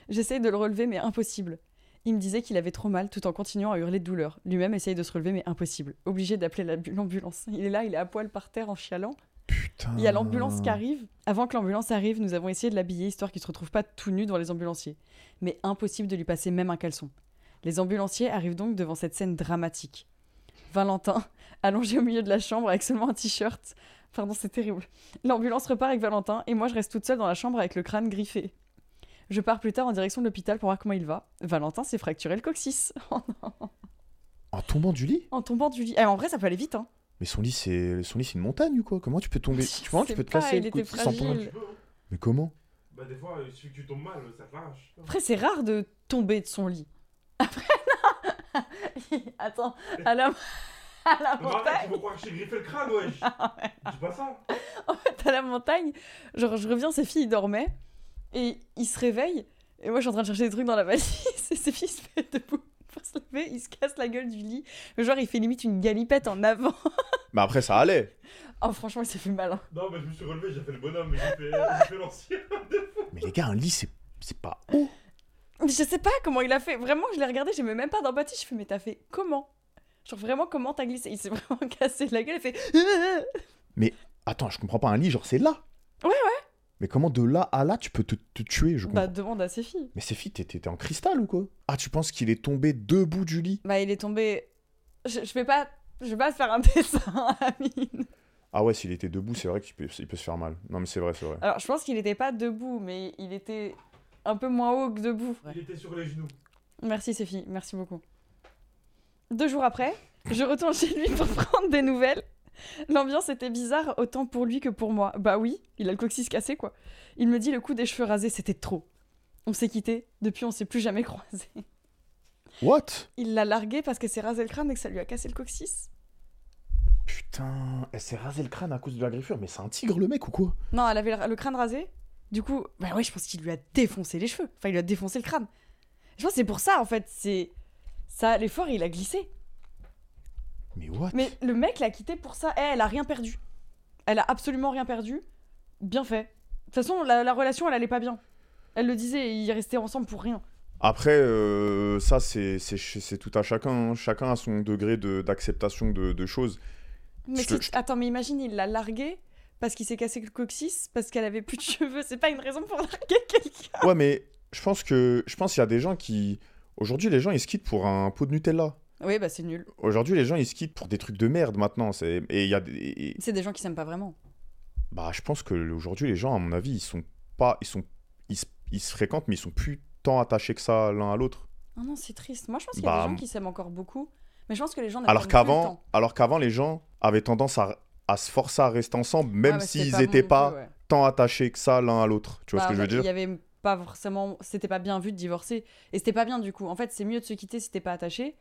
[SPEAKER 2] J'essaye de le relever, mais impossible. Il me disait qu'il avait trop mal tout en continuant à hurler de douleur. Lui-même essaye de se relever, mais impossible. Obligé d'appeler l'ambu- l'ambulance. Il est là, il est à poil par terre en chialant.
[SPEAKER 1] Putain.
[SPEAKER 2] Il y a l'ambulance qui arrive. Avant que l'ambulance arrive, nous avons essayé de l'habiller histoire qu'il se retrouve pas tout nu devant les ambulanciers. Mais impossible de lui passer même un caleçon. Les ambulanciers arrivent donc devant cette scène dramatique. Valentin, allongé au milieu de la chambre avec seulement un t-shirt. Pardon, c'est terrible. L'ambulance repart avec Valentin et moi je reste toute seule dans la chambre avec le crâne griffé. Je pars plus tard en direction de l'hôpital pour voir comment il va. Valentin s'est fracturé le coccyx
[SPEAKER 1] En tombant du lit
[SPEAKER 2] en tombant du lit. Eh, en vrai, ça peut aller vite, hein.
[SPEAKER 1] Mais son lit, c'est son lit, c'est une montagne ou quoi Comment tu peux tomber Tu vois, tu
[SPEAKER 2] C'est
[SPEAKER 1] peux te
[SPEAKER 2] pas,
[SPEAKER 1] casser
[SPEAKER 2] il
[SPEAKER 1] le coude
[SPEAKER 2] était
[SPEAKER 1] sans problème.
[SPEAKER 2] fragile.
[SPEAKER 3] Tu peux, hein.
[SPEAKER 1] Mais comment
[SPEAKER 3] Bah, des fois, il suffit que tu tombes mal, ça t'arrache.
[SPEAKER 2] Après, c'est rare de tomber de son lit. Après, non Attends, à la, à la
[SPEAKER 3] Non, mais arrête,
[SPEAKER 2] montagne,
[SPEAKER 3] il faut croire que j'ai griffé le crâne, wesh.
[SPEAKER 2] Ah,
[SPEAKER 3] Dis pas ça.
[SPEAKER 2] à la montagne, genre, je reviens, ses filles dormaient, et il se réveille, et moi, je suis en train de chercher des trucs dans la valise, et ses filles se mettent debout pour se lever, il se casse la gueule du lit. Le genre, il fait limite une galipette en avant.
[SPEAKER 1] Mais après, ça allait.
[SPEAKER 2] Oh, franchement, il s'est fait mal. hein.
[SPEAKER 3] Non, mais je me suis relevé, j'ai fait le bonhomme, mais j'ai fait, j'ai fait l'ancien.
[SPEAKER 1] Mais les gars, un lit, c'est c'est pas haut.
[SPEAKER 2] Mais je sais pas comment il a fait. Vraiment, je l'ai regardé, j'ai même pas d'empathie. Je fais, mais t'as fait comment Genre, vraiment, comment t'as glissé Il s'est vraiment cassé la gueule, il fait.
[SPEAKER 1] Attends, je comprends pas. Un lit, genre, c'est là.
[SPEAKER 2] Ouais, ouais.
[SPEAKER 1] Mais comment de là à là, tu peux te, te tuer Je comprends.
[SPEAKER 2] Bah, demande à ses filles.
[SPEAKER 1] Mais c'est fille, t'es- t'es t'es en cristal ou quoi Ah, tu penses qu'il est tombé debout du lit
[SPEAKER 2] Bah, il est tombé. Je, je vais pas. Je vais pas te faire un dessin, Amine.
[SPEAKER 1] Ah ouais, s'il était debout, c'est vrai qu'il peut, il peut se faire mal. Non, mais c'est vrai, c'est vrai.
[SPEAKER 2] Alors, je pense qu'il était pas debout, mais il était un peu moins haut que debout.
[SPEAKER 3] Il était sur les genoux.
[SPEAKER 2] Merci, Séphie, merci beaucoup. Deux jours après, Je retourne chez lui pour prendre des nouvelles. L'ambiance était bizarre autant pour lui que pour moi. Bah oui, il a le coccyx cassé quoi. Il me dit le coup des cheveux rasés, c'était trop. On s'est quittés, depuis on s'est plus jamais croisés.
[SPEAKER 1] What
[SPEAKER 2] Il l'a largué parce qu'elle s'est rasé le crâne et que ça lui a cassé le coccyx.
[SPEAKER 1] Putain, elle s'est rasé le crâne à cause de la griffure, mais c'est un tigre le mec ou quoi
[SPEAKER 2] Non, elle avait le, le crâne rasé. Du coup, bah ouais, je pense qu'il lui a défoncé les cheveux. Enfin, il lui a défoncé le crâne. Je pense que c'est pour ça en fait, c'est ça l'effort, il a glissé.
[SPEAKER 1] Mais what
[SPEAKER 2] Mais le mec l'a quitté pour ça. Eh, elle a rien perdu. Elle a absolument rien perdu. Bien fait. De toute façon, la, la relation, elle allait pas bien. Elle le disait, ils restaient ensemble pour rien.
[SPEAKER 1] Après, euh, ça, c'est c'est ch- c'est tout à chacun. hein. Chacun a son degré de- d'acceptation de, de choses.
[SPEAKER 2] Mais
[SPEAKER 1] Je te-
[SPEAKER 2] si- attends, mais imagine, il l'a larguée parce qu'il s'est cassé le coccyx, parce qu'elle avait plus de cheveux. C'est pas une raison pour larguer quelqu'un.
[SPEAKER 1] Ouais, mais je pense que je pense qu'il y a des gens qui aujourd'hui les gens ils se quittent pour un pot de Nutella.
[SPEAKER 2] Oui, bah c'est nul.
[SPEAKER 1] Aujourd'hui les gens ils se quittent pour des trucs de merde maintenant. C'est et il y a des- et- et-
[SPEAKER 2] C'est des gens qui s'aiment pas vraiment.
[SPEAKER 1] bah je pense que aujourd'hui les gens à mon avis ils sont pas ils sont ils, se- ils se fréquentent mais ils sont plus tant attachés que ça l'un à l'autre.
[SPEAKER 2] Ah non, c'est triste. Moi, je pense qu'il y a
[SPEAKER 1] Bah,
[SPEAKER 2] des gens qui s'aiment encore beaucoup. Mais je pense que les gens n'attendent
[SPEAKER 1] Alors
[SPEAKER 2] plus le
[SPEAKER 1] qu'avant
[SPEAKER 2] temps.
[SPEAKER 1] alors qu'avant les gens avaient tendance à à se forcer à rester ensemble même
[SPEAKER 2] Ouais, bah, c'était
[SPEAKER 1] s'ils
[SPEAKER 2] bon
[SPEAKER 1] étaient
[SPEAKER 2] non
[SPEAKER 1] pas
[SPEAKER 2] plus, ouais.
[SPEAKER 1] tant attachés que ça l'un à l'autre. Tu vois ce
[SPEAKER 2] Bah,
[SPEAKER 1] que je veux
[SPEAKER 2] bah,
[SPEAKER 1] dire
[SPEAKER 2] Il y avait pas forcément, c'était pas bien vu de divorcer et c'était pas bien du coup. En fait, c'est mieux de se quitter si t'es pas attaché,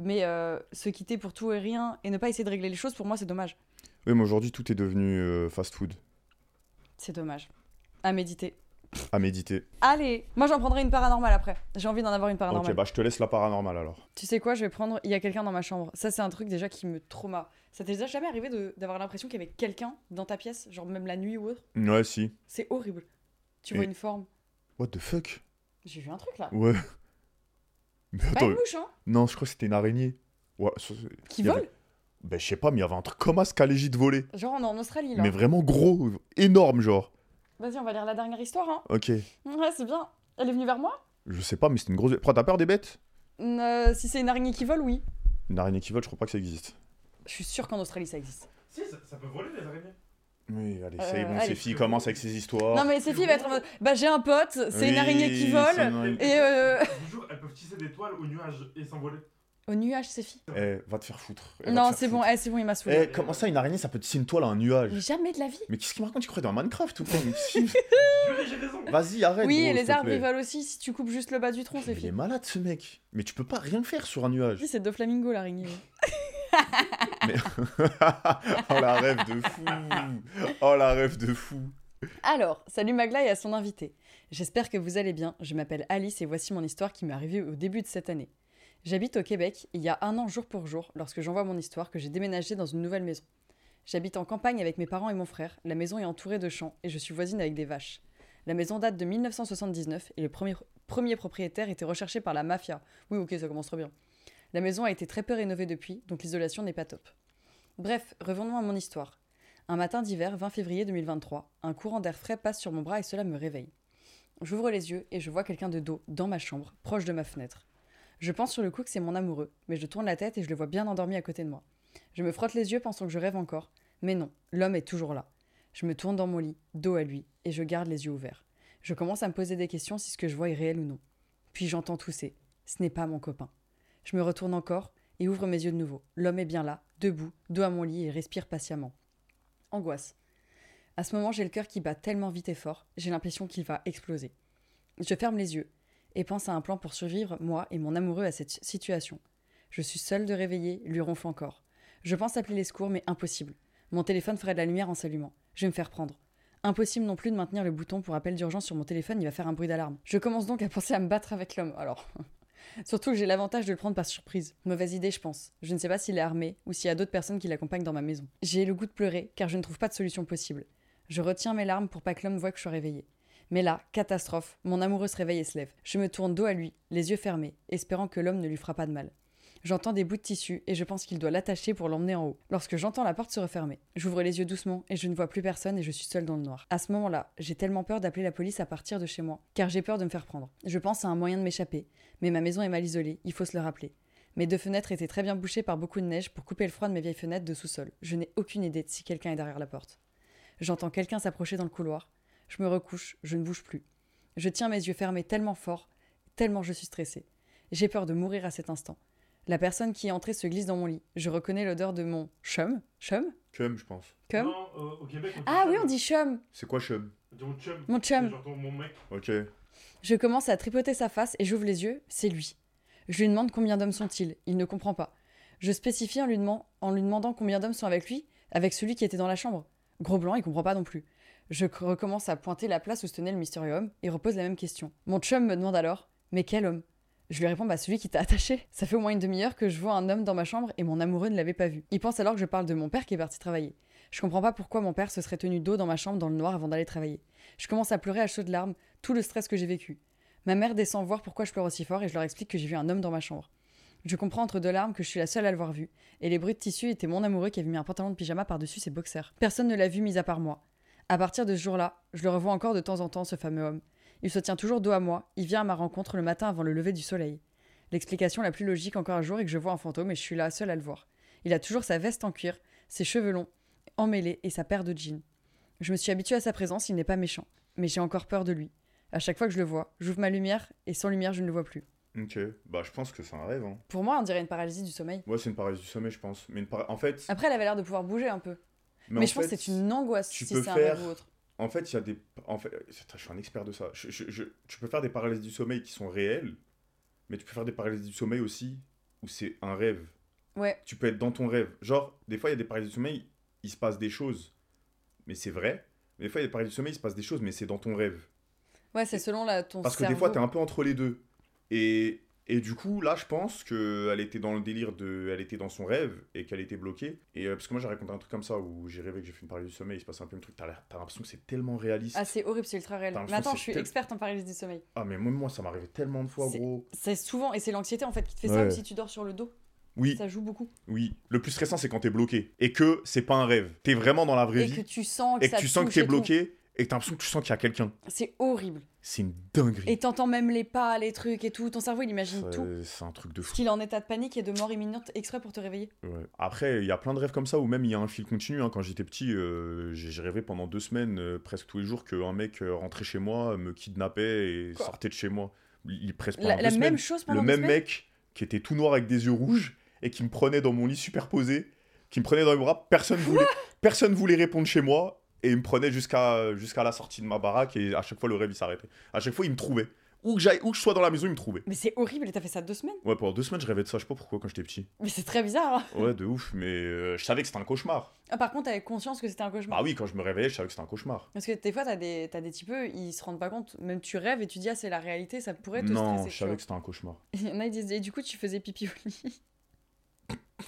[SPEAKER 2] mais euh, se quitter pour tout et rien et ne pas essayer de régler les choses, pour moi, c'est dommage.
[SPEAKER 1] Oui, mais aujourd'hui tout est devenu euh, fast-food.
[SPEAKER 2] C'est dommage. À méditer.
[SPEAKER 1] À méditer.
[SPEAKER 2] Allez, moi j'en prendrai une paranormale après. J'ai envie d'en avoir une paranormale.
[SPEAKER 1] Ok, bah je te laisse la paranormale alors.
[SPEAKER 2] Tu sais quoi, je vais prendre. Il y a quelqu'un dans ma chambre. Ça, c'est un truc déjà qui me trauma. Ça t'est déjà jamais arrivé de- d'avoir l'impression qu'il y avait quelqu'un dans ta pièce, genre même la nuit ou autre
[SPEAKER 1] Ouais, si.
[SPEAKER 2] C'est horrible. Tu
[SPEAKER 1] Et-
[SPEAKER 2] vois une forme.
[SPEAKER 1] What the fuck
[SPEAKER 2] J'ai vu un truc là.
[SPEAKER 1] Ouais. Mais
[SPEAKER 2] Pas
[SPEAKER 1] attends,
[SPEAKER 2] une mouche, hein
[SPEAKER 1] non, je crois que c'était une araignée. Ouais, ça, c'est-
[SPEAKER 2] Qui
[SPEAKER 1] Il y
[SPEAKER 2] vole
[SPEAKER 1] avait- ben, je sais pas, mais il y avait un truc comme à ce qu'à l'égide voler.
[SPEAKER 2] Genre, on est en Australie là.
[SPEAKER 1] Mais vraiment gros, énorme, genre.
[SPEAKER 2] Vas-y, on va lire la dernière histoire, hein.
[SPEAKER 1] Ok,
[SPEAKER 2] Ouais, c'est bien. Elle est venue vers moi
[SPEAKER 1] je sais pas, mais c'était une grosse. Pourquoi t'as peur des bêtes
[SPEAKER 2] Mm, euh, Si c'est une araignée qui vole, oui.
[SPEAKER 1] Une araignée qui vole, je crois pas que ça existe.
[SPEAKER 2] Je suis sûre qu'en Australie ça existe.
[SPEAKER 3] Si, ça, ça peut voler les araignées.
[SPEAKER 1] Oui, allez,
[SPEAKER 2] Euh,
[SPEAKER 1] c'est bon,
[SPEAKER 2] allez.
[SPEAKER 1] ces filles commencent avec ces histoires.
[SPEAKER 2] Non mais Sophie va être en mode Bah j'ai un pote, c'est
[SPEAKER 1] Oh. Oui,
[SPEAKER 2] une araignée qui
[SPEAKER 1] c'est
[SPEAKER 2] vole.
[SPEAKER 1] une araignée.
[SPEAKER 2] Et euh...
[SPEAKER 3] Toujours, elles peuvent tisser des toiles aux nuages et s'envoler.
[SPEAKER 2] Au nuage, Sophie.
[SPEAKER 1] Eh, va te faire foutre. Eh, va te
[SPEAKER 2] Non,
[SPEAKER 1] faire
[SPEAKER 2] c'est bon,
[SPEAKER 1] foutre.
[SPEAKER 2] eh, c'est bon, il m'a saoulé.
[SPEAKER 1] Eh, comment ça, une araignée, ça peut te une toile à un
[SPEAKER 2] Mais
[SPEAKER 1] nuage
[SPEAKER 2] jamais de la vie.
[SPEAKER 1] Mais qu'est-ce qui me raconte Tu crois dans Minecraft ou quoi Mais si-
[SPEAKER 3] Purée, j'ai raison.
[SPEAKER 2] Bah,
[SPEAKER 1] Vas-y, arrête.
[SPEAKER 2] oui,
[SPEAKER 1] gros,
[SPEAKER 2] et
[SPEAKER 1] s'il
[SPEAKER 2] les
[SPEAKER 1] te
[SPEAKER 2] arbres
[SPEAKER 1] plaît.
[SPEAKER 2] ils volent aussi si tu coupes juste le bas du tronc,
[SPEAKER 1] Mais Il est
[SPEAKER 2] Sophie.
[SPEAKER 1] malade ce mec. Mais tu peux pas rien faire sur un nuage.
[SPEAKER 2] Oui, c'est deux flamingos l'araignée.
[SPEAKER 1] oh la rêve de fou Oh la rêve de fou
[SPEAKER 2] Alors, salut Magla et à son invité. J'espère que vous allez bien. Je m'appelle Alice et voici mon histoire qui m'est arrivée au début de cette année. J'habite au Québec il y a un an jour pour jour lorsque j'envoie mon histoire que j'ai déménagé dans une nouvelle maison. J'habite en campagne avec mes parents et mon frère. La maison est entourée de champs et je suis voisine avec des vaches. La maison date de 1979 et le premier, premier propriétaire était recherché par la mafia. Oui, ok, ça commence trop bien. La maison a été très peu rénovée depuis, donc l'isolation n'est pas top. Bref, revenons à mon histoire. Un matin d'hiver, 20 février 2023, un courant d'air frais passe sur mon bras et cela me réveille. J'ouvre les yeux et je vois quelqu'un de dos, dans ma chambre, proche de ma fenêtre. Je pense sur le coup que c'est mon amoureux, mais je tourne la tête et je le vois bien endormi à côté de moi. Je me frotte les yeux pensant que je rêve encore, mais non, l'homme est toujours là. Je me tourne dans mon lit, dos à lui, et je garde les yeux ouverts. Je commence à me poser des questions si ce que je vois est réel ou non. Puis j'entends tousser. Ce n'est pas mon copain. Je me retourne encore et ouvre mes yeux de nouveau. L'homme est bien là, debout, dos à mon lit et respire patiemment. Angoisse. À ce moment, j'ai le cœur qui bat tellement vite et fort, j'ai l'impression qu'il va exploser. Je ferme les yeux et pense à un plan pour survivre, moi et mon amoureux, à cette situation. Je suis seule de réveillée, lui ronfle encore. Je pense appeler les secours, mais impossible. Mon téléphone ferait de la lumière en s'allumant. Je vais me faire prendre. Impossible non plus de maintenir le bouton pour appel d'urgence sur mon téléphone, il va faire un bruit d'alarme. Je commence donc à penser à me battre avec l'homme, alors. Surtout que j'ai l'avantage de le prendre par surprise. Mauvaise idée, je pense. Je ne sais pas s'il est armé ou s'il y a d'autres personnes qui l'accompagnent dans ma maison. J'ai le goût de pleurer car je ne trouve pas de solution possible. Je retiens mes larmes pour pas que l'homme voie que je suis réveillée. Mais là, catastrophe, mon amoureux se réveille et se lève. Je me tourne dos à lui, les yeux fermés, espérant que l'homme ne lui fera pas de mal. J'entends des bouts de tissu et je pense qu'il doit l'attacher pour l'emmener en haut. Lorsque j'entends la porte se refermer, j'ouvre les yeux doucement et je ne vois plus personne et je suis seule dans le noir. À ce moment-là, j'ai tellement peur d'appeler la police à partir de chez moi, car j'ai peur de me faire prendre. Je pense à un moyen de m'échapper, mais ma maison est mal isolée, il faut se le rappeler. Mes deux fenêtres étaient très bien bouchées par beaucoup de neige pour couper le froid de mes vieilles fenêtres de sous-sol. Je n'ai aucune idée de si quelqu'un est derrière la porte. J'entends quelqu'un s'approcher dans le couloir. Je me recouche, je ne bouge plus. Je tiens mes yeux fermés tellement fort, tellement je suis stressée. J'ai peur de mourir à cet instant. La personne qui est entrée se glisse dans mon lit. Je reconnais l'odeur de mon chum. Chum
[SPEAKER 1] Chum, je pense.
[SPEAKER 2] Cum
[SPEAKER 3] Non, euh, au Québec, on dit
[SPEAKER 2] Ah
[SPEAKER 3] chum.
[SPEAKER 2] oui, on dit chum.
[SPEAKER 1] C'est quoi chum
[SPEAKER 3] On dit mon chum.
[SPEAKER 2] Mon
[SPEAKER 3] C'est
[SPEAKER 2] chum.
[SPEAKER 3] Genre ton- mon mec.
[SPEAKER 1] Ok.
[SPEAKER 2] Je commence à tripoter sa face et j'ouvre les yeux, c'est lui. Je lui demande combien d'hommes sont-ils, il ne comprend pas. Je spécifie en lui, deman- en lui demandant combien d'hommes sont avec lui, avec celui qui était dans la chambre. Gros blanc, il comprend pas non plus. Je cr- recommence à pointer la place où se tenait le mystérieux homme et repose la même question. Mon chum me demande alors Mais quel homme Je lui réponds Bah celui qui t'a attaché. Ça fait au moins une demi-heure que je vois un homme dans ma chambre et mon amoureux ne l'avait pas vu. Il pense alors que je parle de mon père qui est parti travailler. Je comprends pas pourquoi mon père se serait tenu dos dans ma chambre dans le noir avant d'aller travailler. Je commence à pleurer à chaudes larmes, tout le stress que j'ai vécu. Ma mère descend voir pourquoi je pleure aussi fort et je leur explique que j'ai vu un homme dans ma chambre. Je comprends entre deux larmes que je suis la seule à l'avoir vu, et les bruits de tissu étaient mon amoureux qui avait mis un pantalon de pyjama par-dessus ses boxers. Personne ne l'a vu, mis à part moi. À partir de ce jour-là, je le revois encore de temps en temps, ce fameux homme. Il se tient toujours dos à moi, il vient à ma rencontre le matin avant le lever du soleil. L'explication la plus logique encore un jour est que je vois un fantôme et je suis la seule à le voir. Il a toujours sa veste en cuir, ses cheveux longs, emmêlés et sa paire de jeans. Je me suis habituée à sa présence, il n'est pas méchant, mais j'ai encore peur de lui. À chaque fois que je le vois, j'ouvre ma lumière et sans lumière, je ne le vois plus.
[SPEAKER 1] Ok. Bah, je pense que c'est un rêve. Hein.
[SPEAKER 2] Pour moi, on dirait une paralysie du sommeil.
[SPEAKER 1] Ouais, c'est une paralysie du sommeil, je pense. Mais une para- en fait.
[SPEAKER 2] Après, elle avait l'air de pouvoir bouger un peu. Ah, Mais,
[SPEAKER 1] en
[SPEAKER 2] je pense
[SPEAKER 1] fait,
[SPEAKER 2] que c'est une angoisse
[SPEAKER 1] tu
[SPEAKER 2] si
[SPEAKER 1] peux
[SPEAKER 2] c'est un rêve
[SPEAKER 1] faire-
[SPEAKER 2] ou autre.
[SPEAKER 1] En fait, il y a des. En fait, Putain, je suis un expert de ça. Je- je- je- Tu peux faire des paralysies du sommeil qui sont réelles, mais tu peux faire des paralysies du sommeil aussi où c'est un rêve.
[SPEAKER 2] Ouais.
[SPEAKER 1] Tu peux être dans ton rêve. Genre, des fois, il y a des paralysies du sommeil, il se passe des choses, mais c'est vrai. Mais des fois, il y a des paralysies du sommeil, il se passe des choses, mais c'est dans ton rêve.
[SPEAKER 2] Ouais, c'est selon la, ton
[SPEAKER 1] Parce que
[SPEAKER 2] cerveau.
[SPEAKER 1] des fois, t'es un peu entre les deux. Et, et du coup, là, je pense qu'elle était dans le délire de. Elle était dans son rêve et qu'elle était bloquée. Et euh, parce que moi, j'ai raconté un truc comme ça où j'ai rêvé que j'ai fait une paralysie du sommeil, il se passait un peu un truc. T'as l'air- t'as l'impression que c'est tellement réaliste.
[SPEAKER 2] Ah, c'est horrible, c'est ultra réel.
[SPEAKER 1] T'as l'impression
[SPEAKER 2] Mais attends,
[SPEAKER 1] que c'est
[SPEAKER 2] je suis
[SPEAKER 1] tel-
[SPEAKER 2] experte en paralysie du sommeil.
[SPEAKER 1] Ah, mais même moi, ça m'arrivait tellement de fois,
[SPEAKER 2] C'est-
[SPEAKER 1] gros.
[SPEAKER 2] C'est souvent, et c'est l'anxiété en fait qui te fait ça,
[SPEAKER 1] Ouais.
[SPEAKER 2] ou si tu dors sur le dos,
[SPEAKER 1] Oui,
[SPEAKER 2] ça joue beaucoup.
[SPEAKER 1] oui. Le plus stressant, c'est quand t'es bloqué. Et que c'est pas un rêve. T'es vraiment dans la vraie
[SPEAKER 2] Et que
[SPEAKER 1] vie.
[SPEAKER 2] tu sens que
[SPEAKER 1] et
[SPEAKER 2] ça
[SPEAKER 1] que tu sens que
[SPEAKER 2] touche
[SPEAKER 1] t'es
[SPEAKER 2] et tout.
[SPEAKER 1] bloqué. Et que t'as l'impression que tu sens qu'il y a quelqu'un.
[SPEAKER 2] C'est horrible.
[SPEAKER 1] C'est une dinguerie.
[SPEAKER 2] Et t'entends même les pas, les trucs et tout. Ton cerveau, il
[SPEAKER 1] Ça,
[SPEAKER 2] imagine tout.
[SPEAKER 1] C'est un truc de fou.
[SPEAKER 2] Qu'il est en état de panique et de mort imminente exprès pour te réveiller.
[SPEAKER 1] Ouais. Après, il y a plein de rêves comme ça, ou même il y a un fil continu. hein. Quand j'étais petit, euh, j'ai j'ai rêvé pendant deux semaines, euh, presque tous les jours, qu'un mec euh, rentrait chez moi, me kidnappait et
[SPEAKER 2] Quoi
[SPEAKER 1] sortait de chez moi. Il, il- presque
[SPEAKER 2] La,
[SPEAKER 1] pendant
[SPEAKER 2] la
[SPEAKER 1] deux
[SPEAKER 2] même
[SPEAKER 1] semaines.
[SPEAKER 2] chose
[SPEAKER 1] Le
[SPEAKER 2] pendant deux
[SPEAKER 1] même
[SPEAKER 2] semaines
[SPEAKER 1] mec qui était tout noir avec des yeux rouges et qui me prenait dans mon lit superposé, qui me prenait dans les bras. Personne voulait, personne voulait répondre chez moi et il me prenait jusqu'à jusqu'à la sortie de ma baraque et à chaque fois le rêve il s'arrêtait. À chaque fois il me trouvait. Où que, j'aille- où que je sois dans la maison, il me trouvait.
[SPEAKER 2] Mais c'est horrible, et t'as fait ça deux semaines
[SPEAKER 1] Ouais, pendant deux semaines, je rêvais de ça, je sais pas pourquoi quand j'étais petit.
[SPEAKER 2] Mais c'est très bizarre. hein.
[SPEAKER 1] Ouais, de ouf, mais euh, je savais que c'était un cauchemar.
[SPEAKER 2] Ah, par contre, t'avais conscience que c'était un cauchemar.
[SPEAKER 1] Bah oui, quand je me réveillais, je savais que c'était un cauchemar.
[SPEAKER 2] Parce que des fois, t'as des, t'as des types, eux, ils se rendent pas compte. Même tu rêves et tu dis, ah, c'est la réalité, ça pourrait te
[SPEAKER 1] Non,
[SPEAKER 2] stresser.
[SPEAKER 1] je
[SPEAKER 2] tu
[SPEAKER 1] savais
[SPEAKER 2] vois.
[SPEAKER 1] que c'était un cauchemar.
[SPEAKER 2] Il y en a, ils disent, et du coup, tu faisais pipi au lit.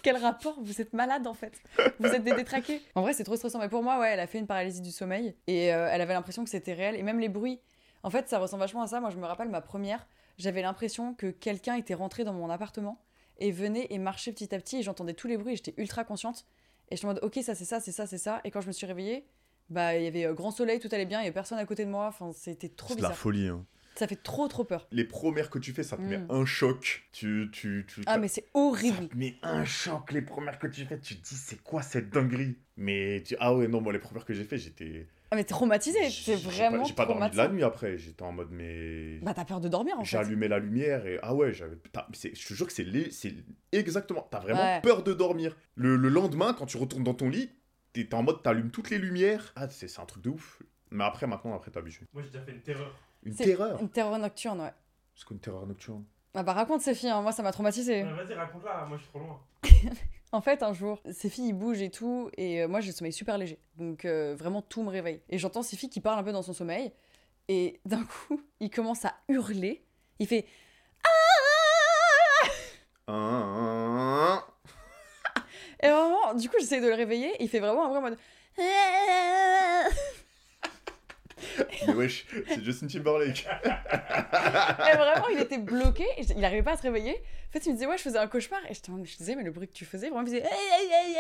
[SPEAKER 2] Quel rapport Vous êtes malade en fait. Vous êtes des détraqués. En vrai, c'est trop stressant. Mais pour moi, ouais, elle a fait une paralysie du sommeil et euh, elle avait l'impression que c'était réel. Et même les bruits. En fait, ça ressemble vachement à ça. Moi, je me rappelle ma première. J'avais l'impression que quelqu'un était rentré dans mon appartement et venait et marchait petit à petit. Et j'entendais tous les bruits. et J'étais ultra consciente. Et je me mode, ok, ça, c'est ça, c'est ça, c'est ça. Et quand je me suis réveillée, bah, il y avait euh, grand soleil, tout allait bien. Il y avait personne à côté de moi. Enfin, c'était trop
[SPEAKER 1] C'est de la
[SPEAKER 2] bizarre.
[SPEAKER 1] folie. hein.
[SPEAKER 2] Ça fait trop, trop peur.
[SPEAKER 1] Les premières que tu fais, ça te met
[SPEAKER 2] Mm.
[SPEAKER 1] un choc. Tu, tu, tu,
[SPEAKER 2] Ah, mais c'est horrible.
[SPEAKER 1] Ça te met un choc. Les premières que tu fais, tu te dis, c'est quoi cette dinguerie Mais tu... ah ouais, non, moi, les premières que j'ai fait, j'étais.
[SPEAKER 2] Ah mais traumatisé,
[SPEAKER 1] j'ai-
[SPEAKER 2] c'est
[SPEAKER 1] j'ai pas-
[SPEAKER 2] vraiment
[SPEAKER 1] J'ai pas dormi de
[SPEAKER 2] traumatisant.
[SPEAKER 1] la nuit après. J'étais en mode, mais.
[SPEAKER 2] Bah t'as peur de dormir en
[SPEAKER 1] J'ai
[SPEAKER 2] fait.
[SPEAKER 1] allumé la lumière et ah ouais, j'avais. putain, mais c'est- Je te jure que c'est lé- c'est exactement. T'as vraiment
[SPEAKER 2] Ouais.
[SPEAKER 1] peur de dormir. Le, le lendemain, quand tu retournes dans ton lit, t'es t'es en mode t'allumes toutes les lumières. Ah, c'est c'est un truc de ouf. Mais après, maintenant, après, t'es habitué.
[SPEAKER 3] Moi, j'ai déjà fait une terreur.
[SPEAKER 1] Une
[SPEAKER 2] C'est
[SPEAKER 1] terreur.
[SPEAKER 2] Une terreur nocturne, ouais.
[SPEAKER 1] C'est quoi une terreur nocturne
[SPEAKER 2] Ah bah raconte ces filles, hein, moi ça m'a traumatisé.
[SPEAKER 3] Ouais, Vas-y, raconte-la, moi, je suis trop loin.
[SPEAKER 2] En fait, un jour, ces filles ils bougent et tout, et euh, moi j'ai le sommeil super léger. Donc euh, vraiment tout me réveille. Et j'entends ces filles qui parlent un peu dans son sommeil, et d'un coup, il commence à hurler. Il fait
[SPEAKER 1] Un,
[SPEAKER 2] Et vraiment, du coup, j'essaie de le réveiller, et il fait vraiment un vrai mode. Et
[SPEAKER 1] Mais wesh, c'est Justin Timberlake.
[SPEAKER 2] vraiment, il était bloqué, et il n'arrivait pas à se réveiller. En fait, il me disait, ouais, je faisais un cauchemar. Et j'étais en mode, je disais, mais le bruit que tu faisais, vraiment, il faisait. Et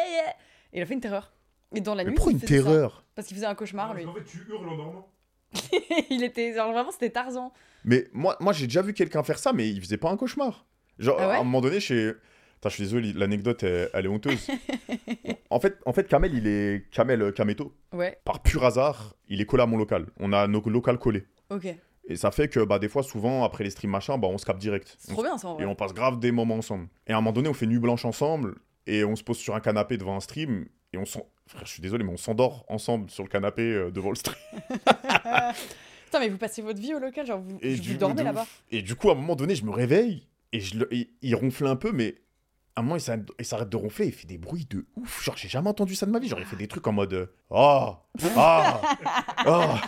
[SPEAKER 2] il a fait une terreur. Et dans la nuit, il faisait ça. Parce qu'il faisait un cauchemar, lui.
[SPEAKER 3] En fait, tu hurles en dormant.
[SPEAKER 2] il était. genre, vraiment, c'était Tarzan.
[SPEAKER 1] Mais moi, moi j'ai déjà vu quelqu'un faire ça, mais il faisait pas un cauchemar. Genre,
[SPEAKER 2] Ah ouais
[SPEAKER 1] à un moment donné, chez. Putain, je suis désolé, l'anecdote, elle, elle est honteuse. en, fait, en fait, Kamel, il est. Kamel euh, Kameto.
[SPEAKER 2] Ouais,
[SPEAKER 1] Par pur hasard, il est collé à mon local. On a nos locales collés.
[SPEAKER 2] ok.
[SPEAKER 1] Et ça fait que bah, des fois, souvent, après les streams machin, bah, on se capte direct.
[SPEAKER 2] C'est
[SPEAKER 1] On
[SPEAKER 2] trop bien ça en
[SPEAKER 1] et
[SPEAKER 2] vrai.
[SPEAKER 1] on passe grave des moments ensemble. Et à un moment donné, on fait nuit blanche ensemble et on se pose sur un canapé devant un stream et on s'en... Frère, je suis désolé, mais on s'endort ensemble sur le canapé euh, devant le stream.
[SPEAKER 2] Putain, mais vous passez votre vie au local, genre vous,
[SPEAKER 1] Et
[SPEAKER 2] vous
[SPEAKER 1] du-
[SPEAKER 2] dormez
[SPEAKER 1] de
[SPEAKER 2] là-bas.
[SPEAKER 1] ouf. Et du coup, à un moment donné, je me réveille et je le- et il ronfle un peu, mais à un moment, il s'arrête, il s'arrête de ronfler, il fait des bruits de ouf. Genre, j'ai jamais entendu ça de ma vie. Genre, il fait des trucs en mode euh, ah ah ah.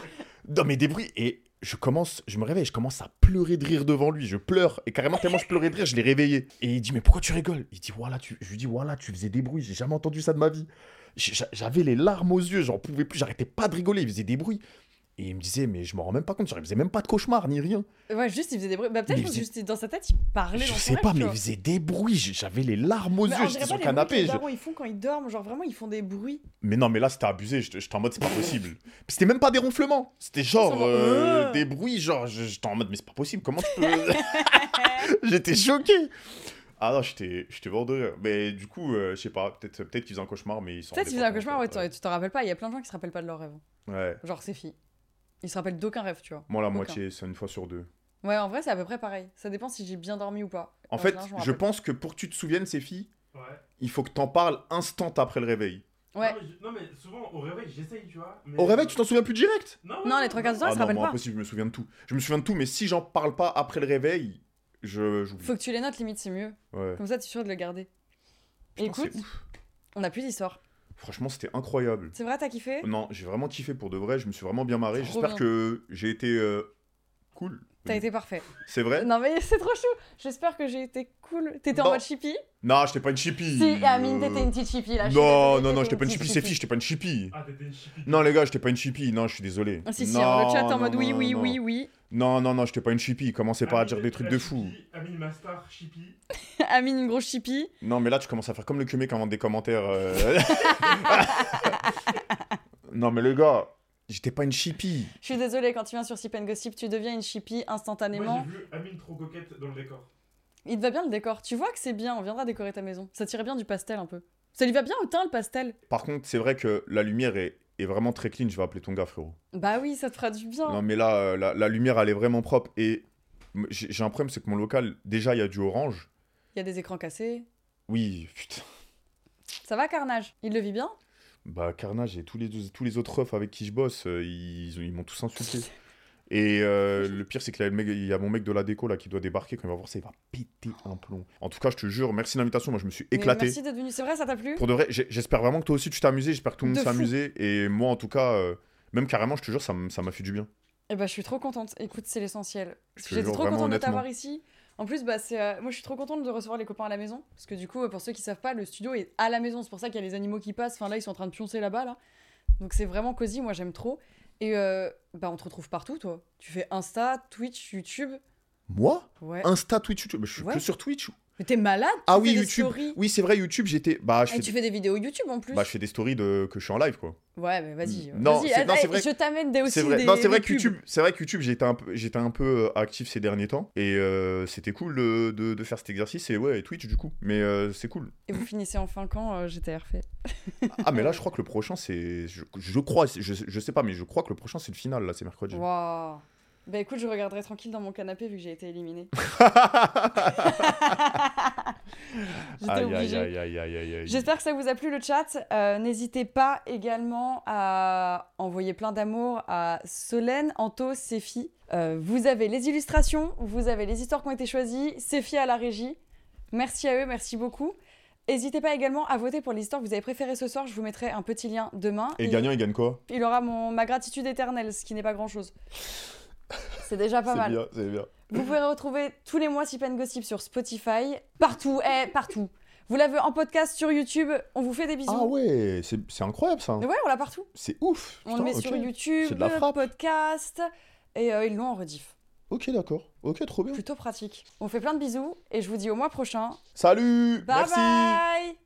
[SPEAKER 1] Non, mais des bruits et je commence, je me réveille, je commence à pleurer de rire devant lui. Je pleure et carrément tellement je pleurais de rire, je l'ai réveillé. Et il dit mais pourquoi tu rigoles Il dit voilà, tu, je lui dis voilà, tu faisais des bruits, j'ai jamais entendu ça de ma vie. J'ai- j'a- J'avais les larmes aux yeux, j'en pouvais plus, j'arrêtais pas de rigoler, il faisait des bruits. Et il me disait mais je m'en rends même pas compte, genre, il faisait même pas de cauchemar ni rien.
[SPEAKER 2] Ouais, juste il faisait des bruits. Bah, peut-être
[SPEAKER 1] Mais
[SPEAKER 2] que
[SPEAKER 1] vous êtes-
[SPEAKER 2] juste dans sa tête, il parlait
[SPEAKER 1] Je
[SPEAKER 2] dans son
[SPEAKER 1] sais
[SPEAKER 2] rêve,
[SPEAKER 1] pas,
[SPEAKER 2] tu
[SPEAKER 1] mais il
[SPEAKER 2] vois.
[SPEAKER 1] faisait des bruits. j- J'avais les larmes aux
[SPEAKER 2] Mais on
[SPEAKER 1] yeux,
[SPEAKER 2] dirait
[SPEAKER 1] j'étais sur le
[SPEAKER 2] pas les bruits que les
[SPEAKER 1] canapé. je-
[SPEAKER 2] darons, ils font quand ils dorment, genre vraiment ils font des bruits.
[SPEAKER 1] Mais non, mais là c'était abusé. J'étais j'étais en mode c'est pas possible. Puis c'était même pas des ronflements. C'était genre
[SPEAKER 2] Ils sont
[SPEAKER 1] euh,
[SPEAKER 2] en-
[SPEAKER 1] des bruits, genre je- j'étais en mode mais c'est pas possible. Comment tu peux J'étais choqué. Ah non, j'étais j'étais mort de rire. Mais du coup, euh, je sais pas. Peut-être peut-être qu'ils faisaient un cauchemar, mais ils sont.
[SPEAKER 2] Peut-être qu'ils faisaient un cauchemar, ouais, tu t'en rappelles pas. Il y a plein de gens qui se rappellent pas de leurs rêves.
[SPEAKER 1] Ouais.
[SPEAKER 2] Genre c'est filles. Ils se rappellent d'aucun rêve, tu vois.
[SPEAKER 1] Moi la
[SPEAKER 2] Aucun.
[SPEAKER 1] moitié, c'est une fois sur deux.
[SPEAKER 2] Ouais, en vrai, c'est à peu près pareil. Ça dépend si j'ai bien dormi ou pas.
[SPEAKER 1] En fait,
[SPEAKER 2] général, me
[SPEAKER 1] je
[SPEAKER 2] rappelle.
[SPEAKER 1] pense que pour que tu te souviennes ces filles,
[SPEAKER 3] Ouais.
[SPEAKER 1] il faut que t'en parles instant après le réveil.
[SPEAKER 2] Ouais.
[SPEAKER 3] Non mais, je- non, mais souvent au réveil j'essaye, tu vois.
[SPEAKER 2] Mmh.
[SPEAKER 3] mais-
[SPEAKER 1] Au réveil, tu t'en souviens plus direct.
[SPEAKER 3] Non,
[SPEAKER 2] Non, les trois quarts du temps,
[SPEAKER 1] Ah
[SPEAKER 2] ils se
[SPEAKER 1] non,
[SPEAKER 2] rappellent
[SPEAKER 1] moi,
[SPEAKER 2] pas.
[SPEAKER 1] impossible, je me souviens de tout. Je me souviens de tout, mais si j'en parle pas après le réveil, je j'oublie.
[SPEAKER 2] Faut que tu les notes, limite, c'est mieux.
[SPEAKER 1] Ouais.
[SPEAKER 2] Comme ça, tu es sûr de le garder.
[SPEAKER 1] Putain,
[SPEAKER 2] Écoute,
[SPEAKER 1] c'est ouf.
[SPEAKER 2] on a plus d'histoire.
[SPEAKER 1] Franchement, c'était incroyable.
[SPEAKER 2] C'est vrai, t'as kiffé
[SPEAKER 1] Non, j'ai vraiment kiffé pour de vrai, je me suis vraiment bien marré.
[SPEAKER 2] Trop
[SPEAKER 1] J'espère
[SPEAKER 2] bien.
[SPEAKER 1] que j'ai été euh, cool.
[SPEAKER 2] T'as été parfait.
[SPEAKER 1] C'est vrai
[SPEAKER 2] Non, mais c'est trop chou. J'espère que j'ai été cool. T'étais en
[SPEAKER 1] Non.
[SPEAKER 2] mode chippie
[SPEAKER 1] Non, j'étais pas une chippie.
[SPEAKER 2] Si, Amine,
[SPEAKER 1] euh,
[SPEAKER 2] t'étais une petite chippie là. je suis
[SPEAKER 1] Non,
[SPEAKER 2] désolée,
[SPEAKER 1] non, non, j'étais
[SPEAKER 2] t'étais
[SPEAKER 1] pas une
[SPEAKER 2] petite
[SPEAKER 1] chippie, c'est fille, j'étais pas une chippie.
[SPEAKER 3] Ah, t'étais une chipie.
[SPEAKER 1] Non, les gars, j'étais pas une chippie, non, je suis désolé.
[SPEAKER 2] Ah, si, si,
[SPEAKER 1] Non,
[SPEAKER 2] hein, le chat en
[SPEAKER 1] non,
[SPEAKER 2] mode oui,
[SPEAKER 1] non,
[SPEAKER 2] oui,
[SPEAKER 1] non.
[SPEAKER 2] oui, Ah, oui.
[SPEAKER 1] Non, non, non, j'étais pas une chippie, commencez pas à
[SPEAKER 3] Amine,
[SPEAKER 1] dire des trucs
[SPEAKER 3] la
[SPEAKER 1] de fou.
[SPEAKER 3] chipie, Amine Master, chipie.
[SPEAKER 2] Amine, une grosse chippie.
[SPEAKER 1] Non, mais là, tu commences à faire comme le cumé qui invente des commentaires. euh. non, mais le gars, j'étais pas une chippie.
[SPEAKER 2] Je suis désolée, quand tu viens sur Sip and Gossip, tu deviens une chippie
[SPEAKER 3] Moi
[SPEAKER 2] instantanément.
[SPEAKER 3] j'ai vu Amine trop coquette dans le décor.
[SPEAKER 2] Il te va bien le décor. Tu vois que c'est bien, on viendra décorer ta maison. Ça tirait bien du pastel un peu. Ça lui va bien au teint le pastel
[SPEAKER 1] Par contre, c'est vrai que la lumière est, est vraiment très clean. Je vais appeler ton gars, frérot.
[SPEAKER 2] Bah oui, ça te fera du bien.
[SPEAKER 1] Non, mais là, euh, la, la lumière, elle est vraiment propre. Et m- j'ai j'ai un problème, c'est que mon local, déjà, il y a du orange.
[SPEAKER 2] Il y a des écrans cassés.
[SPEAKER 1] Oui, putain.
[SPEAKER 2] Ça va, Carnage Il le vit bien
[SPEAKER 1] Bah, Carnage et tous les, deux- tous les autres refs avec qui je bosse, euh, ils, ont- ils m'ont tous insulté. Et euh, le pire, c'est qu'il y, a le mec- il y a mon mec de la déco là qui doit débarquer. Quand il va voir ça, il va péter un plomb. En tout cas, je te jure, merci de l'invitation. Moi, je me suis
[SPEAKER 2] Mais
[SPEAKER 1] éclaté.
[SPEAKER 2] Merci d'être venu. C'est vrai, ça t'a plu
[SPEAKER 1] Pour de vrai, j'ai- j'espère vraiment que toi aussi tu t'es amusé, j'espère que tout le
[SPEAKER 2] De
[SPEAKER 1] monde s'est
[SPEAKER 2] fou.
[SPEAKER 1] amusé. Et moi en tout cas, euh, même carrément, je te jure, ça m- ça m'a fait du bien.
[SPEAKER 2] Eh bah, je suis trop contente. Écoute, c'est l'essentiel.
[SPEAKER 1] Je te
[SPEAKER 2] J'étais
[SPEAKER 1] jure,
[SPEAKER 2] trop
[SPEAKER 1] vraiment,
[SPEAKER 2] contente de
[SPEAKER 1] honnêtement.
[SPEAKER 2] t'avoir ici. En plus, bah, c'est, euh, moi, je suis trop contente de recevoir les copains à la maison. Parce que du coup, euh, pour ceux qui savent pas, le studio est à la maison. C'est pour ça qu'il y a les animaux qui passent. Enfin, là, ils sont en train de pioncer là-bas, là. Donc, c'est vraiment cosy. Moi, j'aime trop. Et euh, bah, on te retrouve partout, toi. Tu fais Insta, Twitch, YouTube.
[SPEAKER 1] Moi
[SPEAKER 2] Ouais.
[SPEAKER 1] Insta, Twitch, YouTube. Bah, je suis
[SPEAKER 2] Ouais.
[SPEAKER 1] que sur Twitch.
[SPEAKER 2] Mais t'es malade tu
[SPEAKER 1] Ah
[SPEAKER 2] fais
[SPEAKER 1] oui,
[SPEAKER 2] des
[SPEAKER 1] YouTube.
[SPEAKER 2] stories.
[SPEAKER 1] Oui, c'est vrai, YouTube, j'étais. Bah, je
[SPEAKER 2] Et
[SPEAKER 1] fais,
[SPEAKER 2] Ah, tu fais des vidéos YouTube en plus.
[SPEAKER 1] bah, je fais des stories de... que je suis en live quoi.
[SPEAKER 2] Ouais, mais vas-y.
[SPEAKER 1] Non,
[SPEAKER 2] vas-y,
[SPEAKER 1] c'est- non,
[SPEAKER 2] ah,
[SPEAKER 1] c'est
[SPEAKER 2] eh,
[SPEAKER 1] vrai
[SPEAKER 2] Je t'amène des aussi
[SPEAKER 1] C'est vrai.
[SPEAKER 2] des-
[SPEAKER 1] non, c'est vrai
[SPEAKER 2] des
[SPEAKER 1] que
[SPEAKER 2] pubs.
[SPEAKER 1] YouTube, c'est vrai que YouTube, j'étais un peu, j'étais un peu euh, actif ces derniers temps et euh, c'était cool de, de- de faire cet exercice et ouais, et Twitch du coup. Mais euh, c'est cool.
[SPEAKER 2] Et vous finissez enfin quand euh, GTR fait
[SPEAKER 1] ah mais là, je crois que le prochain c'est, je, je crois, je, je sais pas, mais je crois que le prochain c'est le final là, c'est mercredi.
[SPEAKER 2] Waouh Bah écoute, je regarderai tranquille dans mon canapé vu que j'ai été éliminée. J'étais
[SPEAKER 1] Aïe, aïe,
[SPEAKER 2] obligée.
[SPEAKER 1] aïe, aïe, aïe, aïe, aïe.
[SPEAKER 2] J'espère que ça vous a plu le chat. Euh, N'hésitez pas également à envoyer plein d'amour à Solène, Anto, Séfi. Euh, vous avez les illustrations, vous avez les histoires qui ont été choisies, Séfi à la régie. Merci à eux, merci beaucoup. N'hésitez pas également à voter pour l'histoire que vous avez préférée ce soir. Je vous mettrai un petit lien demain.
[SPEAKER 1] Et
[SPEAKER 2] Il-
[SPEAKER 1] gagnant, il gagne quoi
[SPEAKER 2] Il aura mon, ma gratitude éternelle, ce qui n'est pas grand-chose. C'est déjà pas
[SPEAKER 1] C'est
[SPEAKER 2] mal.
[SPEAKER 1] bien, c'est bien.
[SPEAKER 2] Vous pouvez retrouver tous les mois Sip and Gossip sur Spotify, partout, eh, partout. Vous l'avez en podcast sur YouTube, on vous fait des bisous.
[SPEAKER 1] Ah ouais, c'est c'est incroyable ça.
[SPEAKER 2] Mais ouais, on l'a partout.
[SPEAKER 1] C'est ouf.
[SPEAKER 2] On le
[SPEAKER 1] Putain,
[SPEAKER 2] met
[SPEAKER 1] ok.
[SPEAKER 2] sur YouTube,
[SPEAKER 1] C'est de la frappe.
[SPEAKER 2] podcast, et euh, ils l'ont en rediff.
[SPEAKER 1] Ok, d'accord. Ok, trop bien.
[SPEAKER 2] Plutôt pratique. On fait plein de bisous, et je vous dis au mois prochain.
[SPEAKER 1] Salut
[SPEAKER 2] Bye
[SPEAKER 1] Merci
[SPEAKER 2] bye